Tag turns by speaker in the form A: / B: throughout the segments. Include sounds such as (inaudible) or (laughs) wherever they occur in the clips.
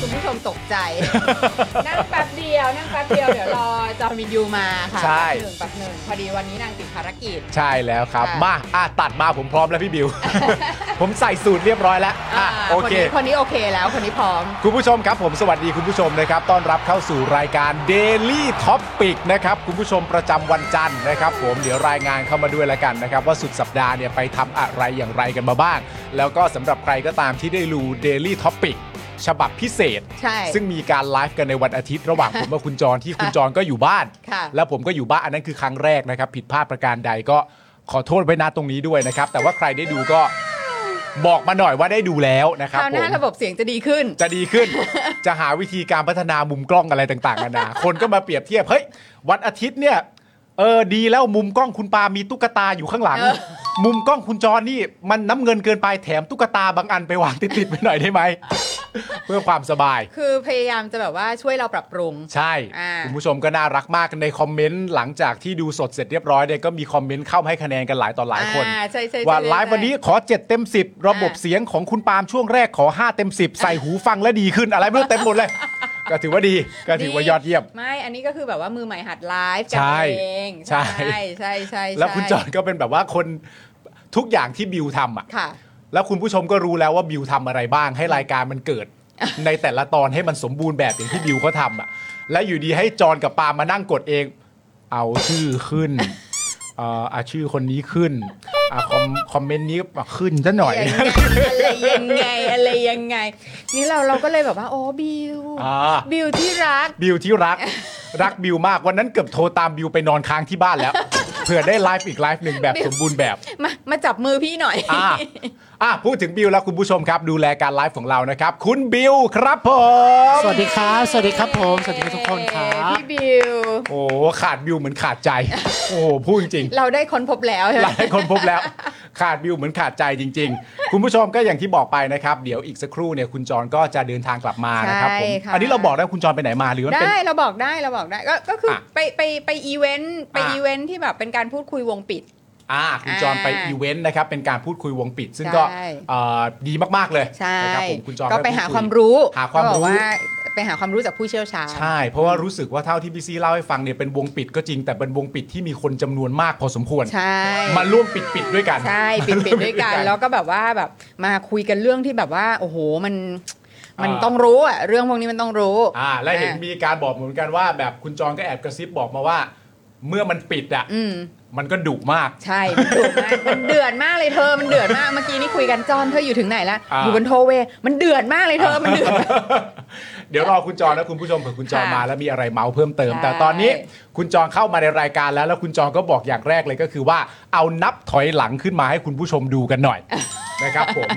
A: คุณผู้ชมตกใจ นั่งแป๊บเดียวนั่งแป๊บเดียว เดี๋ยวรอจอมินยูมาค่ะ
B: ใช่
A: แป๊บหนึ่งแป๊บหนึ่งพอดีวันนี้นางติดภารกิจ
B: ใช่แล้วครับ
A: ค่ะ
B: มาอ่ะตัดมาผมพร้อมแล้ว
A: (laughs)
B: พี่บิว ผมใส่สูตรเรียบร้อยแล้วอ่ะ
A: อ่า
B: โอเค
A: นนี้คนนี้โอเคแล้วคนนี้พร้อม
B: คุณผู้ชมครับผมสวัสดีคุณผู้ชมนะครับต้อนรับเข้าสู่รายการ Daily Topic นะครับคุณผู้ชมประจำวันจันทร์นะครับผมเดี๋ยวรายงานเข้ามาด้วยแล้วกันนะครับว่าสุดสัปดาห์เนี่ยไปทำอะไรอย่างไรกันมาบ้าง แล้วก็สำหรับใครก็ตามที่ได้รู้ Daily Topic ฉบับพิเศษ
A: ใช่
B: ซึ่งมีการไลฟ์กันในวันอาทิตย์ระหว่างผมกับคุณจรที่คุณจรก็อยู่บ้าน
A: ค่ะ
B: แล้วผมก็อยู่บ้านอันนั้นคือครั้งแรกนะครับ ผิดพลาดประการใดก็ขอโทษไว้นะตรงนี้ด้วยนะครับแต่ว่าใครได้ดูก็บอกมาหน่อยว่าได้ดูแล้วนะครับ
A: คราวหน้า
B: ผม
A: ระบบเสียงจะดีขึ้น
B: จะดี
A: (laughs)
B: ขึ้น จะหาวิธีการพัฒนามุมกล้องอะไรต่างๆนานา คนก็มาเปรียบเทียบ เฮ้ย วันอาทิตย์เนี่ย เออ ดีแล้วมุมกล้องคุณปา มีตุ๊กตาอยู่ข้างหลัง
A: เออ
B: มุมกล้องคุณจอนี่ มันน้ำเงินเกินไป แถมตุ๊กตาบางอันไปวางติดๆไปหน่อยได้ไหม (laughs) เพื่อความสบาย
A: คือพยายามจะแบบว่าช่วยเราปรับปรุง
B: ใช่
A: อ่า
B: คุณผู้ชมก็น่ารักมากในคอมเมนต์หลังจากที่ดูสดเสร็จเรียบร้อยเนี่ยก็มีคอมเมนต์เข้ามาให้คะแนนกันหลายต่อหลายคน
A: อ่ใช่ใช่
B: ว่า
A: ใช่
B: ไลฟ์วันนี้ขอ 7 เต็ม 10 ระบบเสียงของคุณปาล์มช่วงแรกขอ 5 เต็ม 10 ใส่หูฟังและดีขึ้นอะไรไม่รู้เต็มหมดเลย ก็ถือว่าดีก็ถือว่ายอดเยี่ยม
A: ไม่ อันนี้ก็คือแบบว่ามือใหม่หัดไลฟ์กั
B: ใช่
A: เอง
B: ใช่
A: ใช่ใช่ใช่
B: แล้วคุณจอห์นก็เป็นแบบว่าคนทุกอย่างที่บิวทำอ่ะ
A: ค่ะ
B: แล้วคุณผู้ชมก็รู้แล้วว่าบิวทำอะไรบ้าง ให้รายการมันเกิด ในแต่ละตอนให้มันสมบูรณ์แบบอย่างที่บิวเขาทำอ่ะ และอยู่ดีให้จอนกับปาล์มมานั่งกดเอง เอาชื่อขึ้น (laughs) เอ่ออาชื่อคนนี้ขึ้นอ่ะคอมคอมเมนต์นี้ขึ้นซะหน่
A: (laughs)
B: อย
A: อะไรยังไงอะไรยังไง นี่เราเราก็เลยแบบว่าโอ้บิว
B: อ่า
A: บิวที่รัก
B: บิวที่รัก (laughs) รักบิวมากวันนั้นเกือบโทรตามบิวไปนอนค้างที่บ้านแล้ว (laughs) เผื่อได้ไลฟ์อีกไลฟ์หนึ่งแบบสมบูรณ์แบบ
A: มามาจับมือพี่หน่อย
B: อ่าอ่ะพูดถึงบิวแล้วคุณผู้ชมครับ ดูแลการไลฟ์ของเรานะครับ คุณบิวครับผม
C: สวัสดีครับ สวัสดีครับผม สวัสดีครับทุกคนครับ
A: พี่บิว
B: โอ้โหขาดบิวเหมือนขาดใจ โอ้โหพูดจริง
A: เราได้ค้นพบแล้วใช่ไห
B: ห
A: ม
B: ลายคนพบแล้ว ขาดวิวเหมือนขาดใจจริง ๆ คุณผู้ชมก็อย่างที่บอกไปนะครับ เดี๋ยวอีกสักครู่เนี่ยคุณจรก็จะเดินทางกลับมานะครับผม
A: ใช่ค่ะ
B: อันนี้เราบอกแล้วคุณจรไปไหนมาหรือมันเป็น
A: ได้เราบอกได้เราบอกได้ก็ก็คืออะ ไปไปไปอีเวนต์ไป
B: อ่ะ
A: อีเวนต์ที่แบบเป็นการพูดคุยวงปิด
B: อ่าคุณจรไป
A: อ่า
B: อีเวนต์นะครับ เป็นการพูดคุยวงปิด ซึ่งก็
A: ใช่
B: เอ่อดีมากๆเลย
A: ใช่
B: นะครับผมคุณจร
A: ก็ไป
B: พูด
A: หา
B: คุย
A: ความรู้
B: หาความรู้
A: เขบอกว่าไปหาความรู้จากผู้เชี่ยวชาญ
B: ใช่ เพราะว่ารู้สึกว่าเท่าที่พี่ซีเล่าให้ฟังเนี่ยเป็นวงปิดก็จริงแต่เป็นวงปิดที่มีคนจำนวนมากพอสมควร
A: ใช่
B: มาร่วมปิดปิดๆด้วยกัน
A: ใช่ (laughs) ปิดปิดด้วย
B: (laughs)
A: กัน แล้วก็แบบว่าแบบมาคุยกันเรื่องที่แบบว่า โอ้โหมันมันต้องรู้อะเรื่องพวกนี้มันต้องรู้
B: อ่าและเห็นมีการบอกเหมือนกันว่า แบบคุณจรก็แอบกระซิบบอกมาว่า เมื่อมันปิดอ่ะ
A: อืม
B: มันก็ดุมาก
A: ใช่มันดุมากมันเดือดมากเลยเธอ มันเดือด
B: (laughs)
A: มาก เมื่อกี้นี่คุยกันจอนเธออยู่ถึงไหนละอ
B: อ่า
A: ยู่บนโทเวย์มันเดือดมากเลยเธอ มันเดือด
B: เดี๋ยวรอคุณจรและคุณผู้ชมเผื่อคุณจร
A: ค่ะ
B: มาแล้วมีอะไรเมาส์เพิ่มเติม
A: ใช่
B: แต่ตอนนี้คุณจรเข้ามาในรายการแล้ว แล้วคุณจรก็บอกอย่างแรกเลยก็คือว่า เอานับถอยหลังขึ้นมาให้คุณผู้ชมดูกันหน่อย นะครับผม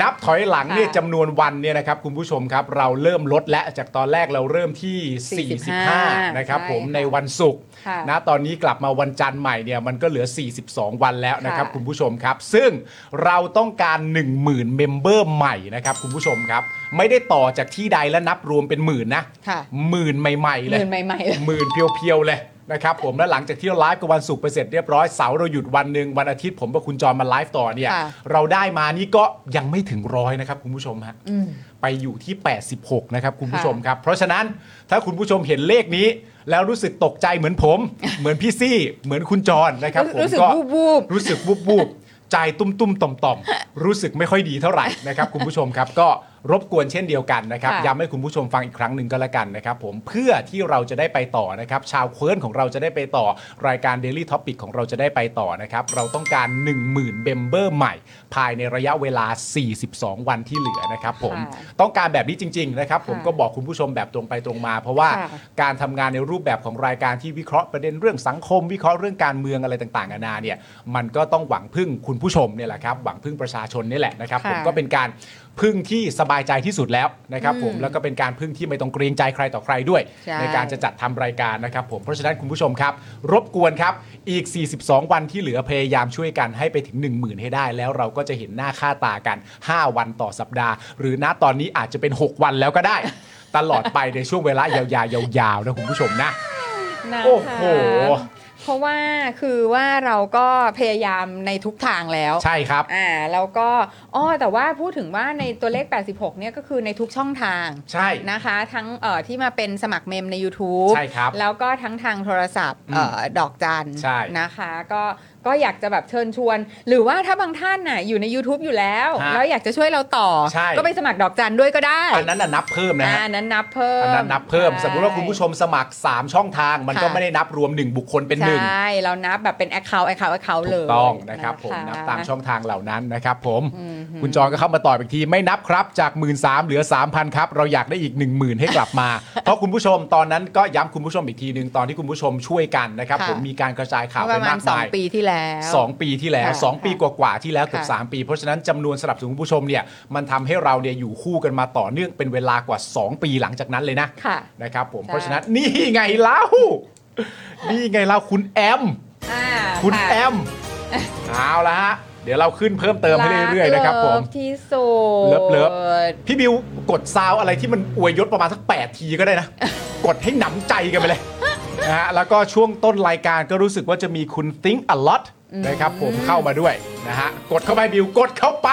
B: นับถอยหลังเนี่ย
A: ค่ะ
B: จำนวนวันเนี่ยนะครับคุณผู้ชมครับ เราเริ่มลดและจากตอนแรกเราเริ่มที่ 45
A: 45
B: นะครับ
A: ใช่
B: ผม
A: ค่ะ
B: ในวันศุกร์
A: ค่ะ
B: นะตอนนี้กลับมาวันจันทร์ใหม่เนี่ยมันก็เหลือ 42 วันแล้วนะครับ
A: ค่ะ
B: คุณผู้ชมครับ ซึ่งเราต้องการ 10,000เมมเบอร์ใหม่นะครับคุณผู้ชมครับ ไม่ได้ต่อจากที่ใดและนับรวมเป็นหมื่นนะ
A: ค่ะ
B: หมื่นใหม่ๆ
A: ห
B: เลย
A: มื่นใหม่ๆเลย
B: หมื่นเพียวๆเลยนะครับผมและหลังจากที่เราไลฟ์กับวันศุกร์ไปเสร็จเรียบร้อยเสาร์เราหยุดวันหนึ่งวันอาทิตย์ผมกับคุณจอมมาไลฟ์ต่อเนี่ย
A: ค่ะ
B: เราได้มานี่ก็ยังไม่ถึงร้อยนะครับคุณผู้ชมฮะไปอยู่ที่ 86 นะครับคุณผู้ชมครับ เพราะฉะนั้นถ้าคุณผู้ชมเห็นเลขนี้ แล้วรู้สึกตกใจเหมือนผม เหมือนพี่ซี่ เหมือนคุณจอนนะครับผม
A: รู้สึกวูบ
B: รู้สึกวูบวูบๆใจตุ้มตุ้มๆต่อมต่อมๆรู้สึกไม่ค่อยดี
A: (laughs)
B: เท่าไหร่นะครับ คุณผู้ชมครับ ก็รบกวนเช่นเดียวกันนะครับ
A: ค่ะ
B: ย้ำให้คุณผู้ชมฟังอีกครั้งหนึ่งก็แล้วกันนะครับ ผมเพื่อที่เราจะได้ไปต่อนะครับ ชาวเควิร์นของเราจะได้ไปต่อ รายการ Daily Topic ของเราจะได้ไปต่อนะครับ เราต้องการ 10,000เบมเบอร์ใหม่ ภายในระยะเวลา 42 วันที่เหลือนะครับ ผม
A: ค่ะ
B: ต้องการแบบนี้จริง ๆ นะครับ ผม
A: ค่ะ
B: ก็บอกคุณผู้ชมแบบตรงไปตรงมา เพราะว่า
A: ค่ะ
B: การทำงานในรูปแบบของรายการที่วิเคราะห์ประเด็นเรื่องสังคม วิเคราะห์เรื่องการเมืองอะไรต่างๆนานาเนี่ยมันก็ต้องหวังพึ่งคุณผู้ชมเนี่ยแหละครับหวังพึ่งประชาชนนี่แหละนะครับ
A: ค่ะ
B: ผมก็เป็นการพึ่งที่สบายใจที่สุดแล้วนะครับ ผม
A: อืม
B: แล้วก็เป็นการพึ่งที่ไม่ต้องเกรงใจใครต่อใครด้วย
A: ใช่
B: ในการจะจัดทำรายการนะครับ ผมเพราะฉะนั้นคุณผู้ชมครับ รบกวนครับอีก 42 วันที่เหลือพยายามช่วยกันให้ไปถึง 1 0,000 ให้ได้ แล้วเราก็จะเห็นหน้าค่าตากัน 5 วันต่อสัปดาห์ หรือณตอนนี้อาจจะเป็น 6 วันแล้วก็ได้ ตลอดไปในช่วงเวลายาวๆๆๆนะคุณผู้ชมนะ
A: นะคะ
B: โอ้โห
A: เพราะว่าคือว่าเราก็พยายามในทุกทางแล้ว
B: ใช่ครับ
A: อ่าแล้วก็อ้อแต่ว่าพูดถึงว่าในตัวเลข 86 เนี่ยก็คือในทุกช่องทาง
B: ใช่
A: นะคะ ทั้งเอ่อที่มาเป็นสมัครเมมใน YouTube
B: ใช่ครับ
A: แล้วก็ทั้งทางโทรศัพท์
B: อืม
A: เอ่อดอกจัน
B: ใช่
A: นะคะก็ก็อยากจะแบบเชิญชวน หรือว่าถ้าบางท่านน่ะอยู่ใน YouTube อยู่แล้ว
B: ฮะ
A: แล้วอยากจะช่วยเราต่อ
B: ใช่
A: ก็ไปสมัครดอกจันด้วยก็ได้
B: อันนั้นนะนับเพิ่มนะฮะ
A: อันนั้นนับเพิ่ม
B: อันนั้นนับเพิ่ม
A: ใช่
B: สมมุติว่าคุณผู้ชมสมัคร 3 ช่องทาง มันก็
A: ค่ะ
B: ไม่ได้นับรวม 1 บุคคลเป็นหนึ่ง
A: ใช่เรานับแบบเป็น Account Account Account เล
B: ถูก
A: ย
B: ต้องนะครับผม
A: ะคะ
B: นับตามช่องทางเหล่านั้นนะครับผม
A: อืม
B: คุณจอนก็เข้ามาต่ออีกทีไม่นับครับจาก 1 3ื่นเหลือ 3,000 ครับ เราอยากได้อีก 1 0,000 ให้กลับมา เพราะคุณผู้ชมตอนนั้นก็ย้ำคุณผู้ชมอีกทีหนึ่งตอนที่คุณผู้ชมช่วยกันนะครับ
A: ค่ะ
B: ผมมีการกระจายข่าว
A: ป
B: ไประ
A: มา
B: มา
A: ณ
B: กมาย
A: 2 ปีที่แล้ว
B: สองปีที่แล้ว
A: ค่ะ
B: สองปีกว่าๆที่แล้วเกือบ
A: ค่ะ
B: สามปี เพราะฉะนั้นจำนวนสนับสนุนผู้ชมเนี่ยมันทำให้เราเนี่ยอยู่คู่กันมาต่อเนื่องเป็นเวลากว่า 2 ปีหลังจากนั้นเลยนะ
A: ค่ะ
B: นะครับผม
A: ใช่
B: เพราะฉะนั้นนี่ไงเล่านี่ไงเล่าคุณแอม
A: อ่า
B: คุณ
A: ะ
B: แอมเอาละฮะเดี๋ยวเราขึ้นเพิ่มเติมให้เรื่อยๆนะครับผ
A: ก
B: ม
A: เลิฟที่สุ
B: เลิฟ
A: ด
B: เลิฟ พี่บิวกดซาวอะไรที่มันอวยยศประมาณสัก 8 ทีก็ได้
A: (laughs)
B: นะ กดให้หนำใจกันไปเลย นะฮะแล้วก็ช่วงต้นรายการก็รู้สึกว่าจะมีคุณ think a lot นะครับผมเข้ามาด้วยนะฮะกดเข้าไปบิวกดเข้าไป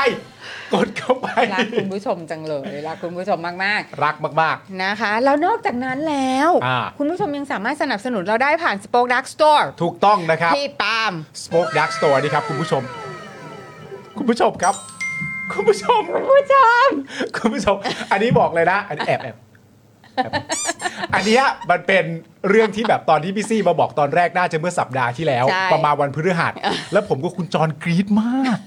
B: กดเข้าไป
A: รักคุณผู้ชมจังเลยรักคุณผู้ชมมาก
B: (laughs) รักมาก
A: ๆ นะคะ แล้วนอกจากนั้นแล้ว
B: อ่า
A: คุณผู้ชมยังสามารถสนับสนุนเราได้ผ่าน Spoke Dark Store
B: ๆ ถูกต้องนะครับ
A: ที่ปาล์ม
B: Spoke Dark Store นี่ครับคุณผู้ชม คุณผู้ชมครับ คุณผู้ชม คุณผู้ชม คุณผู้ชม อันนี้บอกเลยนะ อันนี้แอบแอบแอบอันเนี้ยมันเป็นเรื่องที่แบบตอนที่พี่ซี่มาบอกตอนแรกน่าจะเมื่อสัปดาห์ที่แล้ว
A: ใช่
B: ประมาณวันพฤหัส แล้วผมก็คุณจรกรี๊ดมาก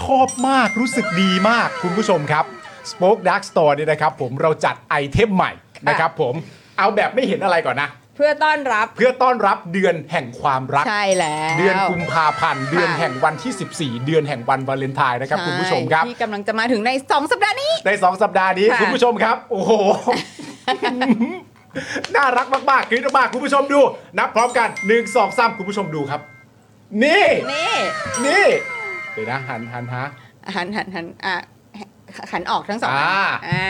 B: ชอบมากรู้สึกดีมาก คุณผู้ชมครับ Spoke Dark Store เนี่ยนะครับ ผมเราจัดไอเทมใหม่นะครับ ผมเอาแบบไม่เห็นอะไรก่อนนะ
A: เพื่อต้อนรับ
B: เพื่อต้อนรับเดือนแห่งความรัก
A: ใช่แล้ว
B: เดือนกุมภาพันธ์เดือนแห่งวันที่ 14 เดือนแห่งวันวาเลนไทน์นะครับ คุณผู้ชมครับ
A: ใที่กำลังจะมาถึงใน 2 สัปดาห์นี้
B: ใน 2 สัปดาห์นี้
A: ค่ะ
B: คุณผู้ชมครับ โอ้โห (laughs) น่ารักมากๆคลิปมากๆคุณผู้ชมดู นับพร้อมกัน 1 2 3 คุณผู้ชมดูครับ นี่
A: นี่
B: นี่ เดี๋ยวนะ หันหันฮะ
A: หันหันหันอ่ะหันออกทั้งสอง
B: อ่า
A: อ่า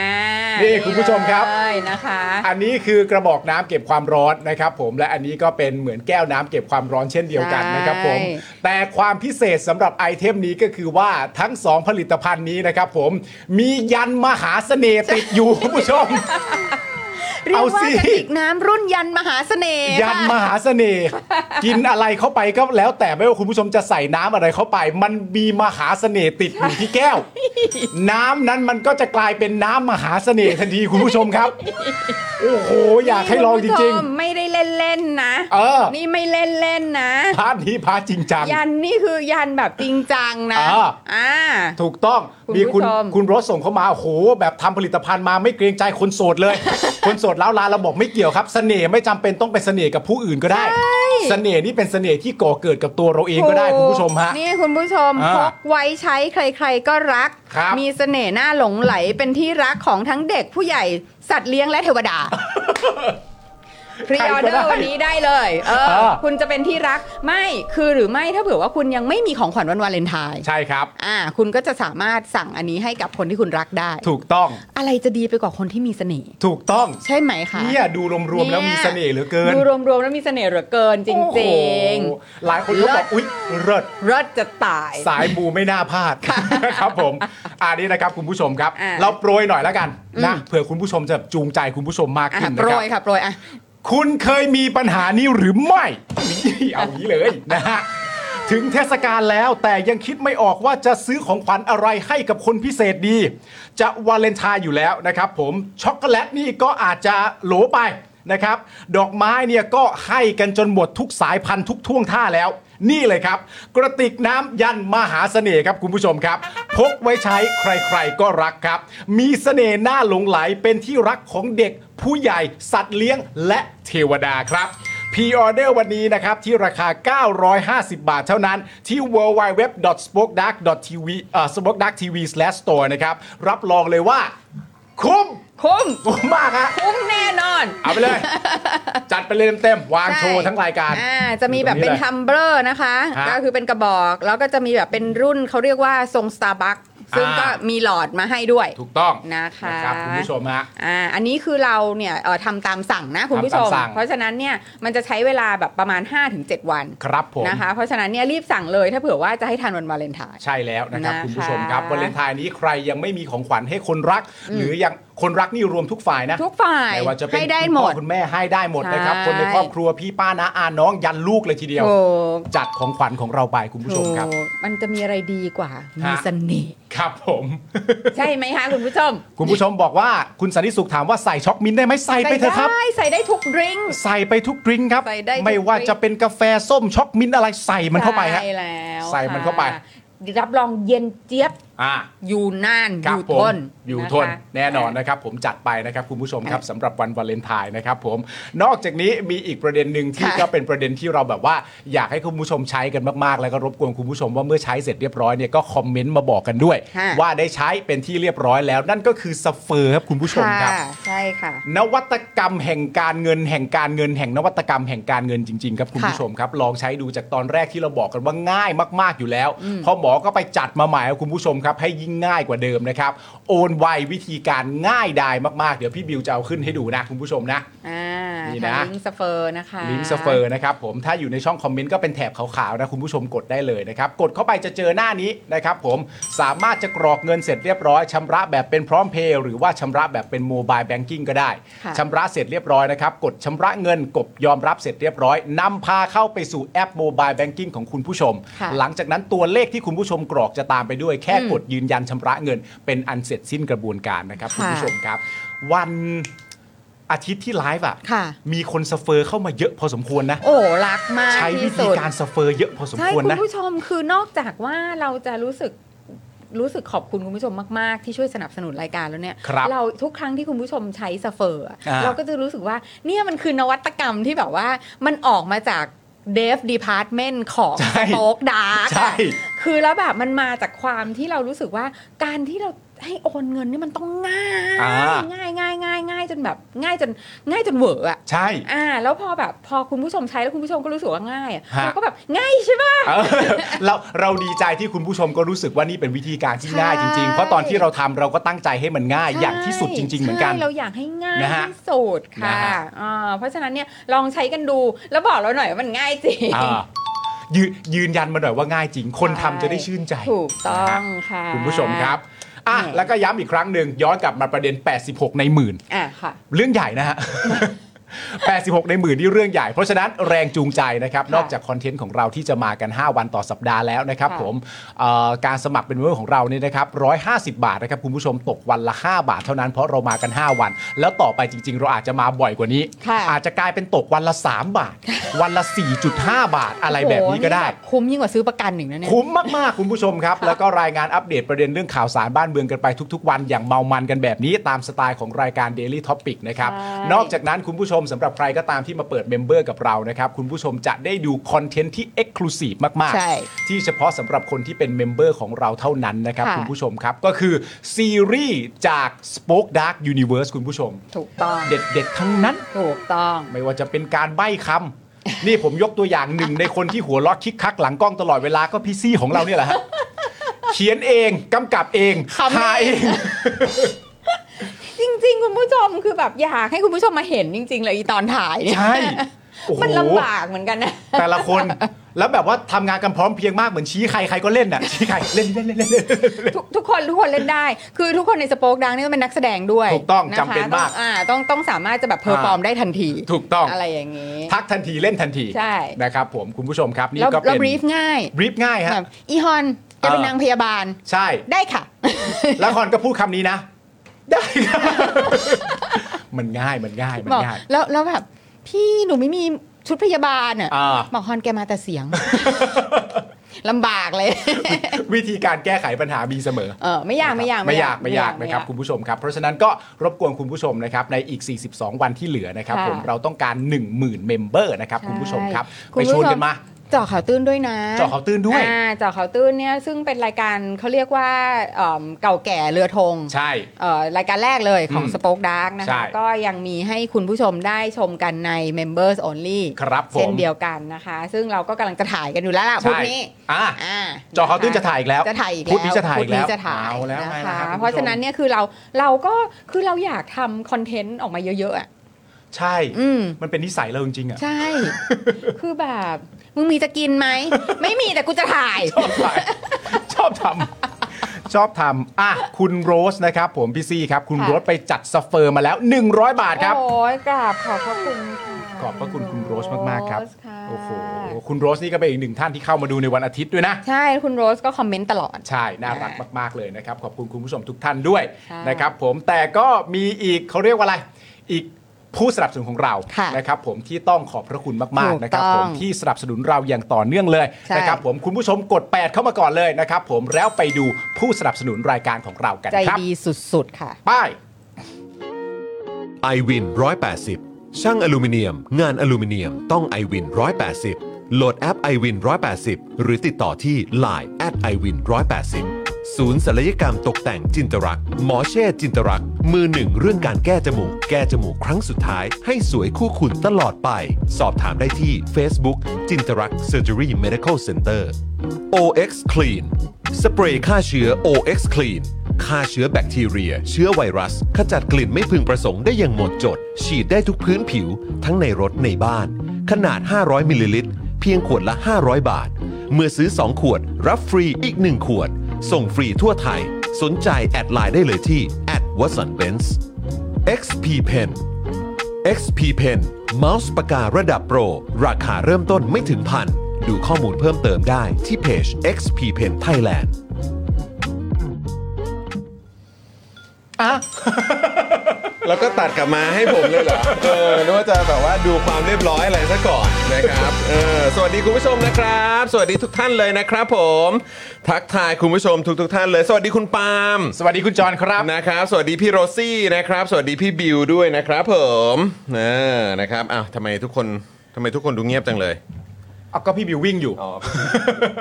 B: นี่คุณผู้ชมครับ
A: เลยนะคะ
B: อันนี้คือกระบอกน้ำเก็บความร้อนนะครับผมและอันนี้ก็เป็นเหมือนแก้วน้ำเก็บความร้อนเช่นเดียวกัน
A: ใช่
B: นะครับผมแต่ความพิเศษสำหรับไอเทมนี้ก็คือว่าทั้ง 2 ผลิตภัณฑ์นี้นะครับผมมียันมหาเสน่ห์ติดอยู่ คุณผู้
A: (laughs)
B: ชม
A: เรียก
B: เอา
A: ว่า
B: สิ
A: กระติกน้ำรุ่นยันมหาเสน่ห์
B: ยัน
A: ค่ะ
B: มหาเสน่ห์กินอะไรเข้าไปก็แล้ว แต่ไม่ว่าคุณผู้ชมจะใส่น้ำอะไรเข้าไป มันมีมหาเสน่ห์ติดอยู่ที่แก้ว น้ำนั้นมันก็จะกลายเป็นน้ำมหาเสน่ห์ทันทีคุณผู้ชมครับ โอ้โหอยากให้ลองจ
A: นี่คุณ
B: ริ
A: ผู้
B: ง
A: ชมไม่ได้เล่นๆนะ
B: ๆ เออ
A: นี่ไม่เล่นๆนะ
B: พาร์ทนี้พาร์ทจริงจัง
A: ยันนี่คือยันแบบจริงจังนะ
B: อ่า
A: อ่า
B: ถูกต้อง
A: คุณ
B: มีคุณ
A: ผู้ชม
B: คุณรถส่งเข้ามาโอ้โหแบบทำผลิตภัณฑ์มาไม่เกรงใจคนโสดเลย คนโสด ชน์แล้วลานเราบอกไม่เกี่ยวครับเสน่ห์ไม่จำเป็นต้องเป็นเสน่ห์กับผู้อื่นก็ได้ เสน่ห์นี่เป็นเสน่ห์ที่ก่อเกิดกับตัวเราเองก็ได้คุณผู้ชมฮะ
A: นี่คุณผู้ชม
B: อ่า
A: พกไว้ใช้ใครๆก็รัก
B: ครับ
A: มีเสน่ห์หน้าหลงไหลเป็นที่รักของทั้งเด็กผู้ใหญ่สัตว์เลี้ยงและเทวดา พรีออเดอร์วันนี้ได้เลย เออ
B: เออ
A: คุณจะเป็นที่รักไม่คือหรือไม่ถ้าเผื่อว่าคุณยังไม่มีของขวัญวันวาเลนไทน์
B: ใช่ครับ
A: อ่า คุณก็จะสามารถสั่งอันนี้ให้กับคนที่คุณรักได้
B: ถูกต้อง
A: อะไรจะดีไปกว่าคนที่มีเสน่ห์
B: ถูกต้อง
A: ใช่ไหมคะ
B: เนี่ยดูรวมๆแล้วมีเสน่ห์เหลือเกิน
A: ดูรวมๆแล้วมีเสน่ห์เหลือเกินจ
B: โอ้โห
A: ริง
B: หลายคนก็บอกอุ๊ยเลิศ
A: ๆรสจะตาย
B: สายมูไม่น่าพลาดนะครับผมอันนี้นะครับคุณผู้ชมครับ
A: อ่ะ
B: เราโปรยหน่อยแล้วกันนะเผื่อคุณผู้ชมจะจูงใจคุณผู้ชมมาก
A: อ่ะ
B: ขึ้น
A: โปร
B: นะครับ
A: ยค่ะโปรยอ่ะ
B: คุณเคยมีปัญหานี้หรือไม่นี่ (laughs) เอาอย่างนี้เลยนะฮะถึงเทศกาลแล้วแต่ยังคิดไม่ออกว่าจะซื้อของขวัญอะไรให้กับคนพิเศษดี จะวาเลนไทน์อยู่แล้วนะครับผมช็อกโกแลตนี่ก็อาจจะโหลไปนะครับ ดอกไม้เนี่ยก็ให้กันจนหมดทุกสายพันธุ์ทุกท่วงท่าแล้ว นี่เลยครับ กระติกน้ำยันมหาเสน่ห์ครับคุณผู้ชมครับ พกไว้ใช้ใครๆก็รักครับ มีเสน่ห์น่าหลงไหลเป็นที่รักของเด็กผู้ใหญ่สัตว์เลี้ยงและเทวดาครับพรีออเดอร์วันนี้นะครับ ที่ราคา 950 บาทเท่านั้น ที่ www.spokedark.tv เอ่อ spokedarktv/store นะครับ รับรองเลยว่า คุ้ม
A: คุ้ม
B: คุ้มมากฮะ
A: คุ้มแน่นอน
B: เอาไปเลย จัดไปเลยเต็มๆวางโชว์ทั้งรายการ
A: อ่าจะมีแบบเป็นทัมเบอร์นะคะ
B: ฮะ
A: ก็คือเป็นกระบอก แล้วก็จะมีแบบเป็นรุ่นเขาเรียกว่าทรงสตาร์บัคซึ่ง
B: อ่า
A: ก็มีหลอดมาให้ด้วย
B: ถูกต้อง
A: นะคะ
B: รับคุณผู้ชมฮะ
A: อ่าอันนี้คือเราเนี่ยเอ่อทำตามสั่งนะคุณผู้ชม
B: ทำตามสั่ง
A: เพราะฉะนั้นเนี่ยมันจะใช้เวลาแบบประมาณ 5-7 วัน
B: ครับผม
A: นะคะ เพราะฉะนั้นเนี่ยรีบสั่งเลยถ้าเผื่อว่าจะให้ทันวันวาเลนไทน์
B: ใช่แล้วนะครับ
A: นะคะ
B: คุณผู้ชมครับวาเลนไทน์นี้ใครยังไม่มีของขวัญให้คนรัก หรือยังคนรักนี่รวมทุกฝ่ายนะ
A: ทุกฝ่าย
B: ไม่ว่าจะเป็น
A: ให้ได้
B: คุณ
A: หม
B: พ่อ
A: ด
B: คุณแม่ให้ได้หมดนะครับ
A: ใช่
B: คนในครอบครัวพี่ป้าน้าอาน้องยันลูกเลยทีเดียว
A: โอ้
B: จัดของขวัญของเราไปคุณผู้ชมครับ
A: โอ้มันจะมีอะไรดีกว่า มี
B: ฮะ
A: เสน่ห์
B: ครับผม
A: ใช่ไหมคะคุณผู้ชม
B: (laughs) คุณผู้ชมบอกว่าคุณสันติสุขถามว่าใส่ช็อกมินท์ได้ไหมใส่ไปเถอะครับ
A: ได้ใส่ได้ทุกดริงก์
B: ใส่ไปทุกดริงก์ครับ
A: ใส่ได้ทุก
B: ไม่ว่า
A: ดริงก์
B: จะเป็นกาแฟส้มช็อกมินท์อะไรใส่มันเข้าไปฮะ
A: ใช่แล้ว
B: ใส่มันเข้าไป
A: ค่ะรับรองเย็นเจี๊ยบ
B: อ่า
A: อยู่นานอ
B: ครับ
A: ยู่
B: ผ
A: ท
B: ม
A: น
B: อยู่
A: ะคะ
B: ทนแน่นอนนะครับ ผมจัดไปนะครับคุณผู้ชมครับสำหรับวันวาเลนไทน์นะครับผมนอกจากนี้มีอีกประเด็นหนึ่งที่
A: ค่ะ
B: ก็เป็นประเด็นที่เราแบบว่า อยากให้คุณผู้ชมใช้กันมากๆ แล้วก็รบกวนคุณผู้ชมว่าเมื่อใช้เสร็จเรียบร้อยเนี่ยก็คอมเมนต์มาบอกกันด้วย
A: ค่ะ
B: ว่าได้ใช้เป็นที่เรียบร้อยแล้ว นั่นก็คือสเฟอร์ครับคุณผู้ชมครับ
A: ค่ะใช่ค่ะ
B: นวัตกรรมแห่งการเงินแห่งการเงินแห่งนวัตกรรมแห่งการเงินจริง ๆ ครับคุณ
A: ค่ะ
B: ผู้ชมครับ ลองใช้ดูจากตอนแรกที่เราบอกกันว่าง่ายมากๆอยู่แล้ว พอหมอก็ไปจัดมาใหม่ครับคุณผู้ชมครับ ให้ยิ่งง่ายกว่าเดิมนะครับ โอนไววิธีการง่ายดายมากๆ เดี๋ยวพี่บิวจะเอาขึ้นให้ดูนะคุณผู้ชมนะ
A: อ่า
B: นี่
A: ทา
B: นะ
A: งลิงก์สเฟอร์นะคะ
B: ลิงก์สเฟอร์นะครับผมถ้าอยู่ในช่องคอมเมนต์ก็เป็นแถบขาวๆนะคุณผู้ชมกดได้เลยนะครับ กดเข้าไปจะเจอหน้านี้นะครับผมสามารถจะกรอกเงินเสร็จเรียบร้อยชำระแบบเป็นพร้อมเพย์หรือว่าชำระแบบเป็นโมบายแบงกิ้งก็ได้
A: ค่ะ
B: ชำระเสร็จเรียบร้อยนะครับกดชำระเงินกดยอมรับเสร็จเรียบร้อยนำพาเข้าไปสู่แอปโมบายแบงกิ้งของคุณผู้ชม
A: ค่ะ
B: หลังจากนั้นตัวเลขที่คุณผู้ชมกรอกจะตามไปด้วย แค่กดยืนยันชำระเงิน เป็นอันเสร็จสิ้นกระบวนการนะครับคุณผู้ชมครับ วันอาทิตย์ที่ไลฟ์อะ
A: ค่ะ
B: มีคนสเฟอร์เข้ามาเยอะพอสมควรนะ
A: โอ้รักมาก
B: ใช้วิ
A: ที่
B: ธี
A: สุด
B: การสเฟอร์เยอะพอสม
A: ใช่
B: ควร
A: คุณ
B: นะ
A: ผู้ชมคือนอกจากว่าเราจะรู้สึกรู้สึกขอบคุณคุณผู้ชมมาก ๆ ที่ช่วยสนับสนุนรายการแล้วเนี่ย
B: ครับ
A: เราทุกครั้งที่คุณผู้ชมใช้สเฟอร์อะ
B: อ่า
A: เราก็จะรู้สึกว่าเนี่ยมันคือนวัตกรรมที่แบบว่ามันออกมาจากเดฟดีพาร์ตเมนต์ของ
B: ใช่
A: โป๊กดาร์ก
B: ใช่
A: คือแล้วแบบมันมาจากความที่เรารู้สึกว่าการที่เราให้โอนเงินนี่มันต้องง่าย ง่ายง่ายง่ายง่ายจนแบบง่ายจนง่ายจนเหวอะ
B: ใช่
A: อ่าแล้วพอแบบพอคุณผู้ชมใช้แล้วคุณผู้ชมก็รู้สึกว่าง่ายอะ
B: ฮะ
A: เราก็แบบง่ายใช่ปะ
B: เออเราเราดีใจที่คุณผู้ชมก็รู้สึกว่านี่เป็นวิธีการที่ง่ายจริง ๆ เพราะตอนที่เราทำเราก็ตั้งใจให้มันง่ายอย่างที่สุดจริง ๆ เหมือนกัน
A: ใช่เราอยากให้ง่าย
B: นะฮะ
A: ที่สุด
B: นะ
A: ค่ะ
B: ฮะ
A: อ่าเพราะฉะนั้นเนี่ยลองใช้กันดูแล้วบอกเราหน่อยว่ามันง่ายจริง
B: อ่ายืนยืนยันมาหน่อยว่าง่ายจริง คนทำจะได้ชื่นใจ
A: ถูกต้องค่ะ
B: คุณผู้ชมครับอ่ะ
A: นี่
B: แล้วก็ย้ำอีกครั้งหนึ่งย้อนกลับมาประเด็น (laughs) 86 ในหมื่น
A: อ่ะค่ะ
B: เรื่องใหญ่นะฮะ 86 ในหมื่นที่เรื่องใหญ่ เพราะฉะนั้นแรงจูงใจนะครับนอกจากคอนเทนต์ของเราที่จะมากัน 5 วันต่อสัปดาห์แล้วนะครับ
A: ค่ะ
B: ผมเอ่อการสมัครเป็นเมมเบอร์ของเราเนี่ยนะครับ 150 บาทนะครับคุณผู้ชมตกวันละ 5 บาทเท่านั้นเพราะเรามากัน 5 วัน แล้วต่อไปจริง ๆ เราอาจจะมาบ่อยกว่านี้
A: ค่ะ
B: อาจจะกลายเป็นตกวันละ 3 บาท วันละ 4.5 บาทอะไรแบบนี้ก็ได้
A: โอ้โหนี่แบบคุ้มยิ่งกว่าซื้อประกันหนึ่งนะเนี่ย
B: คุ้มมาก ๆ คุณผู้ชมครับ แล้วก็รายงานอัปเดตประเด็นเรื่องข่าวสารบ้านเมืองกันไปทุก ๆ วันอย่างเมามันกันแบบนี้ตามสไตล์ของรายการ Daily Topic นะครับ
A: ใช่
B: นอกจากนั้นคุณผู้ชมสำหรับใครก็ตามที่มาเปิดเมมเบอร์กับเรานะครับ คุณผู้ชมจะได้ดูคอนเทนต์ที่เอ็กซ์คลูซีฟมาก
A: ใช่
B: ๆ ที่เฉพาะสำหรับคนที่เป็นเมมเบอร์ของเราเท่านั้นนะครับ
A: ค่ะ
B: คุณผู้ชมครับ ก็คือซีรีส์จาก Spoke Dark Universe คุณผู้ชม
A: ถูกต้อง
B: เด็ด ๆ ทั้งนั้น
A: ถูกต้อง
B: ไม่ว่าจะเป็นการใบ้คำ นี่ผมยกตัวอย่างหนึ่งในคนที่หัวล็อกคิกคักหลังกล้องตลอดเวลาก็พี่ซี่ของเราเนี่ยแหละฮะ เขียนเองกำกับเอง
A: ขำเอง
B: หาเอง
A: จริง ๆ คุณผู้ชมคือแบบอยากให้คุณผู้ชมมาเห็นจริง ๆ เลยอีตอนถ่ายเนี่ย
B: ใช่โอ้โห
A: มันลำบากเหมือนกันนะ
B: แต่ละคนแล้วแบบว่าทำงานกันพร้อมเพรียงมากเหมือนชี้ใครใครก็เล่นน่ะชี้ใครเล่นเล่นเล่นเล่นเล่น
A: ทุกทุกคนทุกคนเล่นได้ คือทุกคนในสโป๊กดังนี่ต้องเป็นนักแสดงด้วย
B: ถูกต้อง
A: ะคะ
B: จำเป็นมาก
A: ต้องอ่ต้องต้องสามารถจะแบบเพอร์ฟอร์มได้ทันที
B: ถูกต้อง
A: อะไรอย่างนี้
B: ทักทันทีเล่นทันที
A: ใช่
B: นะครับผมคุณผู้ชมครับนี่
A: แล้ว
B: ก็
A: เรา
B: เป็น
A: บรีฟง่าย
B: บรีฟง่ายฮะ
A: แบบอีฮอนจะเป็น
B: เออ
A: นางพยาบาล
B: ใช่
A: ได้ค่ะ
B: แล้วคอนก็พูดคำนี้นะ ได้ (laughs) ครับ มันง่ายมันง่ายมัน
A: บอก
B: ง่าย
A: แล้วแล้วแบบ พี่หนูไม่มีชุดพยาบาลอ่ะ
B: อ่า
A: บอกฮอนแกมาแต่เสียง (laughs) ลำบากเลย (laughs)
B: วิธีการแก้ไขปัญหามีเสมอ
A: เออไม่ยากไม่ยาก
B: ไม่ยากไม่ยากนะครับคุณผู้ชมครับ เพราะฉะนั้นก็รบกวนคุณผู้ชมนะครับในอีก 42 วันที่เหลือนะครับผมเราต้องการ 10,000 เมมเบอร์นะครับคุณผู้ชมครับ
A: คุ
B: ไป
A: ณ
B: ช
A: ผู้
B: วนกันมา
A: เจาะข่าวตื้นด้วยนะ
B: เจาะเขาวตื้นด้วย
A: อ่าเจาะเขาวตื้นเนี่ยซึ่งเป็นรายการเขาเรียกว่าเอิ่มเก่าแก่เรือธง
B: ใช่
A: เอ่อรายการแรกเลยของ
B: อืม
A: สป็อคดาร์กนะ
B: ใช่
A: คะ ก็ยังมีให้คุณผู้ชมได้ชมกันใน Members Only
B: ครับผม
A: เช่นเดียวกันนะคะ ซึ่งเราก็กำลังจะถ่ายกันอยู่แล้วล่ะพรุ่ง
B: ใช่
A: นี้
B: อ่ะ
A: อ่า
B: เจอเขาวตื้นจะถ่ายอีกแล้ว
A: จะถ่ายอีกแล้ว
B: พุธนี้จะถ่ายอีกแล้
A: พ
B: ว
A: รุ่งนี้จะถ่าย
B: เอาแล้วไง
A: นะ
B: ล่
A: คะ
B: ครับ
A: เพราะฉะนั้นเนี่ยคือเราเราก็คือเราอยากทำคอนเทนต์ออกมาเยอะๆอ่ะ
B: ใช่
A: อืม
B: มันเป็นนิสัยเราจริงๆอ่ะ
A: ใช่ คือแบบมึงมีจะกิน
B: (laughs)
A: ไหมไม่มีแต่กูจะถ่าย
B: ชอบถ่ายชอบทำชอบทำอ่ะคุณโรสนะครับผมพี่ซี่ครับคุณ
A: ค่ะ
B: โรสไปจัดสเฟอร์มาแล้ว 100 บาทครับ
A: โอ้ยกราบขอบพระคุณค่ะ
B: ขอบพระคุณคุณโรสมาก ๆ ครับ
A: โสะ
B: โอ้โห คุณโรสนี่ก็เป็นอีกหนึ่งท่านที่เข้ามาดูในวันอาทิตย์ด้วยนะ
A: ใช่คุณโรสก็คอมเมนต์ตลอด
B: ใช่ น่ารักมาก ๆ เลยนะครับ ขอบคุณคุณผู้ชมทุกท่านด้วย
A: ค่ะ
B: นะครับผม แต่ก็มีอีกเขาเรียกว่าอะไร อีกผู้สนับสนุนของเรา
A: ค่ะ
B: นะครับผมที่ต้องขอบพระคุณมาก
A: ถูก
B: ๆ นะครับ
A: ต้อง
B: ผมที่สนับสนุนเราอย่างต่อเนื่องเลย
A: ใช่
B: นะครับผมคุณผู้ชมกด 8 เข้ามาก่อนเลยนะครับผมแล้วไปดูผู้สนับสนุนรายการของเรากัน
A: ใจ
B: ครับ
A: ดีสุด ๆ ค่ะ
B: ป้าย
D: i w วิน180 ช่างอลูมิเนียม งานอลูมิเนียมต้อง i w วิน180 โหลดแอป i w วิน180 หรือติดต่อที่ Line at i w วิน180 ศูนย์ศัลยกรรมตกแต่งจินตรักษ์หมอเช่จินตรักษ์มือหนึ่งเรื่องการแก้จมูก แก้จมูกครั้งสุดท้าย ให้สวยคู่คุณตลอดไป สอบถามได้ที่ Facebook จินตรักษ์ Surgery Medical Center OX Clean สเปรย์ฆ่าเชื้อ OX Clean ฆ่าเชื้อแบคทีเรีย เชื้อไวรัส ขจัดกลิ่นไม่พึงประสงค์ได้อย่างหมดจด ฉีดได้ทุกพื้นผิว ทั้งในรถในบ้าน ขนาด 500 มิลลิลิตร เพียงขวดละ 500 บาท เมื่อซื้อ 2 ขวด รับฟรีอีก 1 ขวด ส่งฟรีทั่วไทย สนใจแอดไลน์ได้เลยที่ w a t s o n b e n z XP Pen XP Pen เมาส์ปากการะดับโปร ราคาเริ่มต้นไม่ถึงพัน ดูข้อมูลเพิ่มเติมได้ที่เพจ XP Pen Thailand
E: แล้วก็ตัดกลับมาให้ผมเลยเหรอ เออนึกว่าจะแบบว่าดูความเรียบร้อยอะไรซะก่อนนะครับ เออ สวัสดีคุณผู้ชมนะครับ สวัสดีทุกท่านเลยนะครับผม ทักทายคุณผู้ชมทุกทท่านเลย สวัสดีคุณปาล์ม
B: สวัสดีคุณจรครับ
E: นะครับ สวัสดีพี่โรซี่นะครับ สวัสดีพี่บิวด้วยนะครับผมเออนะครับอ้าวทำไมทุกคนทำไมทุกคนดูเงียบจังเลย
B: เอาก็พี่บิววิ่งอยู่
E: อ๋อ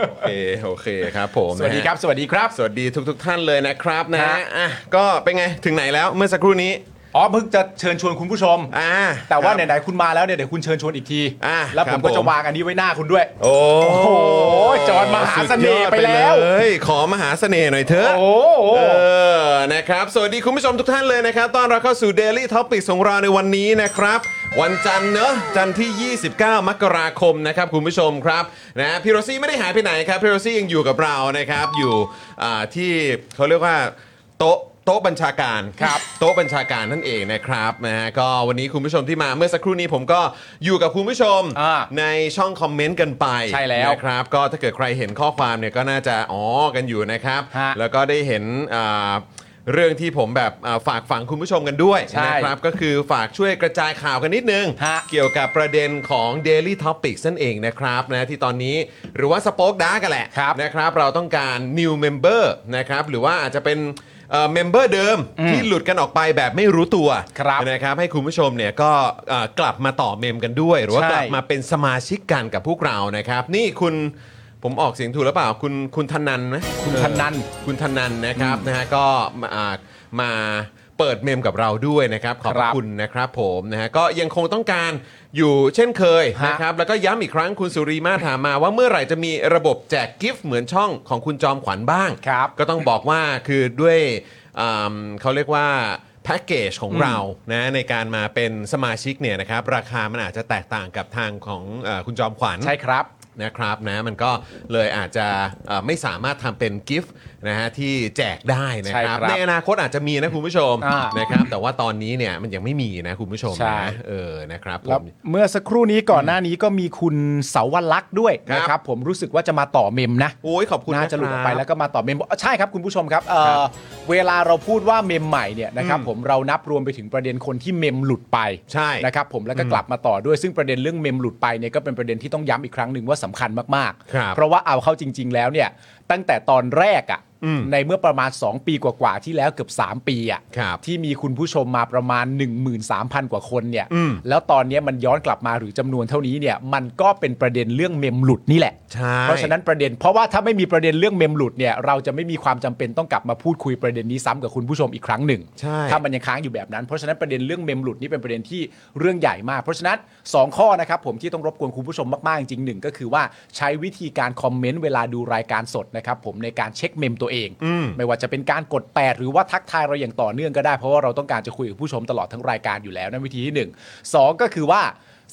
E: โอเค โอเคครับผม
B: สวัสดี
E: นะฮะ
B: ครับ สวัสดีครับ
E: สวัสดีทุกทท่านเลยนะครับนะฮะ
B: ฮะ
E: อ่ะก็เป็นไงถึงไหนแล้วเมื่อสักครู่นี้
B: อ๋อเพิ่งจะเชิญชวนคุณผู้ชม
E: อ่า
B: (laughs) แต่
E: ค
B: ว่า
E: รับ
B: ไหนๆคุณมาแล้วเนี่ยเดี๋ยวคุณเชิญชวนอีกที
E: อ่ะ
B: แล้ว
E: ค
B: ผ
E: รับ
B: มก็
E: ผ
B: จะ
E: ม
B: วางอันนี้ไว้หน้าคุณด้วย
E: โอ้
B: โหจอห์นมหาเสน่ห์ไปแล้ว
E: เอ้ยขอมหาเสน่ห์หน่อยเถอะ
B: โอ้โห
E: เออ นะครับ สวัสดีคุณผู้ชมทุกท่านเลยนะครับ ต้อนรับเข้าสู่ Daily Topics ของเราในวันนี้นะครับ วันจันทร์เนอะจันทร์ที่ 29 มกราคมนะครับคุณผู้ชมครับนะพี่โรซี่ไม่ได้หายไปไหนครับพี่โรซี่ยังอยู่กับเรานะครับ อยู่อ่าที่เขาเรียกว่าโต๊ะ โต๊ะบัญชาการ
B: (laughs)
E: ครับโต๊ะบัญชาการนั่นเองนะครับนะฮะก็วันนี้คุณผู้ชมที่มาเมื่อสักครู่นี้ผมก็อยู่กับคุณผู้ชม
B: อ่า
E: ในช่องคอมเมนต์กันไป
B: ใช่แล้ว
E: นะครับก็ถ้าเกิดใครเห็นข้อความเนี่ยก็น่าจะอ๋อกันอยู่นะครับ
B: ฮะ
E: แล้วก็ได้เห็นอ่าเรื่องที่ผมแบบอ่าฝากฝังคุณผู้ชมกันด้วย
B: ใช่
E: นะครับก็คือฝากช่วยกระจายข่าวกันนิดนึง
B: ฮะ
E: เกี่ยวกับประเด็นของ Daily Topics นั่นเองนะครับนะที่ตอนนี้หรือว่าสป็อคดากันแหละ
B: ครับ
E: นะครับเราต้องการ new member นะครับหรือว่าอาจจะเป็นเอ่อ member เดิมที่หลุดกันออกไปแบบไม่รู้ตัว
B: ครับ
E: นะครับให้คุณผู้ชมเนี่ยก็เอ่อกลับมาต่อเมมกันด้วย หรือว่า
B: ใช่
E: กลับมาเป็นสมาชิกกันกับพวกเรานะครับ นี่คุณผมออกเสียงถูกหรือเปล่า คุณคุณธนันไหม
B: คุณธนัน
E: คุณธนันนะครับนะฮะก็มาอ่ามาเปิดเมมกับเราด้วยนะครับ ขอบ
B: ครับ
E: คุณนะครับผมนะฮะก็ยังคงต้องการอยู่เช่นเคย
B: ฮะ
E: นะครับแล้วก็ย้ำอีกครั้งคุณสุรีมาถามมาว่าเมื่อไหร่จะมีระบบแจกกิฟต์เหมือนช่องของคุณจอมขวัญบ้าง
B: ครับ
E: ก็ต้องบอกว่าคือด้วยอืมเขาเรียกว่าแพ็กเกจของเรานะในการมาเป็นสมาชิกเนี่ยนะครับราคามันอาจจะแตกต่างกับทางของเออคุณจอมขวัญ
B: ใช่ครับ
E: นะครับนะมันก็เลยอาจจะเอ่อไม่สามารถทำเป็นกิฟต์นะฮะที่แจกได้นะ
B: ใช่
E: ครับ
B: ครับ
E: ในอนาคตอาจจะมีนะคุณผู้ชม
B: อ่าน
E: นะครับแต่ว่าตอนนี้เนี่ยมันยังไม่มีนะคุณผู้ชม
B: ใช่
E: นะเออนะครับผ
B: แล้ว
E: ม
B: เมื่อสักครู่นี้ก่อนหน้านี้ก็มีคุณเสาวลักษณ์ด้วย
E: ครับ
B: นะครับผมรู้สึกว่าจะมาต่อเมมนะ
E: โอ้ยขอบคุณ
B: น่าจะหลุดออกไป
E: ครับ
B: แล้วก็มาต่อเมมบอกใช่ครับคุณผู้ชมครับเอ่อ
E: ครับ
B: เวลาเราพูดว่าเมมใหม่เนี่ยนะครับผมเรานับรวมไปถึงประเด็นคนที่เมมหลุดไป
E: ใช่
B: นะครับผมแล้วก็กลับมาต่อด้วยซึ่งประเด็นเรื่องเมมหลุดไปเนี่ยก็เป็นประเด็นที่ต้องย้ำอีกครั้งหนึ่งว่าสำคัญมาก
E: ครับ
B: เพราะว่าเอาเข้าจริง ๆ แล้วเนี่ยตั้งแต่ตอนแรกอะ่ะในเมื่อประมาณ 2 ปีกว่าๆที่แล้วเกือบ 3 ปีอ่ะ
E: ครับ
B: ที่มีคุณผู้ชมมาประมาณ 13,000 กว่าคนเนี่ย
E: อืม
B: แล้วตอนเนี้ยมันย้อนกลับมาหรือจำนวนเท่านี้เนี่ย มันก็เป็นประเด็นเรื่องเมมหลุดนี่แหละ
E: ใช่
B: เพราะฉะนั้นประเด็น เพราะว่าถ้าไม่มีประเด็นเรื่องเมมหลุดเนี่ย เราจะไม่มีความจำเป็นต้องกลับมาพูดคุยประเด็นนี้ซ้ำกับคุณผู้ชมอีกครั้งหนึ่ง
E: ใช่
B: ถ้ามันยังค้างอยู่แบบนั้น เพราะฉะนั้นประเด็นเรื่องเมมหลุดนี่เป็นประเด็นที่เรื่องใหญ่มาก เพราะฉะนั้น 2 ข้อนะครับผมที่ต้องรบกวนคุณผู้ชมมาก ๆ จริงๆหนึ่งก็คือว่าใช้วิธีการคอมเมนต์เวลาดูรายการสดนะครับผมในการเช็คเมมตัวเอง
E: อืม
B: ไม่ว่าจะเป็นการกด 8 หรือว่าทักทายเราอย่างต่อเนื่องก็ได้ เพราะว่าเราต้องการจะคุยกับผู้ชมตลอดทั้งรายการอยู่แล้วนั่นวิธีที่ 1 2 ก็คือว่า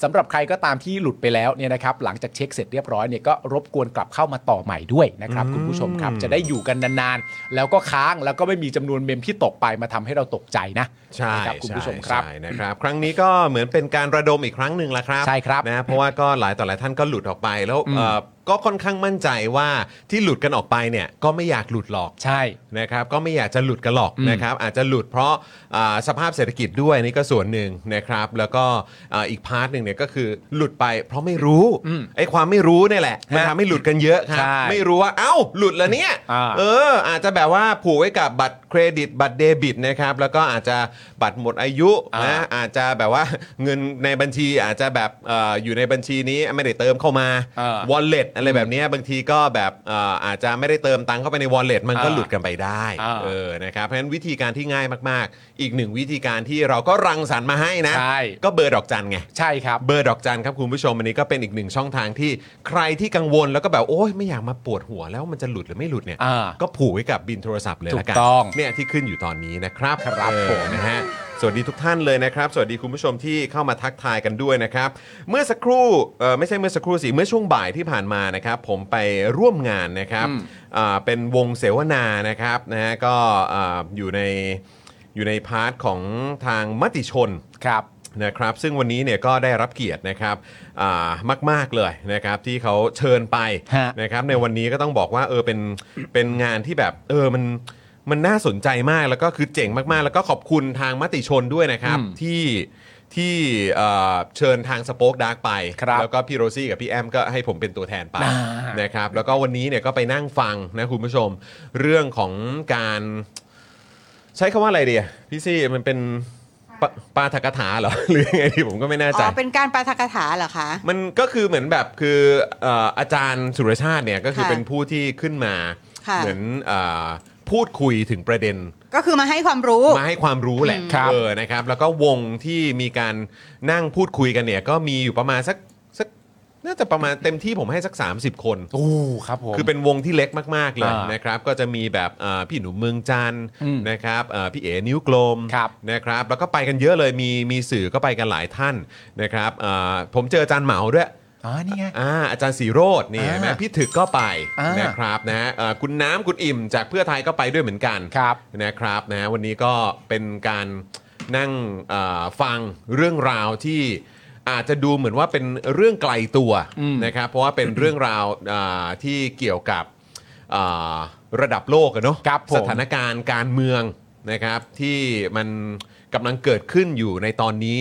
B: สำหรับใครก็ตามที่หลุดไปแล้วเนี่ยนะครับหลังจากเช็คเสร็จเรียบร้อยเนี่ยก็รบกวนกลับเข้ามาต่อใหม่ด้วยนะครับคุณผู้ชมครับจะได้อยู่กันนานๆ แล้วก็ค้างแล้วก็ไม่มีจำนวนเมมที่ตกไปมาทำให้เราตกใจนะ
E: ใช่
B: นะครับคุณผู้ชมครับ
E: ใช่นะครับ ครั้งนี้ก็เหมือนเป็นการระดมอีกครั้งหนึ่งละครับ
B: ใช่ครับ
E: นะเพราะว่าก็หลายต่อหลายท่านก็หลุดออกไปแล้ว
B: อืม
E: เอ่อก็ค่อนข้างมั่นใจว่าที่หลุดกันออกไปเนี่ยก็ไม่อยากหลุดหรอก
B: ใช่
E: นะครับก็ไม่อยากจะหลุดกันหรอก
B: อืม
E: นะครับอาจจะหลุดเพราะอ่าสภาพเศรษฐกิจด้วยนี่ก็ส่วนหนึ่งนะครับแล้วก็อ่าอีกพาร์ทหนึ่งเนี่ยก็คือหลุดไปเพราะไม่รู้
B: อืม
E: ไอ้ความไม่รู้เนี่ยแหละมันทำให้หลุดกันเยอะครับ
B: ใช่
E: ไม่รู้ว่าเอ้าหลุดแล้วเนี่ย
B: อ่า
E: เอออาจจะแบบว่าผูกไว้กับบัตรเครดิตบัตรเดบิตนะครับแล้วก็อาจจะบัตรหมดอายุ
B: อ่า
E: นะอาจจะแบบว่า (laughs) เงินในบัญชีอาจจะแบบเอออยู่ในบัญชีนี้ไม่ได้เติมเข้ามา
B: อ่า
E: wallet อะไรแบบเนี้ยบางทีก็แบบเอ่ออาจจะไม่ได้เติมตังค์เข้าไปใน wallet มันก็
B: อ่า
E: หลุด กันไปได้
B: อ่า
E: เออนะครับเพราะฉะนั้นวิธีการที่ง่ายมากๆ อีกหนึ่งวิธีการที่เราก็รังสรรค์มาให้นะ
B: ใช่
E: ก็เบอร์ดอกจันไง
B: ใช่ครับ
E: เบอร์ดอกจันครับคุณผู้ชมอันนี้ก็เป็นอีกหนึ่งช่องทางที่ใครที่กังวลแล้วก็แบบโอ๊ยไม่อยากมาปวดหัวแล้วมันจะหลุดหรือไม่หลุดเนี่ย
B: อ่า
E: ก็ผูกไว้กับบินโทรศัพท์เลย
B: ถูก
E: ละกัน
B: ต้อง
E: เนี่ยที่ขึ้นอยู่ตอนนี้นะครับ
B: ครับ
E: เออ
B: ผม
E: นะฮะสวัสดีทุกท่านเลยนะครับ สวัสดีคุณผู้ชมที่เข้ามาทักทายกันด้วยนะครับเมื่อสักครู่เอ่อไม่ใช่เมื่อสักครู่สิเมื่อช่วงบ่ายที่ผ่านมานะครับ ผมไปร่วมงานนะครับ
B: อืม
E: อ่าเป็นวงเสวนานะครับนะฮะก็อ่าอยู่ในอยู่ในพาร์ทของทางมติชน
B: ครับ
E: นะครับ ซึ่งวันนี้เนี่ยก็ได้รับเกียรตินะครับอ่ามาก ๆเลยนะครับที่เขาเชิญไป
B: ฮะ
E: นะครับในวันนี้ก็ต้องบอกว่าเออเป็นเป็นงานที่แบบเออมันมันน่าสนใจมากแล้วก็คือเจ๋งมากๆ แล้วก็ขอบคุณทางมติชนด้วยนะครับ
B: อืม
E: ที่ที่เอ่อเชิญทางสป็อคดาร์กไป
B: ครับ
E: แล้วก็พี่โรซี่กับพี่แอมก็ให้ผมเป็นตัวแทนไป
B: อ่า
E: นะครับแล้วก็วันนี้เนี่ยก็ไปนั่งฟังนะคุณผู้ชม เรื่องของการใช้คำว่าอะไรดีอะพี่ซี่มันเป็นปาปาฐกถาเหรอ (laughs) หรือยังไงดีผมก็ไม่แน่ใจ
F: อ๋อ เป็นการปาฐกถาเหรอคะ
E: มันก็คือเหมือนแบบคือเอ่ออาจารย์สุรชาติเนี่ยก็คือ
F: ค่ะ
E: เป็นผู้ที่ขึ้นมา
F: ค่ะ
E: เหมือนเออพูดคุยถึงประเด็น
F: ก็คือมาให้ความรู้
E: มาให้ความรู้แหละ
B: ครับ
E: เออนะครับ แล้วก็วงที่มีการนั่งพูดคุยกันเนี่ย ก็มีอยู่ประมาณสักสักน่าจะประมาณเต็มที่ผมให้สัก 30 คน
B: โอ้ครับผม
E: คือเป็นวงที่เล็กมากๆเลย
B: อ่าน
E: นะครับ ก็จะมีแบบเอ่อพี่หนุ่มเมืองจันทร์
B: อืม
E: นะครับเอ่อพี่เอ๋นิ้วกลม
B: ครับ
E: นะครับ แล้วก็ไปกันเยอะเลยมีมีสื่อก็ไปกันหลายท่านนะครับเอ่อผมเจออาจารย์เหมาด้วย
B: อ๋อนี่ไง
E: อ่าอาจารย์สีโรดนี่
B: อ่า
E: เห็นไหมพี่ถึกก็ไป
B: อ่าน
E: นะครับนะฮะเอ่อคุณน้ำคุณอิ่มจากเพื่อไทยก็ไปด้วยเหมือนกัน
B: ครับ
E: นะครับนะฮะวันนี้ก็เป็นการนั่งเอ่อฟังเรื่องราวที่อาจจะดูเหมือนว่าเป็นเรื่องไกลตัว
B: อืม
E: นะครับเพราะว่าเป็นเรื่องราวอ่าที่เกี่ยวกับอ่าระดับโลกอะเนาะ
B: ครับผม
E: สถานการณ์การเมืองนะครับที่มันกำลังเกิดขึ้นอยู่ในตอนนี้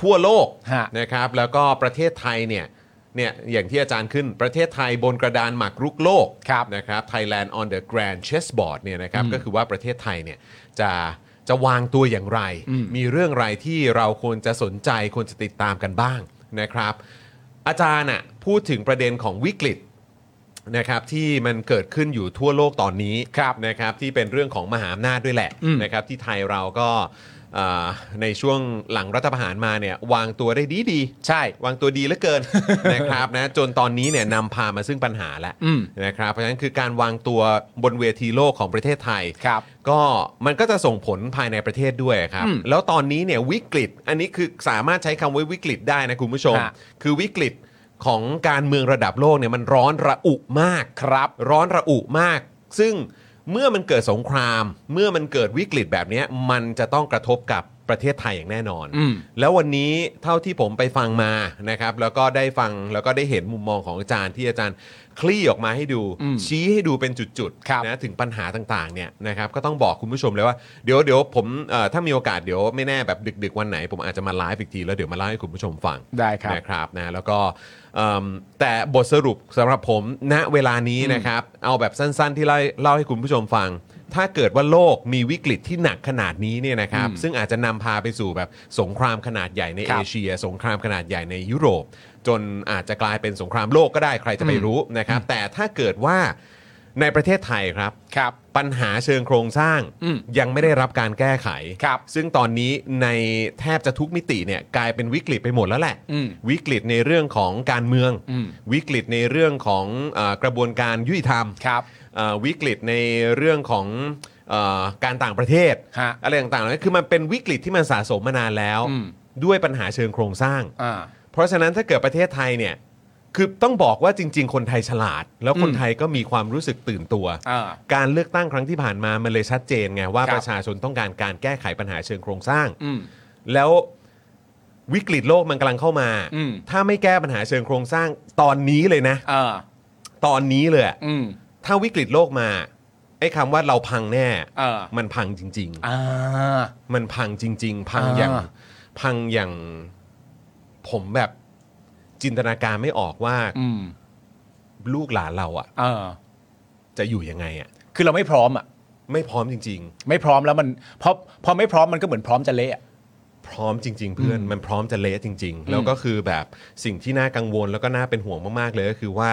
E: ทั่วโลก
B: ฮะ
E: นะครับแล้วก็ประเทศไทยเนี่ยเนี่ยอย่างที่อาจารย์ขึ้นประเทศไทยบนกระดานหมากรุกโลกนะครับ Thailand on the Grand Chessboard เนี่ยนะครับก็คือว่าประเทศไทยเนี่ยจะจะวางตัวอย่างไร มีเรื่องอะไรที่เราควรจะสนใจควรจะติดตามกันบ้างนะครับ อาจารย์อ่ะพูดถึงประเด็นของวิกฤต นะครับที่มันเกิดขึ้นอยู่ทั่วโลกตอนนี้นะครับที่เป็นเรื่องของมหาอำนาจด้วยแหละ
B: อืม
E: นะครับที่ไทยเราก็เอ่อในช่วงหลังรัฐประหารมาเนี่ยวางตัวได้ดีดีๆ
B: ใช่
E: วางตัวดีเหลือเกิน (laughs) นะครับนะจนตอนนี้เนี่ยนำพามาซึ่งปัญหาแล้ว
B: อืม
E: นะครับเพราะฉะนั้นคือการวางตัวบนเวทีโลกของประเทศไทย
B: ครับ
E: ก็มันก็จะส่งผลภายในประเทศด้วยครับ
B: อืม
E: แล้วตอนนี้เนี่ยวิกฤต อันนี้คือสามารถใช้คำว่าวิกฤตได้นะคุณผู้ชม
B: ฮะ
E: คือวิกฤตของการเมืองระดับโลกเนี่ยมันร้อนระอุมากครับ ร้อนระอุมาก ซึ่งเมื่อมันเกิดสงคราม เมื่อมันเกิดวิกฤตแบบเนี้ยมันจะต้องกระทบกับประเทศไทยอย่างแน่นอน
B: อืม
E: แล้ววันนี้เท่าที่ผมไปฟังมานะครับ แล้วก็ได้ฟังแล้วก็ได้เห็นมุมมองของอาจารย์ที่อาจารย์คลี่ออกมาให้ดู
B: อืม
E: ชี้ให้ดูเป็นจุด
B: ครับ
E: ๆนะถึงปัญหาต่างๆเนี่ยนะครับก็ต้องบอกคุณผู้ชมเลยว่าเดี๋ยวเดี๋ยวผมเอ่อถ้ามีโอกาสเดี๋ยวไม่แน่แบบดึก ๆ วันไหน ผมอาจจะมาไลฟ์อีกทีแล้วเดี๋ยวมาเล่าให้คุณผู้ชมฟัง
B: ได้ครับ
E: นะครับนะแล้วก็เอิ่มแต่บทสรุปสำหรับผมณเวลานี้นะครับ เอาแบบสั้นๆที่เล่าเล่าให้คุณผู้ชมฟัง ถ้าเกิดว่าโลกมีวิกฤตที่หนักขนาดนี้เนี่ยนะครับ ซึ่งอาจจะนำพาไปสู่แบบสงครามขนาดใหญ่ใน
B: ครั
E: เอบ เชีย สงครามขนาดใหญ่ในยุโรป จนอาจจะกลายเป็นสงครามโลกก็ได้ใครจะไปรู้นะครับ แต่ถ้าเกิดว่าในประเทศไทยครับ
B: ครับ
E: ปัญหาเชิงโครงสร้าง
B: อืม
E: ยังไม่ได้รับการแก้ไข
B: ครับ
E: ซึ่งตอนนี้ในแทบจะทุกมิติเนี่ยกลายเป็นวิกฤตไปหมดแล้วแหละ
B: อืม
E: วิกฤตในเรื่องของการเมือง
B: อืม
E: วิกฤตในเรื่องของเออกระบวนการยุติธรรม
B: ครับ
E: เอ่อวิกฤตในเรื่องของเออการต่างประเทศ
B: ฮะ
E: อะไรต่างๆเหล่านั้นคือมันเป็นวิกฤตที่มันสะสมมานานแล้ว
B: อืม
E: ด้วยปัญหาเชิงโครงสร้าง
B: อ่า
E: เพราะฉะนั้นถ้าเกิดประเทศไทยเนี่ยคือต้องบอกว่าจริง ๆ คนไทยฉลาด แล้วคน
B: อืม
E: ไทยก็มีความรู้สึกตื่นตัว
B: อ่า
E: การเลือกตั้งครั้งที่ผ่านมา มันเลยชัดเจนไงว่า
B: ครับ
E: ประชาชนต้องการการแก้ไขปัญหาเชิงโครงสร้าง
B: อืม
E: แล้ววิกฤตโลกมันกำลังเข้ามา
B: อืม
E: ถ้าไม่แก้ปัญหาเชิงโครงสร้างตอนนี้เลยนะ
B: อ่า
E: ตอนนี้เลยอะ
B: อืม
E: ถ้าวิกฤตโลกมาไอ้คำว่าเราพังแน่
B: เออ
E: มันพังจริง
B: อ่า
E: ๆ มันพังจริง ๆ พัง
B: อ่า
E: อย่างพังอย่างผมแบบจินตนาการไม่ออกว่า
B: อืม
E: ลูกหลานเราอะ
B: อ่า
E: จะอยู่ยังไงอะ
B: คือเราไม่พร้อมอ่ะ
E: ไม่พร้อมจริง ๆ
B: ไม่พร้อมแล้วมันพอพอไม่พร้อมมันก็เหมือนพร้อมจะเละอะ
E: พร้อมจริง ๆ เพื่อนมันพร้อมจะเละจริง ๆ แล้วก็คือแบบสิ่งที่น่ากังวลแล้วก็น่าเป็นห่วงมากๆเลยก็คือว่า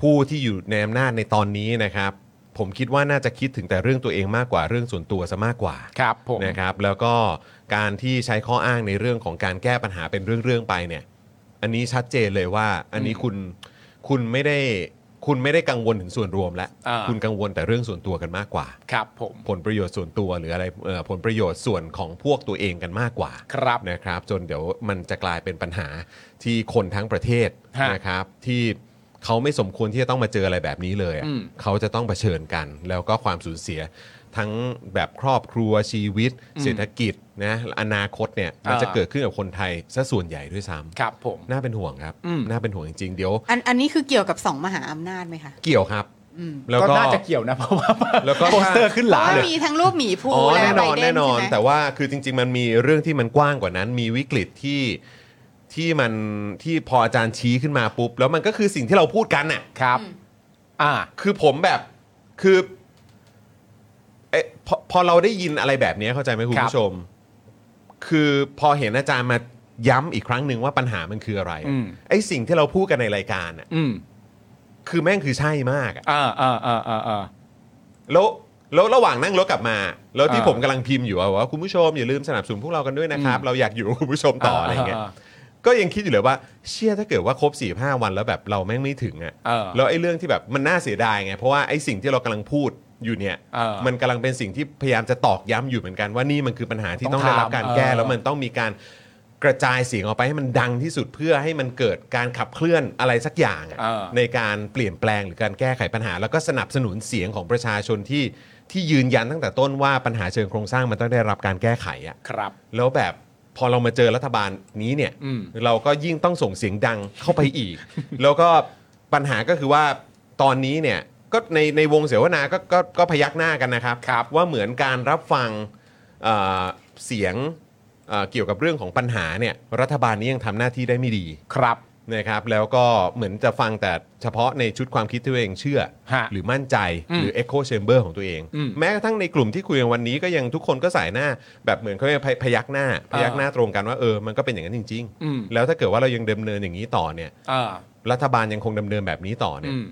E: ผู้ที่อยู่ในอำนาจในตอนนี้นะครับ ผมคิดว่าน่าจะคิดถึงแต่เรื่องตัวเองมากกว่าเรื่องส่วนตัวซะมากกว่า
B: ครับผม
E: นะครับแล้วก็การที่ใช้ข้ออ้างในเรื่องของการแก้ปัญหาเป็นเรื่องๆไปเนี่ย อันนี้ชัดเจนเลยว่า อันนี้คุณคุณไม่ได้คุณไม่ได้กังวลถึงส่วนรวมแล้ว
B: อ่า
E: คุณกังวลแต่เรื่องส่วนตัวกันมากกว่า
B: ครับผม
E: ผลประโยชน์ส่วนตัวหรืออะไรเอ่อผลประโยชน์ส่วนของพวกตัวเองกันมากกว่า
B: ครับ
E: นะครับ จนเดี๋ยวมันจะกลายเป็นปัญหาที่คนทั้งประเทศ
B: ฮะ
E: นะครับที่เขาไม่สมควรที่จะต้องมาเจออะไรแบบนี้เลยอะ
B: อืม
E: เขาจะต้องเผชิญกัน แล้วก็ความสูญเสียทั้งแบบครอบครัวชีวิต เศรษฐกิจนะอนาคตเนี่ยมัน
B: อ่า
E: จะเกิดขึ้นกับคนไทยซะส่วนใหญ่ด้วยซ้
B: ครับผม
E: ำน่าเป็นห่วงครับ
B: อืม
E: น่าเป็นห่วงจริงๆเดี๋ยว
G: อันอันนี้คือเกี่ยวกับสองมหาอำนาจไหมคะ
E: เกี่ยวครับ
G: อืม
E: แล้ว
B: ก็
E: ก็
B: น่าจะเกี่ยวนะเพราะว่า
E: แล้วก็
B: โปสเตอร์ขึ้นห
G: เพ
B: ลา
G: ราะว่า
B: เลย
G: มีทั้งรูปหมีภู
E: อ๋อ
G: และ
E: แน่น
G: ไบ
E: อน
G: เดน
E: แน่นอน
G: ใช่ไหม
E: แต่ว่าคือจริง ๆ มันมีเรื่องที่มันกว้างกว่านั้น มีวิกฤตที่ที่มันที่พออาจารย์ชี้ขึ้นมาปุ๊บ แล้วมันก็คือสิ่งที่เราพูดกันน่ะ
B: ครับ อ่า
E: คือผมแบบคือเอะพอพอเราได้ยินอะไรแบบนี้เข้าใจไหมคุณ
B: ครับ
E: ผู้ชม คือพอเห็นอาจารย์มาย้ำอีกครั้งหนึ่งว่าปัญหามันคืออะไรอะ
B: อืม
E: ไอ้สิ่งที่เราพูดกันในรายการน่ะ
B: อืม
E: คือแม่งคือใช่มากอะ
B: อ่าอ่าอ่าอ่าอ่า
E: แล้วแล้วระหว่างนั่งรถกลับมา แล้วที่
B: อ่า
E: ผมกำลังพิมพ์อยู่อะว่าคุณผู้ชมอย่าลืมสนับสนุนพวกเรากันด้วยนะครับ
B: อืม
E: เราอยากอยู่กับคุณผู้ชมต่ออะไรเงี้ยก็ยังคิดอยู่เลยว่าเชื่อถ้าเกิดว่าครบ4ี่ห้าวันแล้วแบบเราแม่งไม่ถึงอะ
B: เออ
E: แล้วไอ้เรื่องที่แบบมันน่าเสียดายไงเพราะว่าไอ้สิ่งที่เรากำลังพูดอยู่เนี่ย
B: เออ
E: มันกำลังเป็นสิ่งที่พยายามจะตอกย้ำอยู่เหมือนกันว่านี่มันคือปัญหาที่ต้องได้รับการ
B: ต้องทำ
E: แก้
B: เออ
E: แล้วมันต้องมีการ กระจายเสียงออกไปให้มันดังที่สุดเพื่อให้มันเกิดการขับเคลื่อนอะไรสักอย่างอะ
B: เออ
E: ในการเปลี่ยนแปลงหรือการแก้ไขปัญหา แล้วก็สนับสนุนเสียงของประชาชนที่ที่ยืนยันตั้งแต่ต้นว่าปัญหาเชิงโครงสร้างมันต้องได้รับการแก้ไขอะ
B: ครับ
E: แล้วแบบพอเรามาเจอรัฐบาลนี้เนี่ย
B: อืม
E: เราก็ยิ่งต้องส่งเสียงดังเข้าไปอี
B: (laughs)
E: ก แล้วก็ปัญหาก็คือว่าตอนนี้เนี่ยก็ในในวงเสวนาก็ก็ก็พยักหน้ากันนะครับ
B: ครับ
E: ว่าเหมือนการรับฟังเอ่อเสียงเอ่อเกี่ยวกับเรื่องของปัญหาเนี่ยรัฐบาลนี้ยังทำหน้าที่ได้ไม่ดี
B: ครับ
E: นะครับแล้วก็เหมือนจะฟังแต่เฉพาะในชุดความคิดที่ตัวเองเชื่อ
B: ฮะ
E: หรือมั่นใจ
B: อื
E: ห
B: ม
E: รือ Echo Chamber ของตัวเอง
B: อืม
E: แม้กระทั่งในกลุ่มที่คุยกันวันนี้ก็ยังทุกคนก็สายหน้า แบบเหมือนเขาพยพยักหน้า พยักหน้าตรงกันว่าเออมันก็เป็นอย่างนั้นจริง
B: อืม
E: ๆ แล้วถ้าเกิดว่าเรายังดำเนินอย่างนี้ต่อเนี่ย
B: เออ
E: รัฐบาลยังคงดำเนินแบบนี้ต่อเนี่ย
B: อืม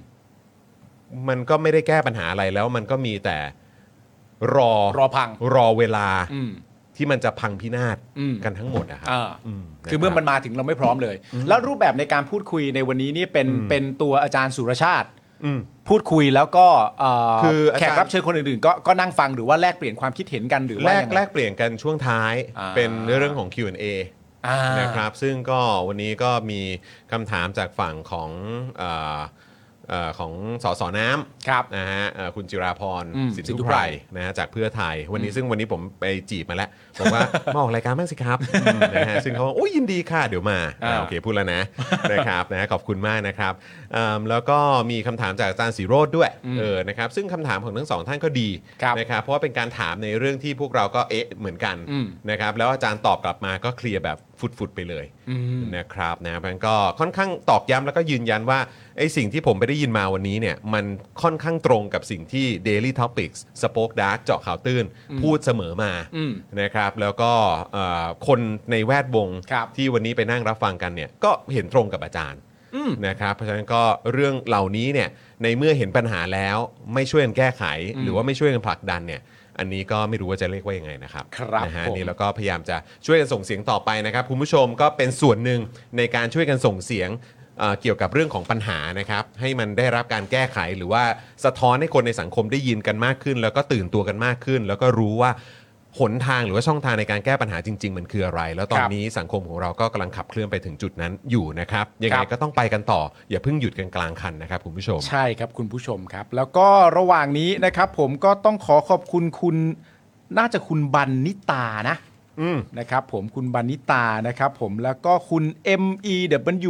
E: มันก็ไม่ได้แก้ปัญหาอะไรแล้วมันก็มีแต่รอ
B: รอพัง
E: รอเวลา
B: อืม
E: ที่มันจะพังพินาศ
B: อืม
E: กันทั้งหมดนะครั
B: เอบ อ
E: อืม
B: คือเมื่อมันมาถึงเราไม่พร้อมเลย แล้วรูปแบบในการพูดคุยในวันนี้นี่เป็นเป็นตัวอาจารย์สุรชาติ
E: อืม
B: พูดคุยแล้วก็เอ่อ
E: คืออาจารย์
B: แขกรับเชิญคนอื่นๆก็ก็นั่งฟังหรือว่าแลกเปลี่ยนความคิดเห็นกันหรือ
E: แล
B: ว่าก ยังไง
E: แลกเปลี่ยนกันช่วงท้าย
B: อ่า
E: เป็นเรื่องของ Q&A
B: อ่า
E: นะครับซึ่งก็วันนี้ก็มีคำถามจากฝั่งของเออเอ่อของสสน้ำ
B: ครับ
E: นะฮะเอ่อคุณจิราพร
B: อืม
E: สิน
B: สินธุ
E: ทุ
B: ไพ
E: ไพ
B: ร
E: รนะฮะจากเพื่อไทย วันนี้ซึ่งวันนี้ผมไปจีบมาแล้วบอก
B: (laughs)
E: ว่า มาออกรายการบ้างสิครับนะฮะซึ่งเขาบอกโอ้ยยินดีค่ะ เดี๋ยวมาอ่าโอเคพูดแล้วนะ (laughs) นะครับนะฮะขอบคุณมากนะครับเอิ่มแล้วก็มีคำถามจากอาจารย์สีโรดด้วยเออนะครับซึ่งคำถามของทั้งสองท่านก็ดี
B: ครับ
E: นะครับเพราะว่าเป็นการถามในเรื่องที่พวกเราก็เอ๊ะเหมือนกัน
B: อืม
E: นะครับแล้วอาจารย์ตอบกลับมาก็เคลียร์แบบฟุดๆไปเลย
B: อืม
E: นะครับนะมันก็ค่อนข้างตอกย้ำแล้วก็ยืนยันว่าไอ้สิ่งที่ผมไปได้ยินมาวันนี้เนี่ยมันค่อนข้างตรงกับสิ่งที่ Daily Topics Spoke Dark เจาะข่าวตื้น พูดเสมอมา
B: อืม
E: นะครับแล้วก็เอ่อคนในแวดวง
B: ครับ
E: ที่วันนี้ไปนั่งรับฟังกันเนี่ยก็เห็นตรงกับอาจารย์
B: อืม
E: นะครับเพราะฉะนั้นก็เรื่องเหล่านี้เนี่ยในเมื่อเห็นปัญหาแล้วไม่ช่วยกันแก้ไข หรือว่าไม่ช่วยกันผลักดันเนี่ยอันนี้ก็ไม่รู้ว่าจะเรียกว่ายังไงนะครับ
B: ครับ
E: นะฮะ
B: ผม
E: นี่แล้วก็พยายามจะช่วยกันส่งเสียงต่อไปนะครับคุณผู้ชมก็เป็นส่วนหนึ่งในการช่วยกันส่งเสียงเอ่อเกี่ยวกับเรื่องของปัญหานะครับให้มันได้รับการแก้ไขหรือว่าสะท้อนให้คนในสังคมได้ยินกันมากขึ้น แล้วก็ตื่นตัวกันมากขึ้น แล้วก็รู้ว่าหนทางหรือว่าช่องทางในการแก้ปัญหาจริง ๆ มันคืออะไร แล้วตอน
B: ครับ
E: นี้สังคมของเราก็กำลังขับเคลื่อนไปถึงจุดนั้นอยู่นะครับยังไง
B: ครับ
E: ก็ต้องไปกันต่อ อย่าเพิ่งหยุดกันกลางคันนะครับคุณผู้
B: (laughs)
E: ชม
B: ใช่ครับคุณผู้ชมครับ แล้วก็ระหว่างนี้นะครับผมก็ต้องขอขอบคุณคุณน่าจะคุณบันนิตานะ
E: อืม
B: นะครับผมคุณบันนิตานะครับผมแล้วก็คุณ M E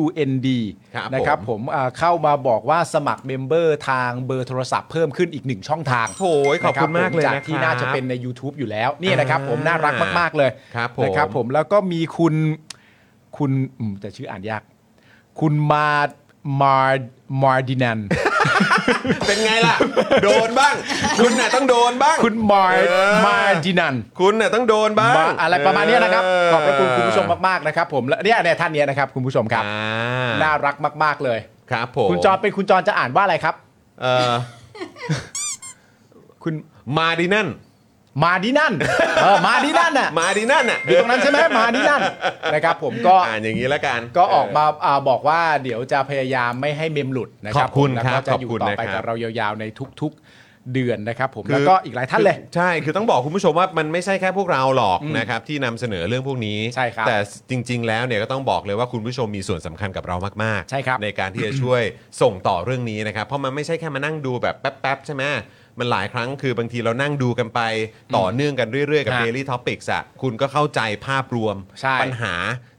B: W N D
E: ครับ
B: นะครับ
E: ผ
B: ผม มอ่าเข้ามาบอกว่าสมัครเมมเบอร์ทางเบอร์โทรศัพท์เพิ่มขึ้นอีกหนึ่งช่องทาง
E: โอ้ยขอบคุณมากเลย
B: นะ
E: นะครั
B: รัผจาก
E: บ
B: ที่น่าจะเป็นใน YouTube อยู่แล้วเนี่ยนะครับผมน่ารักมาก ๆ เลย
E: ครับผม
B: นะครับผมแล้วก็มีคุณคุณอืมแต่ชื่ออ่านยาก คุณมามามาดินัน
E: เป็นไงล่ะ โดนบ้าง คุณน่ะต้องโดนบ้าง
B: คุณมาร
E: เออ
B: มาดินัน
E: คุณน่ะต้องโดนบ้าง
B: มาอะไรประมาณเนี้ยนะครับ
E: เ
B: ขอบพระคุณคุณผู้ชมมากๆนะครับ ผมและเนี่ยเนี่ยท่านเนี้ยนะครับ คุณผู้ชมครับ
E: อ่
B: น่ารักมาก ๆเลย
E: ครับผม
B: คุณจอนเป็นคุณจอนจะอ่านว่าอะไรครับ
E: เออ
B: คุณ
E: มาดินั่น
B: มาดิ
E: (laughs)
B: นันเออมาดินันน่ะ
E: มาดินั่นอ่ะ
B: อยู่ตรงนั้นใช่ไหมมาดินันนะครับ ผมก็
E: อ่านอย่างนี้แล้วกัน
B: ก็ออกมา
E: เ
B: อ่าบอกว่าเดี๋ยวจะพยายามไม่ให้เมมหลุดนะค
E: ข
B: รั
E: อบคุณ
B: ผม
E: ครั
B: แล้ว
E: บ
B: ก็จะอยู่
E: ขอบคุณ
B: ต่อไป
E: นะครับ
B: กับเรายาวๆในทุกๆ เดือนนะครับ ผม
E: คื
B: แล้วก็อีกหลายท่านเลย
E: คือใช่คือต้องบอกคุณผู้ชมว่ามันไม่ใช่แค่พวกเราหรอกนะครับที่นำเสนอเรื่องพวกนี้
B: ใช่ครับ
E: แต่จริง ๆ แล้วเนี่ยก็ต้องบอกเลยว่าคุณผู้ชมมีส่วนสำคัญกับเรามากๆ
B: ใช่ครับ
E: ในการที่จะช่วย (coughs) ส่งต่อเรื่องนี้นะครับเพราะมันไม่ใช่แค่มานั่งดูแบบแป๊บๆใช่ไหมมันหลายครั้งคือบางทีเรานั่งดูกันไปต่อเนื่องกันเรื่อย ๆ กับ
B: ฮะ
E: Daily Topics อะคุณก็เข้าใจภาพรวม
B: ใช่
E: ปัญหา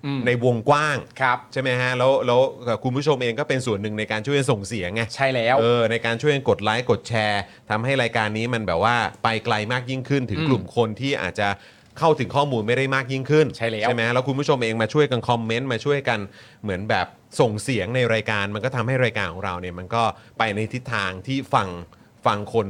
B: อืม
E: ในวงกว้าง
B: ครับ
E: ใช่ไหมฮะแล้วแล้วคุณผู้ชมเองก็เป็นส่วนหนึ่งในการช่วยส่งเสียงไง
B: ใช่แล้ว
E: เออในการช่วยกดไลค์กดแชร์ทำให้รายการนี้มันแบบว่าไปไกลมากยิ่งขึ้น ถึง
B: อืม
E: กลุ่มคนที่อาจจะเข้าถึงข้อมูลไม่ได้มากยิ่งขึ้น
B: ใช่แล้ว
E: ใช่ไหมฮะแล้วคุณผู้ชมเองมาช่วยกันคอมเมนต์มาช่วยกันเหมือนแบบส่งเสียงในรายการ มันก็ทำให้รายการของเราเนี่ยมันก็ไปในทิศทางที่ฟังฟังคน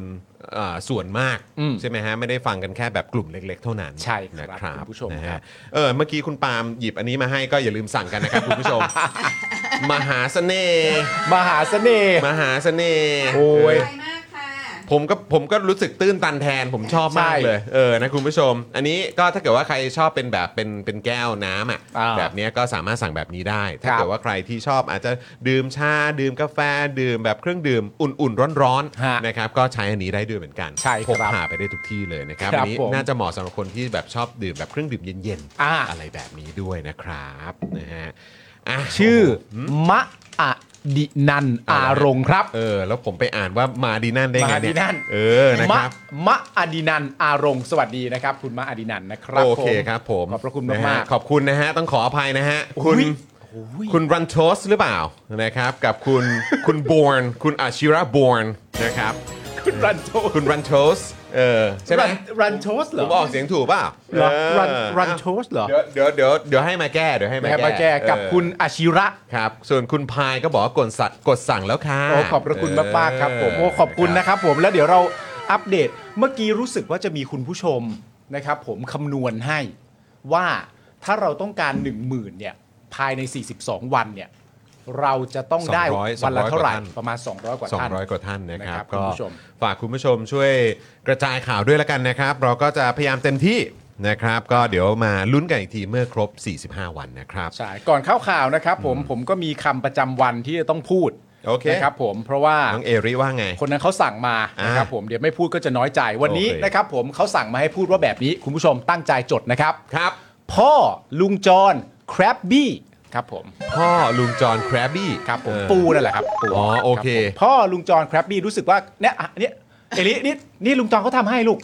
E: เอ่อส่วนมาก
B: อืม
E: ใช่ไหมฮะไม่ได้ฟังกันแค่แบบกลุ่มเล็ก ๆ เท่านั้น
B: ใช่ครับ
E: นะครับ
B: คุณผู้ชม
E: นะ
B: ครั
E: ฮะ
B: บ
E: เออเมื่อกี้คุณปาล์มหยิบอันนี้มาให้ก็อย่าลืมสั่งกันนะครับ คุณผู้ช
B: (laughs)
E: ม มหาเสน่ห์
B: มหาเสน่ห์
E: (laughs) มหาเสน่ห์
B: โอ้ย
F: มากค่ะ
E: ผมก็ผมก็รู้สึกตื้นตันแทนผมชอบมาก
B: ใช่
E: เลยเออนะคุณผู้ชม อันนี้ก็ถ้าเกิดว่าใครชอบเป็นแบบเป็นเป็นแก้วน้ำอ่ะ
B: อ่า
E: แบบเนี้ยก็สามารถสั่งแบบนี้ได้ ถ้า
B: ครับ
E: เกิดว่าใครที่ชอบอาจจะดื่มชาดื่มกาแฟดื่มแบบเครื่องดื่มอุ่นๆร้อน
B: ฮะ
E: ๆนะครับก็ใช้อันนี้ได้ด้วยเหมือนกัน
B: ใช่ครับ
E: พกพาไปได้ทุกที่เลยนะครับ
B: ครับ
E: อันนี้
B: ผม
E: น่าจะเหมาะสำหรับคนที่แบบชอบดื่มแบบเครื่องดื่มเย็น
B: อ่า
E: อะไรแบบนี้ด้วยนะครับนะฮะะ
B: ชื่อมะอะดินันอารมณ์ครับ
E: เออแล้วผมไปอ่านว่ามาดีนั่นได้ไง
B: มาดี
E: เย
B: นั่น
E: เออนะครับ
B: มะมะอดินันอารมณ์สวัสดีนะครับ คุณมะอดินันนะครับ
E: โอเค
B: ผม
E: ครับผม
B: ขอบพระคุณ
E: นะฮะ
B: มาก
E: ขอบคุณนะฮะ ต้องขออภัยนะฮะ คุณ
B: อุ๊ย
E: คุณรันโทสหรือเปล่านะครับ กับคุณ คุณบอร์นคุณอาชิระบอร์นนะครับ
B: ๆคุณรันโทส
E: คุณรันโทสเออใช่ไหม
B: รันรันโทสเหร
E: ผ
B: อ
E: มออกเสียงถูกเปล่า
B: เหรอรัน
E: เออ
B: รันโทสเหรอ
E: เดี๋ยวเดี๋ยวเดี๋ยวเดี๋ยวให้มาแก้เดี๋ยวให้
B: แม่มาแก้กับ
E: เออ
B: คุณอาชิระ
E: ครับ ส่วนคุณพายก็บอกว่ากดสั่งกดสั่งแล้วค่ะ
B: โอ้ขอบพระคุณมากๆครับผมโอ้ขอบคุณ
E: เ
B: นะครับผมแล้วเดี๋ยวเราอัปเดตเมื่อกี้รู้สึกว่าจะมีคุณผู้ชมนะครับ ผมคำนวณให้ว่าถ้าเราต้องการ 1 0,000เนี่ยภายใน 42 วันเนี่ยเราจะต้องได้
E: 200
B: วันละเท่าไหร่
E: กว่าท่าน
B: ประมาณ 200 กว่าท่าน
E: 200 กว่าท่านนะครั
B: นะครับ บคุ
E: ก็
B: ณผู้ชม
E: ฝากคุณผู้ชมช่วยกระจายข่าวด้วยละกันนะครับ เราก็จะพยายามเต็มที่นะครับ ก็เดี๋ยวมาลุ้นกันอีกทีเมื่อครบ 45 วันนะครับ
B: ใช่ก่อนเข้าข่าวนะครับผมผมก็มีคำประจำวันที่จะต้องพูด
E: โอเค
B: นะครับผมเพราะว่า
E: น้องเอริว่าไง
B: คนนั้นเขาสั่งมา
E: อ่าน
B: นะครับผมเดี๋ยวไม่พูดก็จะน้อยใจวันนี้
E: โอเค
B: นะครับผมเขาสั่งมาให้พูดว่าแบบนี้คุณผู้ชมตั้งใจจดนะครับ
E: ครับ
B: พ่อลุงจรแครบบี้ครับผม
E: พ่อลุงจอห์นแครบบี้
B: ครับผม
E: เออ
B: ปูนั่นแหละครับปู
E: อ๋อโอเค
B: รับผมพ่อลุงจรแครบบี้รู้สึกว่าเนี่ยอ่ะเนี่ยเอลินี่นี่ลุงจรเขาทำให้ลูก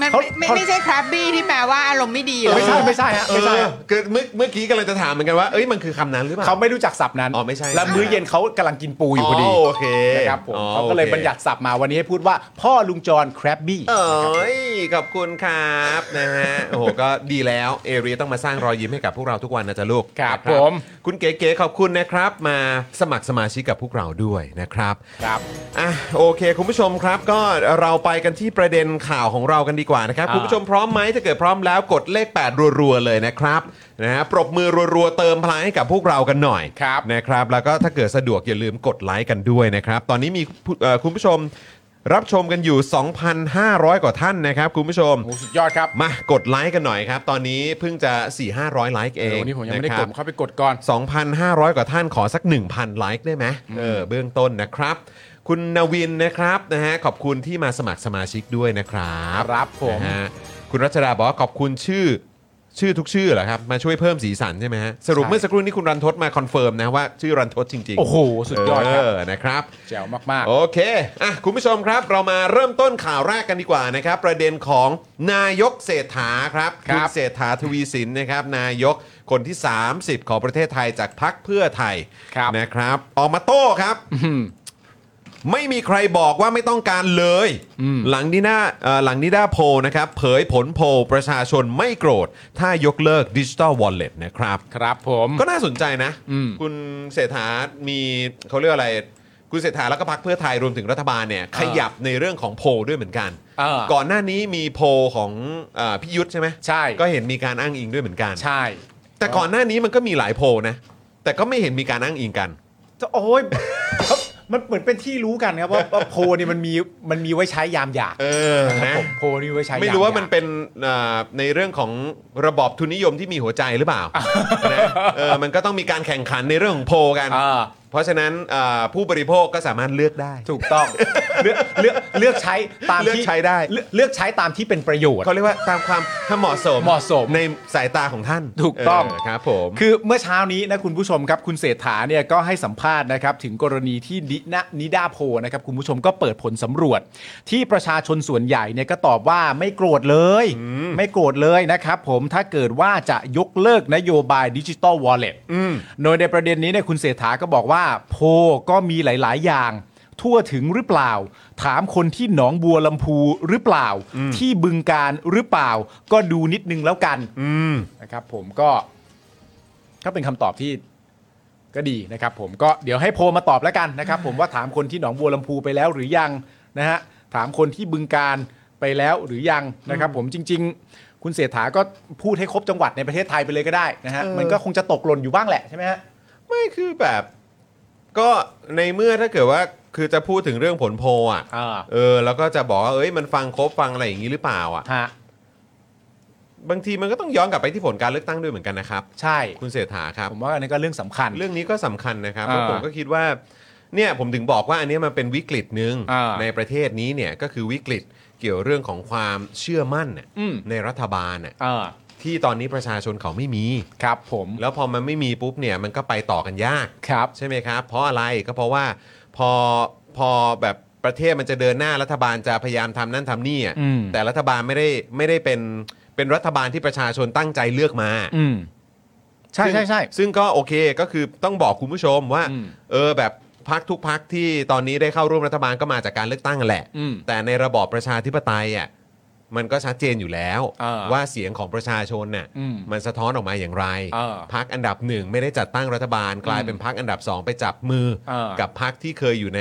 F: ไม่
B: เขา
F: ไม่
B: เขา
F: ไม่ใช่ครับบี้ที่แปลว่าอารมณ์ไม่ดีเหรอ
B: ไม่ใช่ไม่ใช่ฮะ
E: เอ
B: ไม่ใช่
E: อคือเมื่อเมื่อกี้กำลังจะถามเหมือนกันว่าเอ้ยมันคือคำนั้นหรือเปล่า
B: เขาไม่รู้จักศัพท์นั้น
E: อ๋อไม่ใช่
B: แล้วมื้อเย็นเขากำลังกินปูอยู่พอดี
E: โอเค
B: นะครับผม
E: อ๋อ
B: เขาก็เลย
E: โอค
B: บัญญัติศัพท์มาวันนี้ให้พูดว่า พ่อลุงจรแครบบี้
E: เอ้ยขอบคุณครับนะฮะโอ้โหก็ดีแล้วเอริต้องมาสร้างรอยยิ้มให้กับพวกเราทุกวันนะจ๊ะลูก
B: ครับ
E: นะ
B: ผม
E: คุณเก๋ๆขอบคุณนะครับ มาสมัครสมาชิกกับพวกเราด้วยนะครับ
B: ครับ
E: อ่ะโอเค คุณผู้ชมครับ ก็เราไปกันที่ประเด็นข่าวของเรากันดีกว่านะครับ
B: อ่า
E: คุณผู้ชมพร้อมไหมถ้าเกิดพร้อมแล้วกดเลข 8 รัวๆเลยนะครับนะฮะปรบมือรัวๆเติมพลังให้กับพวกเรากันหน่อย
B: ครับ
E: นะครับแล้วก็ถ้าเกิดสะดวกอย่าลืมกดไลค์กันด้วยนะครับ ตอนนี้มีผู้เอ่อคุณผู้ชมรับชมกันอยู่ 2,500 กว่าท่านนะครับคุณผู้ชม
B: โอ้สุดยอดครับ
E: มากดไลค์กันหน่อยครับ ตอนนี้เพิ่งจะ 4-500 ไลค์เอง
B: เดี๋ยวนี้ผมยังไม่ได้
E: นะค
B: ก
E: รั
B: ด
E: บ
B: เข้าไปกดก่อน
E: 2,500 กว่าท่านขอสัก 1,000 ไลค์ได้ไหมเออเบื้องต้นนะครับ คุณนวินนะครับนะฮะขอบคุณที่มาสมัครสมาชิกด้วยนะครับ
B: ครับผม
E: นะฮะคุณรัชดาบอกว่าขอบคุณชื่อชื่อทุกชื่อเหรอครับมาช่วยเพิ่มสีสันใช่ไหมฮะสรุปเมื่อสักครู่นี้คุณรันทดมาคอนเฟิร์มนะว่าชื่อรันทดจริงๆ
B: โอ้โหสุดยอดครับ
E: เนะครับ
B: แจ๋วมาก
E: โอเค อ่ะ คุณผู้ชมครับ เรามาเริ่มต้นข่าวแรกกันดีกว่านะครับ ประเด็นของนายกเศรษฐาครับ
B: ครับ
E: ณเศรษฐาทวีสินนะครับ นายกคนที่ 30 ของประเทศไทยจากพักเพื่อไทย
B: ครับ
E: นะครับ ออกมาโต้ครับ ไม่มีใครบอกว่าไม่ต้องการเลย หลังนิด้าเอ่อหลังนิด้าโพลนะครับ เผยผลโพลประชาชนไม่โกรธ ถ้ายกเลิกดิจิ t a ลวอลเล็ตนะครับ
B: ๆครับผม
E: ก็น่าสนใจนะ
B: อืม
E: คุณเศรษฐามีเขาเรียกอะไร คุณเศรษฐาแล้วก็พรรคเพื่อไทยรวมถึงรัฐบาลเนี่ยขยับในเรื่องของโพลด้วยเหมือนกัน
B: เออ
E: ก่อนหน้านี้มีโพลของเออพี่ยุทธใช่ไหม
B: ใช่
E: ก็เห็นมีการอ้างอิงด้วยเหมือนกัน
B: ใช่
E: แต่ก่อนหน้านี้มันก็มีหลายโพลนะ แต่ก็ไม่เห็นมีการอ้างอิงกัน
B: จะโอ้ย มันเหมือนเป็นที่รู้กันครับว่าว่าโพลเนี่ยมันมีมันมีไว้ใช้ยามอยาก
E: เออ
B: ครับ
E: นะ
B: ผมโพลนี่ไว้ใช้ย
E: ไม่รู้ว่ามัน
B: อยก
E: เป็นเอ่อในเรื่องของระบอบทุนนิยมที่มีหัวใจหรือเปล่านะเออมันก็ต้องมีการแข่งขันในเรื่องของโพลกัน
B: อ่า
E: เพราะฉะนั้นเอ่อผู้บริโภคก็สามารถเลือกได้
B: ถูกต้อง เลือกเลือกเลือกใช้ตาม
E: เลือก
B: ที่
E: ใช้ได้
B: เลือกเลือกใช้ตามที่เป็นประโยชน์
E: เขาเรียกว่าตามความถ้าเหมาะสม
B: เหมาะสม
E: ในสายตาของท่าน
B: ถูกต้อง
E: เครับผม
B: คือเมื่อเช้านี้นะคุณผู้ชมครับคุณเศรษฐาเนี่ยก็ให้สัมภาษณ์นะครับถึงกรณีที่นิณนิดาโพลนะครับคุณผู้ชมก็เปิดผลสำรวจ ที่ประชาชนส่วนใหญ่เนี่ยก็ตอบว่าไม่โกรธเลย ไม่โกรธเลยนะครับผมถ้าเกิดว่าจะยกเลิกนโยบายดิจิ t a ลวอลเล็ตโดยในประเด็นนี้เนี่ยคุณเศรษฐาก็บอกว่าโพลก็มีหลาย ๆ อย่าง ทั่วถึงหรือเปล่า ถามคนที่หนองบัวลำพูหรือเปล่า ที่บึงการหรือเปล่า ก็ดูนิดนึงแล้วกันนะครับผมก็ ก็เป็นคำตอบที่ก็ดีนะครับ ผมก็เดี๋ยวให้โพลมาตอบแล้วกันนะครับ ผมว่าถามคนที่หนองบัวลำพูไปแล้วหรือยังนะฮะถามคนที่บึงการไปแล้วหรือยังนะครับ ผมจริง ๆ คุณเสถาก็พูดให้ครบจังหวัดในประเทศไทยไปเลยก็ได้นะฮะมันก็คงจะตกหล่นอยู่บ้างแหละใช่ไหมฮะ
E: ไม่คือแบบ ก็ในเมื่อถ้าเกิดว่า คือจะพูดถึงเรื่องผลโพลอ่ะ
B: อ่า
E: เออ แล้วก็จะบอกว่าเอ้ยมันฟังครบฟังอะไรอย่างนี้หรือเปล่าอ่ะ
B: ฮะ
E: บางทีมันก็ต้องย้อนกลับไปที่ผลการเลือกตั้งด้วยเหมือนกันนะครับ
B: ใช่
E: คุณเศรษฐาครับ
B: ผมว่าอันนี้ก็เรื่องสำคัญ
E: เรื่องนี้ก็สำคัญนะครับเพ
B: อ่า
E: ราะผมก็คิดว่าเนี่ยผมถึงบอกว่าอันเนี้ยมันเป็นวิกฤตหนึ่ง
B: อ่า
E: ในประเทศนี้เนี่ยก็คือวิกฤตเกี่ยวเรื่องของความเชื่อมั่นน่ะ
B: อืม
E: ในรัฐบาลน่ะ
B: อ่า
E: ที่ตอนนี้ประชาชนเขาไม่มี
B: ครับผม
E: แล้วพอมันไม่มีปุ๊บเนี่ยมันก็ไปต่อกันยาก
B: ครับ
E: ใช่ไหมครับ เพราะอะไรก็เพราะว่าพอพอแบบประเทศมันจะเดินหน้ารัฐบาลจะพยายามทำนั่นทำนี่อะ
B: อืม
E: แต่รัฐบาลไม่ได้ไม่ได้เป็นเป็นรัฐบาลที่ประชาชนตั้งใจเลือกมา
B: อืม ใช่
E: ซึ่ง
B: ใช่ใช่
E: ซึ่งก็โอเคก็คือต้องบอกคุณผู้ชมว่า
B: อืม
E: เออแบบพักทุกพักที่ตอนนี้ได้เข้าร่วมรัฐบาลก็มาจากการเลือกตั้งแหละ
B: อืม
E: แต่ในระบอบประชาธิปไตยอ่ะมันก็ชัดเจนอยู่แล้ว
B: เออ
E: ว่าเสียงของประชาชนน่ะ
B: อืม
E: มันสะท้อนออกมาอย่างไร
B: เออ
E: พักอันดับหนึ่งไม่ได้จัดตั้งรัฐบาลกลายเป็นพักอันดับสองไปจับมือ
B: เออ
E: กับพักที่เคยอยู่ใน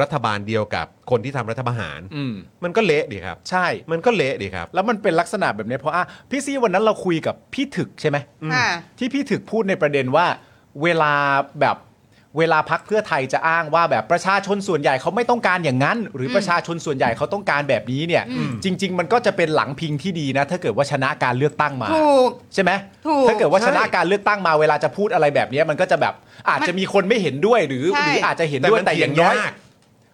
E: รัฐบาลเดียวกับคนที่ทำรัฐประหาร
B: อืม
E: มันก็เละดีครับ
B: ใช่
E: มันก็เละดีครับ
B: แล้วมันเป็นลักษณะแบบนี้เพราะอ่ะพี่ซีวันนั้นเราคุยกับพี่ถึกใช่ไหม
G: ค่ะ
B: ที่พี่ถึกพูดในประเด็นว่า เวลาแบบเวลาพักเพื่อไทยจะอ้างว่าแบบประชาชนส่วนใหญ่เขาไม่ต้องการอย่างนั้น หรือประชาชนส่วนใหญ่เขาต้องการแบบนี้เนี่ย จริง ๆ มันก็จะเป็นหลังพิงที่ดีนะ ถ้าเกิดว่าชนะการเลือกตั้งมา
G: ถูก
B: ใช่ไหม
G: ถูก
B: ถ้าเกิดว่าชนะการเลือกตั้งมาเวลาจะพูดอะไรแบบนี้มันก็จะแบบอาจจะมีคนไม่เห็นด้วยหรือ
G: ใช่
B: หรืออาจจะเห็นด้วยแต่อย่างน้อย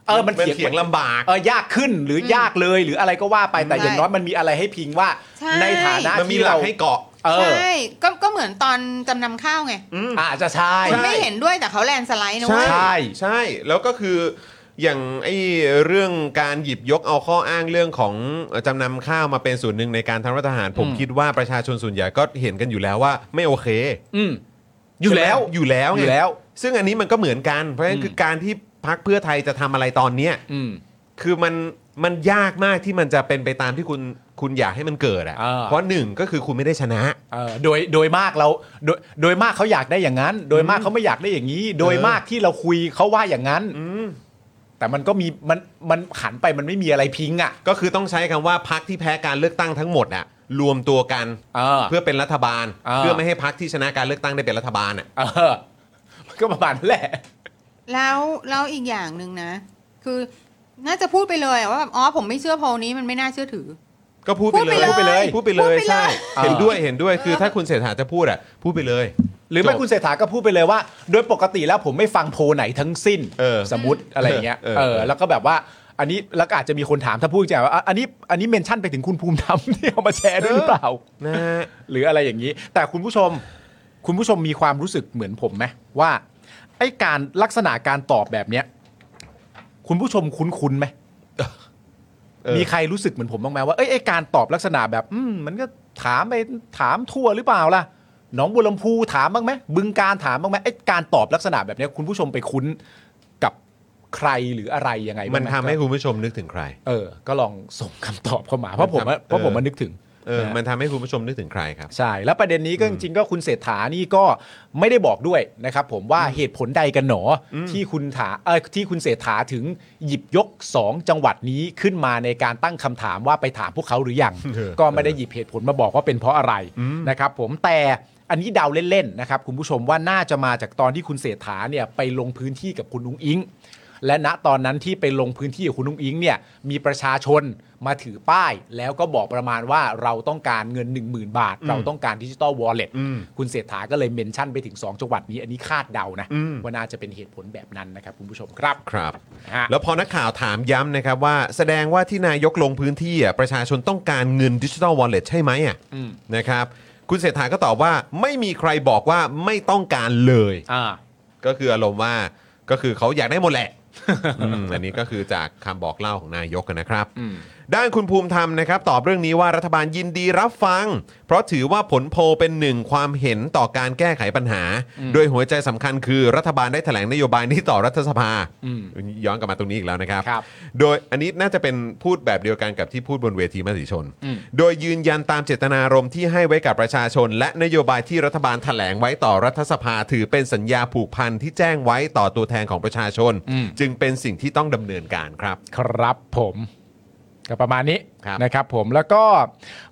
B: เออมัน
E: มัน
B: เถียง
E: เถียงลำบาก
B: เออยากขึ้นหรือยากเลยหรืออะไรก็ว่าไปแต่อย่างน้อยมันมีอะไรให้พิงว่า
G: ใช่
B: ในฐานะ
E: มันมี
B: ที่
E: หลั
B: เรา
E: กให้เกาะ
B: เออ
G: ใช่ก็ก็เหมือนตอนจำนำข้าวไง
B: อาจจะใช่
G: คุณไม่เห็นด้วยแต่เขาแลนด์สไลด์นะ
E: ใช่
G: เว้ย
B: ใช่
E: ใช่แล้วก็คืออย่างไอ้เรื่องการหยิบยกเอาข้ออ้างเรื่องของจำนำข้าวมาเป็นส่วนหนึ่งในการทำรัฐทหาร ผมคิดว่าประชาชนส่วนใหญ่ก็เห็นกันอยู่แล้วว่าไม่โอเค
B: อืม
E: อยู่แล้วอยู่แล้วไง
B: อยู่แล้ว
E: ซึ่งอันนี้มันก็เหมือนกัน เพราะฉะนั้นคือการที่พักเพื่อไทยจะทำอะไรตอนเนี้ย
B: อืม
E: คือมันมันยากมากที่มันจะเป็นไปตามที่คุณคุณอยากให้มันเกิด
B: อ่า
E: อะ่ะเพราะหนึ่งก็คือคุณไม่ได้ชนะ
B: เออโดยโดยมากเราโดยโดยมากเขาอยากได้อย่างนั้น โดยมากเขาไม่อยากได้อย่างนี้ โดยมากที่เราคุยเขาว่าอย่างนั้นแต่มันก็มีมันมันหันไปมันไม่มีอะไรพิงอ่ะ
E: ก็คือต้องใช้คำว่าพักที่แพ้การเลือกตั้งทั้งหมดอ่ะรวมตัวกัน
B: เออ
E: เพื่อเป็นรัฐบาล
B: อ่า
E: เพื่อไม่ให้พักที่ชนะการเลือกตั้งได้เป็นรัฐบาลอ่ะ
B: เออมันก็ประมาณนั้นแหละ
G: แล้วแล้วอีกอย่างหนึ่งนะ คือน่าจะพูดไปเลยอะว่าแบบอ๋อผมไม่เชื่อโพลนี้มันไม่น่าเชื่อถือ
E: ก็พูดไปเลย
G: พูดไปเลย
E: พูดไปเลย
G: พูดไปเลย
E: ใช่
B: อ่า
E: เห็นด้วยเห็นด้วยคือถ้าคุณเศรษฐาจะพูดอ่ะพูดไปเลย
B: หรือไม่
E: จบ
B: คุณเศรษฐาก็พูดไปเลยว่า โดยปกติแล้วผมไม่ฟังโพลไหนทั้งสิ้น
E: เออ
B: สมมติอะไรอย่างเงี้ย
E: เออ
B: เออ
E: เออ
B: แล้วก็แบบว่าอันนี้แล้วก็อาจจะมีคนถามถ้าพูดจริงๆว่าอ่ะอันนี้อันนี้เมนชั่นไปถึงคุณภูมิธรรม (laughs) ที่เอามาแชร์ด้วยหรือเปล่า
E: นะฮะ
B: หรืออะไรอย่างนี้ แต่คุณผู้ชมคุณผู้ชมมีความรู้สึกเหมือนผมไหมว่าไอ้การลักษณะการตอบแบบเนี้ยคุณผู้ชมคุ้นๆไหม
E: เออ
B: มีใครรู้สึกเหมือนผมบ้างไหมว่าเอ้ยไอ้การตอบลักษณะแบบ อืมมันก็ถามไปถามทั่วหรือเปล่าล่ะหนองบัวลำพูถามบ้างไหมบึงการถามบ้างไหมไอ้การตอบลักษณะแบบเนี้ยคุณผู้ชมไปคุ้นกับใครหรืออะไรยังไงบ้างไ
E: มันทำให้คุณผู้ชมนึกถึงใคร
B: เออ ก็ลองส่งคำตอบเข้ามาเพราะผม
E: มั
B: ว่า
E: นทำ
B: เพราะผ
E: เอ
B: ม
E: อ
B: มานึกถึง
E: เออ
B: ะฮะ
E: มันทำให้คุณผู้ชมนึกถึงใครครับ
B: ใช่ แล้วประเด็นนี้ก็จริงๆก็คุณเศรษฐานี่ก็ไม่ได้บอกด้วยนะครับผมว่าเหตุผลใดกันหนออที่คุณถาเออที่คุณเศรษฐาถึงหยิบยก 2 จังหวัดนี้ขึ้นมาในการตั้งคำถามว่าไปถามพวกเขาหรือยัง
E: เออ
B: ก็ไม่ได้หยิบเหตุผลมาบอกว่าเป็นเพราะอะไรนะครับผมแต่อันนี้เดาเล่นๆนะครับคุณผู้ชมว่าน่าจะมาจากตอนที่คุณเศรษฐาเนี่ยไปลงพื้นที่กับคุณนุ้งอิง และณตอนนั้นที่ไปลงพื้นที่กับคุณนุ้งอิงเนี่ยมีประชาชนมาถือป้าย แล้วก็บอกประมาณว่าเราต้องการเงิน 1 0,000 บาท เราต้องการดิจิตอลวอลเล็ตคุณเศรษฐาก็เลยเมนชั่นไปถึง 2 จังหวัดนี้อันนี้คาดเดานะว่าน่าจะเป็นเหตุผลแบบนั้นนะครับคุณผู้ชมครับ
E: ครับ
B: ฮะ
E: แล้วพอนักข่าวถามย้ำนะครับว่าแสดงว่าที่นายกลงพื้นที่อ่ะประชาชนต้องการเงินดิจิทัลวอลเล็ตใช่ไหมอ่ะนะครับคุณเศรษฐาก็ตอบว่าไม่มีใครบอกว่าไม่ต้องการเลย
B: อ่า
E: ก็คืออารมณ์ว่าก็คือเขาอยากได้หมดแหละ (laughs) อืมอันนี้ก็คือจากคำบอกเล่าของนายกนะครับ ด้านคุณภูมิธรรมนะครับ ตอบเรื่องนี้ว่ารัฐบาลยินดีรับฟัง เพราะถือว่าผลโพลเป็นหนึ่งความเห็นต่อการแก้ไขปัญหา โดยหัวใจสำคัญคือรัฐบาลได้แถลงนโยบายนี้ต่อรัฐสภา ย้อนกลับมาตรงนี้อีกแล้วนะครับ
B: ครับ
E: โดยอันนี้น่าจะเป็นพูดแบบเดียวกันกับที่พูดบนเวทีมติชน โดยยืนยันตามเจตนารมณ์ที่ให้ไว้กับประชาชน และนโยบายที่รัฐบาลแถลงไว้ต่อรัฐสภาถือเป็นสัญญาผูกพันที่แจ้งไว้ต่อตัวแทนของประชาชน จึงเป็นสิ่งที่ต้องดำเนินการครับ
B: ครับผมก็ประมาณนี้
E: ครับ
B: นะครับผมแล้วก็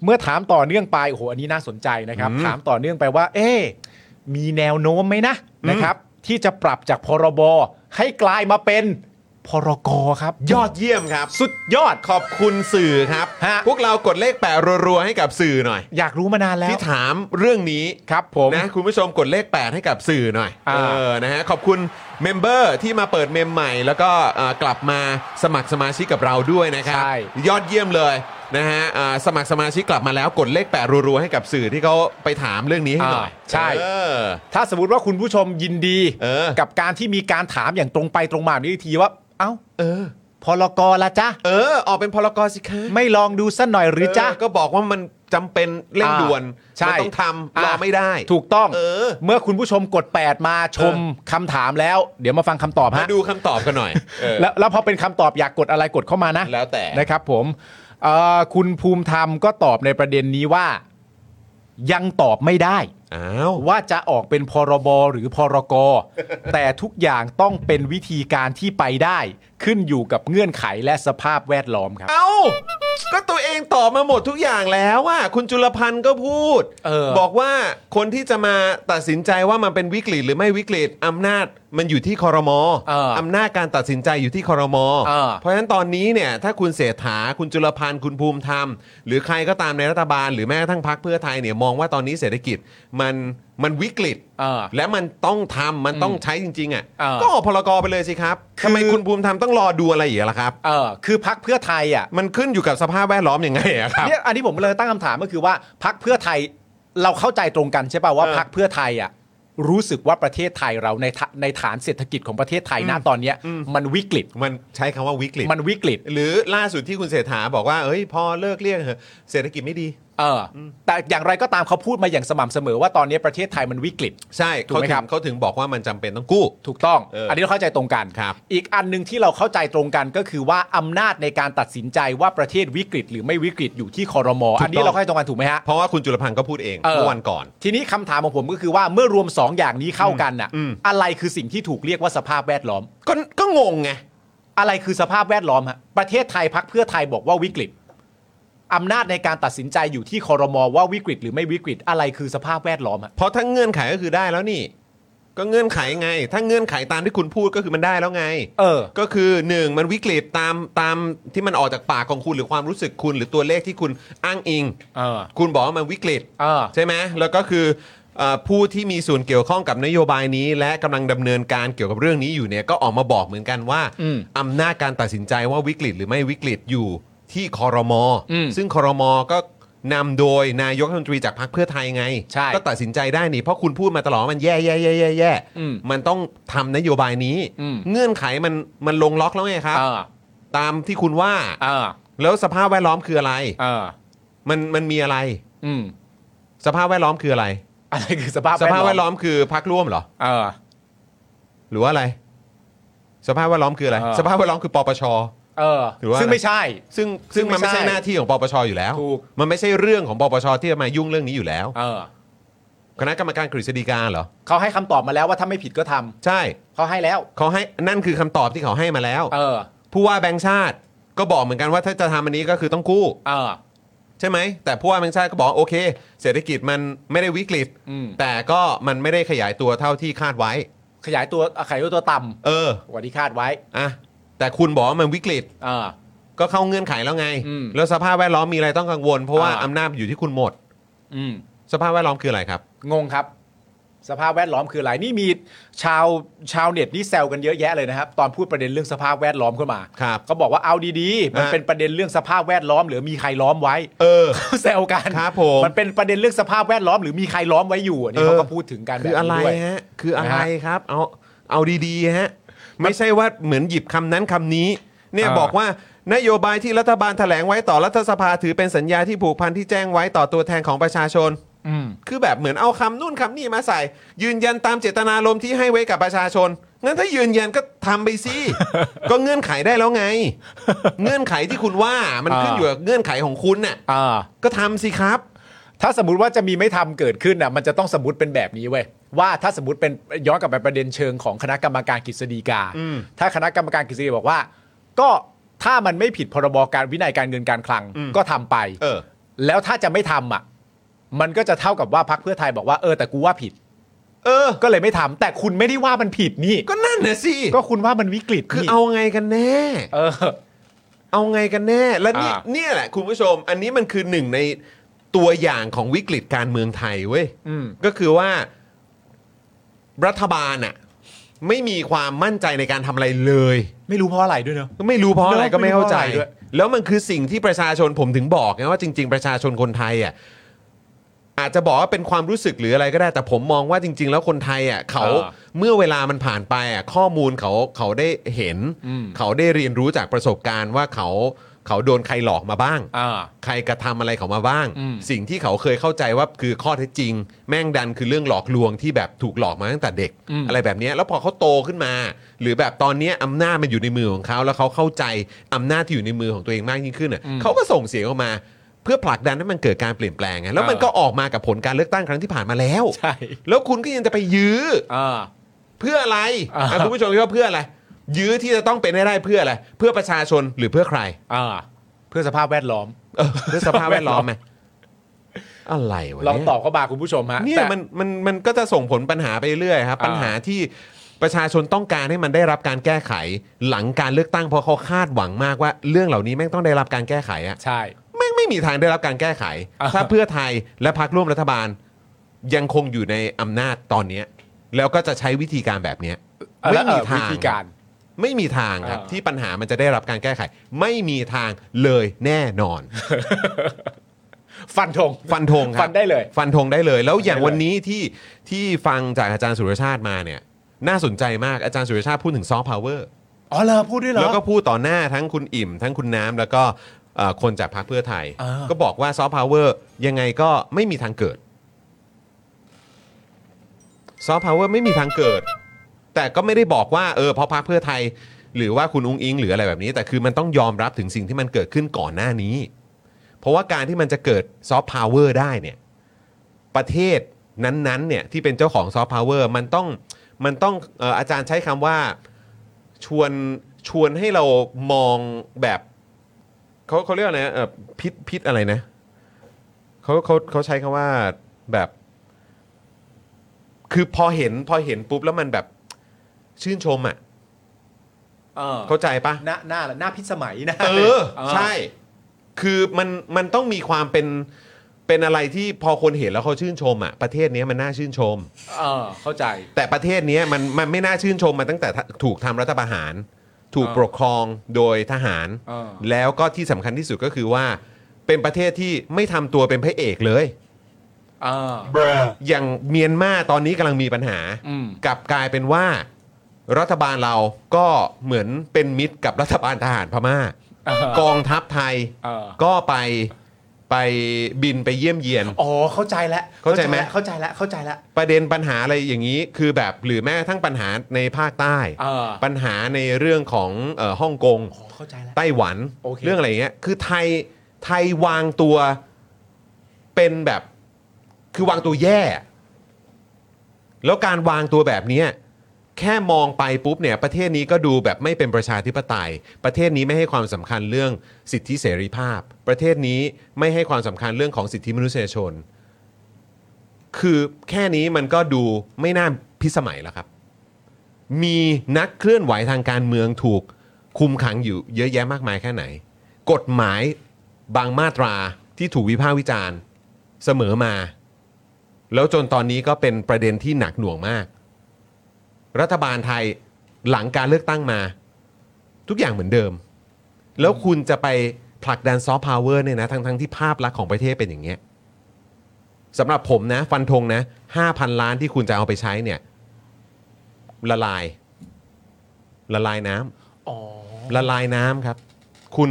B: เมื่อถามต่อเนื่องไปโอ้โหอันนี้น่าสนใจนะครับ ถามต่อเนื่องไปว่า เอ๊ะมีแนวโน้มไหมนะนะครับ ที่จะปรับจากพรบให้กลายมาเป็น พรกครับ
E: ยอดเยี่ยมครับ สุดยอดขอบคุณสื่อครับ
B: ฮะ
E: พวกเรากดเลขแปะรัวๆให้กับสื่อหน่อย
B: อยากรู้มานานแล้ว
E: ที่ถามเรื่องนี้
B: ครับผม
E: นะคุณผู้ชมกดเลข 8 ให้กับสื่อหน่อย
B: อ่า
E: เออนะฮะขอบคุณเมมเบอร์ที่มาเปิดเมมใหม่ แล้วก็เอ่อกลับมาสมัครสมาชิกกับเราด้วยนะครับ
B: ใช่
E: ยอดเยี่ยมเลยนะฮะอ่าสมัครสมาชิกกลับมาแล้วกดเลข 8 รัวๆให้กับสื่อที่เขาไปถามเรื่องนี้ให้หน่อย
B: ใช่
E: เออ
B: ถ้าสมมติว่าคุณผู้ชมยินดี
E: เออ
B: กับการที่มีการถามอย่างตรงไปตรงมาแบบนี้ทีว่า เอ้า
E: เออ
B: พรกละจ้ะ
E: เออ ออกเป็นพลกรสิคะ
B: ไม่ลองดูสักหน่อยหรือจ้ะ
E: เก็บอกว่ามันจำเป็นเร่ง
B: อ่า
E: ด่วน
B: ใช่
E: มันต้องทำร
B: อ่า
E: อไม่ได้
B: ถูกต้อง
E: เออ
B: อคุณผู้ชมกด 8 มาชมคำถามแล้ว เดี๋ยวมาฟังคำตอบ
E: มา
B: ฮะ
E: ดูคำตอบกันหน่อยเออ
B: แล้วแล้วพอเป็นคำตอบอยากกดอะไรกดเข้ามานะ
E: แล้วแต่
B: นะครับผมเอ่อคุณภูมิธรรมก็ตอบในประเด็นนี้ว่า ยังตอบไม่ได้
E: อ้าว
B: ว่าจะออกเป็นพรบหรือพรก แต่ทุกอย่างต้องเป็นวิธีการที่ไปได้ ขึ้นอยู่กับเงื่อนไขและสภาพแวดล้อมครับ
E: เอ้าก็ตัวเองตอบมาหมดทุกอย่างแล้วอ่ะคุณจุลพันธ์ก็พูด
B: เออ
E: บอกว่าคนที่จะมาตัดสินใจว่ามันเป็นวิกฤตหรือไม่วิกฤตอำนาจมันอยู่ที่คอรมอ
B: เอออ
E: ำนาจการตัดสินใจอยู่ที่คอรมอ
B: เออ
E: เพราะฉะนั้นตอนนี้เนี่ยถ้าคุณเสถาคุณจุลพันธ์คุณภูมิธรรม หรือใครก็ตามในรัฐบาล หรือแม้กระทั่งพรรคเพื่อไทยเนี่ยมองว่าตอนนี้เศรษฐกิจมันมันวิกฤต
B: เออ
E: และมันต้องทำมันต้องใช้จริง ๆอ่ะ
B: เออ
E: ก็ออกพลกรไปเลยสิครับ
B: คือ
E: ทำไมคุณภูมิธรรมต้องรอดูอะไรอีกล่ะครับ
B: เออคือพักเพื่อไทยอ่ะ
E: มันขึ้นอยู่กับสภาพแวดล้อมยังไงอะครับ
B: เนี่ยอันนี้ผมเลยตั้งคำถามก็คือว่าพักเพื่อไทยเราเข้าใจตรงกันใช่ป่ะว่า
E: เออ
B: พักเพื่อไทยอ่ะรู้สึกว่าประเทศไทยเราในฐาในฐานเศรษฐกิจของประเทศไทยนะตอนเนี้ย
E: อืม
B: มันวิกฤต
E: มันใช้คำว่าวิกฤต
B: มันวิกฤต
E: หรือล่าสุดที่คุณเศรษฐาบอกว่า เอ้ย พอเลิกเรียกเถอะเศรษฐกิจไม่ดี
B: เอออแต่อย่างไรก็ตามเขาพูดมาอย่างสม่ำเสมอว่าตอนนี้ประเทศไทยมันวิกฤต
E: ใช่
B: ถูก
E: เขา
B: ไหม
E: ถึ
B: ครั
E: ง
B: บ
E: เขาถึงบอกว่ามันจำเป็นต้องกู้
B: ถูกต้อง
E: เอออั
B: อันนี้เราเข้าใจตรงกัน
E: ครับ
B: อีกอันหนึ่งที่เราเข้าใจตรงกันก็คือว่าอำนาจในการตัดสินใจว่าประเทศวิกฤต หรือไม่วิกฤตอยู่ที่คอรมอ
E: ถูกต้อง
B: อันนี้เราเข้าใจตรงกันถูกไหมฮะ
E: เพราะว่าคุณจุลพันธ์ก็พูดเอง
B: เออ
E: เมื่อวันก่อน
B: ทีนี้คำถามของผมก็คือว่าเมื่อรวม 2 อย่างนี้เข้ากันน่ะ
E: อืม
B: อะไรคือสิ่งที่ถูกเรียกว่าสภาพแวดล้อม
E: ก็ก็งงไง
B: อะไรคือสภาพแวดล้อมฮะ ประเทศไทยพักเพื่อไทยบอกว่าวิกฤตอำนาจในการตัดสินใจอยู่ที่คอรมอว่าวิกฤต หรือไม่วิกฤต อะไรคือสภาพแวดล้อมฮะ
E: เพราะถ้าเงื่อนไขก็คือได้แล้วนี่ ก็เงื่อนไขไง ถ้าเงื่อนไขตามที่คุณพูดก็คือมันได้แล้วไง
B: เออ
E: ก็คือหนึ่งมันวิกฤตตามตามที่มันออกจากปากของคุณหรือความรู้สึกคุณ หรือตัวเลขที่คุณอ้างอิง
B: เออ
E: คุณบอกว่ามันวิกฤต
B: เออ
E: ใช่ไหมแล้วก็คือเอ่อผู้ที่มีส่วนเกี่ยวข้องกับนโยบายนี้ และกำลังดำเนินการเกี่ยวกับเรื่องนี้อยู่เนี่ยก็ออกมาบอกเหมือนกันว่า
B: อืม
E: อำนาจการตัดสินใจว่าวิกฤตหรือไม่วิกฤตอยู่ที่คอรมอ
B: อืม
E: ซึ่งคอรมอก็นำโดยนายกรัฐมนตรีจากพรรคเพื่อไทยไง
B: ใช่
E: ก็ตัดสินใจได้นี่เพราะคุณพูดมาตลอดว่ามันแย่แย่แย่แย่แย่
B: อืม
E: มันต้องทำนโยบายนี้
B: อืม
E: เงื่อนไขมันมันลงล็อกแล้วไงครับ
B: เออ
E: ตามที่คุณว่า
B: เออ
E: แล้วสภาพแวดล้อมคืออะไร
B: เออ
E: มันมันมีอะไร
B: อืม
E: สภาพแวดล้อมคืออะไร
B: อะไรคือสภาพ
E: สภาพแวดล้อมคือพักร่วมเหรอ
B: เออ
E: หรือว่าอะไร สภาพแวดล้อมคืออะไร
B: เออ
E: สภาพแวดล้อมคือปปช
B: เออ
E: หรือว่า
B: ซึ่งไม่ใช่
E: ซึ่งซึ่งมัน
B: ซึ่
E: ไม่
B: งไม่ใช่
E: ใช่หน้าที่ของปปชอยู่แล้ว
B: ถูก
E: มันไม่ใช่เรื่องของปปชที่จะมายุ่งเรื่องนี้อยู่แล้ว
B: เออ
E: คณะกรรมการกฤษฎีกาเหรอ
B: เขาให้คำตอบมาแล้วว่าถ้าไม่ผิดก็ทำ
E: ใช่
B: เขาให้แล้ว
E: เขาให้นั่นคือคำตอบที่เขาให้มาแล้ว
B: เออ
E: ผู้ว่าแบงค์ชาติก็บอกเหมือนกันว่าถ้าจะทำอันนี้ก็คือต้องกู้
B: เออ
E: ใช่ไหม แต่ผู้ว่าแบงค์ชาติก็บอกโอเค เศรษฐกิจมันไม่ได้วิกฤต
B: อืม
E: แต่ก็มันไม่ได้ขยายตัวเท่าที่คาดไว้
B: ขยายตัวขยายตัวต่ำ
E: เออก
B: ว่าที่คาดไว้
E: อ่ะแต่คุณบอกว่ามันวิกฤต
B: เออ
E: ก็เข้าเงื่อนไขแล้วไง
B: อืม
E: แล้วสภาพแวดล้อมมีอะไรต้องกังวล เพราะว่า
B: อ่า
E: อำนาจอยู่ที่คุณหมด
B: อืม
E: สภาพแวดล้อมคืออะไรครับ
B: งงครับ สภาพแวดล้อมคืออะไรนี่มีชาวชาวเน็ตนี่แซวกันเยอะแยะเลยนะครับ ตอนพูดประเด็นเรื่องสภาพแวดล้อมขึ้นมา
E: ครับ
B: เขาบอกว่าเอาดีๆ มัน
E: ฮะ
B: เป็นประเด็นเรื่องสภาพแวดล้อม หรือมีใครล้อมไว้
E: เออ
B: เขาแซวกัน
E: ครับผม
B: มันเป็นประเด็นเรื่องสภาพแวดล้อม หรือมีใครล้อมไว้อยู่อันนี่เขาก็พูดถึงกันแบ
E: คื
B: บ
E: ออะไร
B: นี้ด้วย
E: ฮะ คืออะไร
B: นะฮะ
E: ครับ เอาเอาดีๆฮะ ไม่ใช่ว่าเหมือนหยิบคำนั้นคำนี้ เนี่ย
B: เออ
E: บอกว่านโยบายที่รัฐบาลแถลงไว้ต่อรัฐสภาถือเป็นสัญญาที่ผูกพันที่แจ้งไว้ต่อตัวแทนของประชาชน
B: อืม
E: คือแบบเหมือนเอาคำนู่นคำนี่มาใส่ ยืนยันตามเจตนารมณ์ที่ให้ไว้กับประชาชน งั้นถ้ายืนยันก็ทำไปสิ (laughs) ก็เงื่อนไขได้แล้วไง เงื่อนไขที่คุณว่ามัน
B: อ่า
E: ขึ้นอยู่กับเงื่อนไขของคุณน่ะ
B: อ่า
E: ก็ทำสิครับ
B: ถ้าสมมติว่าจะมีไม่ทำเกิดขึ้นน่ะมันจะต้องสมมติเป็นแบบนี้เว้ยว่าถ้าสมมติเป็นย้อนกลับไปประเด็นเชิงของคณะกรรมการกฤษฎีกา
E: อืม
B: ถ้าคณะกรรมการกฤษฎีกาบอกว่า ก็ถ้ามันไม่ผิดพรบการวินัยการเงินการคลัง
E: อืม
B: ก็ทำไป
E: เออ
B: แล้วถ้าจะไม่ทำอ่ะ มันก็จะเท่ากับว่าพักเพื่อไทยบอกว่าเออแต่กูว่าผิด
E: เออ
B: ก็เลยไม่ทำแต่คุณไม่ได้ว่ามันผิดนี่
E: ก็นั่น นะสิ
B: ก็คุณว่ามันวิกฤต
E: คือ
B: นี่
E: เอาไงกันแน่
B: เออ
E: เอาไงกันแน่ และเนี่ย
B: อ่า
E: เนี่ยแหละคุณผู้ชม อันนี้มันคือหนึ่งในตัวอย่างของวิกฤตการเมืองไทยเว้ย
B: อืม
E: ก็คือว่ารัฐบาลน่ะไม่มีความมั่นใจในการทำอะไรเลย
B: ไม่รู้เพราะอะไรด้วยเนอะ
E: ไม่รู้เพราะอะไร
B: เนอะ
E: ก็ไม่เข้าใจ
B: ไม่รู้เพราะอะไรด้วย
E: แล้วมันคือสิ่งที่ประชาชนผมถึงบอกไงว่าจริง ๆ ประชาชนคนไทยอ่ะอาจจะบอกว่าเป็นความรู้สึกหรืออะไรก็ได้ แต่ผมมองว่าจริง ๆ แล้วคนไทยอ่ะเขาเมื่อเวลามันผ่านไปอ่ะข้อมูลเขาเขาได้เห็น เขาได้เรียนรู้จากประสบการณ์ว่าเขาเขาโดนใครหลอกมาบ้าง
B: อ่า
E: ใครกระทำอะไรเขามาบ้าง
B: อืม
E: สิ่งที่เขาเคยเข้าใจว่าคือข้อเท็จจริง แม่งดันคือเรื่องหลอกลวงที่แบบถูกหลอกมาตั้งแต่เด็ก อะไรแบบเนี้ยแล้วพอเขาโตขึ้นมา หรือแบบตอนเนี้ยอำนาจมันอยู่ในมือของเขา แล้วเขาเข้าใจอำนาจที่อยู่ในมือของตัวเองมากยิ่งขึ้นน่ะเขาก็ส่งเสียงออกมา เพื่อผลักดันให้มันเกิดการเปลี่ยนแปลงไงแล้วมันก็ออกมากับผลการเลือกตั้งครั้งที่ผ่านมาแล้ว
B: ใช่
E: แล้วคุณก็ยังจะไปยื้อ
B: อ่า
E: เพื่ออะไร
B: อ่า
E: อ่ะคุณผู้ชมคิดว่าเพื่ออะไร ยื้อที่จะต้องเป็นให้ได้เพื่ออะไรเพื่อประชาชนหรือเพื่อใคร
B: อ่า เพื่อสภาพแวดล้อม
E: เออเพื่อสภาพแวดล้อมไหมอะไรวะ
B: ลอง
E: เนี่ย
B: ตอบเข้ามาคุณผู้ชมฮะ
E: เนี่ย
B: แต่
E: มันมันมันก็จะส่งผลปัญหาไปเรื่อยครับ
B: อ่า
E: ปัญหาที่ประชาชนต้องการให้มันได้รับการแก้ไข หลังการเลือกตั้งเพราะเขาคาดหวังมากว่า เรื่องเหล่านี้แม่งต้องได้รับการแก้ไขอะ
B: ใช่
E: แม่งไม่มีทางได้รับการแก้ไข
B: อ่า
E: ถ้าเพื่อไทยและพรรคร่วมรัฐบาล ยังคงอยู่ในอำนาจตอนเนี้ยแล้วก็จะใช้วิธีการแบบเนี้ยไม่
B: แล้วเอ่
E: มี
B: อ
E: ทาง
B: วิธีการ
E: ไม่มีทางครับ
B: อ่า
E: ที่ปัญหามันจะได้รับการแก้ไข ไม่มีทางเลยแน่นอน
B: ฟันธง
E: ฟันธงครับ
B: ฟันได้เลย
E: ฟันธงได้เลย แล้วอย่าง
B: ได้เลย
E: วันนี้ที่ที่ฟังจากอาจารย์สุรชาติมาเนี่ย น่าสนใจมากอาจารย์สุรชาติพูดถึงซอฟต์พาวเวอร์
B: อ๋อเหรอพูดด้วยเหรอ
E: แล้วก็พูดต่อหน้าทั้งคุณอิ่ม ทั้งคุณน้ำแล้วก็เอ่อคนจากพรรคเพื่อไทย
B: อ่า
E: ก็บอกว่าซอฟต์พาวเวอร์ยังไงก็ไม่มีทางเกิดซอฟต์พาวเวอร์ไม่มีทางเกิด แต่ก็ไม่ได้บอกว่าเออเพราะพรรคเพื่อไทย หรือว่าคุณอุ้งอิงหรืออะไรแบบนี้ แต่คือมันต้องยอมรับถึงสิ่งที่มันเกิดขึ้นก่อนหน้านี้ เพราะว่าการที่มันจะเกิดซอฟต์พาวเวอร์ได้เนี่ยประเทศนั้นๆเนี่ยที่เป็นเจ้าของซอฟต์พาวเวอร์มันต้องมันต้องเอออาจารย์ใช้คำว่าชวนชวนให้เรามองแบบเขาเขาเรียกอะไรนะเอ่อพิษพิษอะไรนะเขาเขาเขาใช้คำว่าแบบ คือพอเห็นพอเห็นปุ๊บแล้วมันแบบชื่นชมอ่ะ
B: เออ
E: เข้าใจปะ
B: หน้าหน้าหน้าพิสมัยนะ
E: เออ
B: ใช่
E: ใช่ คือมันมันต้องมีความเป็นเป็นอะไรที่พอคนเห็นแล้วเขาชื่นชมอ่ะประเทศเนี้ยมันน่าชื่นชม
B: เออ เข้าใจ
E: แต่ประเทศเนี้ยมันมันไม่น่าชื่นชมมาตั้งแต่ถูกทำรัฐประหาร ถูก
B: เออ
E: ปกครองโดยทหาร
B: เออ
E: แล้วก็ที่สำคัญที่สุดก็คือว่า เป็นประเทศที่ไม่ทำตัวเป็นพระเอกเลย
B: เออ
E: อย่างเมียนมาตอนนี้กำลังมีปัญหา
B: อืม
E: กลับกลายเป็นว่า รัฐบาลเราก็เหมือนเป็นมิตรกับรัฐบาลทหารพม่า
B: เออ
E: กองทัพไทย
B: เออ
E: ก็ไปไปบินไปเยี่ยมเยียน
B: อ๋อเข้าใจแล้ว
E: เข้าใจไหม
B: เข้าใจแล้วเข้าใจแล้ว
E: ประเด็นปัญหาอะไรอย่างนี้ คือแบบหรือแม้กระทั้งปัญหาในภาคใต้
B: เออ
E: ปัญหาในเรื่องของเอ่อฮ่องกง
B: อ๋อเข้าใจแล้ว
E: ไต้หวัน
B: โอเค
E: เรื่องอะไรอย่างเงี้ยคือไทยไทยวางตัวเป็นแบบ คือวางตัวแย่ แล้วการวางตัวแบบเนี้ยแค่มองไปปุ๊บเนี่ย ประเทศนี้ก็ดูแบบไม่เป็นประชาธิปไตย ประเทศนี้ไม่ให้ความสำคัญเรื่องสิทธิเสรีภาพ ประเทศนี้ไม่ให้ความสำคัญเรื่องของสิทธิมนุษยชน คือแค่นี้มันก็ดูไม่น่าพิสมัยแล้วครับ มีนักเคลื่อนไหวทางการเมืองถูกคุมขังอยู่เยอะแยะมากมายแค่ไหน กฎหมายบางมาตราที่ถูกวิพากษ์วิจารณ์เสมอมา แล้วจนตอนนี้ก็เป็นประเด็นที่หนักหน่วงมาก รัฐบาลไทยหลังการเลือกตั้งมา ทุกอย่างเหมือนเดิม แล้วคุณจะไปผลักดันซอฟต์พาวเวอร์เนี่ยนะทั้งทั้งๆที่ภาพลักษณ์ของประเทศเป็นอย่างเงี้ยสำหรับผมนะ ฟันธงนะ5,000 ล้านที่คุณจะเอาไปใช้เนี่ย ละลาย ละลายน้ำ
B: อ๋อ
E: ละลายน้ำครับ คุณ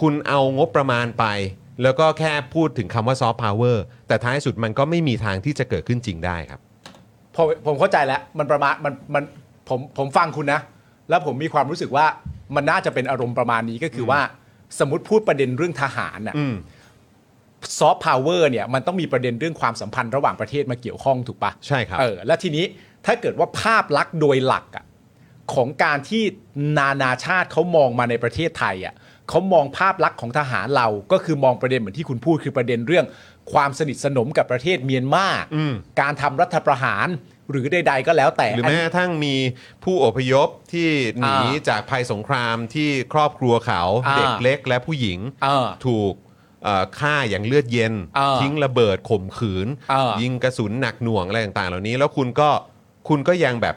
E: คุณเอางบประมาณไป แล้วก็แค่พูดถึงคำว่าซอฟต์พาวเวอร์แต่ท้ายสุดมันก็ไม่มีทางที่จะเกิดขึ้นจริงได้ครับ
B: ผมผมเข้าใจแล้วมันประมาณมันมันผมผมฟังคุณนะ แล้วผมมีความรู้สึกว่ามันน่าจะเป็นอารมณ์ประมาณนี้ก็คือว่าสมมติพูดประเด็นเรื่องทหารน่ะ
E: อืม
B: ซอฟต์พาวเวอร์เนี่ยมันต้องมีประเด็นเรื่องความสัมพันธ์ระหว่างประเทศมาเกี่ยวข้องถูกปะ
E: ใช่ครับ
B: เออและทีนี้ถ้าเกิดว่าภาพลักษณ์โดยหลักอะของการที่นานาชาติเขามองมาในประเทศไทยอ่ะเขามองภาพลักษณ์ของทหารเราก็คือมองประเด็นเหมือนที่คุณพูดคือประเด็นเรื่อง ความสนิทสนมกับประเทศเมียนมา
E: อืม
B: การทำรัฐประหาร หรือใดๆก็แล้วแต่
E: หรือแม้
B: น
E: กระทั่งมีผู้อพยพที่หนี
B: อ่า
E: จากภัยสงครามที่ครอบครัวเขา
B: อ่า
E: เด็กเล็กและผู้หญิง
B: เออ
E: ถูกเอ่อฆ่าอย่างเลือดเย็น
B: เออ
E: ทิ้งระเบิดข่มขืน
B: เออ
E: ยิงกระสุนหนักหน่วงอะไรต่างๆ เหล่านี้ แล้วคุณก็คุณก็ยังแบบ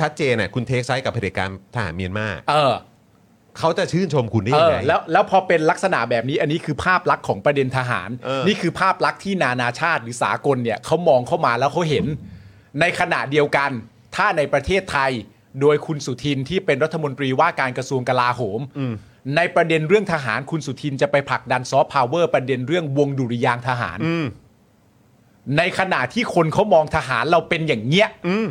E: ชัดเจนน่ะคุณเทคไซส์กับเผด็จการทหารเมียนมา
B: เออ
E: เขาจะชื่นชมคุณได้
B: เอ
E: ยัง
B: อ
E: ไง
B: แล้วแล้วพอเป็นลักษณะแบบนี้อันนี้คือภาพลักษณ์ของประเด็นทหาร
E: เออ
B: นี่คือภาพลักษณ์ที่นานาชาติหรือสากลเนี่ยเขามองเข้ามาแล้วเขาเห็น ในขณะเดียวกัน ถ้าในประเทศไทย โดยคุณสุทินที่เป็นรัฐมนตรีว่าการกระทรวงกลาโหม ในประเด็นเรื่องทหารคุณสุทินจะไปผลักดันซอฟต์พาวเวอร์ประเด็นเรื่องวงดุริยางค์ทหาร
E: อืม
B: ในขณะที่คนเขามองทหารเราเป็นอย่างเงี้ย
E: อืม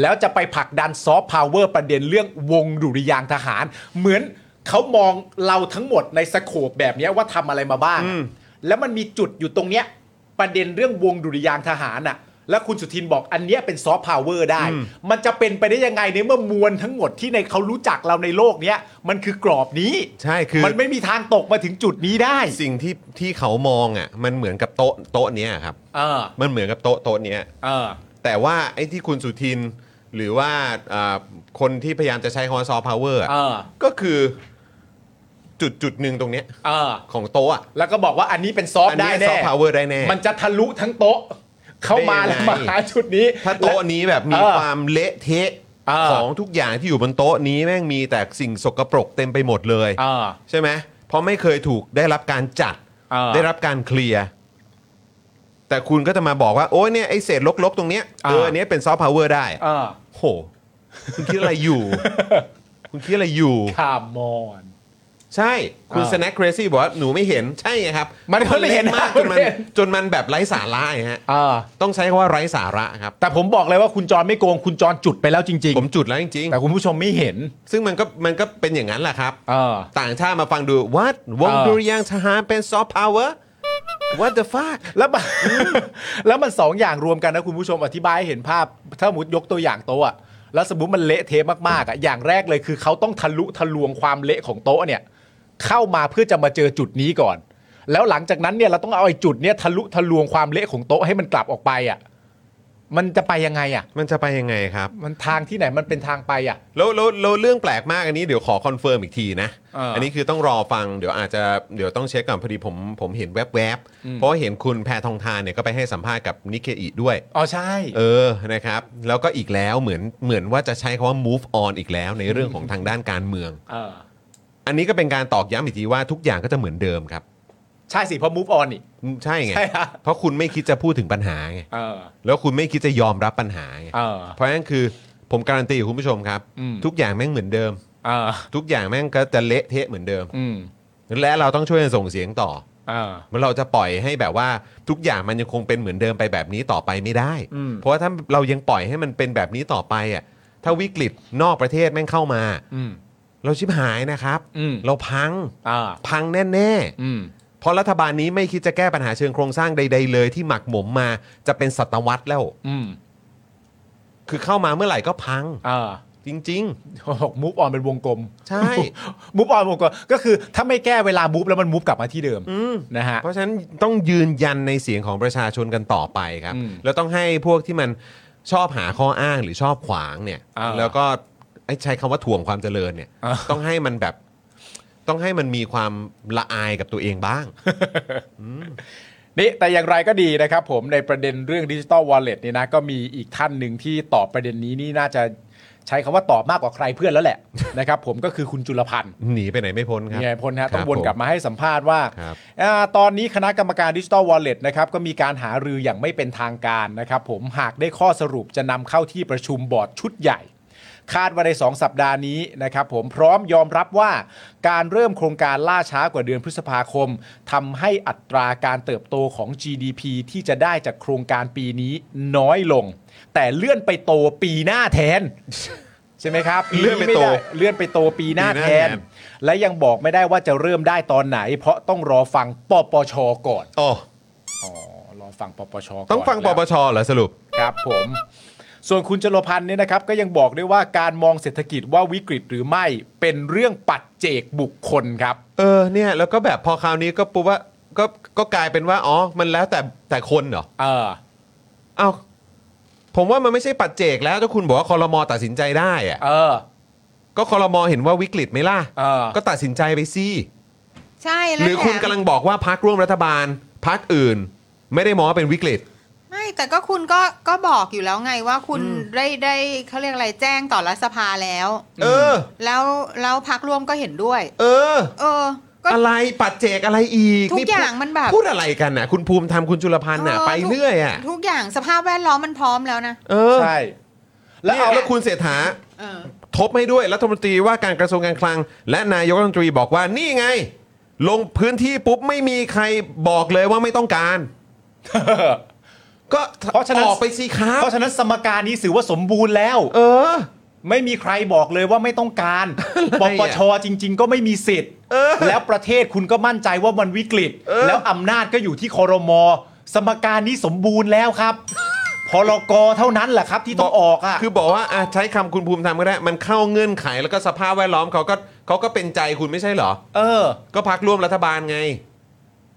B: แล้วจะไปผลักดันซอฟต์พาวเวอร์ประเด็นเรื่องวงดุริยางค์ทหาร เหมือนเขามองเราทั้งหมดในสโคปแบบเนี้ยว่าทำอะไรมาบ้าง
E: อืม
B: แล้วมันมีจุดอยู่ตรงเนี้ย ประเด็นเรื่องวงดุริยางค์ทหารน่ะ แล้วคุณสุทินบอกอันเนี้ยเป็นซอฟต์พาวเวอร์ได้ มันจะเป็นไปได้ยังไงในเมื่อมวลทั้งหมดที่ในเขารู้จักเราในโลกเนี้ยมันคือกรอบนี้
E: ใช่คือ
B: มันไม่มีทางตกมาถึงจุดนี้ได้
E: สิ่งที่ที่เขามองอ่ะมันเหมือนกับโต๊ะโต๊ะเนี้ยครับ
B: เออ
E: มันเหมือนกับโต๊ะโต๊ะเนี้ย
B: เออ
E: แต่ว่าไอ้ที่คุณสุทิน หรือว่าอ่าคนที่พยายามจะใช้คำว่าซอฟต์พาวเวอร์อะ
B: เออ
E: ก็คือจุดจุดหนึ่งตรงเนี้ย
B: เออ
E: ของโต๊ะอะ
B: แล้วก็บอกว่าอันนี้เป็นซอฟ
E: อั
B: ต์ได้
E: เนี้ย
B: แน่
E: ซอฟต์พาวเวอร์ได้แน่
B: มันจะทะลุทั้งโต๊ะ เข้ามา
E: ได้
B: แล้ว
E: ยังไง
B: มาหาชุดนี้
E: ถ้าโต๊ะ
B: และ
E: นี้แบบมี
B: เออ
E: ความเละเทะ
B: เออ
E: ของทุกอย่างที่อยู่บนโต๊ะนี้แม่งมีแต่สิ่งสกปรกเต็มไปหมดเลย
B: เออ
E: ใช่ไหมเพราะไม่เคยถูกได้รับการจัด
B: เออ
E: ได้รับการเคลียร์ แต่คุณก็จะมาบอกว่าโอ้ยเนี่ยไอ้เศษลกๆตรงเนี้ย
B: เออ
E: เอออันเนี้ยเป็นซอฟต์พาวเวอร์ได้
B: เออ
E: โห คุณคิดอะไรอยู่ คุณคิดอะไรอยู่
B: คามอน
E: ใช่ คุณ
B: อ่า
E: สแน็คเครซี่บอกว่าหนูไม่เห็น ใช่ไงครับ
B: มันก็ไม่เห็น
E: ละมากจนมัน
B: นะไม่เห็น
E: จนมันแบบไร้สาระไงฮะ
B: เออ
E: ต้องใช้คำว่าไร้สาระครับ
B: แต่ผมบอกเลยว่าคุณจรไม่โกง คุณจรจุดไปแล้วจริง
E: ผมจุดแล้วจริง
B: ๆ แต่คุณผู้ชมไม่เห็น
E: ๆ ซึ่งมันก็มันก็เป็นอย่างนั้นแหละครับ
B: เออ
E: ต่างชาติมาฟังดูวัดวง
B: เออ
E: ดุริยางค์ทหารเป็นซอฟต์พาวเวอร์ what the fuck
B: แล้วมัน แล้วมันสองอย่างรวมกันนะคุณผู้ชมอธิบายให้เห็นภาพ ถ้าสมมุดยกตัวอย่างโต๊ะอะแล้วสมมติมันเละเทะมากๆอะอย่างแรกเลยคือเขาต้องทะลุทะลวงความเละของโต๊ะเนี่ย เข้ามาเพื่อจะมาเจอจุดนี้ก่อน แล้วหลังจากนั้นเนี่ยเราต้องเอาไอ้จุดเนี่ยทะลุทะลวงความเละของโต๊ะให้มันกลับออกไปอะมันจะไปยังไงอะ
E: มันจะไปยังไงครับ
B: มันทางที่ไหนมันเป็นทางไปอะ
E: แล้วแล้วแล้วเรื่องแปลกมากอันนี้เดี๋ยวขอคอนเฟิร์มอีกทีนะ
B: เอออั
E: นนี้คือต้องรอฟังเดี๋ยวอาจจะเดี๋ยวต้องเช็คก่อนพอดีผมผมเห็นแวบๆ เพราะว่าเห็นคุณแพทองทานเนี่ยก็ไปให้สัมภาษณ์กับนิเคอีด้วย
B: ๋อใช่
E: เออนะครับ แล้วก็อีกแล้วเหมือนเหมือนว่าจะใช้คำว่า move on อีกแล้วในเรื่องของทางด้านการเมือง
B: เออ
E: อันนี้ก็เป็นการตอกย้ำอีกทีว่าทุกอย่างก็จะเหมือนเดิมครับ
B: ใช่สิเพราะ move on นี่
E: ใช่ไง
B: ใช่ฮะ
E: เพราะคุณไม่คิดจะพูดถึงปัญหาไง
B: เออ
E: แล้วคุณไม่คิดจะยอมรับปัญหาไง
B: เออ
E: เพราะฉะนั้นคือผมการันตีกับคุณผู้ชมครับ
B: อืม
E: ทุกอย่างแม่งเหมือนเดิม
B: เออ
E: ทุกอย่างแม่งก็จะเละเทะเหมือนเดิม
B: อืม
E: และเราต้องช่วยกันส่งเสียงต่อ
B: เออ
E: มันเราจะปล่อยให้แบบว่าทุกอย่างมันยังคงเป็นเหมือนเดิมไปแบบนี้ต่อไปไม่ได้
B: อืม
E: เพราะว่าถ้าเรายังปล่อยให้มันเป็นแบบนี้ต่อไปอ่ะถ้าวิกฤตนอกประเทศแม่งเข้ามา
B: อืม
E: เราชิบหายนะครับ
B: อืม
E: เราพัง
B: อ่า
E: พังแน่
B: อืม
E: ๆ เพราะรัฐบาลนี้ไม่คิดจะแก้ปัญหาเชิงโครงสร้างใด ๆ เลยที่หมักหมมมาจะเป็นศตวรรษแล้ว
B: อืม
E: คือเข้ามาเมื่อไหร่ก็พัง
B: อ่า
E: จริง
B: หกมูฟออนเป็นวงกลม
E: ใช่
B: (laughs) มูฟออนวงกลมก็คือถ้าไม่แก้เวลามูฟแล้วมันมูฟกลับมาที่เดิม
E: ๆ อืม
B: นะฮะ
E: เพราะฉะนั้นต้องยืนยันในเสียงของประชาชนกันต่อไปครับ
B: อืม
E: แล้วต้องให้พวกที่มันชอบหาข้ออ้างหรือชอบขวางเนี่ย
B: อ่า
E: แล้วก็ไอ้ใช้คำว่าถ่วงความเจริญเนี่ย
B: อ่า
E: ต้องให้มันแบบต้องให้มันมีความละอายกับตัวเองบ้าง
B: นี่แต่อย่างไรก็ดีนะครับผมในประเด็นเรื่องดิจิตอลวอลเล็ตเนี่ยนะก็มีอีกท่านหนึ่งที่ตอบประเด็นนี้นี่น่าจะใช้คำว่าตอบมากกว่าใครเพื่อนแล้วแหละ นะครับผมก็คือคุณจุลพันธ์
E: หนีไปไหนไม่พ้นครับ
B: เนี่ยพล
E: ค
B: ฮะ
E: รับ
B: ต้องวนกลับมาให้สัมภาษณ์ว่า
E: ครับ
B: อ่าตอนนี้คณะกรรมการดิจิทัลวอลเล็ตนะครับก็มีการหารืออย่างไม่เป็นทางการนะครับผมหากได้ข้อสรุปจะนำเข้าที่ประชุมบอร์ดชุดใหญ่ คาดว่าใน 2 สัปดาห์นี้นะครับผมพร้อมยอมรับว่าการเริ่มโครงการล่าช้ากว่าเดือนพฤษภาคมทำให้อัตราการเติบโตของ GDP ที่จะได้จากโครงการปีนี้น้อยลง แต่เลื่อนไปโตปีหน้าแทน ใช่ไหมครับ
E: เลื่อนไปโต
B: ม่ด้เลื่อนไปโตปีหน้า
E: ปีหน้า
B: แท
E: แทน
B: น และยังบอกไม่ได้ว่าจะเริ่มได้ตอนไหน เพราะต้องรอฟังปปชก่อน
E: โอ้
B: อ๋อ รอฟังปปชก่น
E: ต้องฟังปปชเหรอสรุป
B: ครับผม ส่วนคุณจรพันธ์เนี่ยนะครับ ก็ยังบอกด้วยว่าการมองเศรษฐกิจว่าวิกฤตหรือไม่เป็นเรื่องปัจเจกบุคคลครับ
E: เออเนี่ย แล้วก็แบบพอคราวนี้ก็ปุ๊บว่าก็ก็กลายเป็นว่าอ๋อมันแล้วแต่แต่คนเหรอ
B: เออ
E: เอ้า ผมว่ามันไม่ใช่ปัจเจกแล้วถ้าคุณบอกว่าคอรมอตัดสินใจได้อะ
B: เออ
E: ก็คอรมอเห็นว่าวิกฤตไหมล่ะ
B: เออ
E: ก็ตัดสินใจไปสิ
F: ใช่แล้ว
E: หรือคุณ
F: แถม
E: กำลังบอกว่าพักร่วมรัฐบาลพักอื่น ไม่ได้มองว่าเป็นวิกฤต
F: ไม่ แต่ก็คุณก็ก็บอกอยู่แล้วไงว่าคุณได้ได้เขาเรียกอะไรแจ้งต่อรัฐสภาแล้ว
E: เออ
F: แล้วแล้วพักร่วมก็เห็นด้วย
E: เออ
F: เออ ก็
E: อะไรปัจเจกอะไรอีก
F: ทุก
E: นี่
F: อย่าง
E: พูด
F: มันแบบ
E: พูดอะไรกันน่ะ คุณภูมิธรรมคุณจุลพันธ์น่ะ
F: เออ
E: ไป
F: ทุก
E: เรื่อยอ่ะ
F: ทุกอย่างสภาพแวดล้อมมันพร้อมแล้วนะ
E: เออ
B: ใช่
E: แล้
B: แล้
E: ว
B: ว
E: เอา
B: เอา
E: แล้วคุณเศรษฐา
F: เออ
E: ทบให้ด้วยรัฐมนตรีว่าการกระทรวงการคลัง และนายกรัฐมนตรีบอกว่านี่ไง ลงพื้นที่ปุ๊บไม่มีใครบอกเลยว่าไม่ต้องการ ก็
B: เพราะฉะนั้น
E: ออกไปสิครับ
B: เพราะฉะนั้นสมการนี้ถือว่าสมบูรณ์แล้ว
E: เออ
B: ไม่มีใครบอกเลยว่าไม่ต้อง
E: (laughs)
B: การปปชจริง ๆ ก็ไม่มีสิทธิ์
E: เออ
B: แล้วประเทศคุณก็มั่นใจว่ามันวิกฤต
E: เออ
B: แล้วอำนาจก็อยู่ที่คอรมอสมการนี้สมบูรณ์แล้ว
E: (laughs)
B: ครับ พลกเท่านั้นแหละครับที่ต้องออกอ่ะ
E: คือบอกว่าอ่ะใช้คำคุณภูมิธรรมก็ได้ มันเข้าเงื่อนไขแล้วก็สภาพแวดล้อมเขาก็เขาก็เป็นใจคุณไม่ใช่เหรอ
B: เออ
E: ก็พักร่วมรัฐบาลไง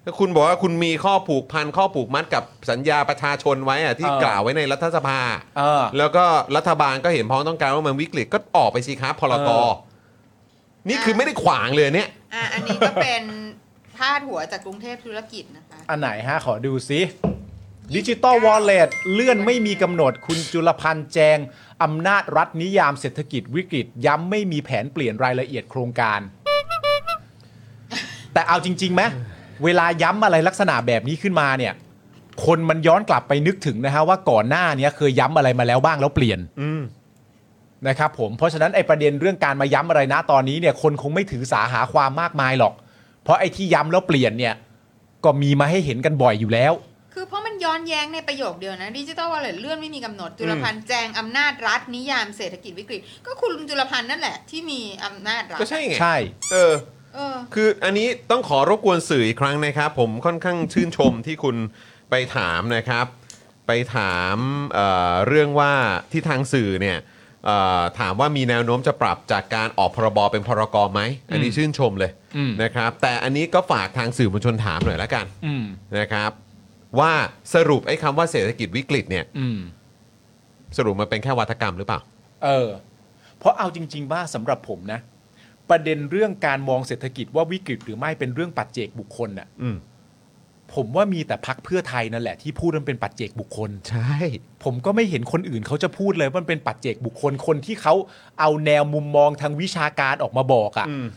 E: ก็คุณบอกว่าคุณมีข้อผูกพันข้อผูกมัดกับสัญญาประชาชนไว้อะที่
B: เออก
E: ล่าวไว้ในรัฐสภา
B: เออ
E: แล้วก็รัฐบาลก็เห็นพ้องต้องการว่ามันวิกฤตก็ออกไปสิครับพลก
B: เออ
E: นี่คือไม่ได้ขวางเลยเนี่ย
F: อ่ะอันนี้ก็เป็นพาดหัวจากกรุงเทพธุรกิจนะคะ
B: อันไหนฮะ ขอดูซิดิจิตอลวอลเล็ตเลื่อนไม่มีกำหนดคุณจุลพันธ์แจงอำนาจรัฐนิยามเศรษฐกิจวิกฤต ย้ำไม่มีแผนเปลี่ยนรายละเอียดโครงการ แต่เอาจริงๆไหมเวลาย้ำอะไรลักษณะแบบนี้ขึ้นมาเนี่ย คนมันย้อนกลับไปนึกถึงนะฮะว่าก่อนหน้าเนี้ยเคยย้ำอะไรมาแล้วบ้างแล้วเปลี่ยนนะครับผมเพราะฉะนั้นไอประเด็นเรื่องการมาย้ำอะไรนะตอนนี้เนี่ย คนคงไม่ถือสาหาความมากมายหรอก เพราะไอที่ย้ำแล้วเปลี่ยนเนี่ย ก็มีมาให้เห็นกันบ่อยอยู่แล้ว
F: คือเพราะมันย้อนแย้งในประโยคเดียวนะดิจิตอลวอลเล็ตเลื่อนไม่มีกำหนดจุลพันธ์แจงอำนาจรัฐนิยามเศรษฐกิจวิกฤต ก็คุณจุลพันธ์นั่นแหละที่มีอำนาจรัฐ
E: ก็ใช่ไง
B: ใช่
E: เออ
F: เออ
E: คืออันนี้ต้องขอรบกวนสื่ออีกครั้งนะครับ ผมค่อนข้างชื่นชมที่คุณไปถามนะครับ ไปถามเอ่อเรื่องว่าที่ทางสื่อเนี่ยเอ่อถามว่ามีแนวโน้มจะปรับจากการออกพรบเป็นพรกรไหม อันนี้ชื่นชมเลย
B: อืม
E: นะครับ แต่อันนี้ก็ฝากทางสื่อมวลชนถามหน่อยละกัน
B: อืม
E: นะครับ ว่าสรุปไอ้คำว่าเศรษฐกิจวิกฤตเนี่ย
B: อืม
E: สรุปมันเป็นแค่วัฒกรรมหรือเปล่า
B: เออ เพราะเอาจริง ๆ ว่าสำหรับผมนะ ประเด็นเรื่องการมองเศรษฐกิจว่าวิกฤตหรือไม่เป็นเรื่องปัจเจกบุคคลน่ะ
E: อืม
B: ผมว่ามีแต่พักเพื่อไทยนั่นแหละที่พูดมันเป็นปัจเจกบุคคล
E: ใช่
B: ผมก็ไม่เห็นคนอื่นเขาจะพูดเลยว่ามันเป็นปัจเจกบุคคลคนที่เขาเอาแนวมุมมองทางวิชาการออกมาบอกอะ่ะ
E: อืม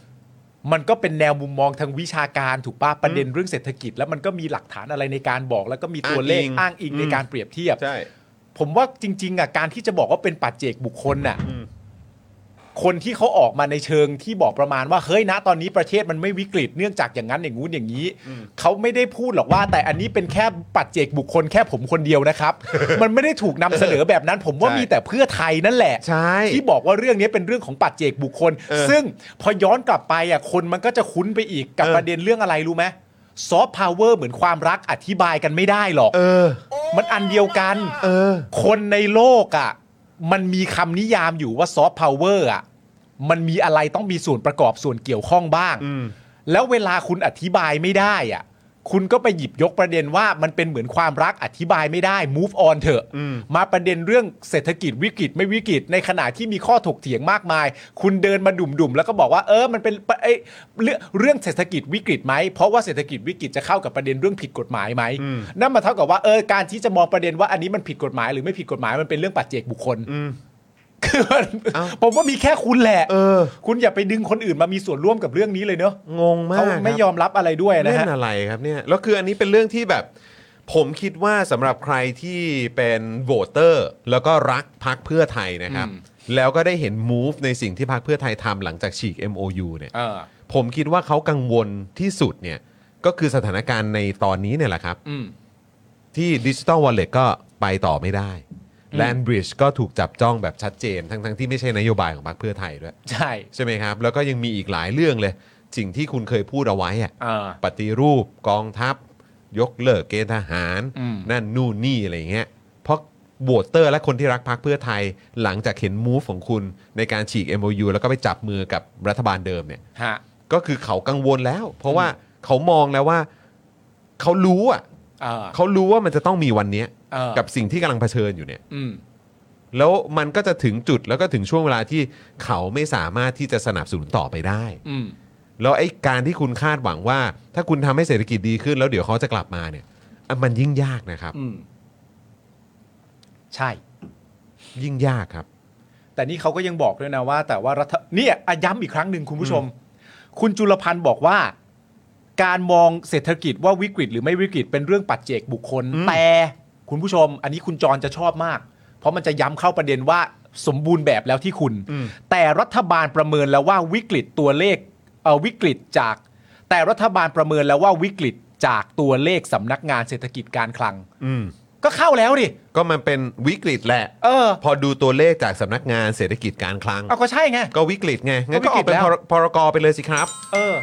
B: มันก็เป็นแนวมุมมองทางวิชาการถูกป่ะประเด็นเรื่องเศรษฐกิจ แล้วมันก็มีหลักฐานอะไรในการบอก แล้วก็มีตัวเลขอ้างอิงในการเปรียบเทียบ
E: ใช่
B: ผมว่าจริง ๆอ่ะการที่จะบอกว่าเป็นปัจเจกบุคคลน่ะ
E: อืม
B: คนที่เขาออกมาในเชิงที่บอกประมาณว่าเฮ้ยนะตอนนี้ประเทศมันไม่วิกฤตเนื่องจากอย่างนั้นอย่างงู้นอย่างนี้เขาไม่ได้พูดหรอกว่า แต่อันนี้เป็นแค่ปัจเจกบุคคลแค่ผมคนเดียว
E: (laughs)
B: นะครับ มันไม่ได้ถูกนำเสนอแบบนั้น ผมว่ามีแต่เพื่อไทยนั่นแหละ
E: ใช่
B: ที่บอกว่าเรื่องนี้เป็นเรื่องของปัจเจกบุคคล
E: เออ
B: ซึ่งพอย้อนกลับไปอ่ะคนมันก็จะคุ้นไปอีกกับ
E: เออ
B: ประเด็นเรื่องอะไรรู้ไหมซอฟต์พาวเวอร์เหมือนความรักอธิบายกันไม่ได้หรอก
E: เออ
B: มันอันเดียวกัน
E: เออ
B: คนในโลกอะ่ะ มันมีคำนิยามอยู่ว่าซอฟต์พาวเวอร์อ่ะ มันมีอะไรต้องมีส่วนประกอบส่วนเกี่ยวข้องบ้าง
E: อืม
B: แล้วเวลาคุณอธิบายไม่ได้อ่ะ คุณก็ไปหยิบยกประเด็นว่ามันเป็นเหมือนความรักอธิบายไม่ได้ move on เถอะ
E: อืม
B: มาประเด็นเรื่องเศรษฐกิจวิกฤตไม่วิกฤตในขณะที่มีข้อถกเถียงมากมาย คุณเดินมาดุ่มๆแล้วก็บอกว่าเออมันเป็นเอยเรื่องเรื่องเศรษฐกิจวิกฤตไหมเพราะว่าเศรษฐกิจวิกฤตจะเข้ากับประเด็นเรื่องผิดกฎหมายไหมนั่นมาเท่ากับว่าเออการที่จะมองประเด็นว่าอันนี้มันผิดกฎหมาย หรือไม่ผิดกฎหมายมันเป็นเรื่องปัจเจกบุคคลคือมันผมว่ามีแค่คุณแหละ
E: เออ
B: คุณอย่าไปดึงคนอื่นมามีส่วนร่วมกับเรื่องนี้เลยเนอะ
E: งงมาก
B: เขาไม่ยอมรับอะไรด้วยนะ
E: เล่
B: ฮะ
E: นอะไรครับเนี่ยแล้วคืออันนี้เป็นเรื่องที่แบบ ผมคิดว่าสำหรับใครที่เป็นโหวตเตอร์ แล้วก็รักพักเพื่อไทยนะครับ
B: อืม
E: แล้วก็ได้เห็น move ในสิ่งที่พักเพื่อไทยทำหลังจากฉีก MOU เนี่ย
B: เออ
E: ผมคิดว่าเขากังวลที่สุดเนี่ยก็คือสถานการณ์ในตอนนี้เนี่ยแหละครับ
B: อืม
E: ที่ดิจิ t a ลวอลเล็ตก็ไปต่อไม่ได้
B: อืม
E: แลนบริดจ์ก็ถูกจับจ้องแบบชัดเจน ทั้งๆที่ไม่ใช่นโยบายของพรรคเพื่อไทยด้วย
B: ใช่
E: ใช่ไหมครับ แล้วก็ยังมีอีกหลายเรื่องเลย สิ่งที่คุณเคยพูดเอาไว้อะ
B: เออ
E: ปฏิรูปกองทัพ ยกเลิกเกณฑ์ทหาร
B: อืม
E: นั่นนู่นนี่อะไรอย่างเงี้ยเพราะโบวตเตอร์และคนที่รักพักเพื่อไทย หลังจากเห็นมูฟของคุณในการฉีก MOU แล้วก็ไปจับมือกับรัฐบาลเดิมเนี่ย
B: ฮะ
E: ก็คือเขากังวลแล้ว เพราะว่าเขามองแล้วว่าเขารู้อ่ะ
B: เออ
E: เขารู้ว่ามันจะต้องมีวันเนี้ย
B: เออ
E: กับสิ่งที่กำลังเผชิญอยู่เนี่ย
B: อืม
E: แล้วมันก็จะถึงจุดแล้วก็ถึงช่วงเวลาที่เขาไม่สามารถที่จะสนับสนุนต่อไปได้
B: อืม
E: แล้วไอ้การที่คุณคาดหวังว่า ถ้าคุณทำให้เศรษฐกิจดีขึ้นแล้วเดี๋ยวเขาจะกลับมาเนี่ยอ่ะมันยิ่งยากนะครับ
B: อืม ใช่
E: ยิ่งยากครับ
B: แต่นี่เขาก็ยังบอกด้วยนะว่า แต่ว่ารัฐเนี่ยอ่ะย้ำอีกครั้งหนึ่งคุณผู้ชม คุณจุลพันธ์บอกว่า การมองเศรษฐกิจว่าวิกฤตหรือไม่วิกฤตเป็นเรื่องปัจเจกบุคคล
E: อืม
B: แต่คุณผู้ชม อันนี้คุณจรจะชอบมาก เพราะมันจะย้ำเข้าประเด็นว่าสมบูรณ์แบบแล้วที่คุณ แต่รัฐบาลประเมินแล้วว่าวิกฤตตัวเลขเอ่อวิกฤตจาก แต่รัฐบาลประเมินแล้วว่าวิกฤตจากตัวเลขสำนักงานเศรษฐกิจการคลัง
E: อืม
B: ก็เข้าแล้วดิ
E: ก็มันเป็นวิกฤตแหละ
B: เออ
E: พอดูตัวเลขจากสำนักงานเศรษฐกิจการคลัง
B: เอาก็ใช่ไง
E: ก็วิกฤตไงงั้นก็ออกเป็น
B: ก็วิกฤตแล้ว
E: พรกไปเลยสิครับ
B: เออ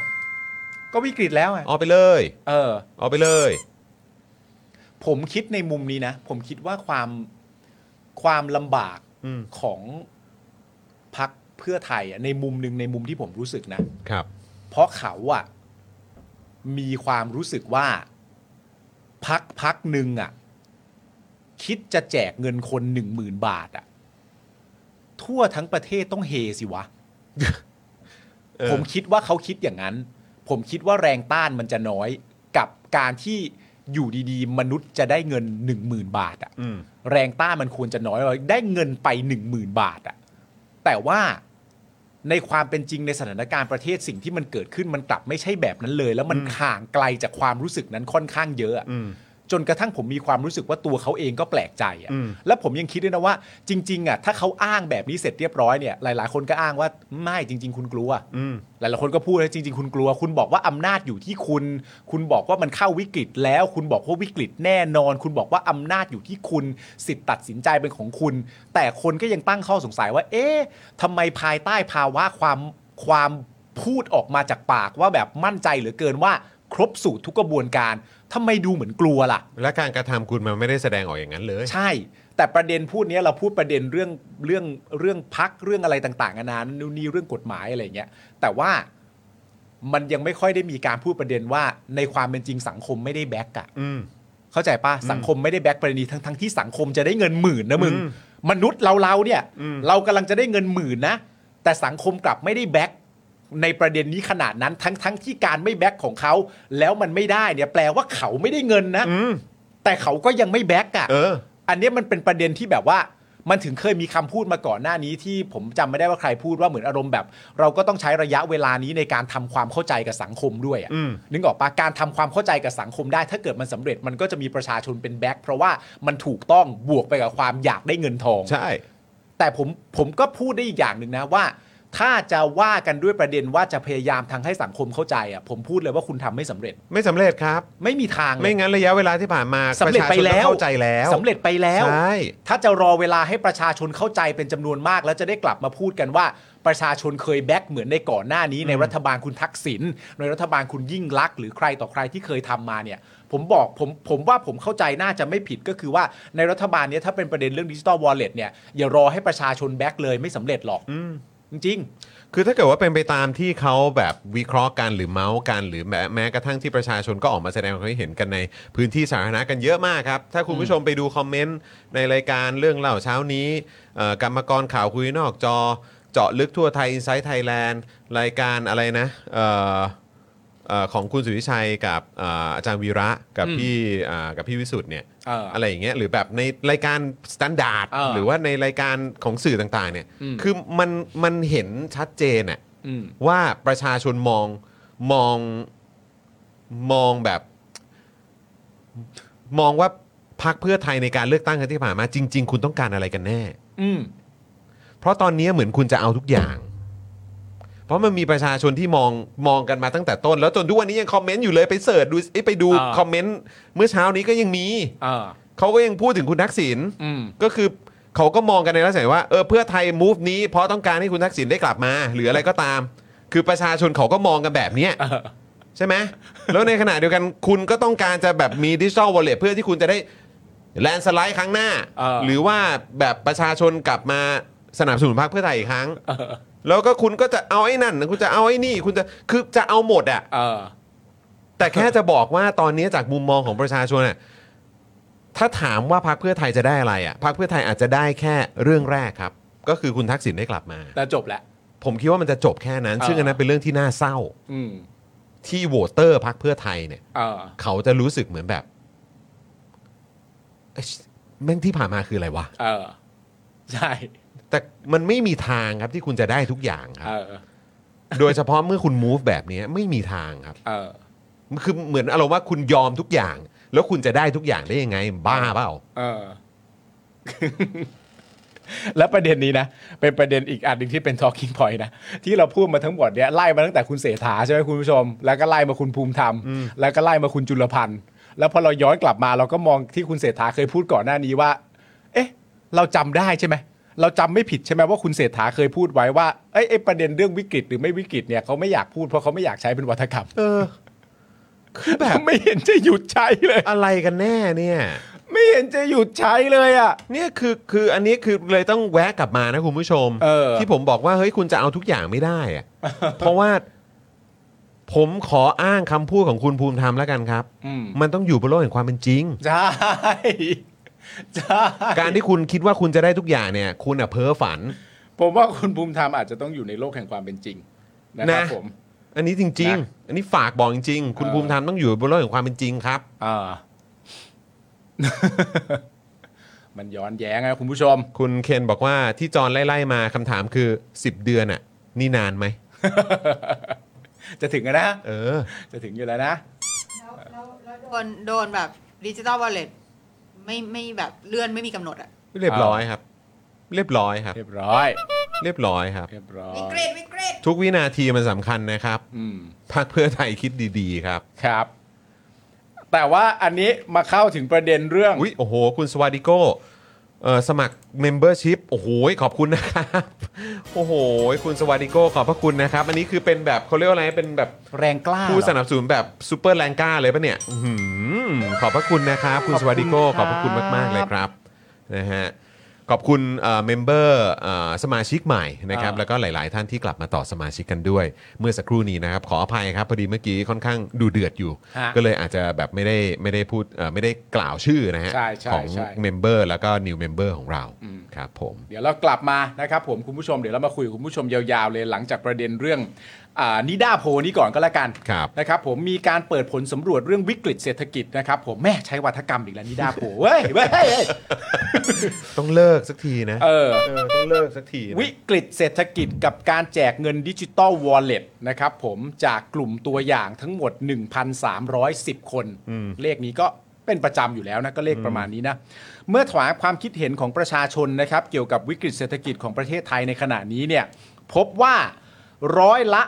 B: ก็วิกฤตแล้วไง
E: ออกไปเลย
B: เออ
E: ออกไปเลย
B: ผมคิดในมุมนี้นะ ผมคิดว่าความความลำบาก
E: อืม
B: ของพักเพื่อไทยอะในมุมหนึ่งในมุมที่ผมรู้สึกนะ
E: ครับ
B: เพราะเขาอะมีความรู้สึกว่าพักพักหนึ่งอะคิดจะแจกเงินคนหนึ่งหมื่นบาทอะทั่วทั้งประเทศต้องเฮสิวะ
E: (laughs) เออ
B: ผมคิดว่าเขาคิดอย่างนั้น ผมคิดว่าแรงต้านมันจะน้อยกับการที่อยู่ดีๆ มนุษย์จะได้เงิน 1 0,000 บาทอะ
E: อืม
B: แรงต้านมันควรจะน้อยได้เงินไป 1 0,000 บาทอะแต่ว่าในความเป็นจริงในสถานการณ์ประเทศสิ่งที่มันเกิดขึ้นมันกลับไม่ใช่แบบนั้นเลย แล้วมันห่างไกลจากความรู้สึกนั้นค่อนข้างเยอะอะ
E: อืม
B: จนกระทั่งผมมีความรู้สึกว่าตัวเขาเองก็แปลกใจอะ
E: อืม
B: แล้วผมยังคิดด้วยนะว่า จริง ๆอะถ้าเขาอ้างแบบนี้เสร็จเรียบร้อยเนี่ย หลายๆ คนก็อ้างว่าไม่จริง ๆ คุณกลัว
E: อืม
B: หลายๆคนก็พูดว่าจริง ๆ คุณกลัว คุณบอกว่าอำนาจอยู่ที่คุณ คุณบอกว่ามันเข้าวิกฤตแล้ว คุณบอกว่าวิกฤตแน่นอน คุณบอกว่าอำนาจอยู่ที่คุณ สิทธิ์ตัดสินใจเป็นของคุณ แต่คนก็ยังตั้งข้อสงสัยว่า เอ๊ะทำไมภายใต้ภาวะความความพูดออกมาจากปากว่าแบบมั่นใจเหลือเกินว่า ครบสูตรทุกกระบวนการทำไมดูเหมือนกลัวล่ะ
E: และการกระทำคุณมันไม่ได้แสดงออกอย่างนั้นเลย
B: ใช่ แต่ประเด็นพูดเนี้ยเราพูดประเด็นเรื่องเรื่องเรื่องพักเรื่องอะไรต่างๆนานานู่นนี่เรื่องกฎหมายอะไรอย่างเงี้ย แต่ว่ามันยังไม่ค่อยได้มีการพูดประเด็นว่าในความเป็นจริงสังคมไม่ได้แบ็กอะ
E: อืม
B: เข้าใจปะสังคมไม่ได้แบ็กประเด็นนี้ทั้งทั้งที่สังคมจะได้เงินหมื่นนะมึง
E: อืม
B: มนุษย์เราเราเนี่ย
E: อืม
B: เรากำลังจะได้เงินหมื่นนะแต่สังคมกลับไม่ได้แบ็กในประเด็นนี้ขนาดนั้นทั้งทั้งที่การไม่แบ็กของเขาแล้วมันไม่ได้เนี่ยแปลว่าเขาไม่ได้เงินนะ
E: อืม
B: แต่เขาก็ยังไม่แบ็กอะ
E: เออ
B: อันเนี้ยมันเป็นประเด็นที่แบบว่ามันถึงเคยมีคำพูดมาก่อนหน้านี้ที่ผมจำไม่ได้ว่าใครพูดว่าเหมือนอารมณ์แบบ เราก็ต้องใช้ระยะเวลานี้ในการทำความเข้าใจกับสังคมด้วยอะ
E: อืม
B: นึกออกปะการทำความเข้าใจกับสังคมได้ ถ้าเกิดมันสำเร็จมันก็จะมีประชาชนเป็นแบ็คเพราะว่ามันถูกต้องบวกไปกับความอยากได้เงินทอง
E: ใช่
B: แต่ผมผมก็พูดได้อีกอย่างหนึ่งนะว่า ถ้าจะว่ากันด้วยประเด็นว่าจะพยายามทางให้สังคมเข้าใจอ่ะผมพูดเลยว่าคุณทำไม่สำเร็จ
E: ไม่สำเร็จครับ
B: ไม่มีทางเลย
E: ไม่งั้นระยะเวลาที่ผ่านมา
B: สำเร็จไป
E: ระชาชนก็
B: แล้ว
E: เข้าใจแล้ว
B: สำเร็จไปแล้ว
E: ใช่
B: ถ้าจะรอเวลาให้ประชาชนเข้าใจเป็นจำนวนมาก แล้วจะได้กลับมาพูดกันว่า ประชาชนเคยแบ็กเหมือนในก่อนหน้านี้ ในรัฐบาลคุณทักษิณในรัฐบาลคุณยิ่งลักษณ์หรือใครต่อใครที่เคยทำมาเนี่ย ผมบอกผมผมว่าผมเข้าใจน่าจะไม่ผิดก็คือว่าในรัฐบาลเนี้ยถ้าเป็นประเด็นเรื่องดิจิตอลวอลเล็ตเนี่ยอย่ารอให้ประชาชนแบ็กเลยไม่สำเร็จหรอก
E: อืม
B: จริง
E: คือถ้าเกิดว่าเป็นไปตามที่เขาแบบวิเคราะห์กันหรือเมาส์กันหรือแม้แม้กระทั่งที่ประชาชนก็ออกมาแสดงความคิดเห็นกันในพื้นที่สาธารณะกันเยอะมากครับ ถ้าคุณผู้ชมไปดูคอมเมนต์ในรายการเรื่องเล่าเช้านี้เอ่อกรรมกรข่าวคุยนอกจอ เจาะลึกทั่วไทย Inside Thailand รายการอะไรนะเอ่อเอ่อของคุณสุวิชัยกับเอ่ออาจารย์วีระกับ
B: อืม
E: พี่อ่ากับพี่วิสุทธ์เนี่ย
B: ๆเออ
E: อะไรอย่างเงี้ยหรือแบบในรายการสแตนดาร์ด
B: เออ
E: หรือว่าในรายการของสื่อต่างๆเนี่ย
B: อืม
E: คือมันมันเห็นชัดเจนอะ
B: อืม
E: ว่าประชาชนมองมองมองแบบ มองว่าพักเพื่อไทยในการเลือกตั้งครั้งที่ผ่านมา จริง ๆ คุณต้องการอะไรกันแน่
B: อืม
E: เพราะตอนนี้เหมือนคุณจะเอาทุกอย่าง เพราะมันมีประชาชนที่มองมองกันมาตั้งแต่ต้น แล้วจนทุกวันนี้ยังคอมเมนต์อยู่เลยไปเสิร์ชดูเอ้ยไปดูคอมเมนต์เมื่อเช้านี้ก็ยังมี
B: เออ
E: เขาก็ยังพูดถึงคุณทักษิณ
B: อืม
E: ก็คือเขาก็มองกันในลักษณะว่าเออเพื่อไทยมูฟนี้เพราะต้องการให้คุณทักษิณได้กลับมา หรืออะไรก็ตาม คือประชาชนเขาก็มองกันแบบเนี้ยใช่ไหม แล้วในขณะเดียวกันคุณก็ต้องการจะแบบมีดิจิทัลวอลเล็ตเพื่อที่คุณจะได้แลนสไลด์ครั้งหน้า
B: เออ
E: หรือว่าแบบประชาชนกลับมาสนับสนุนพรรคเพื่อไทยอีกครั้ง แล้วก็คุณก็จะเอาไอ้นั่น คุณจะเอาไอ้นี่ คุณจะคือจะเอาหมดอะ
B: เออ
E: แต่แค่จะบอกว่าตอนนี้จากมุมมองของประชาชนน่ะ ถ้าถามว่าพรรคเพื่อไทยจะได้อะไรอ่ะพรรคเพื่อไทยอาจจะได้แค่เรื่องแรกครับ ก็คือคุณทักษิณได้กลับมา
B: แต่จบแล้ว
E: ผมคิดว่ามันจะจบแค่นั้น
B: เออ
E: ซึ่งอันนั้นเป็นเรื่องที่น่าเศร้า
B: อืม
E: ที่โหวตเตอร์พรรคเพื่อไทยเนี่ย
B: เออ
E: เขาจะรู้สึกเหมือนแบบเอ้ยแม่งที่ผ่านมาคืออะไรวะ
B: เออ ใช่
E: แต่มันไม่มีทางครับที่คุณจะได้ทุกอย่างค
B: เอ
E: รับ
B: อ
E: โดยเฉพาะเมื่อคุณ move แบบนี้ไม่มีทางครับ
B: เออ
E: คือเหมือนอารมณ์ว่าคุณยอมทุกอย่าง แล้วคุณจะได้ทุกอย่างได้ยังไง บ้าเปล่า
B: เออ (laughs) แล้วประเด็นนี้นะ เป็นประเด็นอีกอันหนึ่งที่เป็น talking point นะ ที่เราพูดมาทั้งหมดเนี่ยไล่มาตั้งแต่คุณเสถาใช่ไหมคุณผู้ชม แล้วก็ไล่มาคุณภูมิธรรม แล้วก็ไล่มาคุณจุลพันธ์ แล้วพอเราย้อนกลับมาเราก็มองที่คุณเสถาเคยพูดก่อนหน้านี้ว่า เอ๊ะ เราจำได้ใช่ไหม เราจำไม่ผิดใช่ไหมว่าคุณเศรษฐาเคยพูดไว้ว่าเอ้ยไอ้ประเด็นเรื่องวิกฤตหรือไม่วิกฤตเนี่ยเขาไม่อยากพูดเพราะเขาไม่อยากใช้เป็นวัฒกรรม
E: เออ คือแบบ
B: ไม่เห็นจะหยุดใช้เลย
E: อะไรกันแน่เนี่ย
B: ไม่เห็นจะหยุดใช้เลยอ่ะ
E: เนี่ยคือคืออันนี้คือเลยต้องแวะกลับมานะคุณผู้ชม
B: เออ
E: ที่ผมบอกว่าเฮ้ยคุณจะเอาทุกอย่างไม่ได้ (laughs) อะ เพราะว่าผมขออ้างคำพูดของคุณภูมิธรรมแล้วกันครับ
B: อืม
E: มันต้องอยู่บนโลกแห่งความเป็นจริง
B: ใช่ใช่
E: การที่คุณคิดว่าคุณจะได้ทุกอย่างเนี่ย คุณอ่ะเพ้อฝัน
B: ผมว่าคุณภูมิธรรมอาจจะต้องอยู่ในโลกแห่งความเป็นจริง นะครับ
E: นะ
B: ผม
E: อันนี้จริง
B: นะ
E: ๆ อันนี้ฝากบอกจริงๆคุณ
B: เออ
E: ภูมิธรรมต้องอยู่บนโลกแห่งความเป็นจริงครับ
B: อ่า มันย้อนแย้งนะคุณผู้ชม
E: คุณเคนบอกว่าที่จอนไล่ๆมาคำถามคือ 10 เดือนอ่ะ นี่นานไหม
B: จะถึงแล้วนะ
E: เออ
B: จะถึงอยู่แล้วนะ
F: โดนโดนแบบดิจิตอลวอลเล็ตไม่ไม่แบบเลื่อนไม่มีกำหนดอ่ะ
E: เรียบร้อยครับ เรียบร้อยครับ
B: เรียบร้อย
E: เรียบร้อยครับ
B: เรียบร้อ
F: วิก
B: ย
F: ฤตวิกฤต
E: ทุกวินาทีมันสำคัญนะครับ
B: อืม
E: พรรคเพื่อไทยคิดดีๆครับ
B: ครับ แต่ว่าอันนี้มาเข้าถึงประเด็นเรื่อง
E: อุ้ยโอ้โห คุณสวัสดิโก้เอ่อสมัครเมมเบอร์ชิพโอ้โหขอบคุณนะครับ โอ้โห คุณสวัสดิโก้ขอบพระคุณนะครับ อันนี้คือเป็นแบบเขาเรียกว่าอะไรเป็นแบบ
C: แรงกล้า
E: ผู้
C: เห
E: ส
C: รอ
E: นับสนุนแบบซูเปอร์แรงก้าเลยปะเนี่ยอื้อหือขอบพระคุณนะครับ คุณสวัสดิโก้ข
C: ข
E: อ
C: อ
E: บบพ
C: คุณครับ
E: ระคุณมาก ๆ เลยครับนะฮะขอบคุณเมมเบอร์สมาชิกใหม่นะครับ
B: อ่า
E: แล้วก็หลาย ๆ ท่านที่กลับมาต่อสมาชิกกันด้วย เมื่อสักครู่นี้นะครับ ขออภัยครับ พอดีเมื่อกี้ค่อนข้างดูเดือดอยู่
B: ฮะ
E: ก็เลยอาจจะแบบไม่ได้ไม่ได้พูดเอ่อไม่ได้กล่าวชื่อนะฮะ
B: ใช่ใช่
E: ของ
B: ใช่
E: เมมเบอร์แล้วก็นิวเมมเบอร์ของเรา
B: อืม
E: ครับผม
B: เดี๋ยวเรากลับมานะครับผมคุณผู้ชมเดี๋ยวเรามาคุยกับคุณผู้ชมยาวๆเลยหลังจากประเด็นเรื่องอานิด้าโพลนี้ก่อนก็แล้วกัน
E: ครับ
B: นะครับผมมีการเปิดผลสำรวจเรื่องวิกฤตเศรษฐกิจนะครับผมแม่ใช้วัฒกรรมอีกแล้วนิดาโผเว้ยเว้ยเว้ย
E: ต้องเลิกสักทีนะ
B: เออ
E: เออต้องเลิกสักทีนะ
B: วิกฤตเศรษฐกิจกับการแจกเงินดิจิตอลวอลเล็ตนะครับผมจากกลุ่มตัวอย่างทั้งหมด 1,310 คน เลขนี้ก็เป็นประจำอยู่แล้วนะ ก็เลขประมาณนี้นะ เมื่อถามความคิดเห็นของประชาชนนะครับ เกี่ยวกับวิกฤตเศรษฐกิจของประเทศไทยในขณะนี้เนี่ย พบว่าร้อยละ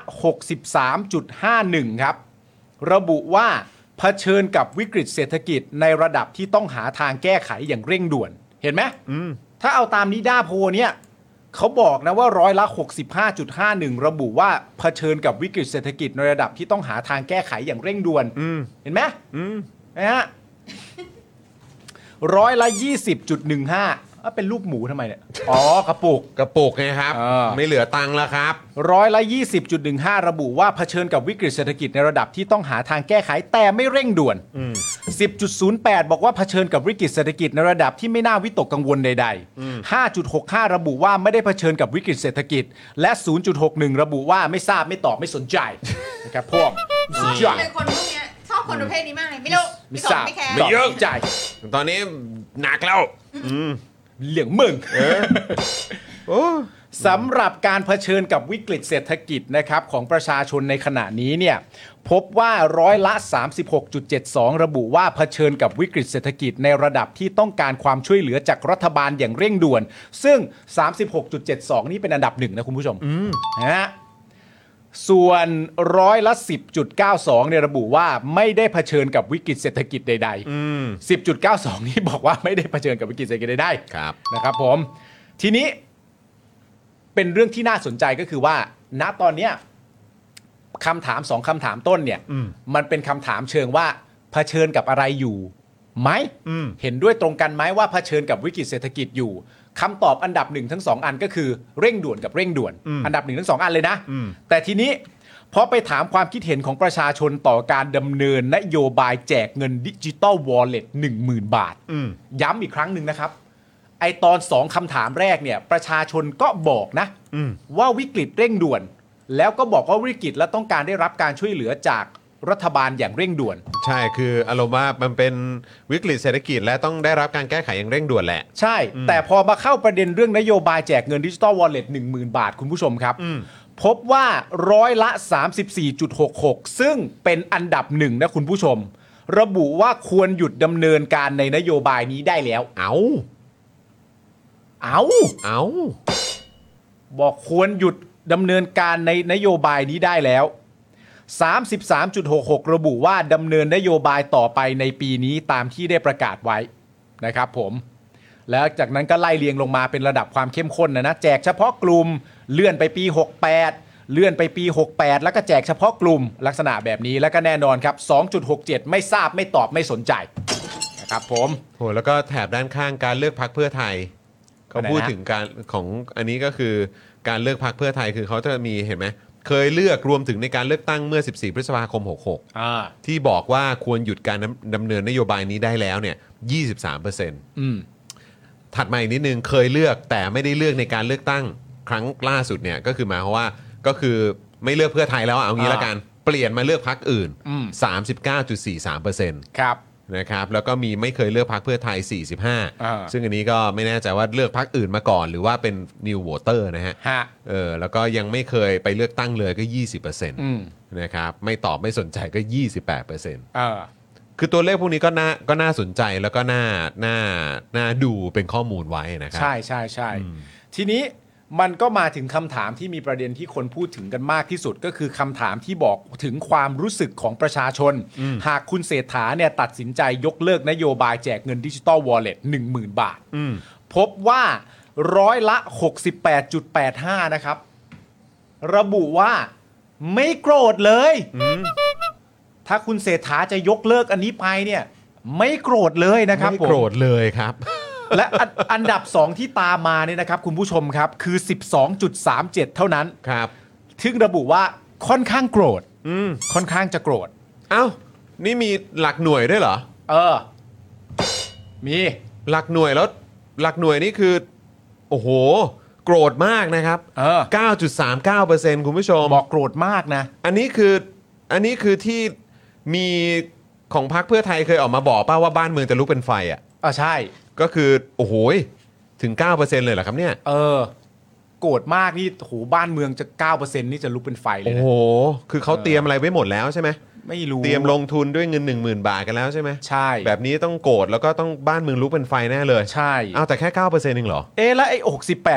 B: 63.51 ครับ ระบุว่าเผชิญกับวิกฤตเศรษฐกิจในระดับที่ต้องหาทางแก้ไขอย่างเร่งด่วน เห็นไหม ถ้าเอาตามนิด้าโพลเนี่ยเขาบอกนะว่าร้อยละ 65.51 ระบุว่าเผชิญกับวิกฤตเศรษฐกิจในระดับที่ต้องหาทางแก้ไขอย่างเร่งด่วน เห็นไหมนะฮะร้อยละ 20.15อ่ะเป็นรูปหมูทำไมเนี่ย อ๋อกระปุก
E: กระปุกไงครับ
B: เออ
E: ไม่เหลือตังค์แล้วครับ
B: ร้อยละ 20.15 ระบุว่าเผชิญกับวิกฤตเศรษฐกิจในระดับที่ต้องหาทางแก้ไขแต่ไม่เร่งด่วน 10.08 บอกว่าเผชิญกับวิกฤตเศรษฐกิจในระดับที่ไม่น่าวิตกกังวลใด ๆ 5.65 ระบุว่าไม่ได้เผชิญกับวิกฤตเศรษฐกิจ และ 0.61 ระบุว่าไม่ทราบไม่ตอบไม่สนใจ นะครับพวกไม่
F: ช
B: ส
F: อน บ
B: ใจ
F: เลยคนพวกเนี้ยชอบคนประเภทนี้มากเลยไม่รู้
B: ไม่
F: ไม่ส
B: ท
F: น
B: ราบ
F: ไม่แคร์
E: ไม่เยอะ
B: ใจ
E: ตอนนี้หนักแล้ว
B: เหลี่ยงมึง
E: โอ้
B: สำหรับการเผชิญกับวิกฤตเศรษฐกิจนะครับของประชาชนในขณะนี้เนี่ยพบว่าร้อยละ 36.72 ระบุว่าเผชิญกับวิกฤตเศรษฐกิจในระดับที่ต้องการความช่วยเหลือจากรัฐบาลอย่างเร่งด่วน ซึ่ง 36.72 นี่เป็นอันดับหนึ่งนะคุณผู้ชมนะฮะส่วนร้อยละ 10.92 เนี่ยระบุว่าไม่ได้เผชิญกับวิกฤตเศรษฐกิจใด ๆ 10.92 นี่บอกว่าไม่ได้เผชิญกับวิกฤตเศรษฐกิจใดๆ
E: ครับ
B: นะครับผม ทีนี้เป็นเรื่องที่น่าสนใจก็คือว่า ณตอนเนี้ยคำถามสองคำถามต้นเนี่ย มันเป็นคำถามเชิงว่าเผชิญกับอะไรอยู่ไหมเห็นด้วยตรงกันไหมว่าเผชิญกับวิกฤตเศรษฐกิจอยู่คำตอบอันดับหนึ่งทั้งสองอันก็คือเร่งด่วนกับเร่งด่วน อันดับหนึ่งทั้งสองอันเลยนะแต่ทีนี้ เพราะไปถามความคิดเห็นของประชาชนต่อการดำเนินนโยบายแจกเงินดิจิตอลวอลเล็ต1 0,000 บาท ย้ำอีกครั้งหนึ่งนะครับ ไอตอนสองคำถามแรกเนี่ย ประชาชนก็บอกนะ ว่าวิกฤตเร่งด่วน แล้วก็บอกว่าวิกฤตและต้องการได้รับการช่วยเหลือจากรัฐบาลอย่างเร่งด่วน
E: ใช่คืออารมณ์ว่ามันเป็นวิกฤตเศรษฐกิจและต้องได้รับการแก้ไขอย่างเร่งด่วนแหละ
B: ใช่ แต่พอมาเข้าประเด็นเรื่องนโยบายแจกเงินดิจิตอลวอลเล็ต1 0,000 บาทคุณผู้ชมครับ พบว่าร้อยละ 34.66 ซึ่งเป็นอันดับหนึ่งนะคุณผู้ชม ระบุว่าควรหยุดดำเนินการในนโยบายนี้ได้แล้ว
E: เอา
B: เอา
E: เอา
B: บอกควรหยุดดำเนินการในนโยบายนี้ได้แล้ว 33.66 ระบุว่าดำเนินนโยบายต่อไปในปีนี้ตามที่ได้ประกาศไว้นะครับผม แล้วจากนั้นก็ไล่เรียงลงมาเป็นระดับความเข้มข้นนะนะ แจกเฉพาะกลุ่มเลื่อนไปปี 68 เลื่อนไปปี 68 แล้วก็แจกเฉพาะกลุ่มลักษณะแบบนี้แล้วก็แน่นอนครับ 2.67 ไม่ทราบไม่ตอบไม่สนใจนะครับผม
E: โหแล้วก็แถบด้านข้างการเลือกพักเพื่อไทย เขาพูด
B: อันไหนฮะ
E: ถึงการของอันนี้ก็คือการเลือกพักเพื่อไทยคือเขาจะมีเห็นไหมเคยเลือกรวมถึงในการเลือกตั้งเมื่อ 14 พฤษภาคม 66
B: อ่า
E: ที่บอกว่าควรหยุดการดำดำเนินนโยบายนี้ได้แล้วเนี่ย 23
B: อืม
E: ถัดมาอีกนิดนึงเคยเลือกแต่ไม่ได้เลือกในการเลือกตั้งครั้งล่าสุดเนี่ยก็คือหมายความว่าก็คือไม่เลือกเพื่อไทยแล้วอะเอางี้
B: อ่า
E: ละกัน เปลี่ยนมาเลือกพักอื่น
B: อืม
E: 39.43%
B: ครับ
E: นะครับแล้วก็มีไม่เคยเลือกพักเพื่อไทย
B: อ่า
E: 45 ซึ่งอันนี้ก็ไม่แน่ใจว่าเลือกพักอื่นมาก่อน หรือว่าเป็น new voter นะฮะ
B: ฮะ
E: เออแล้วก็ยังไม่เคยไปเลือกตั้งเลยก็ 20%
B: อืม
E: นะครับไม่ตอบไม่สนใจก็ 28%
B: เออ
E: คือตัวเลขพวกนี้ก็น่าก็น่าสนใจแล้วก็น่าน่าน่าดูเป็นข้อมูลไว้นะครั
B: ใช่ใช่ใช่ทีนี้มันก็มาถึงคำถามที่มีประเด็นที่คนพูดถึงกันมากที่สุด ก็คือคำถามที่บอกถึงความรู้สึกของประชาชน หากคุณเศรษฐาเนี่ยตัดสินใจยกเลิกนโยบายแจกเงินดิจิตอลวอลเล็ต1 0,000 บาท พบว่าร้อยละ 68.85 นะครับ ระบุว่าไม่โกรธเลย ถ้าคุณเศรษฐาจะยกเลิกอันนี้ไปเนี่ย ไม่โกรธเลยนะครับ
E: ไม่
B: ผม
E: โกรธเลยครับ
B: และอันอันดับ 2 ที่ตามมาเนี่ยนะครับ คุณผู้ชมครับ คือ 12.37 เท่านั้น
E: ครับ
B: ซึ่งระบุว่าค่อนข้างโกรธค่อนข้างจะโกรธ
E: เอ้า นี่มีหลักหน่วยด้วยเหรอ
B: เออ มี
E: หลักหน่วยแล้ว หลักหน่วยนี่คือ โอ้โห โกรธมากนะครับ
B: เออ
E: 9.39%คุณผู้ชม
B: บอกโกรธมากนะ
E: อันนี้คืออันนี้คือที่มีของพรรคเพื่อไทยเคยออกมาบอกป้าว่าบ้านเมืองจะลุกเป็นไฟอ่ะ
B: อ่ะใช่
E: ก็คือโอ้โหยถึง 9%เลยเหรอครับเนี่ย
B: เออ โกรธมากนี่โหบ้านเมืองจะ 9%นี่จะลุกเป็นไฟเล
E: โอ้
B: ยนะ
E: โห คือเขาเตรียมอะไรไว้หมดแล้วใช่ไหม
B: ไม่รู้
E: เตรียมลงทุนด้วยเงิน 1 0,000 บาทกันแล้วใช่ไหม
B: ใช่
E: แบบนี้ต้องโกรธแล้วก็ต้องบ้านเมืองลุกเป็นไฟแน่เลย
B: ใช่
E: เอาแต่แค่9%เองเหรอ
B: เอ๊ะแล้วไอ้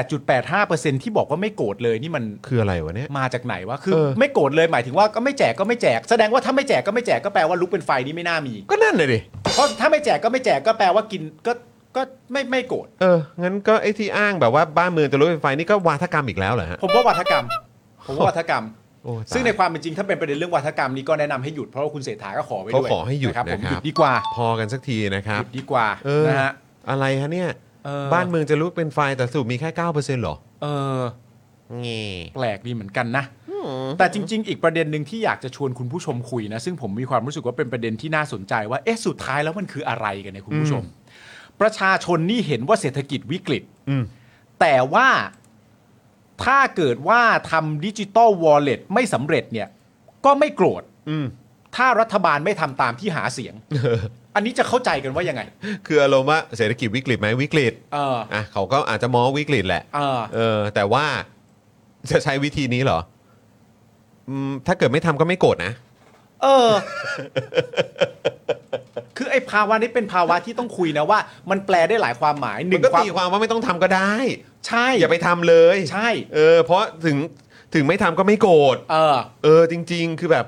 B: 68.85%ที่บอกว่าไม่โกรธเลยนี่มัน
E: คืออะไรวะเนี่ย
B: มาจากไหนวะ คือ
E: เออ
B: ไม่โกรธเลยหมายถึงว่าก็ไม่แจกก็ไม่แจก แสดงว่าถ้าไม่แจกก็ไม่แจกก็แปลว่าลุกเป็นไฟนี่ไม่น่ามี
E: ก็นั่นเลยดิ
B: เพราะถ้าไม่แจกก็ไม่แจกก็แปลว่ากินก็ก็ไม่ไม่โกรธ
E: เออ งั้นก็ไอ้ที่อ้างแบบว่าบ้านเมืองจะลุกเป็นไฟนี่ก็วาทกรรมอีกแล้วเหรอฮะ
B: ผมว่าวัฒกรรม ผมว่าวัฒกรรม
E: โอ้ตาย
B: ซึ่งในความเป็นจริงถ้าเป็นประเด็นเรื่องวัฒกรรมนี้ก็แนะนำให้หยุดเพราะว่าคุณเศรษฐาก็ขอไว้ด้วย
E: เขาขอให้หยุด
B: นะครับผม
E: นะครับ
B: หยุดดีกว่า
E: พอกันสักทีนะครับ
B: หยุดดีกว่า
E: เออ
B: นะฮะ
E: อะไรฮะเนี่ย
B: เออ
E: บ้านเมืองจะลุกเป็นไฟแต่สรุปมีแค่9%เหรอ
B: เออ
E: เงี้ย
B: แปลกดีเหมือนกันนะ แต่จริง ๆ อีกประเด็นหนึ่งที่อยากจะชวนคุณผู้ชมคุยนะ ซึ่งผมมีความรู้สึกว่าเป็นประเด็นที่น่าสนใจว่าเอ๊ะสุดท้ายแล้วมันคืออะไรกันเนี่ยคุณผู้ชม ประชาชนนี่เห็นว่าเศรษฐกิจวิกฤต
E: อืม
B: แต่ว่าถ้าเกิดว่าทำดิจิตอลวอลเล็ตไม่สำเร็จเนี่ย ก็ไม่โกรธ
E: อืม
B: ถ้ารัฐบาลไม่ทำตามที่หาเสียง อันนี้จะเข้าใจกันว่ายังไง
E: คืออารมณ์ว่าเศรษฐกิจวิกฤตไหมวิกฤต
B: เออ
E: อ่ะเขาก็อาจจะมองว่าวิกฤตแหละ
B: เออ
E: เออแต่ว่าจะใช้วิธีนี้เหรออืมถ้าเกิดไม่ทำก็ไม่โกรธนะ
B: เออ คือไอ้ภาวะนี้เป็นภาวะที่ต้องคุยนะว่า มันแปลได้หลายความหมายห
E: มั
B: นึ่
E: น
B: ง
E: ก็
B: ความ
E: ตีความว่าไม่ต้องทำก็ได้
B: ใช่
E: อย่าไปทำเลย
B: ใช่
E: เออ เพราะถึงถึงไม่ทำก็ไม่โกรธ
B: เออ
E: เออ จริง ๆ คือแบบ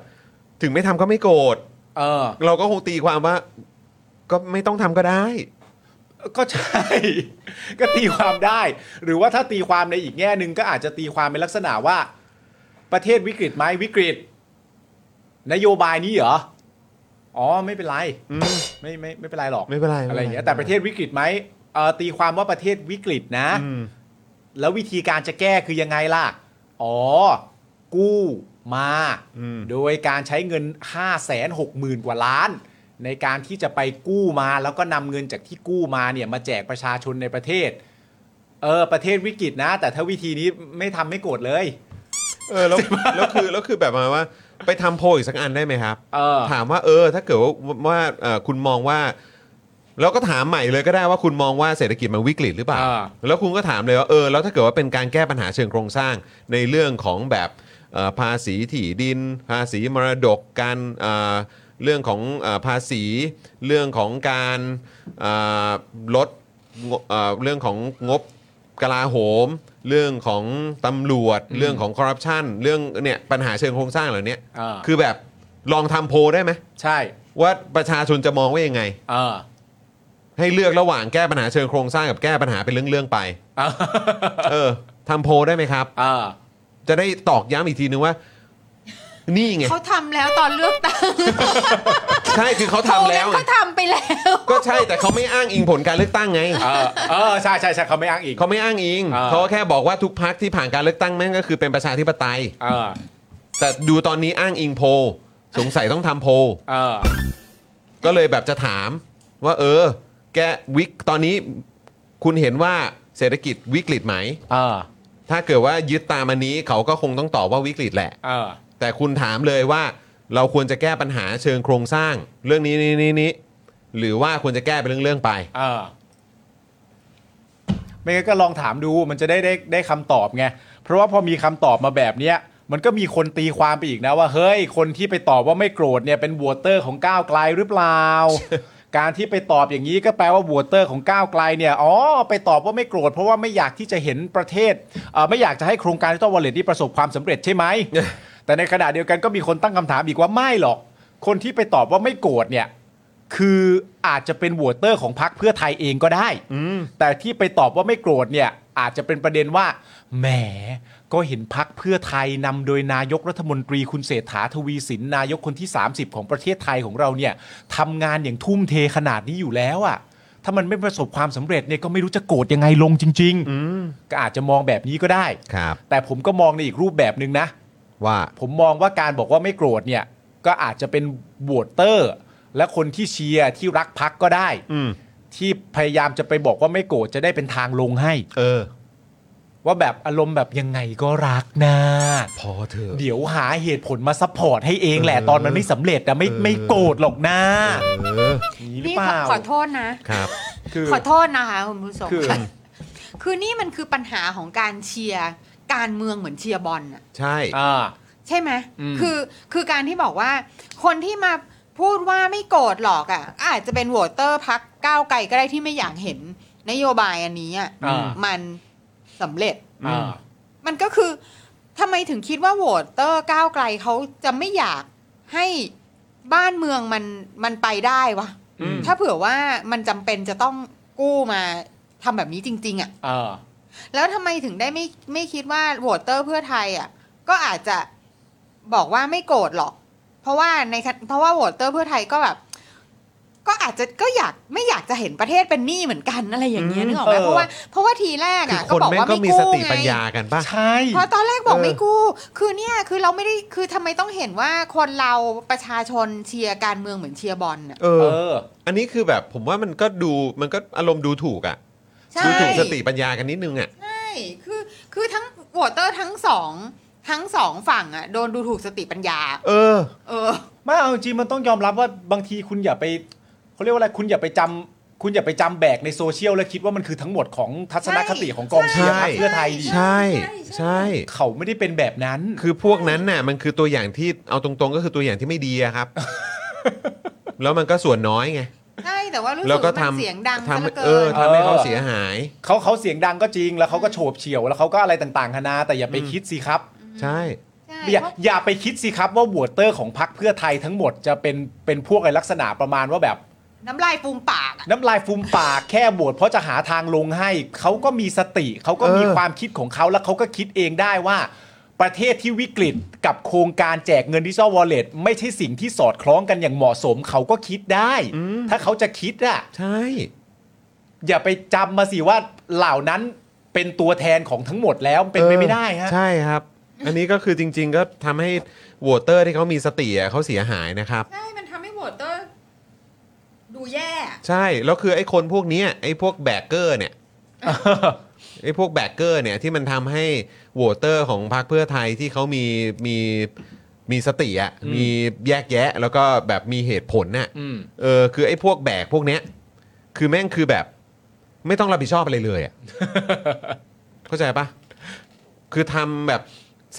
E: ถึงไม่ทำก็ไม่โกรธ
B: เออ
E: เราก็คงตีความว่า ก็ไม่ต้องทำก็ได้
B: ก็ใช่ (laughs) ก็ตีความได้ หรือว่าถ้าตีความในอีกแง่หนึ่งก็อาจจะตีความเป็นลักษณะว่า ประเทศวิกฤตไหมวิกฤต นโยบายนี้เหรอ อ๋อไม่เป็นไรไม่ไม่ไม่เป็นไรหรอก
E: ไม่เป็นไร
B: อะไรอย่างเงี้ย
E: ไม่
B: แต่
E: เป็นไร
B: ประเทศวิกฤตไหมเอ่อตีความว่าประเทศวิกฤตนะ
E: อืม
B: แล้ววิธีการจะแก้คือยังไงล่ะ อ๋อ กู้ มา โดยการใช้เงิน 5 6 0 0 0 0 กว่าล้าน ในการที่จะไปกู้มาแล้วก็นำเงินจากที่กู้มาเนี่ยมาแจกประชาชนในประเทศ เออ ประเทศวิกฤตนะ แต่ถ้าวิธีนี้ไม่ทำไม่โกรธเลย
E: เออแล้วแล้วคือแล้วคือแบบมาว่าไปทำโพลอีกสักอันได้ไหมครับ
B: เออ
E: ถามว่าเออถ้าเกิดว่าว่าเอ่อคุณมองว่า แล้วก็ถามใหม่เลยก็ได้ว่าคุณมองว่าเศรษฐกิจมันวิกฤตหรือเปล่า
B: อ่า
E: แล้วคุณก็ถามเลยว่าเออแล้วถ้าเกิดว่าเป็นการแก้ปัญหาเชิงโครงสร้างในเรื่องของแบบเอ่อภาษีที่ดิน ภาษีมรดกการเอ่อเรื่องของเอ่อภาษีเรื่องของการเอ่อลดงบเอ่อเรื่องของงบกลาโหม เรื่องของตำรวจ เรื่องของคอร์รัปชันเรื่องเนี่ยปัญหาเชิงโครงสร้างเหล่านี้
B: อ่า
E: คือแบบลองทำโพลได้ไหม
B: ใช่
E: ว่าประชาชนจะมองว่ายังไง
B: เออ
E: ให้เลือกระหว่างแก้ปัญหาเชิงโครงสร้างกับแก้ปัญหาเป็นเรื่องๆ
B: (laughs)
E: ไป
B: เออ
E: เออทำโพลได้ไหมครับ
B: เออ
E: จะได้ตอกย้ำอีกทีนึงว่า นี่ไง
F: เขาทำแล้วตอนเลือกตั้ง
E: ใช่คือเขาทำแล้วไง
F: เขาทำไปแล้ว
E: ก็ใช่แต่เขาไม่อ้างอิงผลการเลือกตั้งไง
B: เออเออใช่ใช่ใช่เขาไม่อ้างอีก
E: เขาไม่อ้างอิง
B: อ่า
E: เขาก็แค่บอกว่าทุกพักที่ผ่านการเลือกตั้งแม่งก็คือเป็นประชาธิปไตย
B: เออ
E: แต่ดูตอนนี้อ้างอิงโพลสงสัยต้องทำโพล
B: เออ
E: ก็เลยแบบจะถามว่าเออ แกวิกตอนนี้คุณเห็นว่าเศรษฐกิจวิกฤตไหม
B: เออ
E: ถ้าเกิดว่ายึดตามอันนี้เขาก็คงต้องตอบว่าวิกฤตแหละ
B: เออ
E: แต่คุณถามเลยว่าเราควรจะแก้ปัญหาเชิงโครงสร้าง เรื่องนี้นี้นี้นี้หรือว่าควรจะแก้เป็นเรื่องๆไป
B: เออไม่งั้นก็ลองถามดูมันจะได้ได้ได้คำตอบไง เพราะว่าพอมีคำตอบมาแบบเนี้ย มันก็มีคนตีความไปอีกนะว่า เฮ้ย คนที่ไปตอบว่าไม่โกรธเนี่ยเป็นวอเตอร์ของก้าวไกลหรือเปล่ (laughs) า การที่ไปตอบอย่างนี้ก็แปลว่าวอเตอร์ของก้าวไกลเนี่ยอ๋อไปตอบว่าไม่โกรธเพราะว่าไม่อยากที่จะเห็นประเทศเอ่อไม่อยากจะให้โครงการที่ต้องวอลเล็ตที่ประสบความสำเร็จใช่ไหม แต่ในขณะเดียวกันก็มีคนตั้งคำถามอีกว่าไม่หรอก คนที่ไปตอบว่าไม่โกรธเนี่ย คืออาจจะเป็นโหวตเตอร์ของพรรคเพื่อไทยเองก็ได้ แต่ที่ไปตอบว่าไม่โกรธเนี่ย อาจจะเป็นประเด็นว่า แหม ก็เห็นพักเพื่อไทยนำโดยนายกรัฐมนตรีคุณเศรษฐาทวีสินนายกคนที่ 30 ของประเทศไทยของเราเนี่ยทำงานอย่างทุ่มเทขนาดนี้อยู่แล้วอะถ้ามันไม่ประสบความสำเร็จเนี่ยก็ไม่รู้จะโกรธยังไงลงจริง ๆ ก็อาจจะมองแบบนี้ก็ได้
E: ครับ
B: แต่ผมก็มองในอีกรูปแบบหนึ่งนะ
E: ว่า
B: ผมมองว่าการบอกว่าไม่โกรธเนี่ย ก็อาจจะเป็นโหวตเตอร์ และคนที่เชียร์ที่รักพักก็ได้
E: อืม
B: ที่พยายามจะไปบอกว่าไม่โกรธจะได้เป็นทางลงให้
E: เออ
B: ว่าแบบอารมณ์แบบยังไงก็รักนะ
E: พอเถอะ
B: เดี๋ยวหาเหตุผลมาซัพพอร์ตให้เองแหละ
E: เออ
B: ตอนมันไม่สำเร็จนะไม่
E: เออ
B: ไม่โกรธหรอกนะ
E: เออ
B: นี่หรือ
F: นี่
B: เป
F: ขอ
B: ล่า
F: ขอโทษนะ
E: ครับ
B: คือ
F: ขอโทษนะคะคุณผู้ชม
B: คือ
F: คือนี่มันคือปัญหาของการเชียร์การเมืองเหมือนเชียร์บอลน่ะ
E: ใช่
B: อ่า
F: ใช่ไหม
B: อืม
F: คือ คือการที่บอกว่า คนที่มาพูดว่าไม่โกรธหรอกอะ่ะ อาจจะเป็นโหวตเตอร์พักก้าวไกลก็ได้ที่ไม่อยากเห็นนโยบายอันนี้อะ
B: อ่า
F: มันสำเร็จ
B: อ่า
F: มันก็คือทำไมถึงคิดว่าโหวตเตอร์ก้าวไกลเขาจะไม่อยากให้บ้านเมืองมันมันไปได้วะ
B: อืม
F: ถ้าเผื่อว่ามันจำเป็นจะต้องกู้มาทำแบบนี้จริง ๆอะ่ะ
B: อ่า
F: แล้วทำไมถึงได้ไม่ไม่คิดว่าโหวตเตอร์เพื่อไทยอ่ะก็อาจจะบอกว่าไม่โกรธหรอก เพราะว่าในขณะเพราะว่าโหวตเตอร์เพื่อไทยก็แบบ ก็อาจจะก็อยากไม่อยากจะเห็นประเทศเป็นหนี้เหมือนกันอะไรอย่างเงี้ย
E: อืม
F: นึกออกไหมเพราะว่าเพราะว่าทีแรก
E: คือ
F: อ่ะ
E: คน
F: บอก
E: แม่ง
F: ว่า
E: ก็
F: ไม่
E: มี
F: กู้
E: สติ
F: ไง
E: ปัญญากันป่ะ
B: ใช่
F: เพราะตอนแรกบอก
E: เออ
F: ไม่กู้ คือเนี่ยคือเราไม่ได้ คือทำไมต้องเห็นว่าคนเราประชาชนเชียร์การเมืองเหมือนเชียร์บอลน่ะ
E: เอ
B: เอ
E: อ
B: อ
E: อันนี้คือแบบผมว่ามันก็ดูมันก็อารมณ์ดูถูกอ่ะ
F: ใช่
E: ดูถูกสติปัญญากันนิดนึงอ่ะ
F: ใช่ คือ คือทั้งวอเตอร์ทั้งสองทั้งสองฝั่งอ่ะโดนดูถูกสติปัญญา
E: เออ
F: เออ
B: ไม่เอาจริงๆมันต้องยอมรับว่าบางทีคุณอย่าไปเขาเรียกว่าอะไรคุณอย่าไปจำคุณอย่าไปจำแบกในโซเชียลแล้วคิดว่ามันคือทั้งหมดของทัศนคติของกองเชียร์พรรคเพื่อไทยดิ
E: ใช่ใช่
B: เขาไม่ได้เป็นแบบนั้น
E: คือพวกนั้นน่ะมันคือตัวอย่างที่เอาตรงๆ ก็คือตัวอย่างที่ไม่ดีอะ
F: (laughs)
E: ครับ แล้วมันก็ส่วนน้อยไง
F: ใช่ แต่ว่ารู้สึ
E: แล้ว
F: ก
E: ก็
F: ว่า
E: ท
F: มันเสียงดัง
E: ำ
F: ซะเหลือ
E: ทำ
F: เกิ
E: เออน ทำให้เขา
B: เออ
E: เสียหาย
B: เขาเขาเสียงดังก็จริงแล้วเขาก็โฉบเฉี่ยวแล้วเขาก็อะไรต่างๆนานาแต่อย่าไปคิดสิครับ
E: ใช่
F: ใช่
B: อย่า
F: เพราะ
B: อย่าไปคิดสิครับว่าบวตเตอร์ของพรรคเพื่อไทยทั้งหมดจะเป็นเป็นพวกอะไรลักษณะประมาณว่าแบบ
F: น้ำลายฟูมปากอะ
B: น้ำลายฟูมปากแค่บวชเพราะจะหาทางลงให้ เขาก็มีสติ เขาก็มี
E: เออ
B: ความคิดของเขาแล้วเขาก็คิดเองได้ว่า ประเทศที่วิกฤตกับโครงการแจกเงินดิจิทัลวอลเล็ตไม่ใช่สิ่งที่สอดคล้องกันอย่างเหมาะสม เขาก็คิดได้ ถ้าเขาจะคิดอะ
E: ใช่
B: อย่าไปจำมาสิว่าเหล่านั้นเป็นตัวแทนของทั้งหมดแล้วเป็นไปไม่ได้ฮะ
E: ใช่ครับ อันนี้ก็คือจริง ๆ ก็ทำให้โหวตเตอร์ที่เขามีสติอะเขาเสียหายนะครับ
F: ใช่มันทำให้โหวตเตอร์ดูแย่
E: ใช่แล้วคือไอ้คนพวกเนี้ยไอ้พวกแบกเกอร์เนี่ยไอ้พวกแบกเกอร์เนี่ยที่มันทำให้โหวตเตอร์ของพรรคเพื่อไทยที่เขามีมีมีสติอะ
B: อืม
E: มีแยกแยะ แล้วก็แบบมีเหตุผลน่ะ
B: (laughs) อืม
E: เออคือไอ้พวกแบกพวกเนี้ยคือแม่งคือแบบไม่ต้องรับผิดชอบอะไรเลย
B: (laughs)
E: อะ เข้าใจปะคือทำแบบ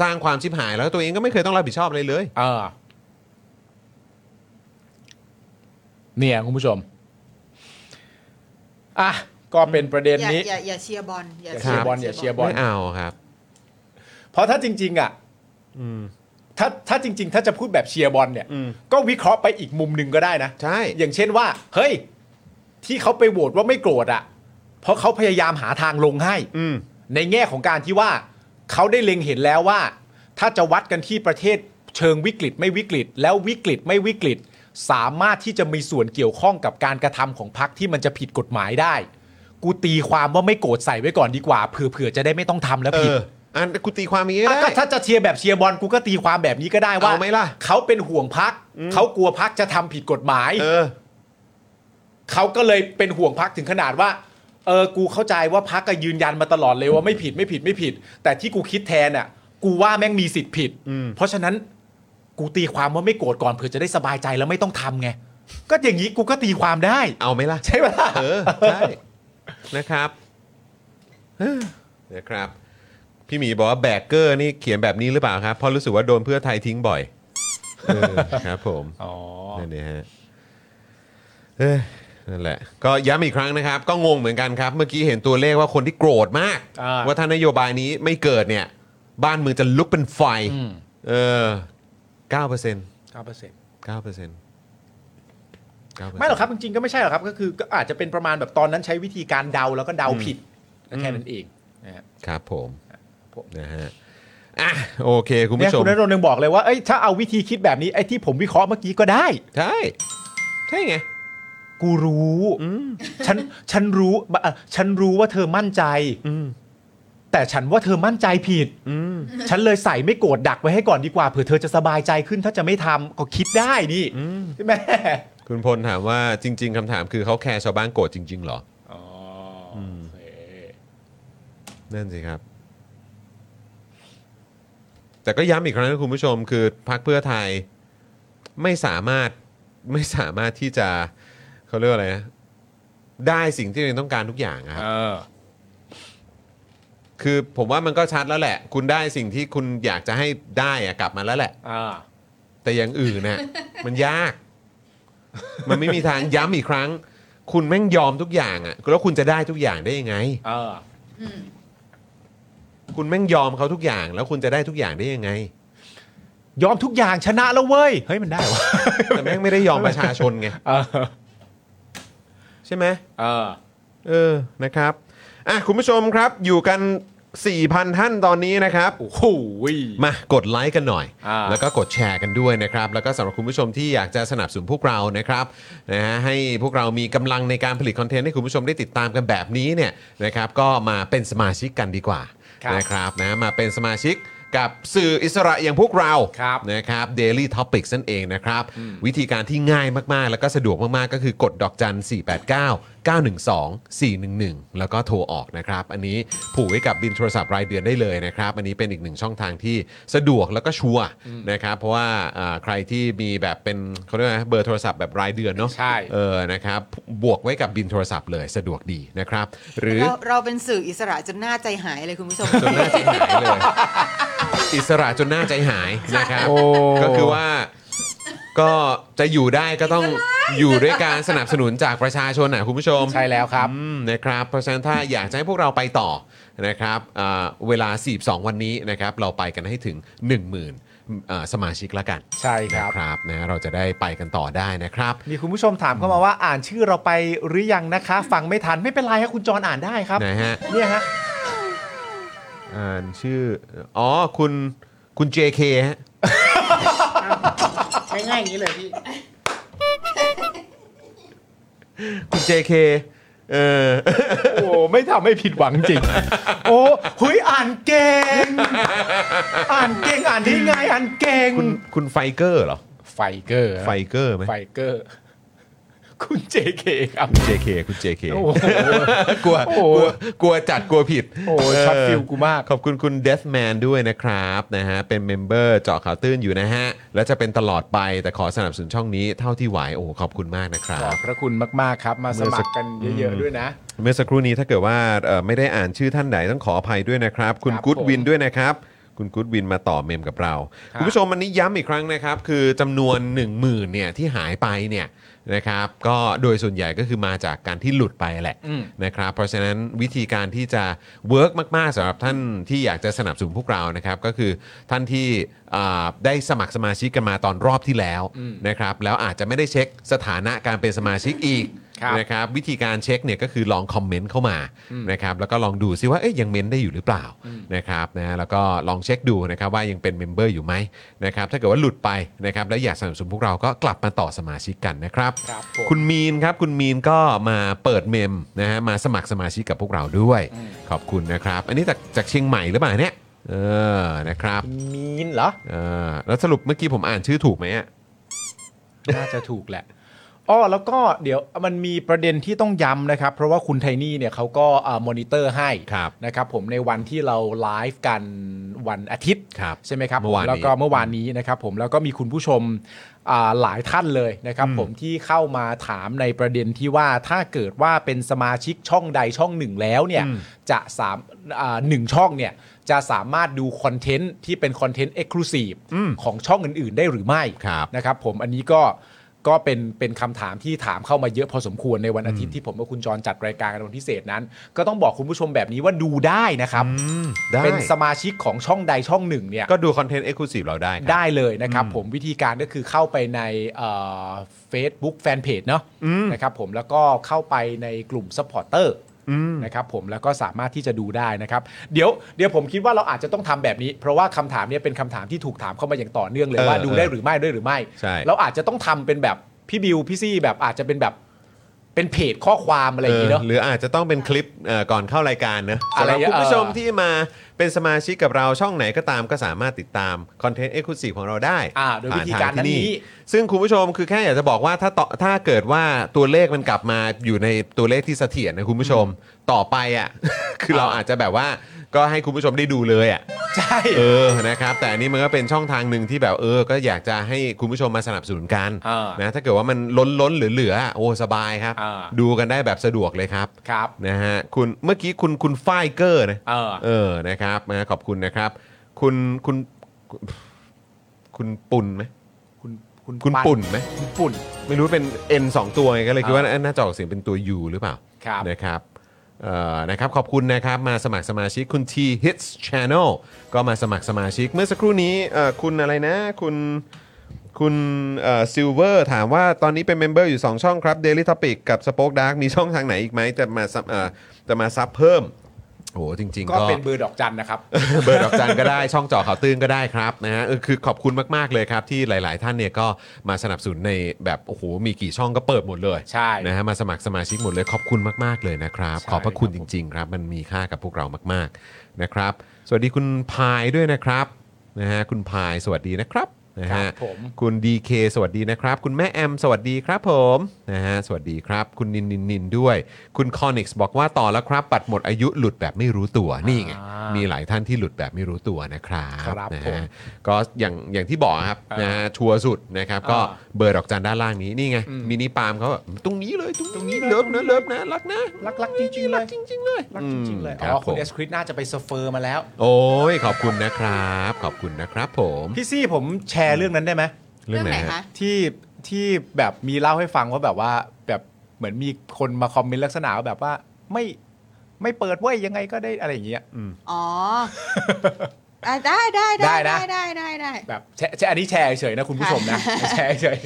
E: สร้างความชิบหายแล้วตัวเองก็ไม่เคยต้องรับผิดชอบอะไรเลย
B: เออเนี่ยคุณผู้ชม อ่ะ ก็เป็นประเด็น
F: อย่า
B: นี้
F: อย่าอย่าเชียร์บอลอย่า
B: อย่า
E: ครั
B: เชีย
E: บ
B: ร์บอลอย่าเชียร์บอล
E: ไม่เอาครับ
B: เพราะถ้าจริง ๆ อ่ะถ้าถ้าจริง ๆ ถ้าจะพูดแบบเชียร์บอลเนี่ย ก็วิเคราะห์ไปอีกมุมหนึ่งก็ได้นะ
E: ใช่
B: อย่างเช่นว่า เฮ้ย ที่เขาไปโหวตว่าไม่โกรธอ่ะ เพราะเขาพยายามหาทางลงให้
E: อืม
B: ในแง่ของการที่ว่าเขาได้เล็งเห็นแล้วว่า ถ้าจะวัดกันที่ประเทศเชิงวิกฤตไม่วิกฤต แล้ววิกฤตไม่วิกฤต สามารถที่จะมีส่วนเกี่ยวข้องกับการกระทำของพรรคที่มันจะผิดกฎหมายได้ กูตีความว่าไม่โกรธใส่ไว้ก่อนดีกว่าเผื่อเผื่อจะได้ไม่ต้องทำแล้ว
E: เอ
B: ผิด
E: อ อันกูตีความอย่างงี้ก็
B: อ่ะก็
E: ได้
B: ถ้าจะเชียร์แบบเชียร์บอลกูก็ตีความแบบนี้ก็ได้ว่า
E: เอาไหมล่ะ
B: เขาเป็นห่วงพักเขากลัวพักจะทำผิดกฎหมาย
E: เออ
B: เขาก็เลยเป็นห่วงพักถึงขนาดว่า เออ กูเข้าใจว่าพักก็ยืนยันมาตลอดเลยว่าไม่ผิดไม่ผิดไม่ผิด แต่ที่กูคิดแทนอ่ะ กูว่าแม่งมีสิทธิ์ผิด เพราะฉะนั้นกูตีความว่าไม่โกรธก่อนเผื่อจะได้สบายใจแล้วไม่ต้องทำไง ก็อย่างนี้กูก็ตีความได้
E: เอาไหมล่ะ
B: ใช่ไหมล่ะ
E: เออ ใช่ นะครับเออนะครับ พี่หมีบอกว่าแบกเกอร์นี่เขียนแบบนี้หรือเปล่าครับ เพราะรู้สึกว่าโดนเพื่อไทยทิ้งบ่อย เออ ครับผม
B: อ๋อ
E: นั่นเองฮะเอ้ยนั่นแหละ ก็ย้ำอีกครั้งนะครับ ก็งงเหมือนกันครับ เมื่อกี้เห็นตัวเลขว่าคนที่โกรธมาก
B: อ่า
E: ว่าถ้านโยบายนี้ไม่เกิดเนี่ย บ้านเมืองจะลุกเป็นไฟ
B: อืม
E: เออ9%เก้าเปอร์เซ็นต์
B: เก้าเปอร์เซ็นต์
E: เก้าเปอร์เซ็นต์
B: ไม่หรอกครับ จริงๆก็ไม่ใช่หรอกครับ ก็คือก็อาจจะเป็นประมาณแบบตอนนั้นใช้วิธีการเดาแล้วก็เดาผิดแค่นั้นเองนะฮะ
E: ครับผม
B: ผม
E: นะฮะอ่ะโอเค คุณ
B: เนี่ย
E: ผู้ชม
B: คุณนรงค์ยังบอกเลยว่าเอ้ยถ้าเอาวิธีคิดแบบนี้ไอ้ที่ผมวิเคราะห์เมื่อกี้ก็ได้
E: ใช่ ใช่ไง
B: กูรู้ ฉัน ฉันรู้บะอ่ะฉันรู้ว่าเธอมั่นใจ
E: อืม
B: แต่ฉันว่าเธอมั่นใจผิด
E: อืม
B: ฉันเลยใส่ไม่โกรธดักไว้ให้ก่อนดีกว่าเผื่อเธอจะสบายใจขึ้นถ้าจะไม่ทำก็คิดได้นี่
E: อืม
B: ใช่ไหม
E: คุณพลถามว่าจริง ๆคำถามคือเขาแคร์ชาวบ้านโกรธจริง ๆ เหรอ
B: อ๋ออ
E: นั่นสิครับ แต่ก็ย้ำอีกครั้งนะคุณผู้ชม คือพรรคเพื่อไทยไม่สามารถไม่สามารถที่จะเขาเรียกว่าอะไรนะได้สิ่งที่ตัวเองต้องการทุกอย่างอะครับ
B: เออ
E: คือผมว่ามันก็ชัดแล้วแหละ คุณได้สิ่งที่คุณอยากจะให้ได้อะกลับมาแล้วแหละ
B: อ่า
E: แต่อย่างอื่น (laughs) น่ะ มันยาก มันไม่มีทางย้ำอีกครั้ง คุณแม่งยอมทุกอย่างอะแล้วคุณจะได้ทุกอย่างได้ยังไง
B: เออ
E: คุณแม่งยอมเขาทุกอย่าง แล้วคุณจะได้ทุกอย่างได้ยังไง
B: ยอมทุกอย่างชนะแล้วเว้ย เฮ้ยมันได้วะ
E: (laughs) แต่แม่งไม่ได้ยอมประชาชน
B: (laughs)
E: ไง
B: เออ
E: ใช่ไหม
B: เออ
E: เออ นะครับ อ่ะ คุณผู้ชมครับ อยู่กัน 4,000 ท่านตอนนี้นะครับ
B: โอ้โห
E: มากดไลค์กันหน่อย
B: อ่า
E: แล้วก็กดแชร์กันด้วยนะครับ แล้วก็สำหรับคุณผู้ชมที่อยากจะสนับสนุนพวกเรานะครับนะฮะให้พวกเรามีกำลังในการผลิตคอนเทนต์ให้คุณผู้ชมได้ติดตามกันแบบนี้เนี่ยนะครับก็มาเป็นสมาชิกกันดีกว่า
B: ครับ
E: นะครับนะมาเป็นสมาชิกกับสื่ออิสระอย่างพวกเรา
B: ครับ
E: นะครับ Daily Topics นั่นเองนะครับ วิธีการที่ง่ายมากๆ แล้วก็สะดวกมาก ๆ ก็คือกดดอกจัน 489 912 411 แล้วก็โทรออกนะครับ อันนี้ผูกไว้กับบินโทรศัพท์รายเดือนได้เลยนะครับ อันนี้เป็นอีกหนึ่งช่องทางที่สะดวกแล้วก็ชัวร์นะครับ เพราะว่าอ่าใครที่มีแบบเป็นเขาเรียกว่าเบอร์โทรศัพท์แบบรายเดือนเนาะ
B: ใช่
E: เออนะครับบวกไว้กับบินโทรศัพท์เลยสะดวกดีนะครับ หรือ
F: เราเราเป็นสื่ออิสระจนหน้าใจหายเลยคุณผู้ชม
E: จนหน้าใจหายเลย อิสระจนหน้าใจหายนะครับ
B: โอ้
E: ก็คือว่าก็จะอยู่ได้ก็ต้องอยู่ด้วยการสนับสนุนจากประชาชนนะคุณผู้ชม
B: ใช่แล้วครับ
E: อืมนะครับเพราะฉะนั้นถ้าอยากจะให้พวกเราไปต่อนะครับอ่าเวลา 42 วันนี้นะครับเราไปกันให้ถึง 10,000อ่าสมาชิกละกัน
B: ใช่ครับ
E: นะครับนะเราจะได้ไปกันต่อได้นะครับ
B: มีคุณผู้ชมถามเข้ามาว่าอ่านชื่อเราไปหรือยังนะคะ ฟังไม่ทันไม่เป็นไรครับคุณจรอ่านได้ครับ
E: นะฮะ
B: เนี่ยฮะ
E: อ่านชื่อ อ๋อ คุณคุณ JK
B: (laughs)
E: ฮะ (laughs)
C: ง่ายๆอย่างนี้เลยพี่
E: คุณ JK เออ
B: โอ้ไม่ทำให้ผิดหวังจริง (laughs) โอ้หุยอ่านเก่ง อ่านเก่งอ่านได้ไงอ่านเก่ง
E: คุณคุณไฟเกอร์เหรอ
B: ไฟเกอร์
E: ไฟเกอร์ไหม
B: ไฟเกอร์ คุณเจเคครับ
E: JK คุณ JK
B: โอ้โห
E: กลัว
B: โอ้
E: ก
B: โห
E: ลัวกลัวจัดกลัวผิด
B: โอ้
E: เ
B: ช็อตฟิลกูมาก
E: ขอบคุณคุณ Deathman ด้วยนะครับนะฮะเป็นเมมเบอร์เจาะข่าวตื้นอยู่นะฮะ และจะเป็นตลอดไปแต่ขอสนับสนุนช่องนี้เท่าที่ไหวโอ้โหขอบคุณมากนะครั
B: ขอบบ พระคุณมาก ๆ ครับ มาสมัครกันเยอะ ๆ ด้วยนะ
E: เมื่อสักครู่นี้ถ้าเกิดว่าเอ่อไม่ได้อ่านชื่อท่านไหนต้องขออภัยด้วยนะครับ คุณ
B: ครับ
E: กู๊ด
B: ผม
E: วินด้วยนะครับ คุณกู๊ดวินมาต่อเมมกับเรา
B: ครับ
E: คุณผู้ชมวันนี้ย้ำอีกครั้งนะครับ คือจำนวน 1 0,000เนี่ยที่หายไปเนี่ยนะครับก็โดยส่วนใหญ่ก็คือมาจากการที่หลุดไปแหละ
B: อืม
E: นะครับเพราะฉะนั้นวิธีการที่จะเวิร์กมาก ๆสำหรับท่านที่อยากจะสนับสนุนพวกเรานะครับก็คือท่านที่อ่าได้สมัครสมาชิกกันมาตอนรอบที่แล้ว
B: อืม
E: นะครับแล้วอาจจะไม่ได้เช็คสถานะการเป็นสมาชิกอีก
B: ครับ
E: นะครับวิธีการเช็คเนี่ยก็คือลองคอมเมนต์เข้ามา
B: อืม
E: นะครับแล้วก็ลองดูซิว่าเอ๊ยยังเมนได้อยู่หรือเปล่า
B: อืม
E: นะครับนะแล้วก็ลองเช็คดูนะครับว่ายังเป็นเมมเบอร์อยู่ไหมนะครับถ้าเกิดว่าหลุดไปนะครับแล้วอยากสนับสนุนพวกเราก็กลับมาต่อสมาชิกกันนะครับ
B: ครับผม
E: คุณมีนครับ คุณมีนก็มาเปิดเมมนะฮะมาสมัครสมาชิกกับพวกเราด้วย
B: อืม
E: ขอบคุณนะครับ อันนี้จากจากเชียงใหม่หรือเปล่าเนี่ยเออนะครับ
B: มีนเหรอ
E: เออแล้วสรุปเมื่อกี้ผมอ่านชื่อถูกไหมอ่ะ
B: น่าจะถูกแหละ อ้อแล้วก็เดี๋ยวมันมีประเด็นที่ต้องย้ำนะครับ เพราะว่าคุณไทนี่เนี่ยเขาก็มอนิเตอร์ให้
E: ครับ
B: นะครับผมในวันที่เราไลฟ์กันวันอาทิตย์
E: ครับ
B: ใช่ไหมครับ
E: เมื่อวานนี้
B: แล้วก็เมื่อวานนี้นะครับผมแล้วก็มีคุณผู้ชมอ่าหลายท่านเลยนะครับ ผมที่เข้ามาถามในประเด็นที่ว่าถ้าเกิดว่าเป็นสมาชิกช่องใดช่องหนึ่งแล้วเนี่ย
E: อืม
B: จะสามอ่าหนึ่งช่องเนี่ยจะสามารถดูคอนเทนต์ที่เป็นคอนเทนต์เอ็กซ์คลูซีฟของช่องอื่น ๆ ได้หรือไม่
E: ครับ
B: นะครับผมอันนี้ก็ก็เป็นเป็นคำถามที่ถามเข้ามาเยอะพอสมควรในวันอาทิตย์ที่ผมกับคุณจรจัดรายการกันวันพิเศษนั้น ก็ต้องบอกคุณผู้ชมแบบนี้ว่าดูได้นะครับ
E: ได้
B: เป็นสมาชิกของช่องใดช่องหนึ่งเนี่ย
E: ก็ดูคอนเทนต์เอ็กซ์คลูซีฟเราได้ครับ
B: ได้เลยนะครับ
E: อืม
B: ผมวิธีการก็คือเข้าไปในเฟซบุ๊กแฟนเพจเนาะ
E: อืม
B: นะครับผมแล้วก็เข้าไปในกลุ่มซัพพอร์เตอร์
E: อืม
B: นะครับผมแล้วก็สามารถที่จะดูได้นะครับ เดี๋ยวเดี๋ยวผมคิดว่าเราอาจจะต้องทำแบบนี้ เพราะว่าคำถามเนี้เป็นคำถามที่ถูกถามเข้ามาอย่างต่อเนื่องเลย
E: เออ
B: ว่าดูได้
E: เออ
B: หรือไม่ด้วยหรือไม่
E: ใช่
B: เราอาจจะต้องทำเป็นแบบพี่บิวพี่ซี่แบบอาจจะเป็นแบบเป็นเพจข้อความอะไรอย่างนี้เนาะ
E: หรืออาจจะต้องเป็นคลิปเอ่อก่อนเข้ารายการนะ
B: อะ
E: สำห
B: ไร
E: รับ
B: อย่างเงี้ย
E: คุณผู้ชม
B: เออ
E: ที่มาเป็นสมาชิกกับเราช่องไหนก็ตามก็สามารถติดตามคอนเทนต์เอ็กซ์คลูซีฟของเราได้
B: อ่าโดย
E: ผ่น
B: วิธีการ
E: ทงที่
B: นั้นนี้
E: ซึ่งคุณผู้ชมคือแค่อยากจะบอกว่าถ้าต่อถ้าเกิดว่าตัวเลขมันกลับมาอยู่ในตัวเลขที่เสถียรนะคุณผู้ชมต่อไปอ่ะ (laughs) คือเรา
B: อ่า
E: อาจจะแบบว่าก็ให้คุณผู้ชมได้ดูเลย
B: (laughs)
E: อ่ะ
B: ใช่
E: เออ นะครับ แต่อันนี้มันก็เป็นช่องทางหนึ่งที่แบบเออ ก็อยากจะให้คุณผู้ชมมาสนับสนุนกัน
B: อ่าน
E: นะ ถ้าเกิดว่ามันล้นล้นๆเหลือๆอ่ะโอ้สบายครับ
B: อ่า
E: ดูกันได้แบบสะดวกเลยครับ
B: ครับ
E: นะฮะ คุณ เมื่อกี้คุณคุณฝ้ายเกอร์นะ
B: เออ
E: เออ นะครับนะขอบคุณนะครับ คุณคุณคุณปุ่นไหม
B: คุณคุณ
E: คุณปุ่นไหม
B: คุณปุ่น
E: ไม่รู้เป็น N 2 ตัวไงก็เลยคิดว่า
B: อ่า
E: น่าจะออกเสียงเป็นตัว U หรือเปล่า
B: ครับ
E: นะครับเอ่อนะครับ ขอบคุณนะครับ มาสมัครสมาชิกคุณ T Hits Channel ก็มาสมัครสมาชิก เมื่อสักครู่นี้เอ่อคุณอะไรนะ คุณคุณซิลเวอร์ถามว่าตอนนี้เป็นเมมเบอร์อยู่ 2 ช่องครับ Daily Topic กับ Spoke Dark มีช่องทางไหนอีกไหมจะมาซับเอ่อจะมาซับเพิ่มโอ้โหจริง ๆ
B: ก็
E: ก็
B: เป็นเบอร์ดอกจันนะครับ
E: (laughs) เบอร์ดอกจันก็ได้ช่องเจอข่าวตื้นก็ได้ครับนะฮะเออคือขอบคุณมากๆเลยครับ ที่หลาย ๆ ท่านเนี่ยก็มาสนับสนุนในแบบโอ้โหมีกี่ช่องก็เปิดหมดเลย
B: ใช่
E: นะฮะมาสมัครสมาชิกหมดเลยขอบคุณมากๆเลยนะครับ
B: ใช่
E: ขอบพระคุณ
B: ค
E: จ
B: รับผม
E: ริง ๆ ครับ มันมีค่ากับพวกเรามากๆนะครับ สวัสดีคุณพายด้วยนะครับนะฮะคุณพายสวัสดีนะครับนะ
B: ครั
E: ฮะ
B: บผม
E: คุณ DK สวัสดีนะครับ คุณแม่แอม สวัสดีครับผม นะฮะ สวัสดีครับ คุณนินนินนินด้วย คุณคอนิกส์บอกว่าต่อแล้วครับ ปัดหมดอายุหลุดแบบไม่รู้ตัว นี่ไง
B: อ่ามี
E: มีหลายท่านที่หลุดแบบไม่รู้ตัวนะครับ
B: ครับ
E: นะ
B: ผ
E: ฮะ
B: ม
E: ก็อย่างอย่างที่บอกครับ
B: เออ
E: นะฮะ ชัวร์สุดนะครับ ก็
B: อ่า
E: เบอร์ดอกจันด้านล่างนี้ นี่ไง
B: อืม
E: มินิปาล์มเขาแบบตรงนี้เลย ตรงนี้
B: ตรงนี้เลย
E: เลิฟนะ เลิฟนะ รักนะ
B: รักรักจริงๆเลย
E: จริงๆเลย
B: รักจริงๆเลย
E: อืมค
B: อ๋
E: รั
B: อบ คุณ
E: ผม
B: เอสคริสน่าจะไปเซอร์เฟอร์มาแล้ว
E: โอ้ย ขอบคุณนะครับ ขอบคุณนะครับผม
B: พี่ซี่ผมแชร์เรื่องนั้นได้ไหม
E: เรื่องไหนฮะ
F: คะ
B: ที่ที่แบบมีเล่าให้ฟังว่าแบบว่าแบบเหมือนมีคนมาคอมเมนต์ลักษณะว่าแบบว่าไม่ไม่เปิดเว้ยยังไงก็ได้อะไรอย่างเงี้ย
F: อ๋ออ่ะได้ได้
B: ได้
F: ได้
B: นะ
F: ได้ได้ได้ได้
B: แบบแชร์แชร์อันนี้แชร์เฉยๆนะคุณผู้ชมนะ แชร์เฉย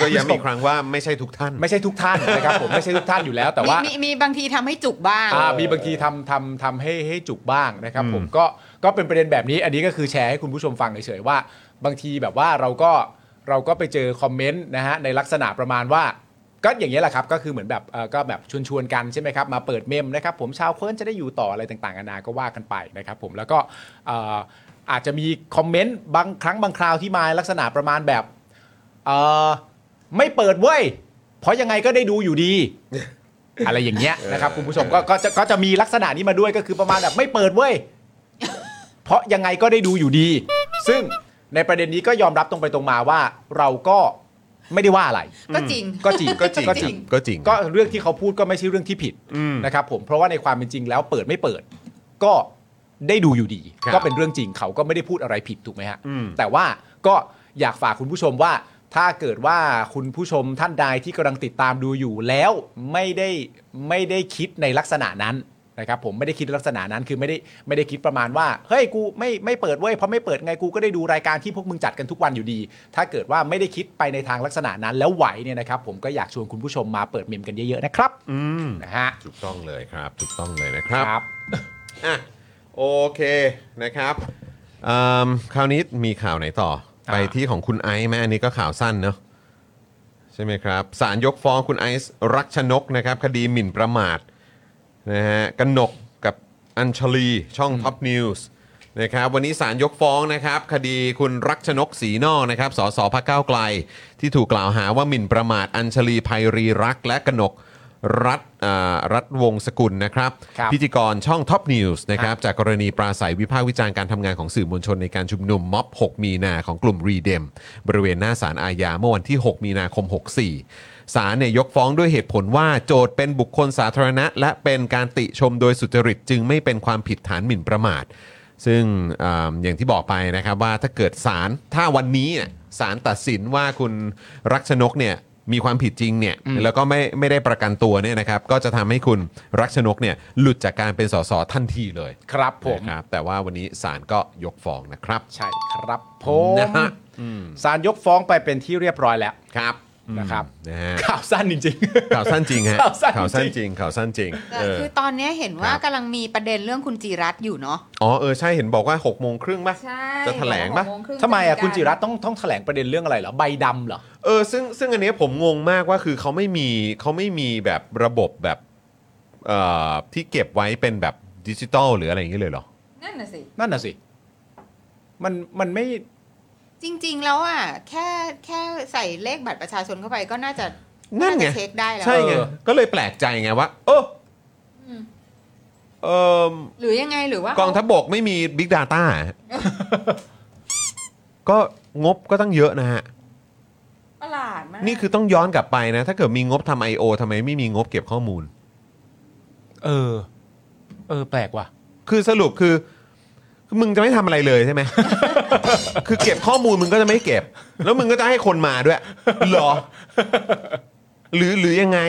E: ก็ย้ำอีกครั้งว่าไม่ใช่ทุกท่าน
B: ๆไม่ใช่ทุกท่านนะครับผมไม่ใช่ทุกท่านอยู่แล้ว แต่ว่าม
F: มีมีบางทีทำให้จุกบ้าง
B: อ่ามีบางทีทำทำทำให้ให้จุกบ้างนะครับ ผม
E: อืม
B: ก็ก็เป็นประเด็นแบบนี้ อันนี้ก็คือแชร์ให้คุณผู้ชมฟังเฉยๆว่า บางทีแบบว่าเราก็เราก็ไปเจอคอมเมนต์นะฮะในลักษณะประมาณว่า ก็อย่างนี้ยแหละครับ ก็คือเหมือนแบบเอ่อก็แบบชวนๆกันใช่ไหมครับ มาเปิดเมมนะครับ ผมชาวเคิร์นจะได้อยู่ต่ออะไรต่างๆนานาก็ว่ากันไปนะครับผมแล้วก็เอ่ออาจจะมีคอมเมนต์บางครั้งบางคราวที่มาลักษณะประมาณแบบเอ่อไม่เปิดเว้ย เพราะยังไงก็ได้ดูอยู่ดี อะไรอย่างเงี้ยนะครับคุณผู้ชมก็ก็จะก็จะมีลักษณะนี้มาด้วยก็คือประมาณแบบไม่เปิด
E: (laughs)
B: เว้ย เพราะยังไงก็ได้ดูอยู่ดี ซึ่งในประเด็นนี้ก็ยอมรับตรงไปตรงมาว่าเราก็ไม่ได้ว่าอะไร
F: ก็จริง
B: ก็จริง
E: (laughs) ก็จริง
B: ก็จริง
E: ก็จริง
B: ก็เรื่องที่เขาพูดก็ไม่ใช่เรื่องที่ผิด
E: อืม
B: นะครับผมเพราะว่าในความเป็นจริงแล้วเปิดไม่เปิด ก็ได้ดูอยู่ดี
E: ครับ
B: ก็เป็นเรื่องจริงเขาก็ไม่ได้พูดอะไรผิดถูกไหมฮะ
E: อืม
B: แต่ว่าก็อยากฝากคุณผู้ชมว่า ถ้าเกิดว่าคุณผู้ชมท่านใดที่กำลังติดตามดูอยู่แล้วไม่ได้ไม่ได้คิดในลักษณะนั้นนะครับผมไม่ได้คิดในลักษณะนั้นคือไม่ได้ไม่ได้คิดประมาณว่าเฮ้ยกูไม่ไม่เปิดเว้ยเพราะไม่เปิดไงกูก็ได้ดูรายการที่พวกมึงจัดกันทุกวันอยู่ดี ถ้าเกิดว่าไม่ได้คิดไปในทางลักษณะนั้นแล้วไหวเนี่ยนะครับผมก็อยากชวนคุณผู้ชมมาเปิดเมมกันเยอะๆนะครับ
E: อืม
B: นะฮะ
E: ถูกต้องเลยครับถูกต้องเลยนะครับ
B: ครับ
H: อ่ะโอเคนะครับ
E: อืมคราวนี้มีข่าวไหนต่อ
B: อ่า
E: ไปที่ของคุณไอซ์ไหมอันนี้ก็ข่าวสั้นเนอะใช่ไหมครับศาลยกฟ้องคุณไอซ์รักชนกนะครับ คดีหมิ่นประมาทนะฮะกนกกับอัญชลีช่องท็อปนิวส์นะครับวันนี้ศาลยกฟ้องนะครับ คดีคุณรักชนกสีนอกนะครับสสพักเก้าวไกล ที่ถูกกล่าวหาว่าหมิ่นประมาทอัญชลีภัยรีรักษ์และกนกรัฐอ่ารัฐวงศ์สกุลนะครับ
B: ครับ
E: พิธีกรช่องท็อปนิวส์นะครับ จากกรณีปราศัยวิพากษ์วิจารณ์การทำงานของสื่อมวลชนในการชุมนุมม็อบ 6 มีนาของกลุ่มรีเดม บริเวณหน้าศาลอาญาเมื่อวันที่ 6 มีนาคม 64ศาลเนี่ยยกฟ้องด้วยเหตุผลว่าโจทย์เป็นบุคคลสาธารณะ และเป็นการติชมโดยสุจริตจึงไม่เป็นความผิดฐานหมิ่นประมาท ซึ่งเอมอย่างที่บอกไปนะครับว่าถ้าเกิดศาลถ้าวันนี้เนี่ยศาลตัดสินว่าคุณรักชนกเนี่ยมีความผิดจริงเนี่ยแล้วก็ไม่ไม่ได้ประกันตัวเนี่ยนะครับก็จะทำให้คุณรักชนกเนี่ยหลุดจากการเป็นสสทันทีเลย
B: ครับผม
E: นะครับแต่ว่าวันนี้ศาลก็ยกฟ้องนะครับ
B: ใช่ครับผม
E: นะฮะ
B: สารยกฟ้องไปเป็นที่เรียบร้อยแล้ว
E: ครับ
B: นะครับ
E: นะฮะ
B: ข่าวสั้นจริง
E: ข่าวสั้นจริงฮะ
B: ข่าวสั้น
E: ข่าวสั้นจริงข่าวสั้นจริง
F: แต่
E: เออ
F: คือตอนเนี้ยเห็นว่า
E: ครับ
F: กำลังมีประเด็นเรื่องคุณจีรัตน์อยู่เนาะ
E: อ๋อเออใช่เห็นบอกว่า6กโมงครึ่งป่ะ
F: ใช่
E: จะแถลงปะ
B: ๆทำไมอ่ะคุณจิรัตน์ต้องต้องแถลงประเด็นเรื่องอะไรเหรอ ใบดำเหรอ
E: เออซึ่งซึ่งอันเนี้ยผมงงมากว่าคือเขาไม่มีเขาไม่มีแบบระบบแบบเอ่อที่เก็บไว้เป็นแบบดิจิตอลหรืออะไรอย่างเงี้ยเลยเหรอ
G: นั่นน่ะสิ
B: นั่นน่ะสิ มันมันไม่
F: จริง ๆ แล้วอ่ะแค่แค่ใส่เลขบัตรประชาชนเข้าไปก็น่าจะ
E: นั่นไง
F: าจะเช็คได้แล้ว
E: ใช่ไง
B: เออ
E: ก็เลยแปลกใจไงว่าเออเออ
F: หรือยังไงหรือว่าก
E: องทัพบกไม่มี Big Data
F: (laughs)
E: อะ ก็งบก็ตั้งเยอะนะฮะ
G: ประหลาดมาก
E: นี่คือต้องย้อนกลับไปนะ ถ้าเกิดมีงบทำ I.O. ทำไมไม่มีงบเก็บข้อมูล
B: เออ เออ แปลกว่ะ
E: คือสรุปคือคือมึงจะไม่ทำอะไรเลยใช่ไหม (laughs) คือเก็บข้อมูลมึงก็จะไม่เก็บ แล้วมึงก็จะให้คนมาด้วย เหรอ หรือหรือยังไง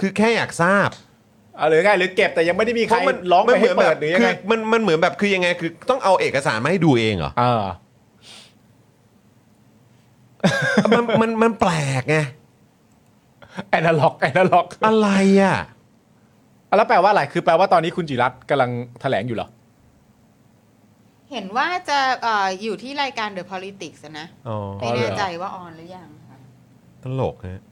E: คือแค่อยากทราบ
B: เอาหรือไงหรือเก็บแต่ยังไม่ได้มีใครร้องไปให้
E: แบ
B: เปิด
E: บ
B: หรือยัง
E: คื
B: ไง
E: อมันมันเหมือนแบบคือยังไง คือต้องเอาเอกสารมาให้ดูเองเหรอ
B: เออ
E: มันมันมันแปลกไง
B: แอนาล็อก แอนาล็อก
E: อะไรอ่ะ
B: แล้วแปลว่าอะไร คือแปลว่าตอนนี้คุณจิรัตน์กำลังแถลงอยู่เหรอ
F: เห็นว่าจะเอ่ออยู่ที่รายการ The Politics อะนะ
E: อ๋อ
F: ไม่แน่ใจว่าออนหรือยังค่ะ
E: ตลกฮะ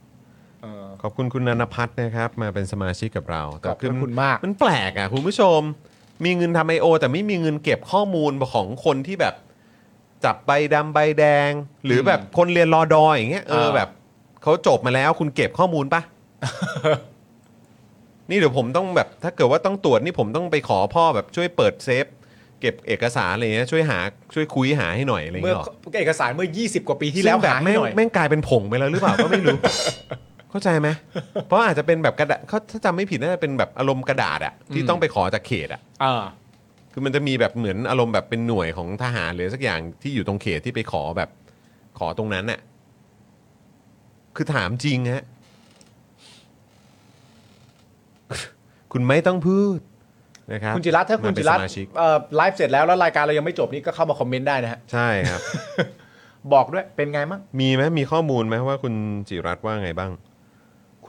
E: ขอบคุณคุณนันพัฒน์นะครับ มาเป็นสมาชิกกับเราแต่
B: ขอบพระคุณมาก
E: มันแปลกอ่ะคุณผู้ชม มีเงินทำไอโอแต่ไม่มีเงินเก็บข้อมูลของคนที่แบบ จับใบดำใบแดง หรือแบบคนเรียนรอดอยอย่างเงี้ยเออแบบเขาจบมาแล้วคุณเก็บข้อมูล (laughs) ปะ นี่เดี๋ยวผมต้องแบบ ถ้าเกิดว่าต้องตรวจนี่ผมต้องไปขอพ่อแบบช่วยเปิดเซฟ เก็บเอกสารอะไรเงี้ยช่วยหาช่วยคุยหาให้หน่อยอะไร
B: เมื่
E: เงี้ย
B: อ
E: หรอ
B: เอกสารเมื่อ 20 กว่าปีที่แล้ว
E: ซึ่งแบบ
B: หาให้
E: แม่ง
B: หน่อย
E: แม่งกลายเป็นผงไปแล้วหรือเปล่าก็ไม่รู้
B: (laughs)
E: เข้าใจไหม เพราะอาจจะเป็นแบบกระดาษเขาถ้าจำไม่ผิดน่าจะเป็นแบบอารมณ์กระดาษอะที่
B: อืม
E: ต้องไปขอจากเขตอะ
B: เออ
E: คือมันจะมีแบบเหมือนอารมณ์แบบเป็นหน่วยของทหารหรือสักอย่างที่อยู่ตรงเขตที่ไปขอแบบขอตรงนั้นน่ะคือถามจริงฮะ (laughs) คุณไม่ต้องพูดนะครับ
B: คุณจิรัตน์ถ้าคุณจิรัต
E: ม
B: น์
E: เป็นสมชิก
B: เอ่อไลฟ์เสร็จแล้วแล้วรายการเรายังไม่จบนี่ก็เข้ามาคอมเมนต์ได้นะฮะ
E: ใช่ครับ
B: บอกด้วยเป็นไงมั่ง
E: มีไหมมีข้อมูลไหมว่าคุณจิรัตน์ว่าไงบ้าง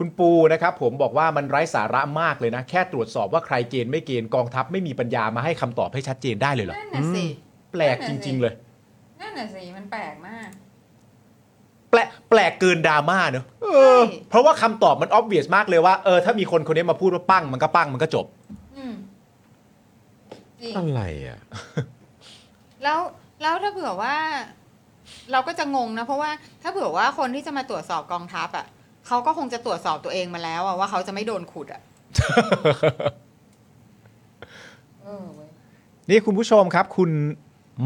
B: คุณปูนะครับผมบอกว่ามันไร้สาระมากเลยนะ แค่ตรวจสอบว่าใครเกณฑ์ไม่เกณฑ์กองทัพไม่มีปัญญามาให้คำตอบให้ชัดเจนได้เลยเหรอ
G: นั่นน่ะสิ
B: แปลกจริง ๆ เลย
G: นั่นน่ะสิ มันแปลกมาก
B: แปลกแปลกเกินดราม่าเนอะ
F: เออ
B: เพราะว่าคำตอบมันออบเวียสมากเลยว่าเออถ้ามีคนคนนี้มาพูดว่าปั้งมันก็ปั้งมันก็จบ
F: อืมจริง
E: อะไรอ่ะ
F: แล้วแล้วถ้าเผื่อว่า เราก็จะงงนะ เพราะว่าถ้าเผื่อว่าคนที่จะมาตรวจสอบกองทัพอ่ะเขาก็คงจะตรวจสอบตัวเองมาแล้วอะว่าเขาจะไม่โดนขุดอ่ะเออเว้ย
B: นี่คุณผู้ชมครับ คุณ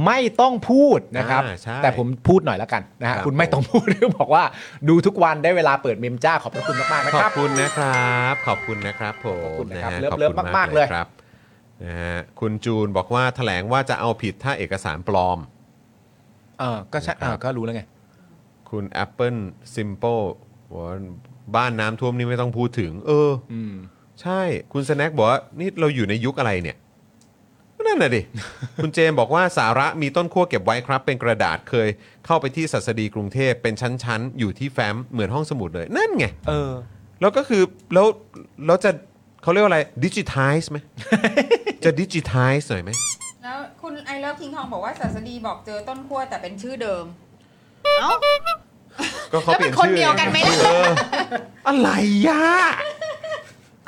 B: ไม่ต้องพูดนะครับ
E: อ่าใช่
B: แต่ผมพูดหน่อยแล้วกันนะ
E: ค
B: ฮะ
E: รับ
B: คุณไม่
E: ผม
B: ต้องพูด (laughs) บอกว่าดูทุกวันได้เวลาเปิดเมมจ้าขอบพระคุณมากๆนะ
E: ขอ
B: ครับ บ
E: คุณนะครับ ขอบคุณนะครับผม
B: ขอบคุณนะครับ
E: ฮ
B: เลิฟ
E: ขอบ
B: เลิฟ
E: คุณ
B: มากๆเลย
E: ครับนะฮะคุณจูนบอกว่าแถลงว่าจะเอาผิดถ้าเอกสารปลอม
B: เออก็ใช่เออก็รู้แล้วไง
E: คุณ Apple Simple บอกว่าบ้านน้ำท่วมนี่ไม่ต้องพูดถึง เออ
B: อืม
E: ใช่ คุณสแน็คบอกว่า นี่เราอยู่ในยุคอะไรเนี่ย นั่นน่ะดิ
B: (laughs)
E: คุณเจมส์บอกว่าสาระมีต้นขั้วเก็บไว้ครับ เป็นกระดาษเคย เข้าไปที่สัสดีกรุงเทพเป็นชั้น ๆ อยู่ที่แฟ้มเหมือนห้องสมุดเลย นั่นไง
B: เออ
E: แล้วก็คือ แล้วแล้วจะเขาเรียกว่าอะไรดิจิทัล
B: (laughs)
E: ไหม จะดิจิทัลหน่อยไหม
F: แล้วคุณไอเลิฟทิงทองบอกว่าศาสดีบอกเจอต้นขั้วแต่เป็นชื่อเดิม เอ้า
E: ก็เขาเปลี่ยนชื่อ
F: แล้วเป็นคนเดียวกันไหมล่ะ
E: เอออะไรยะ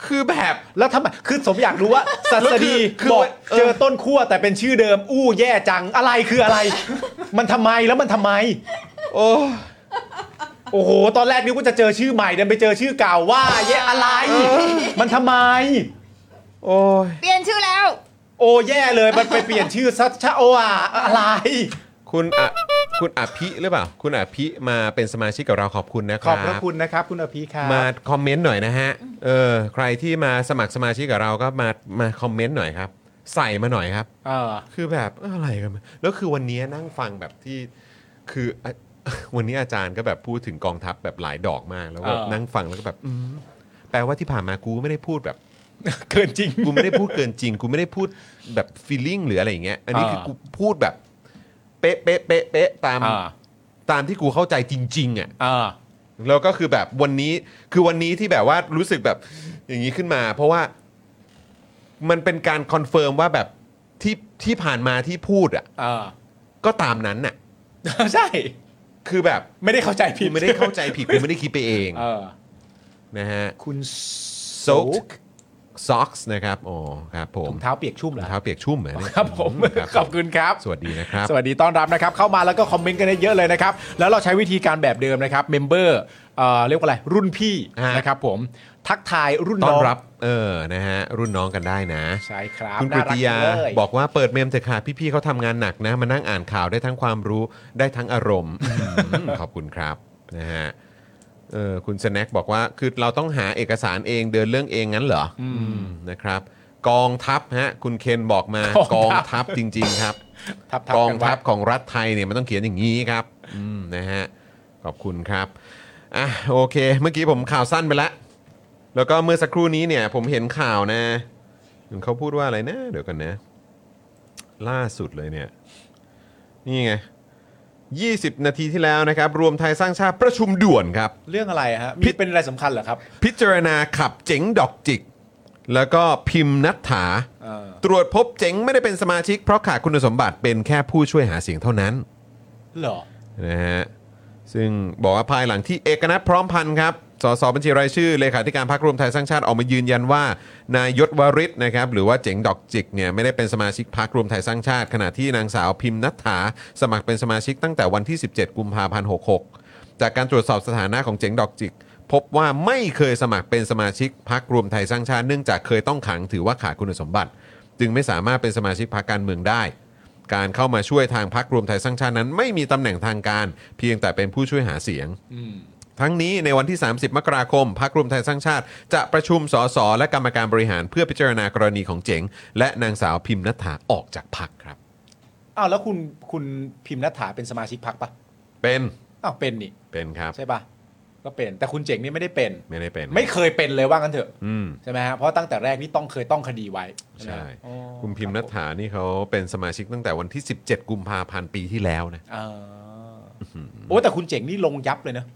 E: คือแบบ
B: แล้วทำไมคือผมอยาก (laughs) รู้ว่า สัสดี
E: คือ
B: บอก
E: เออ
B: เจอต้นขั้วแต่เป็นชื่อเดิม อู้แย่จังอะไรคืออะไร มันทำไมแล้วมันทำไม
E: โอ้
B: โอ้โห ตอนแรกนึกว่าจะเจอชื่อใหม่เดินไปเจอชื่อเก่าว่าแย่อะไร มันทำไม
E: โอ้ย
F: เปลี่ยนชื่อแล้ว
B: โอ้แย่เลยมันไปเปลี่ยนชื่อซัชชะโออะอะไร
E: คุณอะคุณอภิหรือเปล่า คุณอภิมาเป็นสมาชิกกับเราขอบคุณนะค
B: ข
E: รั
B: อ
E: บบ
B: พระคุณนะครับ คุณอภิครับ
E: มาคอมเมนต์หน่อยนะฮะ เออ ใครที่มาสมัครสมาชิกกับเราก็มามาคอมเมนต์หน่อยครับ ใส่มาหน่อยครับ
B: เออ
E: คือแบบเอ้ออะไรกันวะแล้วคือวันนี้นั่งฟังแบบที่คือ (laughs) อ่ะ วันนี้อาจารย์ก็แบบพูดถึงกองทัพแบบหลายดอกมาก แล้วก็
B: เออ
E: นั่งฟังแล้วก็แบบอืมแปลว่าที่ผ่านมากูไม่ได้พูดแบบ
B: เกินจริง
E: กูไม่ได้พูดเกินจริง กูไม่ได้พูดแบบฟีลลิ่งหรืออะไรอย่างเงี้ย อันนี้
B: อ่า
E: คือกูพูดแบบเป๊ะเป๊ะเป๊ะเป๊ะตาม
B: อ่า
E: ตามที่กูเข้าใจจริงๆอ่ะ
B: อ่า
E: แล้วก็คือแบบวันนี้คือวันนี้ที่แบบว่ารู้สึกแบบอย่างนี้ขึ้นมา เพราะว่ามันเป็นการคอนเฟิร์มว่าแบบที่ที่ผ่านมาที่พูดอ่ะ
B: อ่า
E: ก็ตามนั้นน่ะ
B: ใช่
E: คือแบบ
B: ไม่ได้เข้าใจผิ
E: กู
B: ด
E: ไม่ได้เข้าใจผิดกูไม่ได้คิดไปเอง
B: เออ
E: นะฮะ
B: คุณ
E: โซกซ็อกส์นะครับอ๋อครับผม
B: ถุงเท้าเปียกชุ่มเหร
E: ถุ
B: อง
E: เท้าเปียกชุ่มเหมือน
B: ครับผมขอบคุณครับ
E: สวัสดีนะครับ
B: สวัสดีต้อนรับนะครับ เข้ามาแล้วก็คอมเมนต์กันได้เยอะเลยนะครับ แล้วเราใช้วิธีการแบบเดิมนะครับเมมเบอร์เรียกว่าอะไรรุ่นพี่
E: ฮะ
B: นะครับผมทักทายรุ่น
E: ต้อ
B: น้
E: น
B: อง
E: รับเออนะฮะรุ่นน้องกันได้นะ
B: ใช่ครับ
E: คุณก
B: น่
E: ริ
B: รั
E: ติยา
B: จังเลย
E: บอกว่าเปิดเมมเถอะค่ะพี่ๆเขาทำงานหนักนะ มานั่งอ่านข่าวได้ทั้งความรู้ได้ทั้งอารมณ์อืมขอบคุณครับนะฮะเออคุณสแน็คบอกว่าคือเราต้องหาเอกสารเองเดินเรื่องเองงั้นเหรออนะครับ กองทัพฮะคุณเคนบอกมากองทัพจริง ๆ ครับ
B: ทับ
E: ก
B: ก
E: อ
B: อง ง
E: ทั
B: ทั
E: พ
B: พ
E: ของรัฐไทยเนี่ยมันต้องเขียนอย่างนี้ครับอืมนะฮะขอบคุณครับอ่ะโอเค เมื่อกี้ผมข่าวสั้นไปแล้ว แล้วก็เมื่อสักครู่นี้เนี่ย ผมเห็นข่าวนะเขาพูดว่าอะไรนะ เดี๋ยวกันนะ ล่าสุดเลยเนี่ย นี่ไง 20 นาทีที่แล้วนะครับ รวมไทยสร้างชาติประชุมด่วนครับ
B: เรื่องอะไรฮะ
E: พิ
B: มี
E: ษ
B: เป็นอะไรสำคัญเหรอครับ
E: พิจารณาขับเจ๋งดอกจิก แล้วก็พิมพ์นัทถา
B: เออ
E: ตรวจพบเจ๋งไม่ได้เป็นสมาชิกเพราะขาดคุณสมบัติเป็นแค่ผู้ช่วยหาเสียงเท่านั้น
B: เหรอ
E: นะฮะซึ่งบอกว่าภายหลังที่เอกนัทพร้อมพันธ์ครับสสบัญชีรายชื่อเลขาธิการพรรครวมไทยสร้างชาติออกมายืนยันว่า นายยศวริศนะครับหรือว่าเจ๋งดอกจิกเนี่ยไม่ได้เป็นสมาชิกพรรครวมไทยสร้างชาติ ขณะที่นางสาวพิมพ์นัฐถาสมัครเป็นสมาชิกตั้งแต่วันที่ 17 กุมภาพันธ์ 66 จากการตรวจสอบสถานะของเจ๋งดอกจิก พบว่าไม่เคยสมัครเป็นสมาชิกพรรครวมไทยสร้างชาติเนื่องจากเคยต้องขังถือว่าขาดคุณสมบัติ จึงไม่สามารถเป็นสมาชิกพรรคการเมืองได้ การเข้ามาช่วยทางพักรวมไทยสร้างชาตินั้น ไม่มีตำแหน่งทางการ เพียงแต่เป็นผู้ช่วยหาเสียง ทั้งนี้ในวันที่ 30 มกราคมพักรวมไทยสร้างชาติ จะประชุมสสและกรรมการบริหารเพื่อพิจารณากรณีของเจ๋ง และนางสาวพิมพ์นัฐาออกจากพักครับ
B: อ้าวแล้วคุณคุณพิมพ์นัฐถาเป็นสมาชิกพักปะ
E: เป็น
B: อ้าวเป็นนี่
E: เป็นครับ
B: ใช่ปะก็เป็น แต่คุณเจ๋งนี่ไม่ได้เป็น
E: ไม่ได้เป็น
B: ไม่เคยเป็นเลยว่างั้นเถอะ
E: อืม
B: ใช่ไหมฮะเพราะตั้งแต่แรกนี่ต้องเคยต้องคดีไว้
E: ใช่
B: ไหมอ๋อ
E: คุณพิมพ์นัฐฐานี่เขาเป็นสมาชิกตั้งแต่วันที่ 17 กุมภาพันธ์ปีที่แล้วนะ
B: อ่าโอ้แต่คุณเจ๋งนี่ลงยับเลยนะ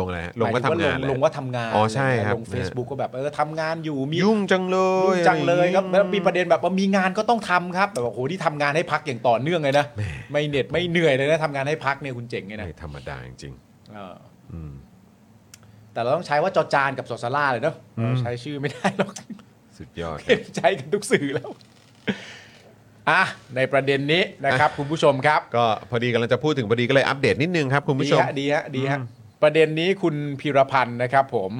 E: ลงอะไรฮะลงว่าทำงาน
B: หม
E: เล
B: ยถึว่
E: ย
B: ลงว่าทำงาน
E: อ๋อใช่ครับ
B: ลง Facebook ก็แบบเออทำงานอยู่มี
E: ยุ่งจังเลย
B: งจังเลยครับแล้วมีประ
E: น
B: เด็นแบบว่ามีงานก็ต้องทำครับแบบว่าโอ้โหที่ทำงานให้พักอย่างต่อเรื่องเลยนะไม่เหน็ดไม่เหนื่อยเลยนะทำงานให้พักเนี่ยคุณเจ๋งเนี่ยนะ
E: ไม่ธรรมดาจริงๆ
B: เออ
E: อืม
B: แต่เราต้องใช้ว่าจอจานกับสอสาราเลยเนอะ
E: อืม
B: เราใช้ชื่อไม่ได้หรอก (laughs)
E: สุดยอดค
B: เห็
E: รับ
B: นใจกันทุกสื่อแล้ว อ่ะ ในประเด็นนี้นะครับ คุณผู้ชมครับ
E: ก็พอดีกำลังจะพูดถึงพอดีก็เลยอัปเดตนิดนึงครับคุณผู้ชม
B: ดีฮะดีฮะดีฮะประเด็นนี้คุณพีรพันธ์นะครับผม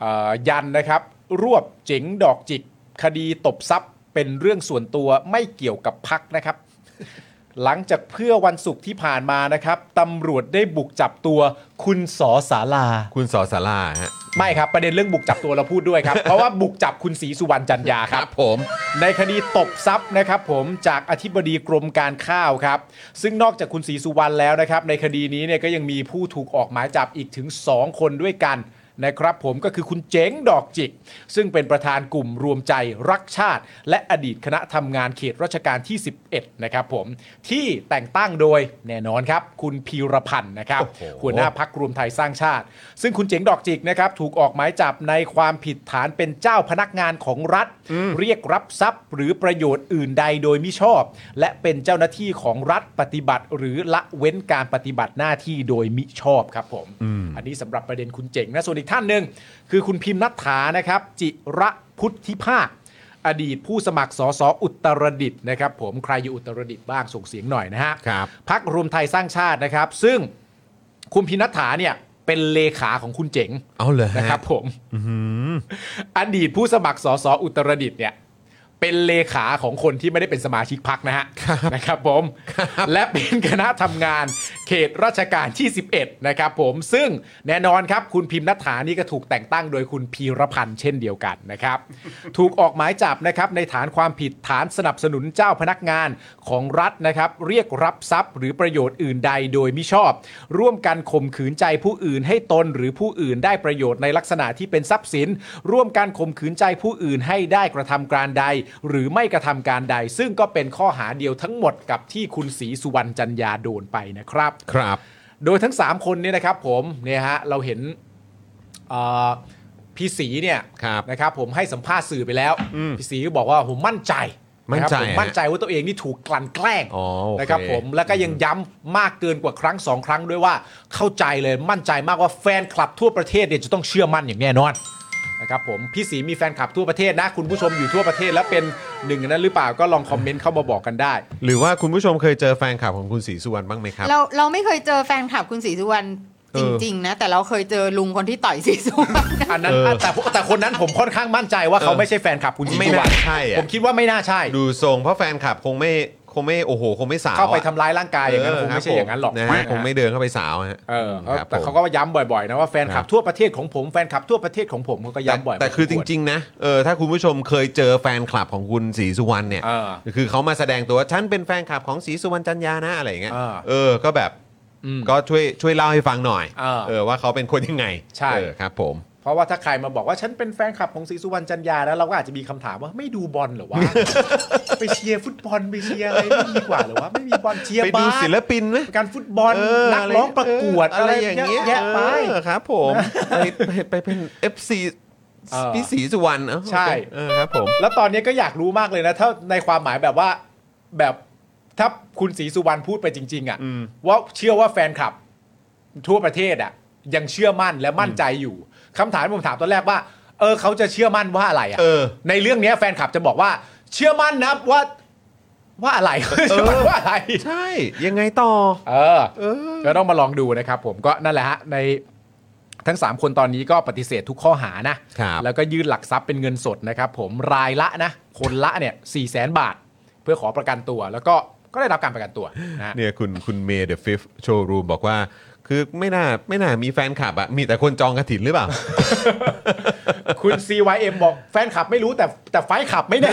B: เอ่อยันนะครับ รวบเจ๋งดอกจิก คดีตบทรัพย์ เป็นเรื่องส่วนตัวไม่เกี่ยวกับพักนะครับ (laughs) หลังจากเพื่อวันศุกร์ที่ผ่านมานะครับตำรวจได้บุกจับตัวคุณสอสาลา
E: คุณสอสาราฮะ
B: ไม่ครับ ประเด็นเรื่องบุกจับตัวเราพูดด้วยครับ เพราะว่าบุกจับคุณศรีสุวรรณจันยาครับ
E: ผม
B: ในคดีตบทรัพย์นะครับผมจากอธิบดีกรมการข้าวครับ ซึ่งนอกจากคุณศรีสุวรรณแล้วนะครับ ในคดีนี้เนี่ยก็ยังมีผู้ถูกออกหมายจับอีกถึง 2 คนด้วยกันนะครับผมก็คือคุณเจ๋งดอกจิก ซึ่งเป็นประธานกลุ่มรวมใจรักชาติ และอดีตคณะทำงานเขตรัชการที่ 11 นะครับผมที่แต่งตั้งโดยแน่นอนครับ คุณพีรพันธ์นะครับ
E: โอ้โห
B: หัวหน้า หัวหน้าพักรวมไทยสร้างชาติ ซึ่งคุณเจ๋งดอกจิกนะครับถูกออกหมายจับในความผิดฐานเป็นเจ้าพนักงานของรัฐ เรียกรับทรัพย์ หรือประโยชน์อื่นใดโดยมิชอบ และเป็นเจ้าหน้าที่ของรัฐปฏิบัติ หรือละเว้นการปฏิบัติหน้าที่โดยมิชอบครับผมอันนี้สำหรับประเด็นคุณเจ๋งนะส่วนอีกท่านหนึ่งคือคุณพิมพ์นัทธานะครับ จิระพุทธิภาค อดีตผู้สมัครสสอุตรดิตถ์นะครับ ผมใครอยู่อุตรดิตถ์บ้างส่งเสียงหน่อยนะฮะ
E: ครับ
B: พักรวมไทยสร้างชาตินะครับ ซึ่ง คุณพินัฐาเนี่ยเป็นเลขาของคุณเจ๋ง
E: เอาเลยฮ
B: นะครับผมอดีตผู้สมัครสสอุตรดิตถ์เนี่ยเป็นเลขาของคนที่ไม่ได้เป็นสมาชิกพักนะฮะนะครับผมและเป็นคณะทำงานเขตราชการที่ 11 นะครับผมซึ่งแน่นอนครับคุณพิมพ์นัฐานี่ก็ถูกแต่งตั้งโดยคุณพีรพันธ์เช่นเดียวกันนะครับ ถูกออกหมายจับนะครับในฐานความผิดฐานสนับสนุนเจ้าพนักงานของรัฐนะครับ เรียกรับทรัพย์ หรือประโยชน์อื่นใดโดยมิชอบ ร่วมกันข่มขืนใจผู้อื่นให้ตนหรือผู้อื่นได้ประโยชน์ในลักษณะที่เป็นทรัพย์สิน ร่วมกันข่มขืนใจผู้อื่นให้ได้กระทำการใด หรือไม่กระทำการใด ซึ่งก็เป็นข้อหาเดียวทั้งหมดกับที่คุณศรีสุวรรณจันยาโดนไปนะครับ
E: ครับ
B: โดยทั้ง 3 คนเนี่ยนะครับผมเนี่ยฮะเราเห็นเอ่อพี่ศรีเนี่ย
E: ครับ
B: นะครับผมให้สัมภาษณ์สื่อไปแล้ว
E: อืม
B: พี่ศรีก็บอกว่าผมมั่นใจ
E: มั่นใจะ
B: ครับผม
E: ฮะ
B: มั่นใจว่าตัวเองนี่ถูกกลั่นแกล้ง
E: อ๋อโอเค
B: นะครับผมแล้วก็ยังย้ำมากเกินกว่าครั้งสองครั้งด้วยว่าเข้าใจเลยมั่นใจมากว่าแฟนคลับทั่วประเทศเนี่ยจะต้องเชื่อมั่นอย่างแน่นอนนะครับผมพี่ศรีมีแฟนคลับทั่วประเทศนะ คุณผู้ชมอยู่ทั่วประเทศแล้วเป็นหนึ่งในนั้นหรือเปล่าก็ลองคอมเมนต์เข้ามาบอกกันได้
E: หรือว่าคุณผู้ชมเคยเจอแฟนคลับของคุณศรีสุวรรณบ้างไหมครับ
F: เราเราไม่เคยเจอแฟนคลับคุณศรีสุวรรณ
E: เอ
F: จ
E: อ
F: ริง ๆ นะ แต่เราเคยเจอลุงคนที่ต่อยศรีสุวรรณ
B: อันนั้น
E: เออ
B: แต่แต่คนนั้นผมค่อนข้างมั่นใจว่าเขา
E: เออ
B: ไม่ใช่แฟนคลับคุณจี
E: ไม่
B: สุวรรณ
E: น่าใช่อะ
B: ผมคิดว่าไม่น่าใช่
E: ดูทรงเพราะแฟนคลับคงไม่คงไม่โอ้โห คงไม่สาวอะ
B: เข้าไปทำร้ายร่างกายอย่างนั้นคงไม่ใช่
E: รับ
B: อย่างนั้นหรอก
E: ผะฮะคงไม่เดินเข้าไปสาวฮะ
B: เออ
E: มครับ
B: แต่
E: ผม
B: เขาก็ย้ำบ่อยๆนะว่าแฟนคลั
E: ค
B: บ
E: รับ
B: ทั่วประเทศของผมแฟนคลับทั่วประเทศของผมเขาก็ย้ำบ่อย
E: แต่แต่คือจริงๆนะเออถ้าคุณผู้ชมเคยเจอแฟนคลับของคุณศรีสุวรรณเนี่ย
B: เออ
E: คือเขามาแสดงตัวว่าฉันเป็นแฟนคลับของศรีสุวรรณจันยานะอะไรอย่างเงี้ย
B: เออ
E: เออก็แบบ
B: อืม
E: ก็ช่วยช่วยเล่าให้ฟังหน่อย
B: เออ
E: ว่าเขาเป็นคนยังไง
B: ใช่
E: เออครับ ผม
B: เพราะว่าถ้าใครมาบอกว่าฉันเป็นแฟนคลับของศรีสุวรรณจันยาแล้วเราก็อาจจะมีคำถามว่าไม่ดูบอลเหรอ (laughs) วะ ไปเชียร์ฟุตบอลไปเชียร์อะไรไม่ดีกว่าเหรอวะไม่มีบอลเชียร์
E: ไป
B: บา
E: ดู
B: ส
E: ศิลปินไหม
B: การฟุตบอล
E: เออ
B: นักร้องประกวด
E: อะไรอย่างเงี้ย
B: แยะไป
E: เออครับ ผม ไปไปไปเป็น FC
B: เออ
E: พี่ศรีสุวรรณเออ
B: ใช่
E: เออครับผม
B: แล้วตอนนี้ก็อยากรู้มากเลยนะ ถ้าในความหมายแบบว่าแบบถ้าคุณศรีสุวรรณพูดไปจริง ๆอะ่ะ
E: อืม
B: ว่าเชื่อว่าแฟนคลับ ทั่วประเทศอะ่ะ ยังเชื่อมั่นและมั่นใจอยู่คำถามที่ผมถามตอนแรกว่า เออเขาจะเชื่อมั่นว่าอะไร
E: เอ
B: อะ่ะ
E: อ
B: ในเรื่องเนี้ยแฟนคลับจะบอกว่า เชื่อมั่นนะว่า ว่า
E: (laughs)
B: อะไรเชื่อมั่นว่าอะไร
E: ใช่ยังไงต่อ
B: เออ ก็ต้องมาลองดูนะครับผมก็นั่นแหละฮะในทั้ง 3 คนตอนนี้ก็ปฏิเสธทุกข้อหานะ
E: ครับ
B: แล้วก็ยื่นหลักทรัพย์เป็นเงินสดนะครับผมรายละนะ คนละเนี่ยสี่แสนบาท เพื่อขอประกันตัว แล้วก็ก็ได้รับการประกันตัวนะฮะ
E: เนี่ยคุณคุณเมย์เดอะฟิฟโชว์รูมบอกว่า คือไม่น่าไม่น่ามีแฟนคลับอะมีแต่คนจองกระถินหรือเปล่า
B: (laughs) คุณ CYM บอกแฟนขับไม่รู้แต่แต่ไฟขับไม่
E: (laughs)
B: แน่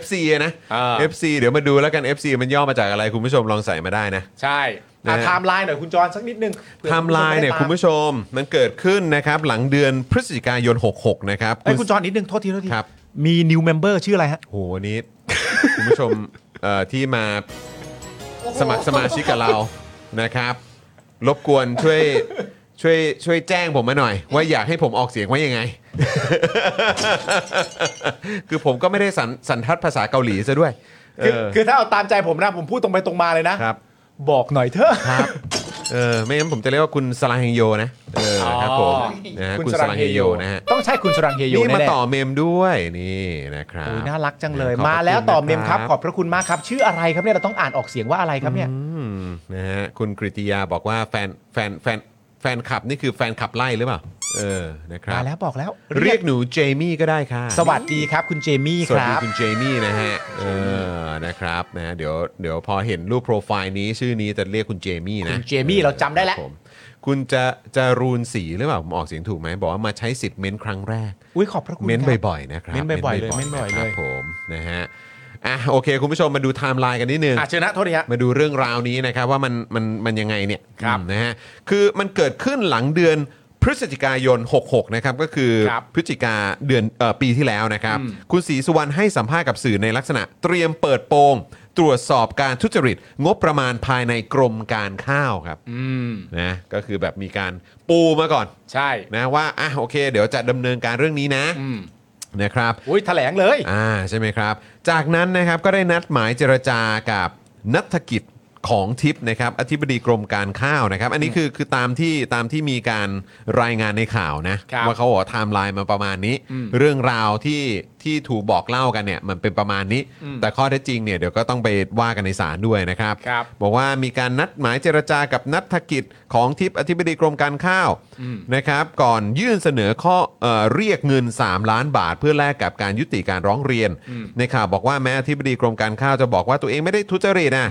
E: FC อะนะ
B: อ่า
E: FC เดี๋ยวมาดูแล้วกัน FC มันย่อมาจากอะไรคุณผู้ชมลองใส่มาได้นะ
B: ใช่อ่ะ
E: นะฮะ
B: ไทม์ไลน์หน่อยคุณจรสักนิดนึงเผื่อ
E: ไทม์ไลน์เนี่ยคุณผู้ชมมันเกิดขึ้นนะครับหลังเดือนพฤศจิกายน 66 นะครับ
B: ไอ้ยคุณจรนิดนึงโทษทีโทษที
E: ครับ
B: มี new member ชื่ออะไรฮะ
E: โหวันนี้ (laughs) คุณผู้ชมเอ่อที่มาสมัครสมาชิกกับเรานะครับ รบกวนช่วยช่วยช่วยแจ้งผมมาหน่อย ว่าอยากให้ผมออกเสียงว่ายังไง (laughs) คือผมก็ไม่ได้สันสันทัดภาษาเกาหลีซะด้วยเอ
B: คือ
E: อ
B: คือถ้าเอาตามใจผมนะผมพูดตรงไปตรงมาเลยนะ
E: ครับ
B: บอกหน่อยเถอะ
E: ครับ เออไม่งั้นผมจะเรียกว่าคุณสลังเฮโยนะเออครับผม
B: อ๋อ
E: นะฮะคุณสลังเฮโยนะฮะ
B: ต้องใช่คุณสรังเฮโย
E: นี่มา
B: แน่ๆ
E: ต่อเมมด้วยนี่นะครับ
B: โอ้ยน่ารักจังเลย
E: ขอบพระ
B: มาแล้ว
E: คุณ
B: ต่อเมมครับ
E: นะครับ
B: ขอบพระคุณมากครับ ชื่ออะไรครับเนี่ยเราต้องอ่านออกเสียงว่าอะไรครับเนี่ย
E: อืมนะฮะคุณกริติยาบอกว่าแฟนแฟนแฟนแฟนคลับนี่คือแฟนคลับไล่หรือเปล่าเออนะครับ
B: มาแล้วบอกแล้ว
E: เรียกหนูเจมี่ก็ได้ค่ะ
B: สวัสดีครับคุณเจมี่
E: ส
B: ค
E: วัส
B: รั
E: ดี
B: บ
E: คุณเจมี่นะฮะเออนะครับนะเดี๋ยวเดี๋ยวพอเห็นรูปโปรไฟล์นี้ชื่อนี้จะเรียกคุณเจมี่นะ
B: คุณเจมี่เราจำได้แล้ว
E: คบผมคุณจะจะรูนสีหรือเปล่าผมออกเสียงถูกไหมบอกว่ามาใช้สิทธิ์เม้นครั้งแรก
B: อุ้ยขอบพระคุณ
E: เม้น
B: ครับ
E: บ่อยๆนะครับ
B: เม้นบ่อยๆเลยเม้นบ่อยๆ
E: ะครับ
B: เลย
E: ผมนะฮะอ่ะโอเค คุณผู้ชมมาดูไทม์ไลน์กันนิดนึง
B: อ่ะเชิญนะโทษทีฮะ
E: มาดูเรื่องราวนี้นะครับว่ามันมันมันยังไงเนี่ย
B: ครับ
E: อืมนะฮะคือมันเกิดขึ้นหลังเดือนพฤศจิกายน 66 นะครับก็คือ
B: ครับ
E: พฤศจิกาเดือนเออปีที่แล้วนะครับ
B: อืม
E: คุณศรีสุวรรณให้สัมภาษณ์กับสื่อในลักษณะ เตรียมเปิดโปง ตรวจสอบการทุจริต งบประมาณภายในกรมการข้าวครับ
B: อืม
E: นะก็คือแบบมีการปูมาก่อน
B: ใช่
E: นะว่าอ่ะโอเค เดี๋ยวจะดำเนินการเรื่องนี้นะ
B: อืม
E: นะครับ
B: อุ้ยแถลงเลย
E: อ่าใช่ไหมครับ จากนั้นนะครับก็ได้นัดหมายเจรจากับนัฐกิจของทิพย์นะครับอธิบดีกรมการข้าวนะครับ อันนี้คือคือตามที่ตามที่มีการรายงานในข่าวนะครับ ว่าเขาบอกว่าไทม์ไลน์มาประมาณนี้
B: อืม
E: เรื่องราวที่ที่ถูกบอกเล่ากันเนี่ยมันเป็นประมาณนี้
B: อืม
E: แต่ข้อเท็จจริงเนี่ยเดี๋ยวก็ต้องไปว่ากันในศาลด้วยนะครับ
B: ครับ
E: บอกว่ามีการนัดหมายเจรจากับนัฐกิจของทิพย์อธิบดีกรมการข้าว
B: อืม
E: นะครับ ก่อนยื่นเสนอข้อเออเรียกเงิน 3 ล้านบาท เพื่อแลกกับการยุติการร้องเรียน ในข่าวบอกว่าแม้อธิบดีกรมการข้าวจะบอกว่าตัวเองไม่ได้ทุจริตนะ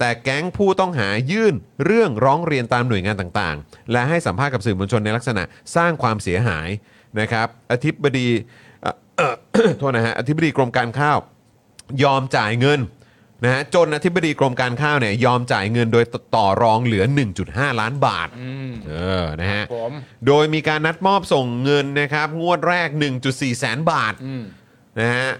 E: แต่แก๊งผู้ต้องหายื่นเรื่องร้องเรียนตามหน่วยงานต่างๆ และให้สัมภาษณ์กับสื่อมวลชนในลักษณะสร้างความเสียหายนะครับอธิบดี (coughs) เอ่อเอ่อ โทษนะฮะอธิบดีกรมการข้าว ยอมจ่ายเงินนะฮะจนอธิบดีกรมการข้าวเนี่ยยอมจ่ายเงินโดยตต่อรองเหลือ 1.5 ล้านบาท
B: อืม
E: เออนะฮะ
B: ผม
E: โดยมีการนัดมอบส่งเงินนะครับงวดแรก 1.4 แสนบาท
B: อืม
E: นะฮะ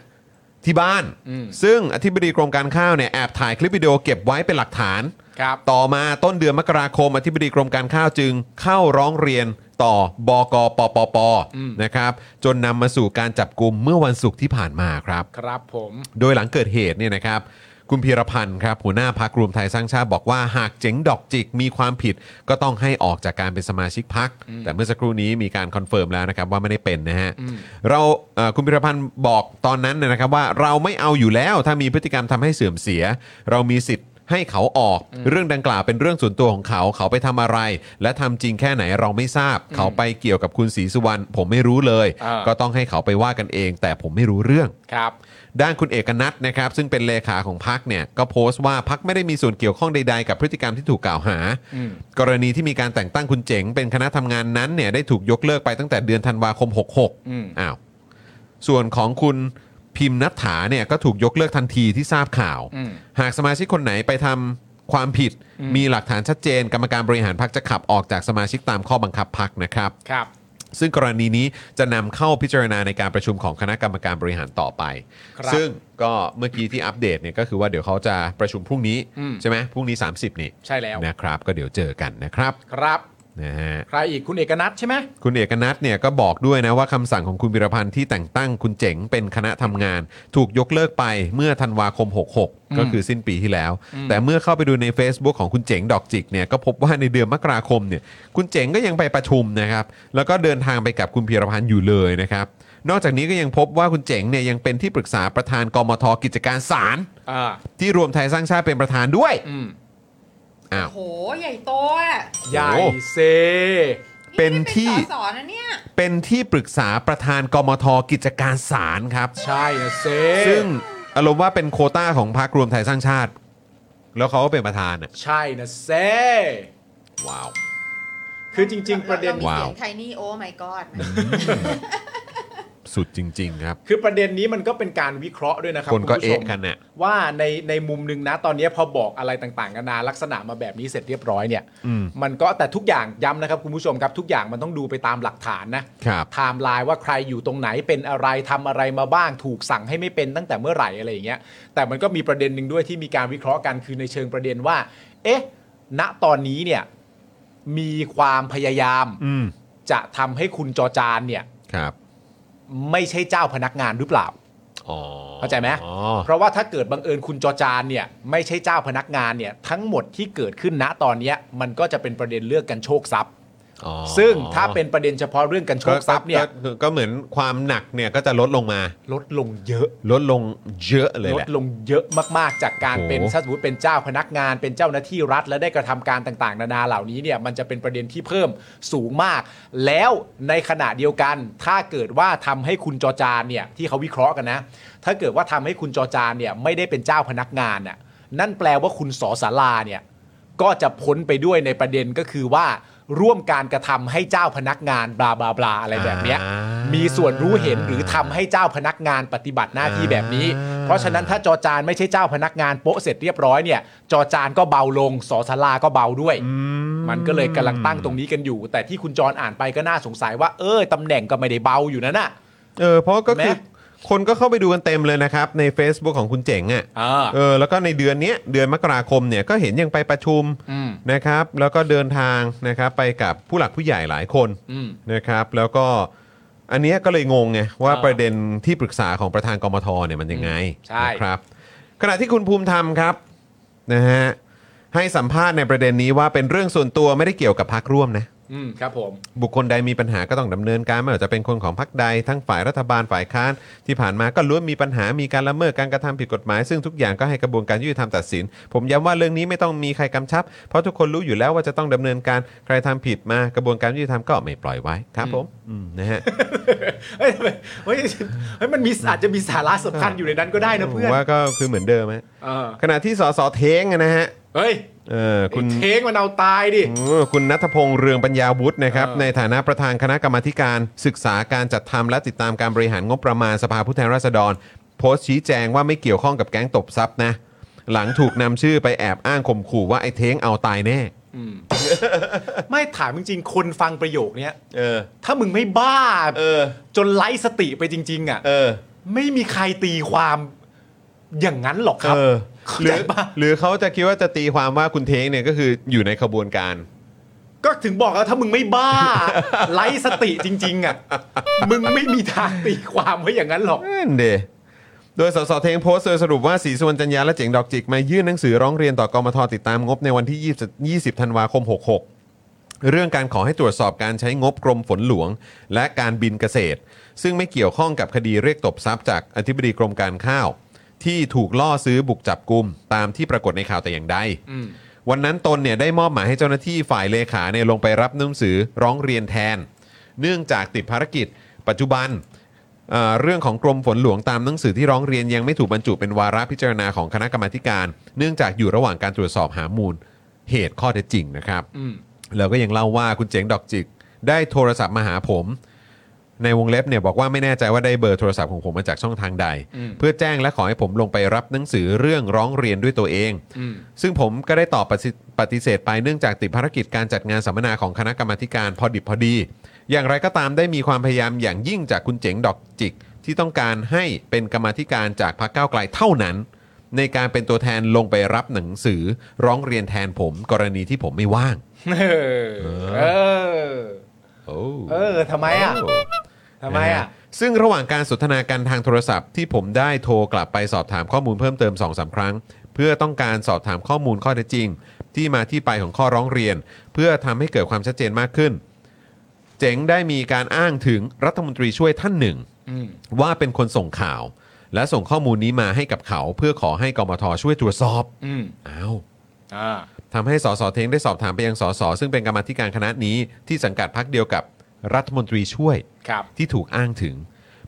E: ที่บ้าน
B: อืม
E: ซึ่งอธิบดีกรมการข้าวเนี่ยแอบถ่ายคลิปวิดีโอเก็บไว้เป็นหลักฐาน
B: ครับ
E: ต่อมาต้นเดือนมกราคมอธิบดีกรมการข้าวจึงเข้าร้องเรียนต่อบกปปป
B: อืม
E: นะครับจนนำมาสู่การจับกลุ่มเมื่อวันศุกร์ที่ผ่านมาครับ
B: ครับผม
E: โดยหลังเกิดเหตุเนี่ยนะครับ คุณพีรพันธ์ครับหัวหน้าพักรวมไทยสร้างชาติบอกว่าหากเจ๋งดอกจิกมีความผิดก็ต้องให้ออกจากการเป็นสมาชิกพัก แต่เมื่อสักครู่นี้มีการคอนเฟิร์มแล้วนะครับว่าไม่ได้เป็นนะฮะเราเอ่อคุณพีรพันธ์บอกตอนนั้นนะครับว่าเราไม่เอาอยู่แล้วถ้ามีพฤติกรรมทำให้เสื่อมเสีย เรามีสิทธิ์ให้เขาออก เรื่องดังกล่าวเป็นเรื่องส่วนตัวของเขาเขาไปทำอะไร และทำจริงแค่ไหนเราไม่ทราบ เขาไปเกี่ยวกับคุณศรีสุวรรณผมไม่รู้เลย
B: อ่า
E: ก็ต้องให้เขาไปว่ากันเอง แต่ผมไม่รู้เรื่อง
B: ครับ
E: ด้านคุณเอกนัทนะครับซึ่งเป็นเลขาของพักเนี่ยก็โพสต์ว่าพักไม่ได้มีส่วนเกี่ยวข้องใดๆกับพฤติกรรมที่ถูกกล่าวหา
B: อืม
E: กรณีที่มีการแต่งตั้งคุณเจ๋งเป็นคณะทำงานนั้นเนี่ยได้ถูกยกเลิกไปตั้งแต่เดือนธันวาคม 66
B: อืม
E: อ้าวส่วนของคุณพิมพ์นัทถาเนี่ยก็ถูกยกเลิกทันทีที่ทราบข่าว
B: อืม
E: หากสมาชิกคนไหนไปทำความผิด มีหลักฐานชัดเจน กรรมการบริหารพักจะขับออกจากสมาชิกตามข้อบังคับพักนะครับ
B: ครับ
E: ซึ่งกรณีนี้จะนำเข้าพิจารณาในการประชุมของคณะกรรมการบริหารต่อไป
B: ครับ
E: ซึ่งก็เมื่อกี้ที่อัปเดตเนี่ยก็คือว่าเดี๋ยวเขาจะประชุมพรุ่งนี้
B: อืม
E: ใช่ไหมพรุ่งนี้ 30 นี่
B: ใช่แล้ว
E: นะครับ ก็เดี๋ยวเจอกันนะครับ
B: ครับ
E: นะฮะ
B: ใครอีกคุณเอกนัทใช่ไหม
E: คุณเอกนัทเนี่ยก็บอกด้วยนะว่าคำสั่งของคุณวิรพันธ์ที่แต่งตั้งคุณเจ๋งเป็นคณะทำงาน ถูกยกเลิกไปเมื่อธันวาคม 66 ก็คือสิ้นปีที่แล้ว แต่เมื่อเข้าไปดูใน Facebook ของคุณเจ๋งดอกจิกเนี่ยก็พบว่าในเดือนมกราคมเนี่ยคุณเจ๋งก็ยังไปประชุมนะครับ แล้วก็เดินทางไปกับคุณพีรพันธ์อยู่เลยนะครับ นอกจากนี้ก็ยังพบว่าคุณเจ๋งเนี่ยยังเป็นที่ปรึกษาประธานกมทกิจการศาล
B: อ่า
E: ที่รวมไทยสร้างชาติเป็นประธานด้วย
B: อืม
E: อ้าว
F: โหใหญ่โตอ่ะ
B: ใหญ่
E: โอ้
B: เซ
E: เป็นที่
F: นี่ไม่เป็นสอสอนะเนี่ย
E: เป็นที่ปรึกษาประธานกมทกิจการศาลครับ
B: ใช่นะเซ
E: ซึ่งอารมณ์ว่าเป็นโควต้าของพรรครวมไทยสร้างชาติ แล้วเขาก็เป็นประธานอ่ะ
B: ใช่นะเซ
E: ว้าว
B: คือจริง ๆ ประเด็น
F: รามี
E: ว้าว
F: เสียงไทนี่โอ้ my god
E: สุดจริง ๆ ครับ
B: คือประเด็นนี้มันก็เป็นการวิเคราะห์ด้วยนะครับ
E: คนก็
B: ณผู้ชม
E: เอ๊ะกันน่ะ
B: ว่าในในมุมหนึงนะตอนนี้พอบอกอะไรต่างๆกันานาลักษณะมาแบบนี้เสร็จเรียบร้อยเนี่ย
E: อืม
B: มันก็แต่ทุกอย่างย้ำนะครับคุณผู้ชมครับ ทุกอย่างมันต้องดูไปตามหลักฐานนะครับ ไทม์ไลน์ว่าใครอยู่ตรงไหนเป็นอะไรทำอะไรมาบ้างถูกสั่งให้ไม่เป็นตั้งแต่เมื่อไหร่อะไรอย่างเงี้ยแต่มันก็มีประเด็นหนึ่งด้วยที่มีการวิเคราะห์กันคือในเชิงประเด็นว่า เอ๊ะ ณตอนนี้เนี่ยมีความพยายาม
E: อืม
B: จะทำให้คุณจอจานเนี่ย
E: ครับ
B: ไม่ใช่เจ้าพนักงานหรือเปล่า
E: อ๋อ
B: เข้าใจไหม
E: อ๋อ
B: เพราะว่าถ้าเกิดบังเอิญคุณจอจานเนี่ยไม่ใช่เจ้าพนักงานเนี่ยทั้งหมดที่เกิดขึ้นณตอนเนี้ยมันก็จะเป็นประเด็นเรื่องกันโชคทรัพย์
E: อ๋อ
B: ซึ่งถ้าเป็นประเด็นเฉพาะเรื่องกันโชคทรัพย์เนี่ย
E: ก็ก็ก็เหมือนความหนักเนี่ยก็จะลดลงมา
B: ลดลงเยอะ
E: ลดลงเยอะเลย
B: ล
E: แห
B: ด
E: ละ
B: ลงเยอะมากๆ จากการ
E: โอ้โห
B: เป็นถ้าสมมติเป็นเจ้าพนักงาน เป็นเจ้าหน้าที่รัฐ และได้กระทำการต่างๆ นานาเหล่านี้เนี่ยมันจะเป็นประเด็นที่เพิ่มสูงมาก แล้วในขณะเดียวกัน ถ้าเกิดว่าทำให้คุณจอจานเนี่ยที่เขาวิเคราะห์กันนะ ถ้าเกิดว่าทำให้คุณจอจานเนี่ยไม่ได้เป็นเจ้าพนักงานน่ะนั่นแปลว่าคุณสอสาราเนี่ย ก็จะพ้นไปด้วยในประเด็นก็คือว่า ร่วมการกระทำให้เจ้าพนักงานบลาบลาบลาอะไรแบบเนี้ย
E: อ่ามี
B: มีส่วนรู้เห็นหรือทำให้เจ้าพนักงานปฏิบัติหน้าที่แบบนี้
E: อ่า
B: เพราะฉะนั้นถ้าจอจานไม่ใช่เจ้าพนักงานโป๊ะเสร็จเรียบร้อยเนี่ย จอจานก็เบาลงสอสาราก็เบาด้วย มันก็เลยกำลังตั้งตรงนี้กันอยู่ แต่ที่คุณจรอ่านไปก็น่าสงสัยว่าเออตำแหน่งก็ไม่ได้เบาอยู่นะน่ะ
E: เออเพราะก็คือ
B: แม้
E: คนก็เข้าไปดูกันเต็มเลยนะครับ ใน Facebook ของคุณเจ๋งอ่ะ
B: อ่า
E: เออแล้วก็ในเดือนเนี้ยเดือนมกราคมเนี่ยก็เห็นยังไปประชุม
B: อืม
E: นะครับ แล้วก็เดินทางนะครับไปกับผู้หลักผู้ใหญ่หลายคน
B: อืม
E: นะครับ แล้วก็อันเนี้ยก็เลยงงไงว่า
B: อ่า
E: ประเด็นที่ปรึกษาของประธานกมทเนี่ยมันยังไง
B: ใช่
E: นะครับ ขณะที่คุณภูมิธรรมครับนะฮะให้สัมภาษณ์ในประเด็นนี้ว่าเป็นเรื่องส่วนตัวไม่ได้เกี่ยวกับพักร่วมนะ
B: อืมครับผม
E: บุคคลใดมีปัญหาก็ต้องดำเนินการไม่ว่าจะเป็นคนของพรรคใดทั้งฝ่ายรัฐบาลฝ่ายค้านที่ผ่านมาก็ล้วนมีปัญหามีการละเมิดการกระทำผิดกฎหมาย ซึ่งทุกอย่างก็ให้กระบวนการยุติธรรมตัดสิน ผมย้ำว่าเรื่องนี้ไม่ต้องมีใครกำชับ เพราะทุกคนรู้อยู่แล้วว่าจะต้องดำเนินการใครทำผิดมากระบวนการยุติธรรมก็ไม่ปล่อยไว้ครับผมอืมนะฮะ
B: (laughs) เฮ้ยทำไมเฮ้ยเฮ้ยมันมีอาจจะมีสาระสำคัญอยู่ในนั้นก็ได้นะ
E: ผ
B: เพื่
E: ม
B: อน
E: ว่าก็คือเหมือนเดิมฮะ
B: เออ
E: ขณะที่สสเทงนะฮะ
B: เฮ้ย
E: เออ
B: คุ
E: คุณ ณ
B: เทงมันเอาตายดิ
E: โอ้คุณนัทพงษ์เรืองปัญญาวุฒินะครับ
B: เออ
E: ในฐานะประธานคณะกรรมาธิการศึกษาการจัดทำและติดตามการบริหารงบประมาณสภาผู้แทนราษฎร โพสต์ชี้แจงว่าไม่เกี่ยวข้องกับแก๊งตบทรัพย์นะ หลังถูกนำชื่อไปแอบอ้างข่มขู่ว่าไอ้เท้งเอาตายแน่
B: ไม่ถามจริงๆ คนฟังประโยคเนี้ย
E: เออ
B: ถ้ามึงไม่บ้า
E: เออ
B: จนไร้สติไปจริง ๆ อ่ะ
E: เออ
B: ไม่มีใครตีความอย่างนั้นหรอกครับ
E: เออหรือ
B: เข้าใจปะ
E: หรือเขาจะคิดว่าจะตีความว่าคุณเท้งเนี่ยก็คืออยู่ในขบวนการ
B: ก็ถึงบอกแล้วถ้ามึงไม่ (laughs) บ้า ไร้สติจริง ๆ อ่ะ มึงไม่มีทางตีความไว้อย่างนั้นหรอก
E: นั่นเดโดยสสเทงโพสต์โดยสรุปว่าสีสวรรณจันยาและเจ๋งดอกจิก มายื่นหนังสือร้องเรียนต่อกมทติดตามงบในวันที่ 20 20 ธันวาคม 66 เรื่องการขอให้ตรวจสอบการใช้งบกรมฝนหลวง และการบินเกษตร ซึ่งไม่เกี่ยวข้องกับคดีเรียกตบทรัพย์จากอธิบดีกรมการข้าว ที่ถูกล่อซื้อบุกจับกลุ่มตามที่ปรากฏในข่าวแต่อย่างใด วันนั้นตนเนี่ยได้มอบหมายให้เจ้าหน้าที่ฝ่ายเลขาเนี่ยลงไปรับหนังสือร้องเรียนแทน เนื่องจากติดภารกิจ ปัจจุบันเอ่อเรื่องของกรมฝนหลวงตามหนังสือที่ร้องเรียนยังไม่ถูกบรรจุเป็นวาระพิจารณาของคณะกรรมาธิการ เนื่องจากอยู่ระหว่างการตรวจสอบหามูลเหตุข้อเท็จจริงนะครับแล้วก็ยังเล่าว่าคุณเจ๋งดอกจิก ได้โทรศัพท์มาหาผม ในวงเล็บเนี่ยบอกว่าไม่แน่ใจว่าได้เบอร์โทรศัพท์ของผมมาจากช่องทางใด เพื่อแจ้งและขอให้ผมลงไปรับหนังสือเรื่องร้องเรียนด้วยตัวเอง ซึ่งผมก็ได้ตอบปฏิปฏิเสธไปเนื่องจากติดภารกิจการจัดงานสัมมนาของคณะกรรมาธิการพอดิบพอดี อย่างไรก็ตามได้มีความพยายามอย่างยิ่งจากคุณเจ๋งดอกจิก ที่ต้องการให้เป็นกรรมาธิการจากพรรคก้าวไกลเท่านั้น ในการเป็นตัวแทนลงไปรับหนังสือร้องเรียนแทนผม กรณีที่ผมไม่ว่าง
B: เออ เออ
E: โอ้
B: เออทำไมอ่ะ
E: โ
B: ทำไมอ่ะ
E: นฮซึ่งระหว่างการสนทนากันทางโทรศัพท์ที่ผมได้โทรกลับไปสอบถามข้อมูลเพิ่มเติม2อสาครั้ง เพื่อต้องการสอบถามข้อมูลข้อเท็จจริง ที่มาที่ไปของข้อร้องเรียน เพื่อทำให้เกิดความชัดเจนมากขึ้น เจ๋งได้มีการอ้างถึงรัฐมนตรีช่วยท่านหนึ่ง
B: อืม
E: ว่าเป็นคนส่งข่าว และส่งข้อมูลนี้มาให้กับเขา เพื่อขอให้กมทช่วยตรวจสอบ
B: อืม
E: อ้าว
B: อ่า
E: ทำให้สสเทงได้สอบถามไปยังสสซึ่งเป็นกรรมาธิการคณะนี้ที่สังกัดพักเดียวกับรัฐมนตรีช่วย
B: ครับ
E: ที่ถูกอ้างถึง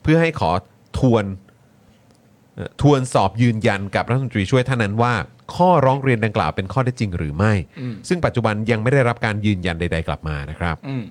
E: เพื่อให้ขอทวนเอ่อทวนสอบยืนยันกับรัฐมนตรีช่วยท่านนั้นว่า ข้อร้องเรียนดังกล่าวเป็นข้อเท็จจริงหรือไม่ ซึ่งปัจจุบันยังไม่ได้รับการยืนยันใด ๆ กลับมานะครับ
B: อืม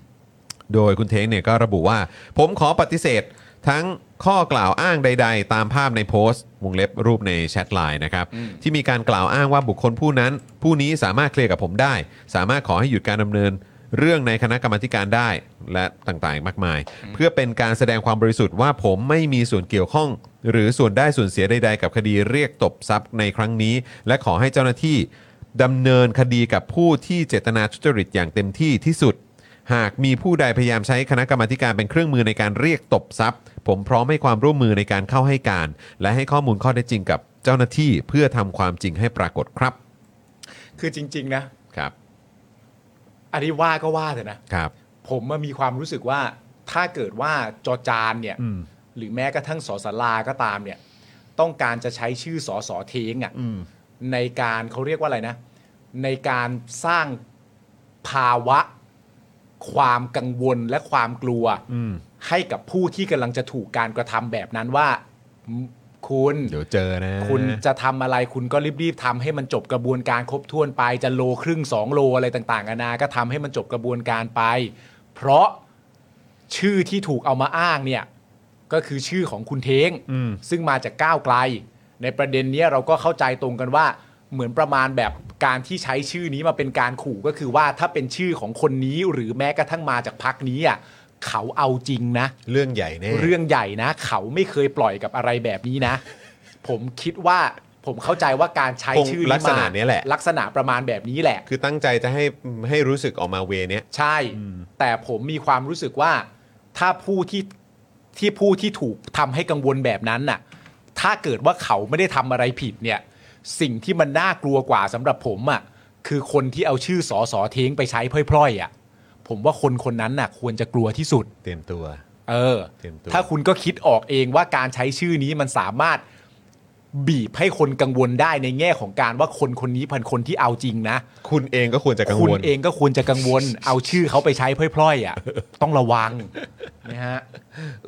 E: โดยคุณเทงเนี่ยก็ระบุว่า ผมขอปฏิเสธ ทั้งข้อกล่าวอ้างใด ๆ ตามภาพในโพสต์วงเล็บรูปในแชทไลน์นะครับ ที่มีการกล่าวอ้างว่าบุคคลผู้นั้น ผู้นี้สามารถเคลียร์กับผมได้ สามารถขอให้หยุดการดำเนิน เรื่องในคณะกรรมาธิการได้และต่างๆ มากมาย เพื่อเป็นการแสดงความบริสุทธิ์ว่าผมไม่มีส่วนเกี่ยวข้อง หรือส่วนได้ส่วนเสียใด ๆ กับคดีเรียกตบทรัพย์ในครั้งนี้ และขอให้เจ้าหน้าที่ดำเนินคดีกับผู้ที่เจตนาทุจริตอย่างเต็มที่ที่สุด
D: หากมีผู้ใดพยายามใช้คณะกรรมาธิการเป็นเครื่องมือในการเรียกตบทรัพย์ ผมพร้อมให้ความร่วมมือในการเข้าให้การ และให้ข้อมูลข้อเท็จจริงกับเจ้าหน้าที่เพื่อทำความจริงให้ปรากฏครับ
B: คือจริง ๆ นะครับ อันนี้ว่าก็ว่าเถอะนะ
D: ครับ
B: ผมมามีความรู้สึกว่าถ้าเกิดว่าจอจานเนี่ย
D: อืม
B: หรือแม้กระทั่งสอสลาก็ตามเนี่ย ต้องการจะใช้ชื่อสอสอเทงอะ่ะ
D: อืม
B: ในการเขาเรียกว่าอะไรนะ ในการสร้างภาวะ ความกังวลและความกลัว
D: อืม
B: ให้กับผู้ที่กำลังจะถูกการกระทำแบบนั้นว่าอืมคุณ
D: เดี๋ยวเจอนะ
B: คุณจะทำอะไรคุณก็รีบๆทำให้มันจบกระบวนการครบถ้วนไป จะโลครึ่ง 2 โลอะไรต่างๆนานาก็ทำให้มันจบกระบวนการไป เพราะชื่อที่ถูกเอามาอ้างเนี่ย ก็คือชื่อของคุณเทง
D: อืม
B: ซึ่งมาจากก้าวไกล ในประเด็นเนี้ยเราก็เข้าใจตรงกันว่า เหมือนประมาณแบบการที่ใช้ชื่อนี้มาเป็นการขู่ก็คือว่าถ้าเป็นชื่อของคนนี้หรือแม้กระทั่งมาจากพักนี้อ่ะเขาเอาจริงนะ
D: เรื่องใหญ่แน่
B: เรื่องใหญ่นะ เขาไม่เคยปล่อยกับอะไรแบบนี้นะ ผมคิดว่าผมเข้าใจว่าการใช้
D: คง
B: ชื่อ
D: ลั
B: นี้
D: กษ
B: มา
D: ณะเนี้ยแหละ
B: ลักษณะประมาณแบบนี้แหละ
D: คือตั้งใจจะให้ให้รู้สึกออกมาเวเนี้ย
B: ใช่ แต่ผมมีความรู้สึกว่า ถ้าผู้ที่ที่ผู้ที่ถูกทำให้กังวลแบบนั้นน่ะ ถ้าเกิดว่าเขาไม่ได้ทำอะไรผิดเนี่ย สิ่งที่มันน่ากลัวกว่าสำหรับผมอ่ะคือคนที่เอาชื่อสอสอเทงไปใช้พล่อยๆอ่ะ ผมว่าคนคนนั้นน่ะ ควรจะกลัวที่สุด
D: เตรียมตัว
B: เออ
D: เตรียมตัว
B: ถ้าคุณก็คิดออกเองว่าการใช้ชื่อนี้มันสามารถบีบให้คนกังวลได้ในแง่ของการว่าคนคนนี้พันคนที่เอาจริงนะ
D: คุณเองก็ควรจะกัง
B: คุณ
D: วล
B: เองก็ควรจะกังวล เอาชื่อเขาไปใช้พล่อย
D: (laughs)
B: ๆอ่ะ ต้องระวังนะฮะ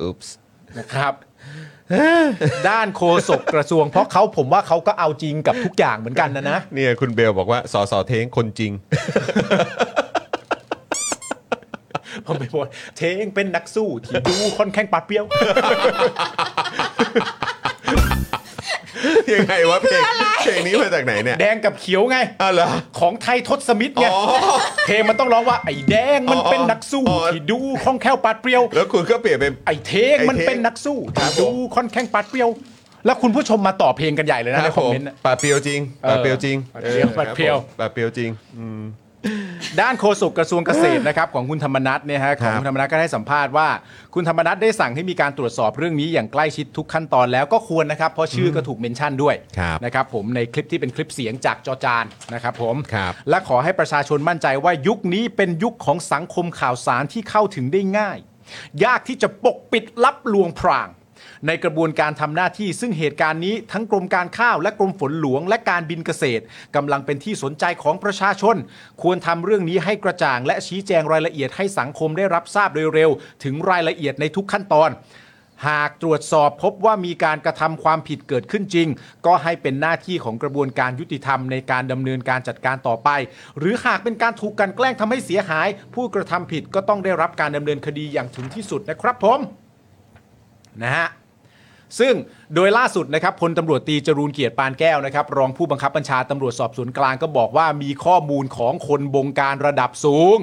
D: อุ๊ปส์
B: นะครับ ด้านโฆษกกระทรวง เพราะเขาผมว่าเขาก็เอาจริงกับทุกอย่างเหมือนกันนะนะ
D: (laughs) เนี่ยคุณเบลบอกว่าสอสอเทงคนจริง (laughs)
B: ผมไปบอกเทงเป็นนักสู้ที่ดูค่อนข้างปาดเปรี้ยว
D: ยังไงวะเพลงเพลงนี้มาจากไหน
B: (laughs)
D: เนี่ย
B: แดงกับเขียวไง
D: อ้าวเหรอ
B: ของไทยทศมิตรไง
D: อ๋อ
B: เพลงมันต้องร้องว่าไอ้แดงมัน
D: อ๋อ
B: เป็นนักสู้
D: อ๋อ
B: ที่ดูคล่องแคล่วปราดเปรียว
D: แล้วคุณก็เปลี่ยนเป็น
B: ไอ้เทงมัน
D: ไอ้เท่ง
B: เป็นนักสู้
D: ครั
B: ที่
D: บผม
B: ดูค่อนแข้งปราดเปรียว แล้วคุณผู้ชมมาต่อเพลงกันใหญ่เลยนะในคอมเมนต์นะ
D: ปลาเปียวจริง
B: เออ
D: ปลาเปียวจริง
B: ปลาเปียว
D: ออ
B: ปลาเปียว
D: ครับผมปลาเปียวจริง
B: ด้านโฆษกกระทรวงเกษตรนะครับของคุณธรรมนัฐเนี่ยฮะ
D: ค
B: ข
D: รั
B: อบ งคุณธรรมนัฐก็ได้สัมภาษณ์ว่า คุณธรรมนัฐได้สั่งให้มีการตรวจสอบเรื่องนี้อย่างใกล้ชิดทุกขั้นตอนแล้วก็ควรนะครับเพราะชื่อก็ถูกเมนชั่นด้วย
D: ครับ
B: นะครับผมในคลิปที่เป็นคลิปเสียงจากจอจานนะครับผม
D: ครับ
B: และขอให้ประชาชนมั่นใจว่ายุคนี้เป็นยุคของสังคมข่าวสารที่เข้าถึงได้ง่าย ยากที่จะปกปิดลับลวงพราง ในกระบวนการทำหน้าที่ซึ่งเหตุการณ์นี้ทั้งกรมการข้าวและกรมฝนหลวงและการบินเกษตรกำลังเป็นที่สนใจของประชาชน ควรทำเรื่องนี้ให้กระจ่างและชี้แจงรายละเอียดให้สังคมได้รับทราบโดยเร็ว ถึงรายละเอียดในทุกขั้นตอน หากตรวจสอบพบว่ามีการกระทำความผิดเกิดขึ้นจริง ก็ให้เป็นหน้าที่ของกระบวนการยุติธรรมในการดำเนินการจัดการต่อไป หรือหากเป็นการถูกกลันแกล้งทำให้เสียหาย ผู้กระทำผิดก็ต้องได้รับการดำเนินคดีอย่างถึงที่สุดนะครับผม นะฮะ ซึ่งโดยล่าสุดนะครับพลตำรวจตรีจรูนเกียรติปานแก้วนะครับ รองผู้บังคับบัญชาตำรวจสอบสวนกลางก็บอกว่ามีข้อมูลของคนบงการระดับสูง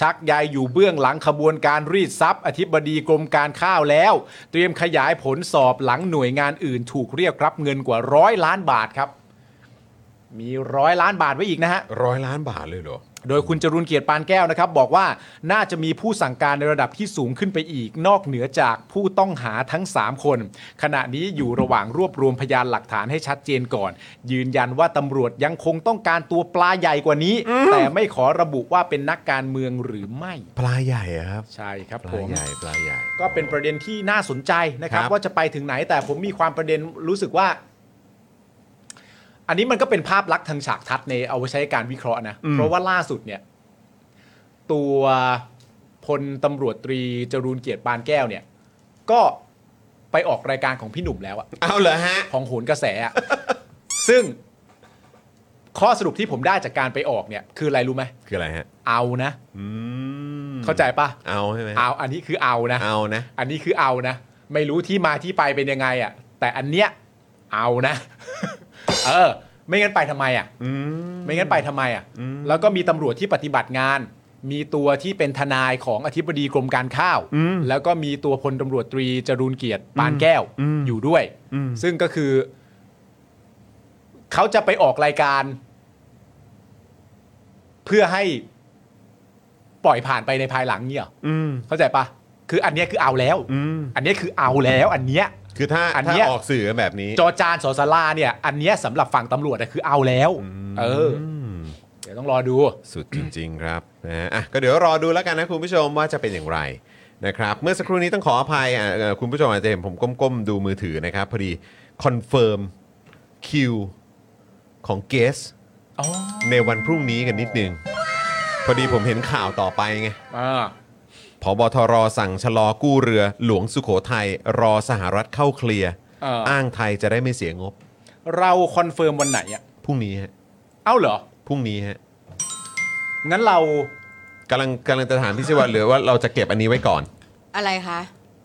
B: ชักใยอยู่เบื้องหลังขบวนการรีดทรัพย์ อธิบดีกรมการข้าวแล้ว เตรียมขยายผลสอบหลังหน่วยงานอื่น ถูกเรียกรับเงินกว่าร้อยล้านบาทครับ มีร้อยล้านบาทไว้อีกนะฮะ
D: ร้อยล้านบาทเลยเหรอ
B: โดยคุณจรุนเกียรติปานแก้วนะครับ บอกว่าน่าจะมีผู้สั่งการในระดับที่สูงขึ้นไปอีก นอกเหนือจากผู้ต้องหาทั้ง 3 คน ขณะนี้อยู่ระหว่างรวบรวมพยานหลักฐานให้ชัดเจนก่อน ยืนยันว่าตำรวจยังคงต้องการตัวปลาใหญ่กว่านี้ แต่ไม่ขอระบุว่าเป็นนักการเมืองหรือไม่
D: ปลาใหญ่อะครับ
B: ใช่ครับ
D: ป
B: ผ
D: ลาม ใหญ่ปลาใหญ่
B: ก็เป็นประเด็นที่น่าสนใจนะครับ
D: ครับ
B: ว่าจะไปถึงไหนแต่ผมมีความประเด็นรู้สึกว่า อันนี้มันก็เป็นภาพลักษณ์ทางฉากทัศน์ในเอาไว้ใช้การวิเคราะห์นะ เพราะว่าล่าสุดเนี่ย ตัวพลตำรวจตรีจรูนเกียรติปานแก้วเนี่ย ก็ไปออกรายการของพี่หนุ่มแล้วอะ
D: เอาเหรอฮะ
B: ของโหนกระแส (laughs) อะ ซึ่งข้อสรุปที่ผมได้จากการไปออกเนี่ย คืออะไรรู้ไหม
D: คืออะไรฮะ
B: เอานะ
D: อืม
B: เข้าใจปะ
D: เอาใช่ไหม
B: เอาอันนี้คือเอานะ
D: เอานะ
B: อันนี้คือเอานะ ไม่รู้ที่มาที่ไปเป็นยังไงอะ่ะ แต่อันเนี้ยเอานะ (laughs) เออ ไม่งั้นไปทำไมอะ่ะ
D: อืม
B: ไม่งั้นไปทำไมอะ่ะ แล้วก็มีตำรวจที่ปฏิบัติงาน มีตัวที่เป็นทนายของอธิบดีกรมการข้าว
D: อืม
B: แล้วก็มีตัวพลตำรวจตรีจรูนเกียรติปานแก้ว
D: อืม
B: อยู่ด้วย
D: อืม
B: ซึ่งก็คือ เขาจะไปออกรายการ เพื่อให้ ปล่อยผ่านไปในภายหลังเนี่ยเหรอ
E: อืม
B: เข้าใจปะคืออันเนี้ยคือเอาแล้ว
E: อืม
B: อันเนี้ยคือเอาแล้วอันเนี้ย
E: คือถ้า
B: อัน
E: ถ้า
B: เนี้ย
E: ออกสื่อกันแบบนี้
B: จอจานสอสลาเนี่ย อันเนี้ยสำหรับฝั่งตำรวจอะคือเอาแล้ว เออ
E: ม
B: เดี๋ยวต้องรอดู
E: สุดจริง ๆ ครับ (coughs) นะฮะอ่ะก็เดี๋ยวรอดูแล้วกันนะคุณผู้ชมว่าจะเป็นอย่างไรนะครับเมื่อสักครู่นี้ต้องขออภัยอ่ะเอ่อคุณผู้ชมอาจจะเห็นผมก้ม ๆ ดูมือถือนะครับ พอดีคอนเฟิร์มคิวของเกส
B: อ๋อ
E: ในวันพรุ่งนี้กันนิดนึง พอดีผมเห็นข่าวต่อไปไง
B: อ่า
E: พบทรสั่งชะลอกู้เรือหลวงสุโขทัยรอสหรัฐเข้าเคลียร์
B: เออ
E: อ้างไทยจะได้ไม่เสียงบ
B: เราคอนเฟิร์มวันไหนอะ
E: พรุ่งนี้ฮะ
B: เอ้าเหรอ
E: พรุ่งนี้ฮะ
B: งั้นเรา
E: กำลังกำลังจะถามพี่สิวัตรเหลือว่าเราจะเก็บอันนี้ไว้ก่อน
F: อะไรคะ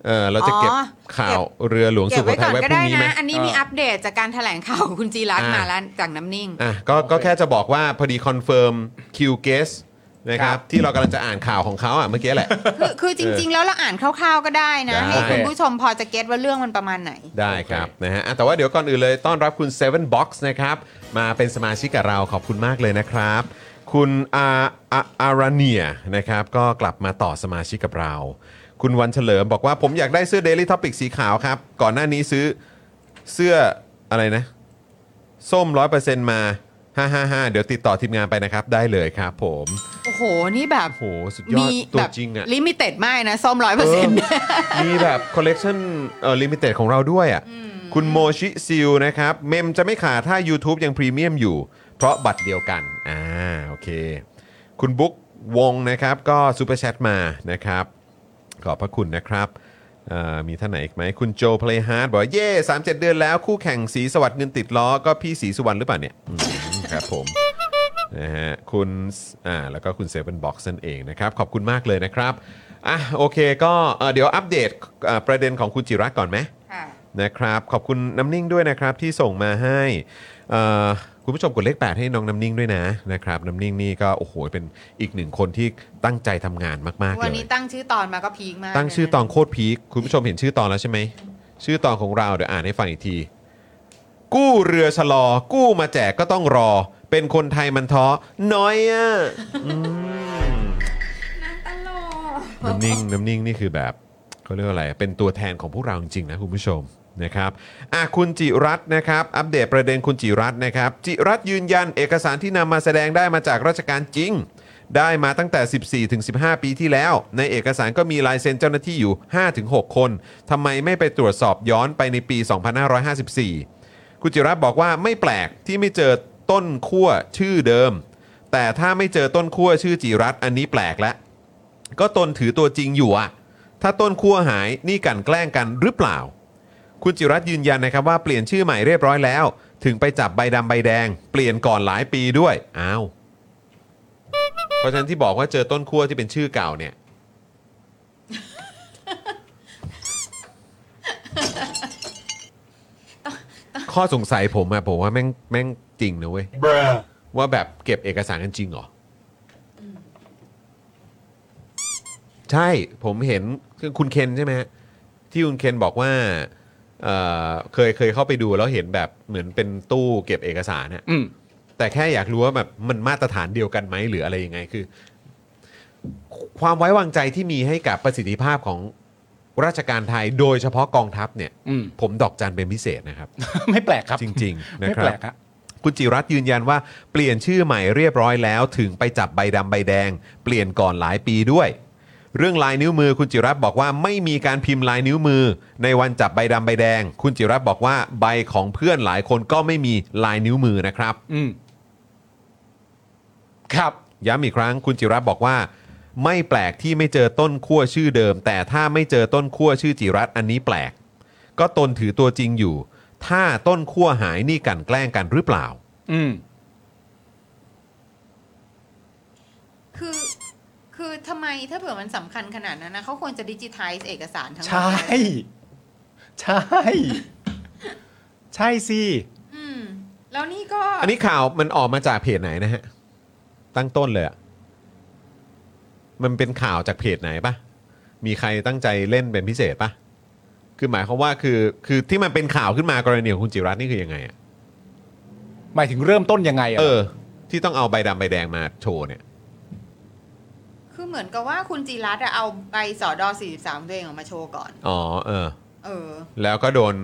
E: เออเราจะเก็บ
F: อ๋อ
E: ข่าวเรือหลวง
F: เก็
E: สุ
F: บ
E: โข
F: ไว้
E: ทั
F: ก่อย น
E: ไว้
F: ก็
E: พรุ่
F: ได้
E: งนี้ไหม
F: นะ อันนี้มี
B: อ่า
F: อัปเดตจากการแถลงข่าวของคุณจีรัตน์
E: อ่าม
F: มาแล้วจากน้ำนิ่ง
E: อ่ะก็ก็แค่จะบอกว่าพอดีคอนเฟิร์มคิวเกสนะครั
B: ครับ บ
E: ที่เรากำลังจะอ่านข่าวของเขาอ่ะเมื่อกี้แหละ
F: คือคือจริง ๆ แล้วเราอ่านคร่าวๆก็ได้นะ
E: ได้
F: ให้คุณผู้ชมพอจะเก็ตว่าเรื่องมันประมาณไหน
E: ได้ครับนะฮะอ่ะแต่ว่าเดี๋ยวก่อนอื่นเลยต้อนรับคุณ Seven Box นะครับ มาเป็นสมาชิกกับเราขอบคุณมากเลยนะครับ คุณอาอาอาราเนียนะครับ ก็กลับมาต่อสมาชิกกับเรา คุณวันเฉลิมบอกว่าผมอยากได้เสื้อ Daily Topic สีขาวครับ ก่อนหน้านี้ซื้อเสื้ออะไรนะ ส้ม 100%มา 555 เดี๋ยวติดต่อทีมงานไปนะครับ ได้เลยครับผม
F: โอ้โห นี่แบบ
E: โอ้โหสุดยอด
F: มี
E: ตัว
F: แบบ
E: จริงอ่ะ
F: ลิมิเต็ดมากนะส้มร้อยเปอร์เซ็นต์
E: มีแบบคอลเลกชันเอ่อลิมิเต็ดของเราด้วยอ่ะ คุณโมชิซิลนะครับ เมมจะไม่ขาดถ้า YouTube ยังพรีเมียมอยู่ เพราะบัตรเดียวกัน อ่า โอเค คุณบุ๊ควงนะครับ ก็ซูเปอร์แชทมานะครับ ขอบพระคุณนะครับเอ่อมีท่านไหนอีกไหม คุณโจเพลย์ฮาร์ดบอกว่าเย่สามเจ็ดเดือนแล้วคู่แข่งสีสวัสดิ์เงินติดล้อ ก็พี่สีสุวรรณหรือเปล่าเนี่ยอืมครับผม นะฮะคุณอ่าแล้วก็คุณเซเว่นบ็อกซ์นั่นเองนะครับ ขอบคุณมากเลยนะครับอ่ะโอเคก็เอ่อเดี๋ยวอัปเดตเอ่อประเด็นของคุณจิรัตน์ก่อนไหมนะครับ ขอบคุณน้ำนิ่งด้วยนะครับที่ส่งมาให้เอ่อคุณผู้ชมกดเลข 8 ให้น้องน้ำนิ่งด้วยนะนะครับน้ำนิ่งนี่ก็โอ้โหเป็นอีกหนึ่งคนที่ตั้งใจทำงานมาก ๆ
F: วั
E: เล
F: น
E: ย
F: นี้ตั้งชื่อตอนมาก็พีคมาก
E: ตั้งชื่อ
F: เลย
E: ต
F: นะ
E: อนโคตรพีคคุณผู้ชมเห็นชื่อตอนแล้วใช่ไหม ชื่อตอนของเราเดี๋ยวอ่านให้ฟังอีกที กู้เรือชะลอ กู้มาแจกก็ต้องรอ เป็นคนไทยมันท้อ น้อยอ่ะอืมน้ำนิ่งน้ำนิ่งนี่คือแบบเขาเรียกว่าอะไร เป็นตัวแทนของพวกเราจริงๆนะคุณผู้ชมนะครับอ่ะคุณจิรัตน์นะครับ อัปเดตประเด็นคุณจิรัตน์นะครับ จิรัตน์ยืนยันเอกสารที่นำมาแสดงได้มาจากราชการจริง ได้มาตั้งแต่ 14ถึง15 ปีที่แล้ว ในเอกสารก็มีลายเซ็นเจ้าหน้าที่อยู่ 5-6 คนทำไมไม่ไปตรวจสอบย้อนไปในปี 2554 คุณจิรัตน์บอกว่าไม่แปลกที่ไม่เจอต้นขั้วชื่อเดิม แต่ถ้าไม่เจอต้นขั้วชื่อจิรัตน์อันนี้แปลกแล้ว ก็ตนถือตัวจริงอยู่อะถ้าต้นขั้วหายนี่กลันแกล้งกันหรือเปล่า คุณจิรัตน์ยืนยันนะครับว่าเปลี่ยนชื่อใหม่เรียบร้อยแล้ว ถึงไปจับใบดำใบแดง เปลี่ยนก่อนหลายปีด้วยอ้าว เพราะฉะนั้นที่บอกว่าเจอต้นขั้วที่เป็นชื่อเก่าเนี่ย ข้อสงสัยผมอะผมว่าแม่งแม่งจริงนะเว้ย ว่าแบบเก็บเอกสารกันจริงเหรออใช่ผมเห็นคือคุณเคนใช่ไหมฮะที่คุณเคนบอกว่าเอ่อเคยเคยเข้าไปดูแล้วเห็นแบบเหมือนเป็นตู้เก็บเอกสารเนี่ย
B: อืม
E: แต่แค่อยากรู้ว่าแบบมันมาตรฐานเดียวกันไหมหรืออะไรยังไงคือ ความไว้วางใจที่มีให้กับประสิทธิภาพของราชการไทยโดยเฉพาะกองทัพเนี่ย
B: อืม
E: ผมดอกจันเป็นพิเศษนะครับ
B: (laughs) ไม่แปลกครับ
E: จริง ๆ นะ
B: ไม่
E: ครั
B: แปล
E: บ
B: กครับ
E: คุณจิรัตน์ยืนยันว่าเปลี่ยนชื่อใหม่เรียบร้อยแล้วถึงไปจับใบดำใบแดง เปลี่ยนก่อนหลายปีด้วย เรื่องลายนิ้วมือคุณจิรัตน์บอกว่าไม่มีการพิมพ์ลายนิ้วมือ ในวันจับใบดำใบแดง คุณจิรัตน์บอกว่าใบของเพื่อนหลายคนก็ไม่มีลายนิ้วมือนะครับ
B: อืม ครับ
E: ย้ำอีกครั้งคุณจิรัตน์บอกว่า ไม่แปลกที่ไม่เจอต้นขั้วชื่อเดิม แต่ถ้าไม่เจอต้นขั้วชื่อจิรัตน์อันนี้แปลก ก็ตนถือตัวจริงอยู่ ถ้าต้นขั้วหายนี่กลันแกล้งกันหรือเปล่า
B: อืม
F: คือ คือทำไมถ้าเผื่อมันสำคัญขนาดนั้นนะเขาควรจะดิจิทัลเอกสารทั้งหมด
B: ใช่ ใช่ ใช่สิ
F: อืม แล้วนี่ก็
E: อันนี้ข่าวมันออกมาจากเพจไหนนะฮะ ตั้งต้นเลยอะมันเป็นข่าวจากเพจไหนปะมีใครตั้งใจเล่นเป็นพิเศษปะคือหมายความว่าคือคือที่มันเป็นข่าวขึ้นมากรณีของคุณจิรัตน์นี่คือยังไงอะ
B: หมายถึงเริ่มต้นยังไงอะ
E: เออ ที่ต้องเอาใบดำใบแดงมาโชว์เนี่ย
F: คือ เหมือนกับว่าคุณจีรัตน์อะเอาใบสอดอ43ตัวเองออกมาโชว์ก่อน
E: อ๋อเออ
F: เออ
E: แล้วก็โดน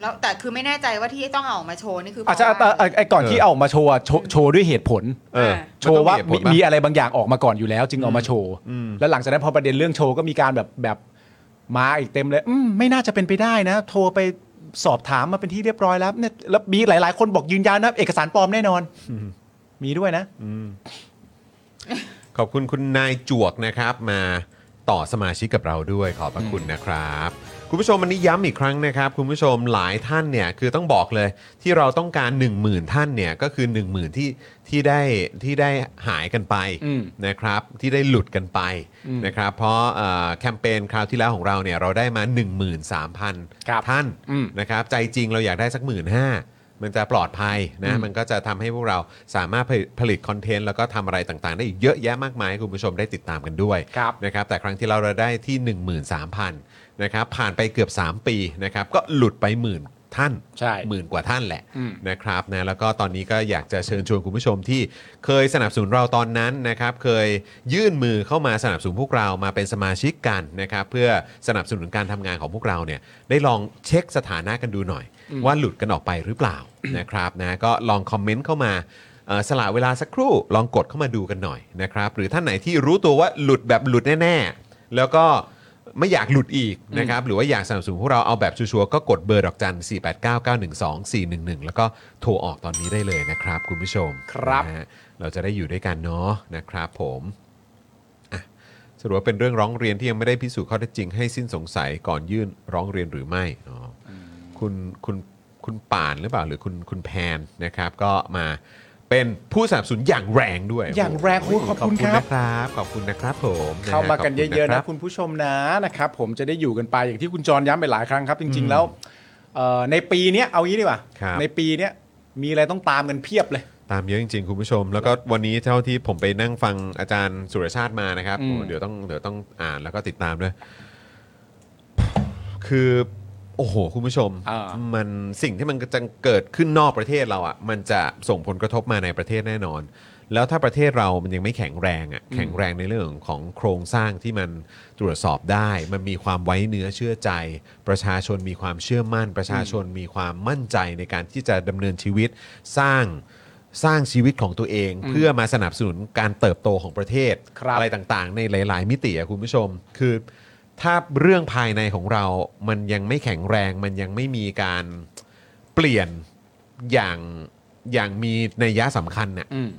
F: แล้วแต่คือไม่แน่ใจว่าที่ต้องเอาออกมาโชว์นี่คือเพ
B: อาจจะ
F: ราะ
B: แต่
F: ว่า
B: ไอ้ไอ้ก่อนที่เอาออกมาโชว์อะโชว์โชว์ด้วยเหตุผล
E: เออ
B: โชว์ว่า
E: มัน
B: มี
E: ต้องเหตุผลปะ
B: มีอะไรบางอย่างออกมาก่อนอยู่แล้ว จึงเอามาโชว์
E: อืม
B: แล้วหลังจากนั้นพอประเด็นเรื่องโชว์ก็มีการแบบแบบมาอีกเต็มเลยอืมไม่น่าจะเป็นไปได้นะ โทรไปสอบถามมาเป็นที่เรียบร้อยแล้วเนี่ยแล้วมีหลาย ๆ คนบอกยืนยันนะเอกสารปลอมแน่นอน มีด้วยนะ
E: ขอบคุณคุณนายจวกนะครับ มาต่อสมาชิกกับเราด้วยขอบพระคุณนะครับ คุณผู้ชมวันนี้ย้ำอีกครั้งนะครับ คุณผู้ชมหลายท่านเนี่ยคือต้องบอกเลยที่เราต้องการ 1 0,000 ท่านเนี่ยก็คือ 1 0,000ที่ที่ได้ที่ได้หายกันไป
B: อืม
E: นะครับ ที่ได้หลุดกันไปนะครับ เพราะเอ่อแคมเปญคราวที่แล้วของเราเนี่ยเราได้มา 13,000
B: ครับ
E: ท่าน
B: อืม
E: นะครับ ใจจริงเราอยากได้สักหมื่นห้ามันจะปลอดภัยนะ มันก็จะทำให้พวกเราสามารถผลิตผลิตคอนเทนต์แล้วก็ทำอะไรต่างๆ ได้อีกเยอะแยะมากมายให้คุณผู้ชมได้ติดตามกันด้วย
B: ครับ
E: นะครับแต่ครั้งที่เราได้ที่ 13,000นะครับผ่านไปเกือบ 3 ปีนะครับก็หลุดไปหมื่นท่าน
B: ใช่
E: หมื่นกว่าท่านแหละ
B: อืม
E: นะครับนะแล้วก็ตอนนี้ก็อยากจะเชิญชวนคุณผู้ชมที่เคยสนับสนุนเราตอนนั้นนะครับเคยยื่นมือเข้ามาสนับสนุนพวกเรามาเป็นสมาชิกกันนะครับเพื่อสนับสนุนการทำงานของพวกเราเนี่ยได้ลองเช็คสถานะกันดูหน่อย ว่าหลุดกันออกไปหรือเปล่า นะครับนะก็ลองคอมเมนต์เข้ามา เอ่อสละเวลาสักครู่ลองกดเข้ามาดูกันหน่อยนะครับ หรือท่านไหนที่รู้ตัวว่าหลุดแบบหลุดแน่ ๆ แล้วก็ไม่อยากหลุดอีกนะครับ หรือว่าอยากสนับสนุนพวกเราเอาแบบชัวร์ๆก็กดเบอร์ดอกจัน 489912411 แล้วก็โทรออกตอนนี้ได้เลยนะครับ คุณผู้ชม
B: ครับ
E: นะฮะเราจะได้อยู่ด้วยกันเนาะนะครับผมอ่ะสรุปว่าเป็นเรื่องร้องเรียนที่ยังไม่ได้พิสูจน์ข้อเท็จจริงให้สิ้นสงสัยก่อนยื่นร้องเรียนหรือไม่อ๋ออคุณคุณคุณป่านหรือเปล่าหรือคุณคุณแพนนะครับ ก็มาเป็นผู้สนับสนุนอย่างแรงด้วย
B: อย่างแรงโอ้ยขอบคุณครับ
E: นะครับ ขอบคุณนะครับผมะฮะ
B: เข้ามากัน
E: ขบ
B: เยอะๆ
E: รั
B: นะ
E: บ
B: คุณผู้ชมนะนะครับผมจะได้อยู่กันไปอย่างที่คุณจรย้ำไปหลายครั้งครับ จริง ๆ แล้วเอ่อในปีเนี้ยเอางี้ดีกว่า
E: ครับ
B: ในปีเนี้ยมีอะไรต้องตามกันเพียบเลย
E: ตามเยอะจริงๆ คุณผู้ชม แล้วก็วันนี้เท่าที่ผมไปนั่งฟังอาจารย์สุรชาติมานะครับ
B: อืม
E: โอ้เดี๋ยวต้องเดี๋ยวต้องอ่านแล้วก็ติดตามด้วย คือ โอ้โห คุณผู้ชม มันสิ่งที่มันจะเกิดขึ้นนอกประเทศเราอะ่ะ มันจะส่งผลกระทบมาในประเทศแน่นอน แล้วถ้าประเทศเรามันยังไม่แข็งแรงอะ่ะแข็งแรงในเรื่องของโครงสร้างที่มันตรวจสอบได้ มันมีความไว้เนื้อเชื่อใจ ประชาชนมีความเชื่อมั่น ประชาชนมีความมั่นใจในการที่จะดำเนินชีวิตสร้าง สร้างชีวิตของตัวเองเพื่อมาสนับสนุนการเติบโตของประเทศ
B: ครับ
E: อะไรต่างๆ ในหลาย ๆ มิติอะคุณผู้ชม คือ ถ้าเรื่องภายในของเรา มันยังไม่แข็งแรง มันยังไม่มีการเปลี่ยนอย่างอย่างมีนัยยะสำคัญเนี่ย
B: อืม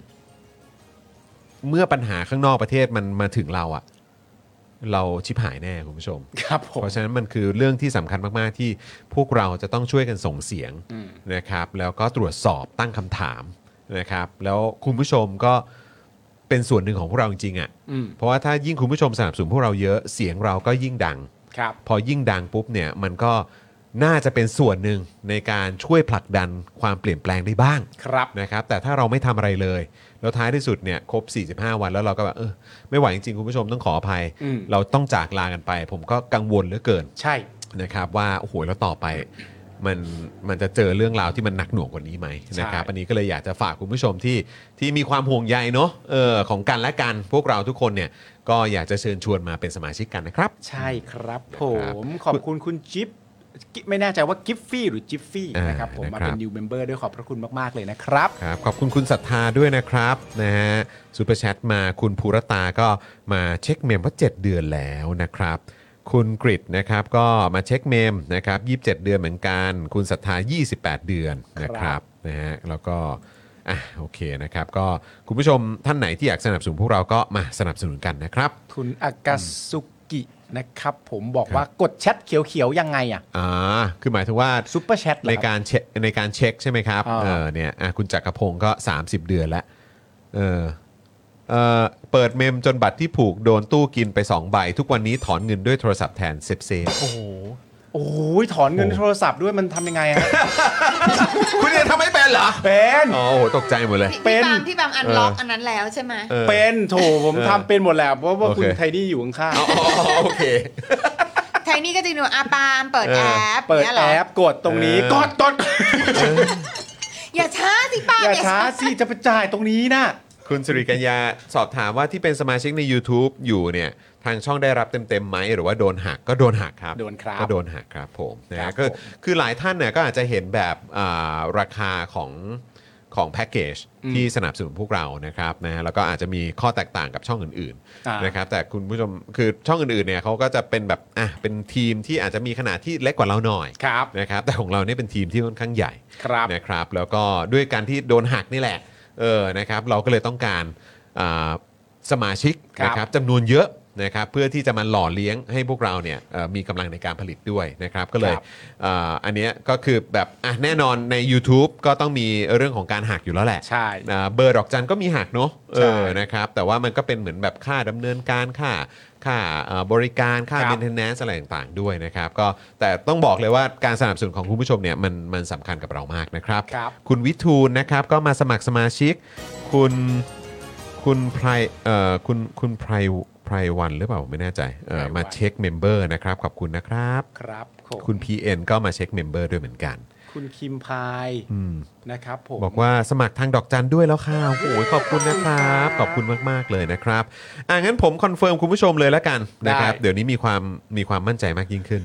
E: เมื่อปัญหาข้างนอกประเทศมันมาถึงเราอะเราชิบหายแน่คุณผู้ชม
B: ครับผม
E: เพราะฉะนั้นมันคือเรื่องที่สำคัญมาก ๆ ที่พวกเราจะต้องช่วยกันส่งเสียงนะครับ แล้วก็ตรวจสอบตั้งคำถามนะครับ แล้วคุณผู้ชมก็เป็นส่วนหนึ่งของพวกเราจริงๆอ่ะ
B: อืม
E: เพราะว่าถ้ายิ่งคุณผู้ชมสนับสนุนพวกเราเยอะเสียงเราก็ยิ่งดัง
B: ครับ
E: พอยิ่งดังปุ๊บเนี่ยมันก็น่าจะเป็นส่วนหนึ่งในการช่วยผลักดันความเปลี่ยนแปลงได้บ้าง
B: ครับ
E: นะครับแต่ถ้าเราไม่ทำอะไรเลย แล้วท้ายที่สุดเนี่ยครบ 45 วันแล้วเราก็แบบเออไม่ไหวจริงๆ คุณผู้ชมต้องขออภัย
B: อืม
E: เราต้องจากลากันไป ผมก็กังวลเหลือเกิน
B: ใช่
E: นะครับว่าโอ้โหแล้วต่อไปมันมันจะเจอเรื่องราวที่มันหนักหน่วงกว่านี้ไหม
B: ใช่
E: นะครับอันนี้ก็เลยอยากจะฝากคุณผู้ชมที่ที่มีความห่วงใยเนาะเออของกันและกันพวกเราทุกคนเนี่ยก็อยากจะเชิญชวนมาเป็นสมาชิกกันนะครับ
B: ใช่ครับผ
E: ครับ
B: ม ขอบคุณคุณจิ๊บกิ๊บไม่แน่ใจว่ากิฟฟี่หรือจิฟฟี่
E: อ่าน
B: นะครับผมมา
E: นะครับ
B: เป็น new member ด้วยขอบพระคุณมาก ๆ เลยนะครับ
E: ครับขอบคุณคุณศรัทธาด้วยนะครับนะฮะซูเปอร์แชทมาคุณภูรตาก็มาเช็คเมมว่า 7 เดือนแล้วนะครับ คุณกริดนะครับก็มาเช็คเมมนะครับ27 เดือนเหมือนกัน คุณศรัทธา 28 เดือนนะค
B: ครั
E: รับบ นะฮะแล้วก็อ่ะโอเคนะครับก็คุณผู้ชมท่านไหนที่อยากสนับสนุนพวกเราก็มาสนับสนุนกันนะครับ
B: คุณอากาสุกินะครับ ผมบอกว่ากดแชทเขียว ๆ ยังไงอ่ะ
E: อ่าคือหมายถึงว่า
B: ซุปเปอร์แชทเหรอ
E: ใน
B: ครับ
E: การเช็คในการเช็คใช่ไหมครับ
B: อ่า
E: เออเนี่ยอ่ะคุณจักรพงศ์ก็ 30 เดือนแล้วเออเออเปิดเมมจนบัตรที่ผูกโดนตู้กินไป 2 ใบ ทุกวันนี้ถอนเงินด้วยโทรศัพท์แทนเซฟเซฟ
B: โอ้โหโอ้ยถอนเงิน
E: โอ้โห
B: โทรศัพท์ด้วยมันทำยังไงฮะ
E: คุณเนี่ยทำไม่เป็นเหรอ
B: เป็น
E: อ๋อโอ้โหตกใจหมดเลย
F: พี่
B: เป็น
F: บางพี่บางอันล็อกอันนั้นแล้วใช่ไหม
E: เออ
B: เป็นโถผมทำเป็นหมดแหล้วเพราะว่า
E: โอเค
B: คุณไทนี่อยู่ข้าง
E: อ๋อโอเค
F: ไทยนี่ก็จะดูอาปาล์มเปิดแอป
B: ๆเปิด
F: นี่ยหร
B: แอปกดตรงนี้
E: เออ
B: กดกด
F: อย่าช้าสิป้าล์ม
B: อย่าช้าสิจะไปจ่ายตรงนี้นะ
E: คุณสิริกัญญาสอบถามว่าที่เป็นสมาชิกใน YouTube อยู่เนี่ย ทางช่องได้รับเต็มๆไหมหรือว่าโดนหักก็โดนหักครับ
B: โดนครับ
E: ก็โดนหักครับผมนะ
B: ครั
E: ฮะ
B: บ
E: ก็
B: ผม
E: คือหลายท่านเนี่ยก็อาจจะเห็นแบบอ่าราคาของของแพ็กเกจที่สนับสนุนพวกเรานะครับนะฮะแล้วก็อาจจะมีข้อแตกต่างกับช่องอื่น
B: อ่า
E: ๆนะครับแต่คุณผู้ชมคือช่องอื่นๆเนี่ยเขาก็จะเป็นแบบอ่ะเป็นทีมที่อาจจะมีขนาดที่เล็กกว่าเราหน่อย
B: ครับ
E: นะครับแต่ของเราเนี่ยเป็นทีมที่ค่อนข้างใหญ่
B: ครับ
E: นะครับแล้วก็ด้วยการที่โดนหักนี่แหละเออนะครับเราก็เลยต้องการอ่าสมาชิก
B: ครับ
E: นะครับจำนวนเยอะนะครับเพื่อที่จะมาหล่อเลี้ยงให้พวกเราเนี่ยเอ่อมีกำลังในการผลิตด้วยนะครับก็เลย
B: ครับ
E: เอ่ออันเนี้ยก็คือแบบอ่ะแน่นอนใน YouTube ก็ต้องมีเรื่องของการหักอยู่แล้วแหละ
B: ใช่
E: อ่าเบอร์ดอกจันก็มีหักเนาะเอ
B: ใช่
E: อนะครับแต่ว่ามันก็เป็นเหมือนแบบค่าดำเนินการค่าค่าเอ่อบริการค่า
B: ครับ
E: maintenance อะไรต่างๆด้วยนะครับก็แต่ต้องบอกเลยว่าการสนับสนุนของคุณผู้ชมเนี่ยมันมันสำคัญกับเรามากนะครับ
B: ครับ
E: คุณวิทูลนะครับก็มาสมัครสมาชิก คุณคุณไพรเอ่อคุณคุณไพรไพรวันหรือเปล่าผมไม่แน่ใจเอ่อ
B: ไพรวัน
E: มาเช็คเมมเบอร์นะครับขอบคุณนะครับ
B: ครับผม
E: คุณ PN ก็มาเช็คเมมเบอร์ด้วยเหมือนกัน
B: คุณคิมพาย
E: อืม
B: นะครับผม
E: บอกว่าสมัครทางดอกจันด้วยแล้วค่ะโอ้โหขอบคุณนะครับ ขอบคุณมาก ๆ เลยนะครับอ่ะงั้นผมคอนเฟิร์มคุณผู้ชมเลยแล้วกันนะครับเดี๋ยวนี้มีความมีความมั่นใจมากยิ่ง
B: (laughs)
E: ขึ้น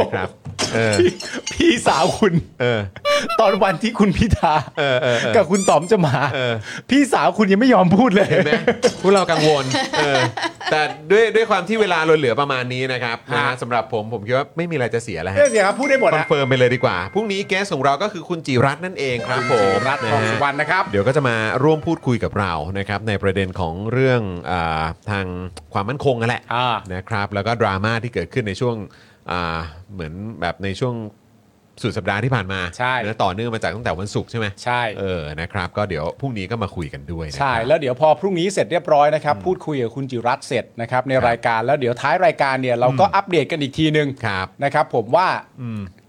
E: นะครับเออ
B: พี่พี่สาวคุณ (laughs)
E: เออ
B: ตอนวันที่คุณพิธา
E: เออเออเออ
B: กับคุณต๋อมจะมา
E: เออ
B: พี่สาวคุณยังไม่ยอมพูดเลย
E: เห็
B: (laughs)
E: นไหมพวกเรากังวลเออแต่ด้วยด้วยความที่เวลาเราเหลือประมาณนี้นะครับ
B: ฮะ
E: นะฮะสำหรับผมผมคิดว่าไม่มีอะไรจะเสียแล้วฮะ
B: เนี่ยสิครับพูดได้หมด
E: คอน
B: นะ
E: เฟิร์มไปเลยดีกว่าพรุ่งนี้แกสของเราก็คือคุณจิรัตน์นั่นเองครับผม
B: รัฐทอง
E: นะฮะ
B: สุวรรณนะครับ
E: เดี๋ยวก็จะมาร่วมพูดคุยกับเรานะครับในประเด็นของเรื่องอาทางความมั่นคงนั่นแหละ
B: อ่า
E: นะครับแล้วก็ดราม่าที่เกิดขึ้นในช่วงอ่าเหมือนแบบในช่วงสุดสัปดาห์ที่ผ่านมา
B: ใช่
E: นะต่อเนื่องมาจากตั้งแต่วันศุกร์ใช่ไหม
B: ใช่
E: เออนะครับก็เดี๋ยวพรุ่งนี้ก็มาคุยกันด้วยนะครับ
B: ใช่ แล้วเดี๋ยวพอพรุ่งนี้เสร็จเรียบร้อยนะครับ พูดคุยกับคุณจิรัตน์เสร็จนะครับในรายการแล้วเดี๋ยวท้ายรายการเนี่ยเราก็อัปเดตกันอีกทีนึง
E: ครับ
B: นะครับผมว่า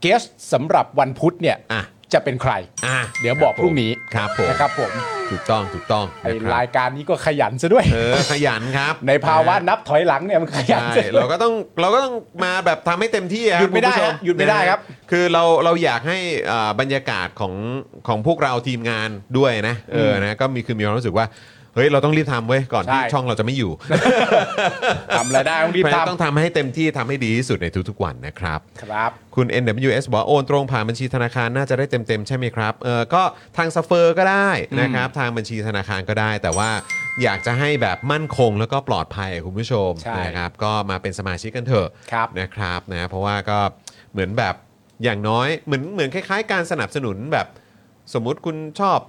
B: เกสสำหรับวันพุธเนี่ย
E: อ่ะ
B: จะเป็นใคร
E: อ่ะ
B: เดี๋ยวบอกพรุ่งนี้
E: ครับผม
B: นะครับผม
E: ถูกต้องถูกต้อง
B: ไอ้
E: นะครับ
B: รายการนี้ก็ขยันซะด้วย
E: เออขยันครับ
B: ในภาวะนับถอยหลังเนี่ยมันขยัน
E: ใช่
B: ซะด้วย
E: เราก็ต้องเราก็ต้องมาแบบทำให้เต็มที่อะ
B: หยุดไม่ได้
E: คุณผู้ช
B: ฮะหยุดไม่ได้
E: นะฮะ
B: ครับ
E: คือเราเราอยากให้อ่าบรรยากาศของของพวกเราทีมงานด้วยนะเออนะก็มีคือมีความรู้สึกว่าเฮ้ยเราต้องรีบทำเว้ยก่อนที่
B: ใช่
E: ช่องเราจะไม่อยู่
B: ทำอะไรได้ต้องรีบ
E: เพาะฉะนั้น
B: ทำ
E: ต้องทำให้เต็มที่ทำให้ดีที่สุดในทุกๆวันนะครับ
B: ครับ
E: คุณ NWS บอกว่าโอนตรงผ่านบัญชีธนาคารน่าจะได้เต็ม ๆ ใช่ไหมครับ เออก็ทางซัฟเฟอร์ก็ได้นะครับ ทางบัญชีธนาคารก็ได้ แต่ว่าอยากจะให้แบบมั่นคงแล้วก็ปลอดภัยอะคุณผู้ชม
B: ใช่
E: นะครับ ก็มาเป็นสมาชิกกันเถอะ
B: ครับ
E: นะครับนะเพราะว่าก็เหมือนแบบอย่างน้อยเหมือนเหมือนคล้าย ๆ การสนับสนุนแบบสมมุติคุณชอบ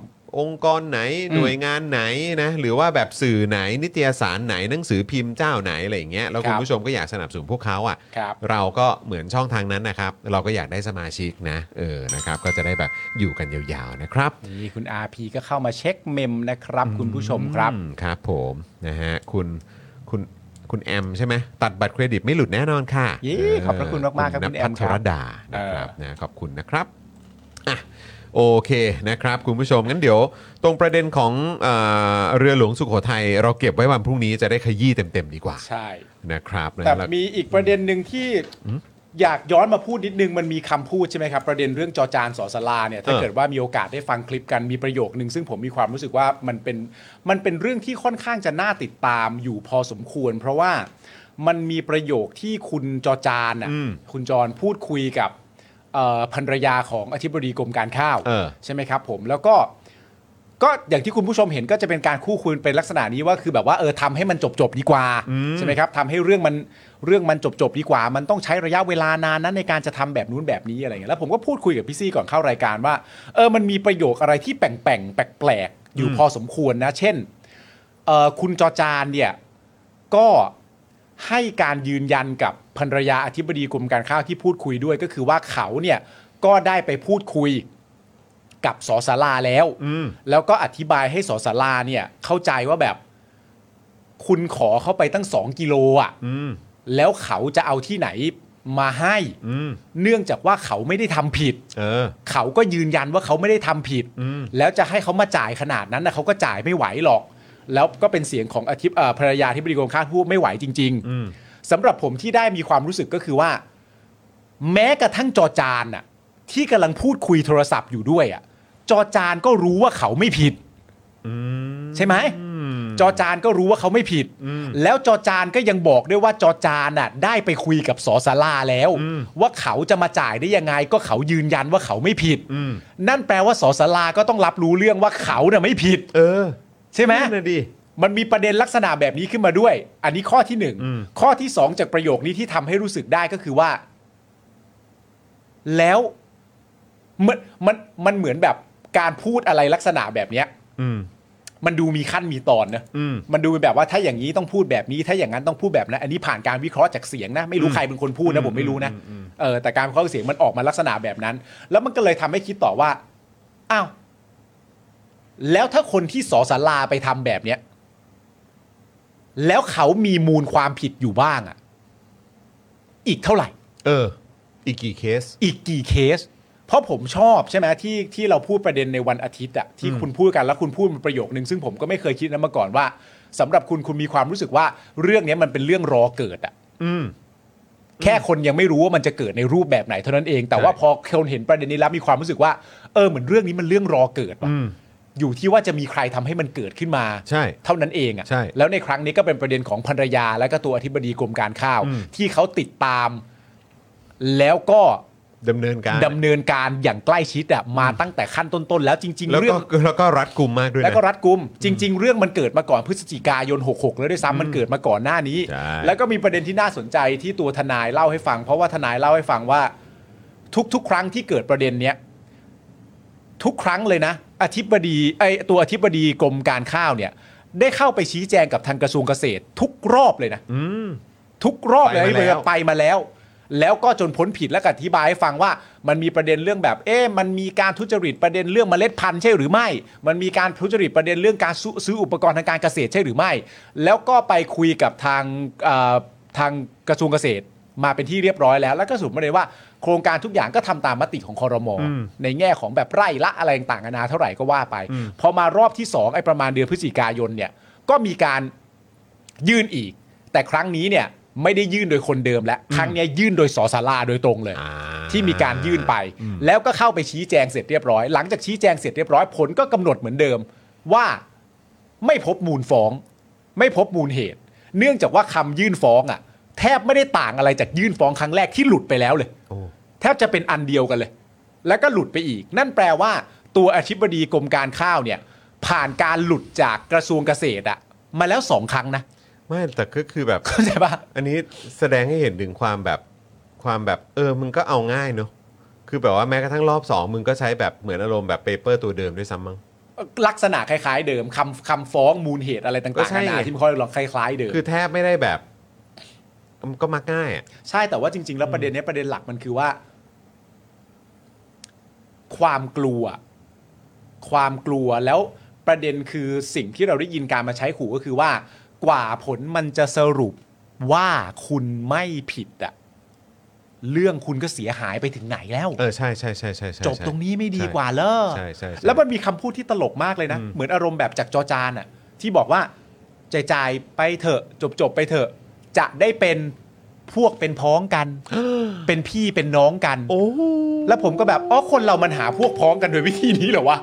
E: องค์กรไหนหน่วยงานไหนนะหรือว่าแบบสื่อไหนนิตยสารไหนหนังสือพิมพ์เจ้าไหนอะไรอย่างเงี้ยแล้วคุณผู้ชมก็อยากสนับสนุนพวกเขาอ่ะ
B: ครับ
E: เราก็เหมือนช่องทางนั้นนะครับ เราก็อยากได้สมาชิกนะ เออนะครับ ก็จะได้แบบอยู่กันยาวๆนะครับ
B: นี่คุณ RP ก็เข้ามาเช็คเมมนะครับ คุณผู้ชมครับ
E: อืมครับผมนะฮะคุณคุณคุณแอมใช่ไหมตัดบัตรเครดิตไม่หลุดแน่นอนค่ะ
B: เย้
E: เ
B: ขอบพระคุณมากๆครับคุณแอม
E: ณ
B: ค
E: พั
B: รั
E: ทร
B: บ
E: ดานะครับ
B: เออ
E: นะขอบคุณนะครับอ่ะโอเคนะครับ คุณผู้ชมงั้นเดี๋ยวตรงประเด็นของเออเรือหลวงสุโขทัยเราเก็บไว้วันพรุ่งนี้จะได้ขยี้เต็มๆดีกว่า
B: ใช่
E: นะครับนะ
B: แต่
E: ล้ว
B: มีอีกประเด็นหนึ่งที่อยากย้อนมาพูดนิดนึง มันมีคำพูดใช่ไหมครับ ประเด็นเรื่องจอจานสอสลาเนี่ยถ้า
E: เออ
B: เกิดว่ามีโอกาสได้ฟังคลิปกันมีประโยคนึง ซึ่งผมมีความรู้สึกว่ามันเป็นมันเป็นเรื่องที่ค่อนข้างจะน่าติดตามอยู่พอสมควร เพราะว่ามันมีประโยคที่คุณจอจานอ่ะคุณจรพูดคุยกับเอ่อภรรยาของอธิบดีกรมการข้าว
E: เออ
B: ใช่ไหมครับผมแล้วก็ก็อย่างที่คุณผู้ชมเห็นก็จะเป็นการคู่คุยเป็นลักษณะนี้ว่าคือแบบว่าเออทำให้มันจบจบๆดีกว่าใช่ไหมครับทำให้เรื่องมันเรื่องมันจบจบๆดีกว่า มันต้องใช้ระยะเวลานานนั้นในการจะทำแบบนู้นแบบนี้อะไรเงี้ยแล้วผมก็พูดคุยกับพี่ซี่ก่อนเข้ารายการว่าเออมันมีประโยคอะไรที่แปลงแปลงๆแปลกๆอยู่พอสมควรนะ เช่นเออคุณจอจานเนี่ยก็ให้การยืนยันกับภรรยาอธิบดีกรมการข้าวที่พูดคุยด้วยก็คือว่าเขาเนี่ยก็ได้ไปพูดคุย กับสอสาราแล้ว
E: อืม
B: แล้วก็อธิบายให้สอสาราเนี่ย เข้าใจว่าแบบ คุณขอเข้าไปตั้งสองกิโลอ่ะ
E: อืม
B: แล้วเขาจะเอาที่ไหนมาให้
E: อืม
B: เนื่องจากว่าเขาไม่ได้ทำผิด
E: เออ
B: เขาก็ยืนยันว่าเขาไม่ได้ทำผิด
E: อืม
B: แล้วจะให้เขามาจ่ายขนาดนั้นนะเขาก็จ่ายไม่ไหวหรอก แล้วก็เป็นเสียงของอธิบเอ่อภรรยาที่บริกรมข้าพูดไม่ไหวจริง
E: อืม
B: ๆสำหรับผมที่ได้มีความรู้สึกก็คือว่า แม้กระทั่งจอจานน่ะที่กำลังพูดคุยโทรศัพท์อยู่ด้วยอ่ะจอจานก็รู้ว่าเขาไม่ผิด ใช่ไหม จอจานก็รู้ว่าเขาไม่ผิด แล้วจอจานก็ยังบอกด้วยว่าจอจานน่ะได้ไปคุยกับสอสาราแล้ว ว่าเขาจะมาจ่ายได้ยังไงก็เขายืนยันว่าเขาไม่ผิด นั่นแปลว่าสอสาราก็ต้องรับรู้เรื่องว่าเขาน่ะไม่ผิด
D: เออ
B: ใช่ไหม
D: นั่นนะดิ
B: มันมีประเด็นลักษณะแบบนี้ขึ้นมาด้วย อันนี้ข้อที่หนึ่ง
D: อืม
B: ข้อที่สองจากประโยคนี้ที่ทำให้รู้สึกได้ก็คือว่า แล้วมันมันมันเหมือนแบบการพูดอะไรลักษณะแบบเนี้ย
D: อืม
B: มันดูมีขั้นมีตอนนะ
D: อืม
B: มันดูเป็นแบบว่าถ้าอย่างนี้ต้องพูดแบบนี้ ถ้าอย่างนั้นต้องพูดแบบนั้น อันนี้ผ่านการวิเคราะห์จากเสียงนะ ไม่รู้ใครเป็นคนพูดนะ ผมไม่รู้นะ เออ แต่การวิเคราะห์จากเสียงมันออกมาลักษณะแบบนั้น แล้วมันก็เลยทำให้คิดต่อว่า อ้าว แล้วถ้าคนที่สอสาราไปทำแบบเนี้ย แล้วเขามีมูลความผิดอยู่บ้างอะอีกเท่าไหร่
D: เออ อีกกี่เคส
B: อีกกี่เคส เพราะผมชอบใช่ไหมที่ที่เราพูดประเด็นในวันอาทิตย์อะที่คุณพูดกันแล้วคุณพูดเป็นประโยคนึงซึ่งผมก็ไม่เคยคิดนั้นมาก่อนว่าสำหรับคุณคุณมีความรู้สึกว่าเรื่องเนี้ยมันเป็นเรื่องรอเกิดอะ
D: อืม
B: แค่คนยังไม่รู้ว่ามันจะเกิดในรูปแบบไหนเท่านั้นเอง แต่ว่า
D: ใช่
B: พอคนเห็นประเด็นนี้แล้วมีความรู้สึกว่าเออเหมือนเรื่องนี้มันเรื่องรอเกิดว่ะ
D: อืม
B: อยู่ที่ว่าจะมีใครทำให้มันเกิดขึ้นมา
D: ใช่
B: เท่านั้นเองอะ
D: ใช่
B: แล้วในครั้งนี้ก็เป็นประเด็นของภรรยาและก็ตัวอธิบดีกรมการข้าว
D: อืม
B: ที่เขาติดตาม แล้วก็
D: ดำเนินการ
B: ดำเนินการอย่างใกล้ชิดอะมาตั้งแต่ขั้นต้นๆ แล้วจริง ๆ
D: แล้ว
B: เรื่อ
D: ก็
B: ง
D: แล้วก็รัดกุมมากด้วย
B: แล้ว
D: นะ
B: ก็รัดกุม จริง ๆ เรื่องมันเกิดมาก่อนพฤศจิกายน 66 แล้วด้วยซ้ำมันเกิดมาก่อนหน้านี้
D: ใช่
B: แล้วก็มีประเด็นที่น่าสนใจที่ตัวทนายเล่าให้ฟัง เพราะว่าทนายเล่าให้ฟังว่า ทุกๆ ครั้งที่เกิดประเด็นเนี้ยทุกครั้งเลยนะ อธิบดีไอตัวอธิบดีกรมการข้าวเนี่ย ได้เข้าไปชี้แจงกับทางกระทรวงเกษตร ทุกรอบเลยนะ
D: อืม
B: ทุกรอบเลย
D: ไปมาแล้ว
B: ไปมาแล้ว แล้วก็จนพ้นผิดแล้วก็อธิบายให้ฟังว่า มันมีประเด็นเรื่องแบบ เอ๊ะมันมีการทุจริตประเด็นเรื่องเมล็ดพันธุ์ใช่หรือไม่ มันมีการทุจริตประเด็นเรื่องการซื้อซื้ออุปกรณ์ทางการเกษตรใช่หรือไม่ แล้วก็ไปคุยกับทางเอ่อทางกระทรวงเกษตรมาเป็นที่เรียบร้อยแล้ว แล้วก็สรุปมาเลยว่า โครงการทุกอย่างก็ทำตามมติของคอรมอในแง่ของแบบไร่ละอะไรต่างๆนานาเท่าไหร่ก็ว่าไป พอมารอบที่สองไอ้ประมาณเดือนพฤศจิกายนเนี่ยก็มีการ ยื่นอีก แต่ครั้งนี้เนี่ยไม่ได้ยื่นโดยคนเดิมแล้วครั้งเนี้ยยื่นโดยสอสาราโดยตรงเลย
D: อ่า
B: ที่มีการยื่นไป แล้วก็เข้าไปชี้แจงเสร็จเรียบร้อย หลังจากชี้แจงเสร็จเรียบร้อยผลก็กำหนดเหมือนเดิม ว่าไม่พบมูลฟ้อง ไม่พบมูลเหตุ เนื่องจากว่าคำยื่นฟ้องอ่ะ แทบไม่ได้ต่างอะไรจากยื่นฟ้องครั้งแรกที่หลุดไปแล้วเลย
D: โอ้
B: แทบจะเป็นอันเดียวกันเลย แล้วก็หลุดไปอีก นั่นแปลว่า ตัวอธิบดีกรมการข้าวเนี่ย ผ่านการหลุดจากกระทรวงเกษตรอะมาแล้วสองครั้งนะ
D: ไม่แต่ก็คือแบบ
B: เข้าใจปะ
D: อันนี้แสดงให้เห็นถึงความแบบความแบบเออมึงก็เอาง่ายเนอะคือแบบว่าแม้กระทั่งรอบสองมึงก็ใช้แบบเหมือนอารมณ์แบบเปเปอร์ตัวเดิมด้วยซ้ำมั้ง
B: ลักษณะคล้ายๆเดิมคำคำฟ้องมูลเหตุอะไร
D: ก็
B: ต่าง
D: ใช่
B: ๆนานา
D: ไง
B: ที่มันค่อยลองคล้ายๆเดิม
D: คือแทบไม่ได้แบบมันก็มักง่ายอ่ะ
B: ใช่แต่ว่าจริง ๆ แล้วประเด็นเนี้ยประเด็นหลักมันคือว่า ความกลัว ความกลัวแล้วประเด็นคือสิ่งที่เราได้ยินการมาใช้ขู่ก็คือว่า กว่าผลมันจะสรุปว่าคุณไม่ผิดอะเรื่องคุณก็เสียหายไปถึงไหนแล้ว
D: เออใช่ใช่ใช่ใช่ใช่
B: จบ
D: ใช่
B: ตรงนี้ไม่ดี
D: ใช่
B: กว่าเลย
D: ใช่ใช่ใช่
B: แล้วมันมีคำพูดที่ตลกมากเลยนะ
D: อืม
B: เหมือนอารมณ์แบบจากจอจานอะที่บอกว่าจ่ายจ่ายไปเถอะ จบจบไปเถอะ จะได้เป็นพวกเป็นพ้องกัน (gasps) เป็นพี่เป็นน้องกัน
D: โอ้
B: แล้วผมก็แบบอ๋อคนเรามันหาพวกพ้องกันโดยวิธีนี้เหรอวะ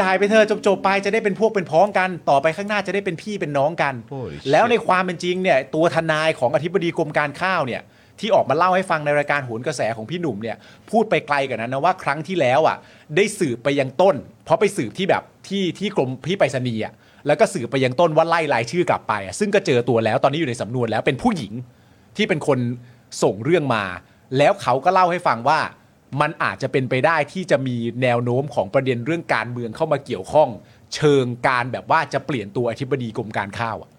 B: จ่ายไปเถอะจบจบไปจะได้เป็นพวกเป็นพ้องกัน ต่อไปข้างหน้าจะได้เป็นพี่เป็นน้องกัน
D: โอ้ย
B: แล้วในความเป็นจริงเนี่ยตัวทนายของอธิบดีกรมการข้าวเนี่ยที่ออกมาเล่าให้ฟังในรายการโหนกระแสของพี่หนุ่มเนี่ยพูดไปไกลกว่านั้นนะว่าครั้งที่แล้วอ่ะได้สืบไปยังต้น เพราะไปสืบที่แบบที่ที่กรมพี่ไปรษณีย์อ่ะแล้วก็สืบไปยังต้นว่าไล่รายชื่อกลับไปอ่ะซึ่งก็เจอตัวแล้วตอนนี้อยู่ในสำนวนแล้วเป็นผู้หญิงที่เป็นคนส่งเรื่องมา แล้วเขาก็เล่าให้ฟังว่า มันอาจจะเป็นไปได้ที่จะมีแนวโน้มของประเด็นเรื่องการเมืองเข้ามาเกี่ยวข้อง เชิงการแบบว่าจะเปลี่ยนตัวอธิบดีกรมการข้าวอ่ะ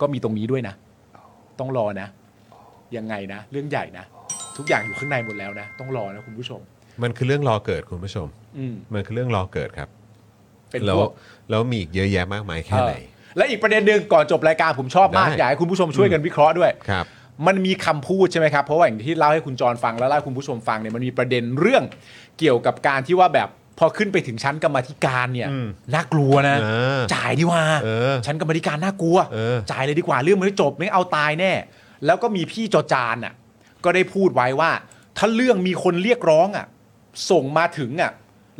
B: ก็มีตรงนี้ด้วยนะ ต้องรอนะ ยังไงนะ เรื่องใหญ่นะ ทุกอย่างอยู่ข้างในหมดแล้วนะ ต้องรอนะคุณผู้ชม
D: มันคือเรื่องรอเกิดคุณผู้ชม
B: อืม
D: มันคือเรื่องรอเกิดครับ
B: เป็น
D: แล้ว
B: พวก
D: แล้วมีอีกเยอะแยะมากมายแค่ไหน
B: เออและอีกประเด็นหนึ่งก่อนจบรายการผมชอบมาก
D: ได้
B: อยากให้คุณผู้ชมช่วยกันวิเคราะห์ด้วย
D: ครับ
B: มันมีคำพูดใช่ไหมครับ เพราะว่าอย่างที่เล่าให้คุณจรฟังแล้วเล่าให้คุณผู้ชมฟังเนี่ยมันมีประเด็นเรื่องเกี่ยวกับการที่ว่าแบบพอขึ้นไปถึงชั้นกรรมาธิการเนี่ย
D: อืม
B: น่ากลัวนะ
D: เออ
B: จ่ายดีกว่า
D: เออ
B: ชั้นกรรมาธิการน่ากลัว
D: เออ
B: จ่ายเลยดีกว่าเรื่องมันไม่จบไม่เอาตายแน่ แล้วก็มีพี่จอจานอ่ะ ก็ได้พูดไว้ว่า ถ้าเรื่องมีคนเรียกร้องอ่ะ ส่งมาถึงอ่ะ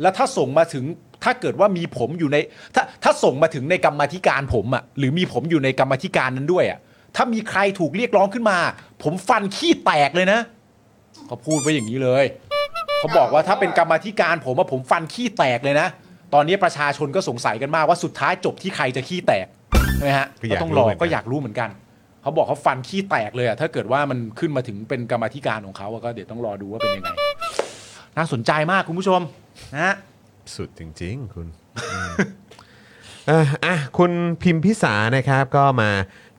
B: แล้วถ้าส่งมาถึง ถ้าเกิดว่ามีผมอยู่ใน ถ้าถ้าส่งมาถึงในกรรมาธิการผมอะหรือมีผมอยู่ในกรรมาธิการนั้นด้วยอะถ้ามีใครถูกเรียกร้องขึ้นมา ผมฟันขี้แตกเลยนะเขาพูดไว้อย่างนี้เลย เขาบอกว่าถ้าเป็นกรรมาธิการผมอะผมฟันขี้แตกเลยนะ ตอนนี้ประชาชนก็สงสัยกันมากว่าสุดท้ายจบที่ใครจะขี้แตกใช่ไหมฮะ
E: ก็อยากรู้
B: ต้องรอ
E: เหมือนกัน
B: ก็อยากรู้เหมือนกัน เขาบอกเขาฟันขี้แตกเลยอะถ้าเกิดว่ามันขึ้นมาถึงเป็นกรรมาธิการของเขาอะก็เดี๋ยวต้องรอดูว่าเป็นยังไง น่าสนใจมากคุณผู้ชมนะฮะ
E: สุดจริง ๆ คุณ (laughs) เอ่ออ่ะคุณพิมพิสานะครับก็มา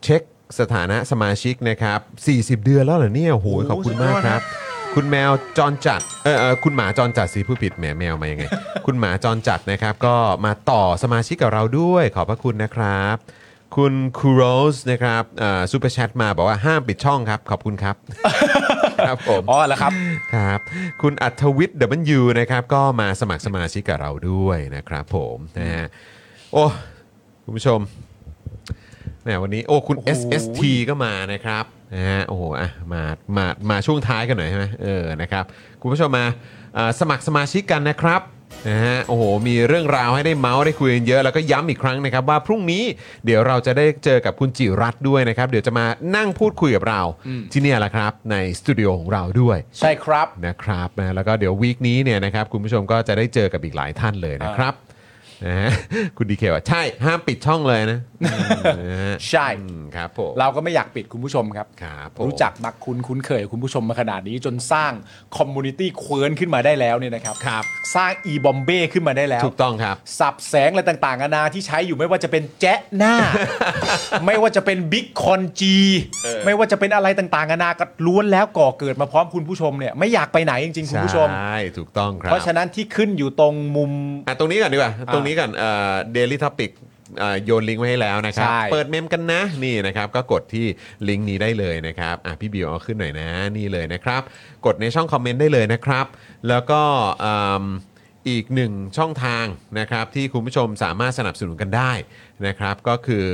E: เช็คสถานะสมาชิกนะครับ 40 เดือนแล้วเหรอเนี่ยโอ้โหขอบคุณมากครับ คุณแมวจรจัดเออเออคุณหมาจรจัดสีผู้ผิดแหมแมวมา (laughs) ยังไง คุณหมาจรจัดนะครับ ก็มาต่อสมาชิกกับเราด้วย ขอบพระคุณนะครับ คุณคูโรสนะครับซูเปอร์แชทมาบอกว่าห้ามปิดช่องครับ ขอบคุณ (laughs) ครับ ครับผม
B: อ๋อแล้วครับ
E: ครับคุณอัธวิทย์ W นะครับก็มาสมัครสมาชิกกับเราด้วยนะครับผมนะฮะโอ้คุณผู้ชมแหมวันนี้โอ้คุณ
B: โอ้โห
E: SST ก็มานะครับนะฮะโอ้โหอ่ะมามามาช่วงท้ายกันหน่อยใช่ไหมเออนะครับคุณผู้ชมมาเอ่อสมัครสมาชิกกันนะครับนะฮะโอ้โหมีเรื่องราวให้ได้เมาส์ได้คุยกันเยอะแล้วก็ย้ำอีกครั้งนะครับว่าพรุ่งนี้เดี๋ยวเราจะได้เจอกับคุณจิรัตน์ด้วยนะครับ เดี๋ยวจะมานั่งพูดคุยกับเราที่เนี่ยแหละครับในสตูดิโอของเราด้วย
B: ใช่ครับ
E: นะครับนะแล้วก็เดี๋ยววีคนี้เนี่ยนะครับคุณผู้ชมก็จะได้เจอกับอีกหลายท่านเลยนะครับนะ (laughs) ฮะคุณดีเคว่าใช่ห้ามปิดช่องเลยนะนะฮะ
B: (laughs) ใช่
E: อืมครับผม
B: เราก็ไม่อยากปิดคุณผู้ชมครับ
E: ครับผม
B: รู้จักมักคุ้นคุ้นเคยกับคุณผู้ชมมาขนาดนี้จนสร้างคอมมูนิตี้เควิร์นขึ้นมาได้แล้วเนี่ยนะครับ
E: ครับ
B: สร้างอีบอมเบ้ขึ้นมาได้แล้ว
E: ถูกต้องครับ
B: สับแสงอะไรต่างๆนานาที่ใช้อยู่ไม่ว่าจะเป็นแจ๊ะ
E: (laughs)
B: หน้า ไม่ว่าจะเป็นบิ๊กคอนจี
E: เออ
B: ไม่ว่าจะเป็นอะไรต่างๆนานาก็ล้วนแล้วก่อเกิดมาพร้อมคุณผู้ชมเนี่ยไม่อยากไปไหนจริงๆคุณผู้ชม
E: ใช่ถูกต้องครับ
B: เพราะฉะนั้นที่ขึ้นอยู่ตรงมุม
E: อ่ะตรงนี้ก่อนดีกว่า ตรงนี้ก่อนเอ่อ daily topic เอ่อโยนลิงก์ไว้ให้แล้วนะครับ
B: ใช่
E: เปิดเมมกันนะนี่นะครับ ก็กดที่ลิงก์นี้ได้เลยนะครับอ่ะพี่บิวเอาขึ้นหน่อยนะนี่เลยนะครับ กดในช่องคอมเมนต์ได้เลยนะครับ แล้วก็อืมอีกหนึ่งช่องทางนะครับ ที่คุณผู้ชมสามารถสนับสนุนกันได้นะครับ ก็คือ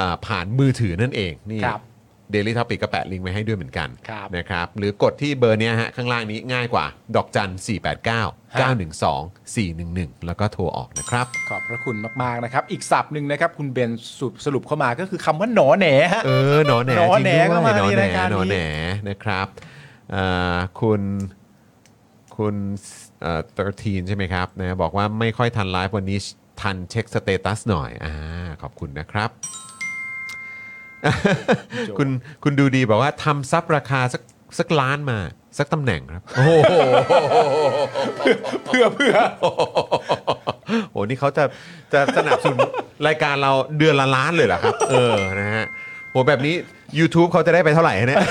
E: อาผ่านมือถือนั่นเองนี่
B: ครับ
E: Daily Topic ก็แปะลิงก์ไว้ให้ด้วยเหมือนกัน
B: ครับ
E: นะครับ หรือกดที่เบอร์เนี้ยฮะข้างล่างนี้ง่ายกว่า ดอกจัน 489
B: ฮะ
E: 912 411 แล้วก็โทรออกนะครับ
B: ขอบพระคุณมากๆนะครับ อีกศัพท์หนึ่งนะครับ คุณเบนสรุปสรุปเข้ามาก็คือคำว่า (laughs) หนอแหนฮะ
E: เออหนอแหน
B: หนอแหน่
E: จริงด้วย
B: เข้ามา
E: หนอแห
B: ใน
E: น
B: รายการ
E: ห
B: นี้
E: นอแหนนะครับเอ่อคุณคุณเอ่อ13 ใช่ไหมครับนะบอกว่าไม่ค่อยทันไลฟ์วันนี้ทันเช็คสเตตัสหน่อยอ่าขอบคุณนะครับ คุณคุณดูดีบอกว่าทำซับราคาสักสักล้านมา สักตำแหน่งครับ โอ้โห
B: เพื่อเพื่อ
E: โอ้โหนี่เขาจะจะสนับสนุน รายการเราเดือนละล้านเลยเหรอครับ เออ นะฮะโหแบบนี้ YouTube เขาจะได้ไปเท่าไหร่เนี่ย (laughs)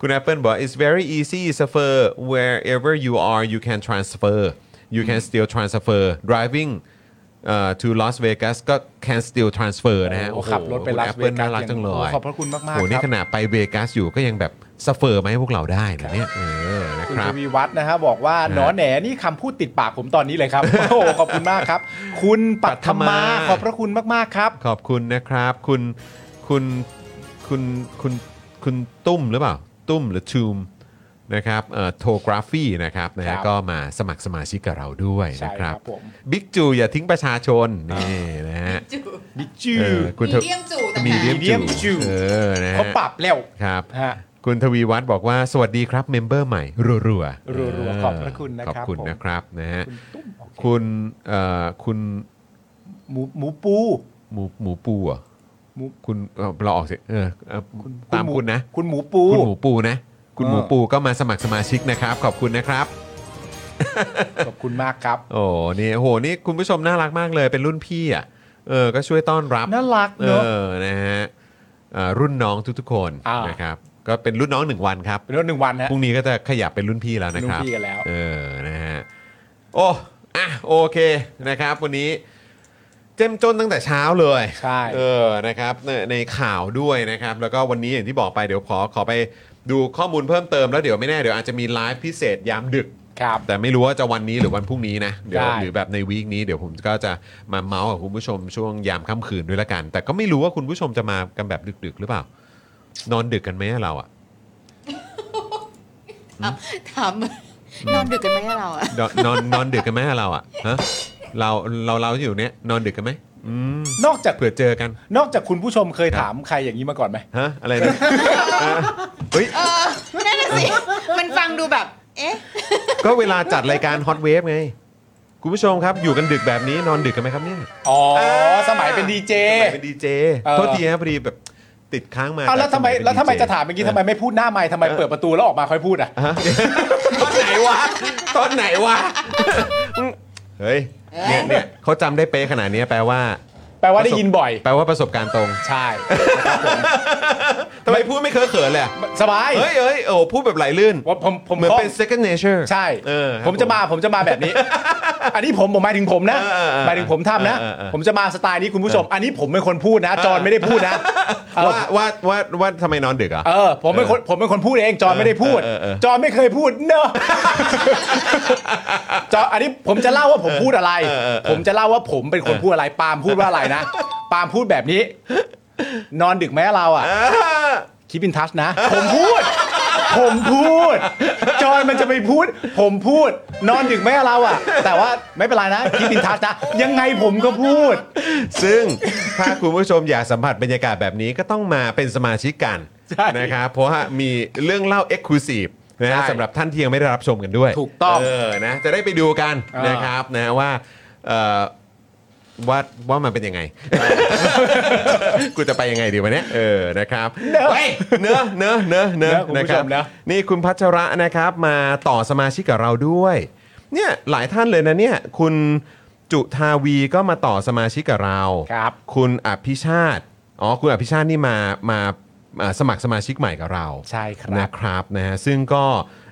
E: คุณ Apple บอก it's very easy suffer wherever you are you can transfer you can still transfer driving เอ่อ to Las Vegas ก็ can still transfer นะฮะ
B: โอ้โหขับรถไป
E: คุณ
B: Las
E: Apple
B: Vegas
E: น่ารักจังเล
B: โอ้
E: ย
B: โหขอบพระคุณมากๆ
E: โหนี่
B: ครับ
E: ขนาดไปเวกัสอยู่ก็ยังแบบสเฟอร์มาให้พวกเราได้นะเนี่ยเออนะค
B: คุณ
E: รั
B: ช
E: บ
B: วีวัฒน์นะฮะบอกว่าหนอแหนนี่คำพูดติดปากผมตอนนี้เลยครับ โอ้โหขอบคุณมากครับ คุณปัทมาขอบพระคุณมากๆครับ
E: ขอบคุณนะครับ คุณคุณคุณคุณคุณตุ้มหรือเปล่า ตุ้มหรือชูมนะครับเอ่อโทกราฟีนะครับนะ
B: ครั
E: ฮะ
B: บ
E: ก็มาสมัครสมาชิกกับเราด้วยนะครั
B: ใช่ครับ บผม
E: บิ๊กจูอย่าทิ้งประชาชนนี่นะฮะ
F: จู่
B: บิ๊กจู
E: เออคุณท
F: มีเดียมจู่ต่าง
E: มี
F: หาก
E: เดียมจูเออนะฮะ
B: เขาปรับแล้ว
E: ครับ
B: ฮะ
E: คุณทวีวัฒน์บอกว่าสวัสดีครับเมมเบอร์ใหม่รัวๆรัว
B: รัวๆขอบพระคุณนะ
E: ข
B: ค
E: อ
B: รั
E: บบ คุณ
B: ผม
E: นะครับนะฮะ
B: คุณตุ้มโอเค
E: คุณเอ่อคุณ
B: หมูหมูปู
E: หมูหมูปูเหรอ่ะ
B: หมู
E: คุณเอ่อเราออกเสียงเออเอ่อตาม
B: ห
E: คุณนะ
B: คุณหมูปู
E: คุณหมูปูนะ คุณ
B: เอ
E: ห
B: อ
E: มูปูก็มาสมัครสมาชิกนะครับ ขอบคุณนะครับ
B: ขอบคุณมากครับ
E: โอ้นี่โหนี่คุณผู้ชมน่ารักมากเลยเป็นรุ่นพี่อ่ะเออก็ช่วยต้อนรับ
B: น่ารัก
E: เอ
B: เนอะ
E: อนะฮะเอ่อรุ่นน้องทุกๆคน
B: อ่าน
E: นะครับ ก็เป็นรุ่นน้องหนึ่งวันครับ
B: เป็นวันหนึ่งวันฮะ
E: พรุ่งนี้ก็จะขยับเป็นรุ่นพี่แล้วนะครับ
B: รุ่นพี่กันแล้ว
E: เออ นะฮะ โอ้อ่ะโอเคนะครับ วันนี้เจ้มจนตั้งแต่เช้าเลย
B: ใช่
E: เออ นะครับในในข่าวด้วยนะครับ แล้วก็วันนี้อย่างที่บอกไปเดี๋ยวขอขอไปดูข้อมูลเพิ่มเติมแล้วเดี๋ยวไม่แน่เดี๋ยวอาจจะมีไลฟ์พิเศษยามดึก
B: ครับ
E: แต่ไม่รู้ว่าจะวันนี้หรือวันพรุ่งนี้นะเดี๋ยว
B: ได้
E: หรือแบบในวีคนี้เดี๋ยวผมก็จะมาเมาส์กับคุณผู้ชมช่วงยามค่ำคืนด้วยละกัน แต่ก็ไม่รู้ว่าคุณผู้ชมจะมากันแบบดึก ๆ หรือเปล่า นอนดึกกันไหมอะเราอะ
F: ถามถาม นอนดึกกันไหมอะเราอะ
E: นอนนอนนอนดึกกันไหมเราอ่ะฮะเราเราเราที่อยู่เนี้ยนอนดึกกันไหมอืม
B: นอกจาก
E: เผื่อเจอกัน
B: นอกจากคุณผู้ชมเคยถามใครอย่างนี้มาก่อนไหม
E: ฮะอะไร (laughs) นะเออเฮ้ย
F: เออนั่นน่ะสิมันฟังดูแบบ เอ๊ะ
E: ก็เวลาจัดรายการฮอตเวฟไง คุณผู้ชมครับอยู่กันดึกแบบนี้นอนดึกกันไหมครับเนี่ย
B: อ๋อ สมัยเป็นดีเจ
E: สมัยเป็นดีเจ
B: เออ
E: โทษทีนะพอดีแบบติดค้างมา
B: เอาแล้ว
E: จาก
B: ทำไม
E: สยเป็น
B: แล้วทำไม
E: DJ
B: จะถามเมื่อกี้ทำไมไม่พูดหน้าไมค์ทำไมเปิดประตูแล้วออกมาค่อยพูดอ่ะ
E: ฮะ ตอนไหนวะตอนไหนวะมึงเฮ้ยเนี่ยเนี่ยเขาจำได้เป๊ะขนาดนี้แปลว่า
B: แปลว่าได้ยินบ่อย
E: แปลว่าประสบการณ์ตรง
B: ใช่
E: ทำไมพูดไม่เคอะเขินเลยอะ
B: สบาย
E: เฮ้ยเฮ้ยโอ้พูดแบบไหลลื่น
B: ว่าผมผม
E: เหมือน
B: คล่ง
E: เป็น second nature
B: ใช่
E: เออครับ
B: ผมจะมาผมจะมาแบบนี้ (laughs) อันนี้ผมผมหมายถึงผมนะ
E: เออเออเออ
B: หมายถึงผมทำนะ
E: เออเออเออ
B: ผมจะมาสไตล์นี้คุณผู้ชม อันนี้ผมเป็นคนพูดนะ จอนไม่ได้พูดนะเออ
E: ว่าว่าว่าว่าทำไมนอนดึกอ่ะ
B: เออผมเป็นคนผมเป็นคนพูดเองจอนไม่ได้พูด
E: เออเออเออ
B: จอนไม่เคยพูดเนอะ (laughs) จอนอันนี้ผมจะเล่าว่าผมพูดอะไร
E: เออเออเออ
B: ผมจะเล่าว่าผมเป็นคนพูดอะไร ปาล์มพูดว่าอะไรนะปาล์มพูดแบบนี้ นอนดึกไหมเราอ่ะ
E: อ่า
B: คิปินทัชนะ ผมพูด ผมพูด จอยมันจะไปพูด ผมพูด นอนดึกไหมเราอ่ะ แต่ว่าไม่เป็นไรนะคิปินทัชนะ ยังไงผมก็พูด
E: ซึ่งถ้าคุณผู้ชมอยากสัมผัสบรรยากาศแบบนี้ก็ต้องมาเป็นสมาชิกกัน
B: ใช่
E: นะครับเพราะว่ามีเรื่องเล่า Exclusive นะฮะ
B: ใช่
E: สำหรับท่านที่ยังไม่ได้รับชมกันด้วย
B: ถูกต้อง
E: เออนะจะได้ไปดูกัน
B: เออ
E: นะครับนะว่าเอ่อว่าว่ามันเป็นยังไง กูจะไปยังไงดีวันนี้เออนะครับเฮ้ยเนื้อะเนื้อะเนื้อะเนื้อะ
B: เนอะคุณผู้
E: นะครับ
B: ชมเนอะ
E: นี่คุณพัชระนะครับมาต่อสมาชิกกับเราด้วย เนี่ยหลายท่านเลยนะเนี่ยคุณจุทาวีก็มาต่อสมาชิกกับเรา
B: ครับ
E: คุณอภิชาติอ๋อคุณอภิชาตินี่มามาอ่าสมัครสมาชิกใหม่กับเรา
B: ใช่ครับ
E: นะครับนะฮะซึ่งก็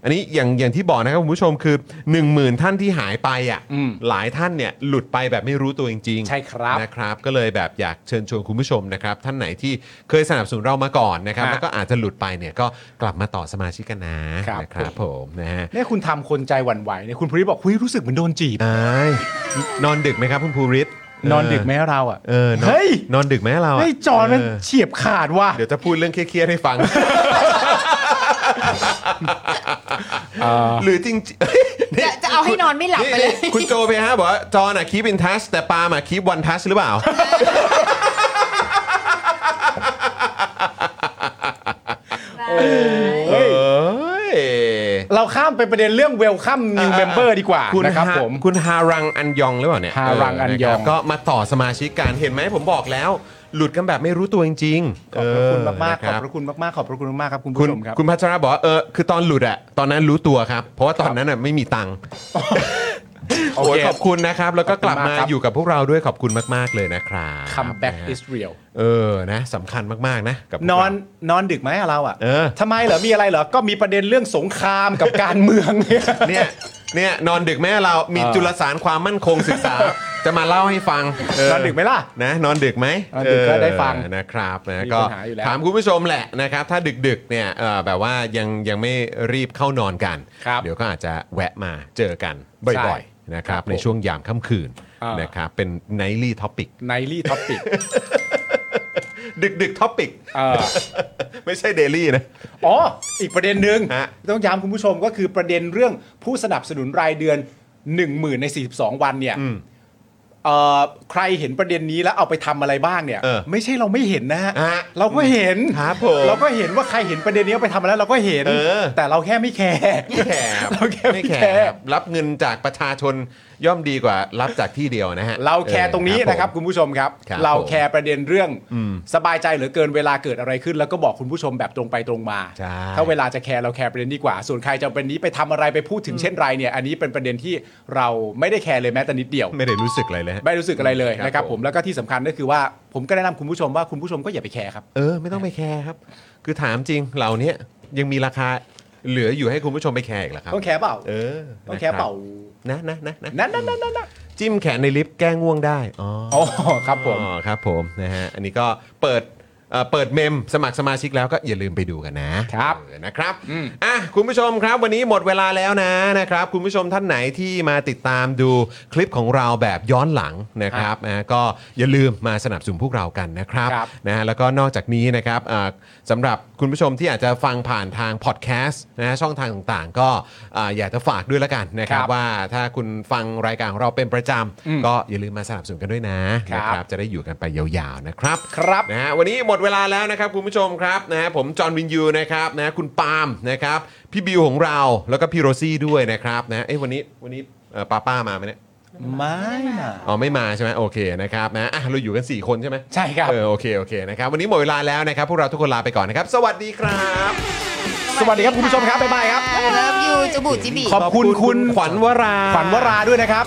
E: อันนี้อย่างอย่างที่บอกนะครับคุณผู้ชมคือ 1 0,000 ท่านที่หายไปอ่ะ
B: อืม
E: หลายท่านเนี่ยหลุดไปแบบไม่รู้ตัวจริงๆ
B: ใช่ครับ
E: นะครับ ก็เลยแบบอยากเชิญชวนคุณผู้ชมนะครับ ท่านไหนที่เคยสนับสนุนเรามาก่อนนะครับ แล้วก็อาจจะหลุดไปเนี่ยก็กลับมาต่อสมาชิกกันนะนะครับผมนะฮะ
B: เนี่ยคุณทำคนใจหวั่นไหวเนี่ยคุณภูริบอกคุยรู้สึกเหมือนโดนจีบ
E: นายนอนดึกไหมครับคุณภูริศ
B: นอนดึกไหมเราอ่ะ
E: เออนอน
B: เฮ้ย
E: นอนดึกไหมเราะ
B: เฮ้ยจอนมัน
E: เออ
B: เฉียบขาดว่ะ
E: เดี๋ยวจะพูดเรื่องเครียดๆให้ฟัง หรือจริง (laughs) ๆเอ้ยนี่
F: จะจะเอาให้นอนไม่หลับไปเลย
E: นี่คุณโจไปฮะบอกว่าจอน่ะคีบินทัชแต่ปาล์มอ่ะคีบวันทัชหรือเปล่า เฮ้ย
B: เราข้ามไปประเด็นเรื่องเวลคัมนิวเมมเบอร์ดีกว่า
E: คุณ
B: นะครับ
E: ฮ
B: ผม
E: คุณฮารังอันยองหรือเปล่าเนี่ย
B: ฮารังอันยอง
E: เะครับก็มาต่อสมาชิกการเห็นไหมผมบอกแล้ว หลุดกันแบบไม่รู้ตัวจริงๆ
B: ขอบพระคุณมาก
E: เ
B: ๆขอบพระคุณมากๆขอบพระคุณมากๆครับคุณ
E: คุ
B: ผู้
E: ณ
B: ชมครับ
E: คุณพัชระบอกว่าเออคือตอนหลุดอะตอนนั้นรู้ตัวครับ เพราะว่าตอนนั้นอะไม่มีตังค์
B: โอ
E: โอ้ย
B: เค
E: ขอบคุณนะครับ แล้วก็กลับมา
B: ขอบคุณมากครับ
E: อยู่กับพวกเราด้วยขอบคุณมาก ๆ เลยนะครับ
B: คัมแบ็ก
E: นะฮะ
B: อิสเรียล
E: เออนะสำคัญมาก ๆ นะ กับพวก
B: น
E: เรา
B: อนนอนดึกไหมอะเราอ่ะ
E: เออ
B: ทำไมเหรอ มีอะไรเหรอ ก็มีประเด็นเรื่องสงครามกับการเมืองเนี่ย
E: เนี่ยเนี่ยนอนดึกแม่เรามี
B: เออ
E: จุลสารความมั่นคงศึกษา จะมาเล่าให้ฟังเ
B: นอนดึกไหมล่ะ
E: นะนอนดึกไหม
B: นอนดึกก็
E: เออ
B: ได้ฟัง
E: นะครับนะ
B: มี
E: ก็
B: ปัญหาอยู่แล้ว
E: ถามคุณผู้ชมแหละนะครับ ถ้าดึกๆเนี่ยเอ่อแบบว่ายังยังไม่รีบเข้านอนกัน
B: ครับ
E: เดี๋ยวก็อาจจะแวะมาเจอกัน
B: ใช่
E: บ่อยๆนะครับ
B: ครับผม
E: ในช่วงยามค่ำคืน
B: อ่าน
E: นะครับเป็น nightly topic (laughs)
B: ไนลี่ท็อปปิก
E: ดึกๆ topic (laughs) ไม่ใช่ daily นะ
B: อ๋อ อีกประเด็นหนึ่ง
E: ฮะ
B: ต้องย้ำคุณผู้ชมก็คือประเด็นเรื่องผู้สนับสนุนรายเดือน 1 0,000ใน 42 วันเนี่ยเอ่อใครเห็นประเด็นนี้แล้วเอาไปทำอะไรบ้างเนี่ย
E: เออ
B: ไม่ใช่เราไม่เห็นนะฮะ
E: ฮะ
B: เราก็เห็น
E: ครับผม
B: เราก็เห็นว่าใครเห็นประเด็นนี้เอาไปทำแล้ว เราก็เห็น
E: เออ
B: แต่เราแค่ไม่แคร์
E: ไม่แคร์
B: เราแค่ (laughs) ไม่แคร์
E: รับรับเงินจากประชาชนย่อมดีกว่ารับจากที่เดียวนะฮะ
B: เราแคร์ตรงนี้
E: เออ
B: นะครับ
E: ผม
B: คุณผู้ชมครับ
E: ครับ
B: เราแคร์ประเด็นเรื่อง
E: อืม
B: สบายใจเหลือเกินเวลาเกิดอะไรขึ้น แล้วก็บอกคุณผู้ชมแบบตรงไปตรงมา
E: ใช่
B: ถ้าเวลาจะแคร์เราแคร์ประเด็นดีกว่า ส่วนใครจะเอาประเด็นนี้ไปทำอะไรไปพูดถึงเช่นไรเนี่ยอันนี้เป็นประเด็นที่เราไม่ได้แคร์เลยแม้แต่นิดเดียว
E: ไม่ได้รู้สึกอะไรเลยฮะ
B: ไม่รู้สึกอะไรเลยนะค
E: ครั
B: รั
E: บบ ผ
B: ผม มแล้วก็ที่สำคัญก็คือว่าผมก็แนะนำคุณผู้ชมว่าคุณผู้ชมก็อย่าไปแคร์ครับ
E: เออ ไม่ต้องไปแคร์ครับ คือถามจริงเหล่านี้ยังมีราคาเหลืออยู่ให้คุณผู้ชมไปแคร์อีกเหรอครับ
B: ต้องแคร์เปล่า
E: เออ
B: ต้อง
E: นะ
B: แคร์เปล่า
E: นะนะนะนะ
B: นั่นนั่นนั่นนั่น
E: จิ้มแขนในลิฟต์แก้ง่วงได้ อ๋อ
B: อ๋อครับผม
E: อ๋อครับผมนะฮะอันนี้ก็เปิด เอ่อเปิดเมมสมัครสมาชิกแล้วก็อย่าลืมไปดูกันนะครับ เออนะครับอ่ะคุณผู้ชมครับวันนี้หมดเวลาแล้วนะนะครับ คุณผู้ชมท่านไหนที่มาติดตามดูคลิปของเราแบบย้อนหลังนะครับนะก็อย่าลืมมาสนับสนุนพวกเรากันนะครับ
B: ครับ
E: นะฮะแล้วก็นอกจากนี้นะครับอ่าสำหรับคุณผู้ชมที่อาจจะฟังผ่านทางพอดแคสต์นะฮะช่องทางต่างๆ ก็อ่าอยากจะฝากด้วยละกันนะครับ
B: ครับ
E: ว่าถ้าคุณฟังรายการของเราเป็นประจ
B: อืม
E: ำก็อย่าลืมมาสนับสนุนกันด้วยนะนะครับ จะได้อยู่กันไปยาวๆนะครับ
B: ครับ
E: นะฮะวันนี้หมดเวลาแล้วนะครับคุณผู้ชมครับนะฮะผมจอห์นวินยูนะครับนะฮะคุณปาล์มนะครับพี่บิวของเราแล้วก็พี่โรซี่ด้วยนะครับนะฮะเอ้ยวันนี้วันนี้เอ่อป้าป้ามาไหมเนี่ย
C: ไม่นะ
E: อ๋อไม่มาใช่ไหมโอเคนะครับนะอ่ะเราอยู่กันสี่คนใช่ไหม
B: ใช่ครับ
E: เออโอเค โอเคนะครับ วันนี้หมดเวลาแล้วนะครับ พวกเราทุกคนลาไปก่อนนะครับ สวัสดีครับ
B: สวัสดีครับคุณผู้ชมครับบ๊ายบายครับ
F: เลิฟยูจูบุจิบิ
B: ขอบคุณคุณ
E: ขวัญวรา
B: ขวัญวราด้วยนะครับ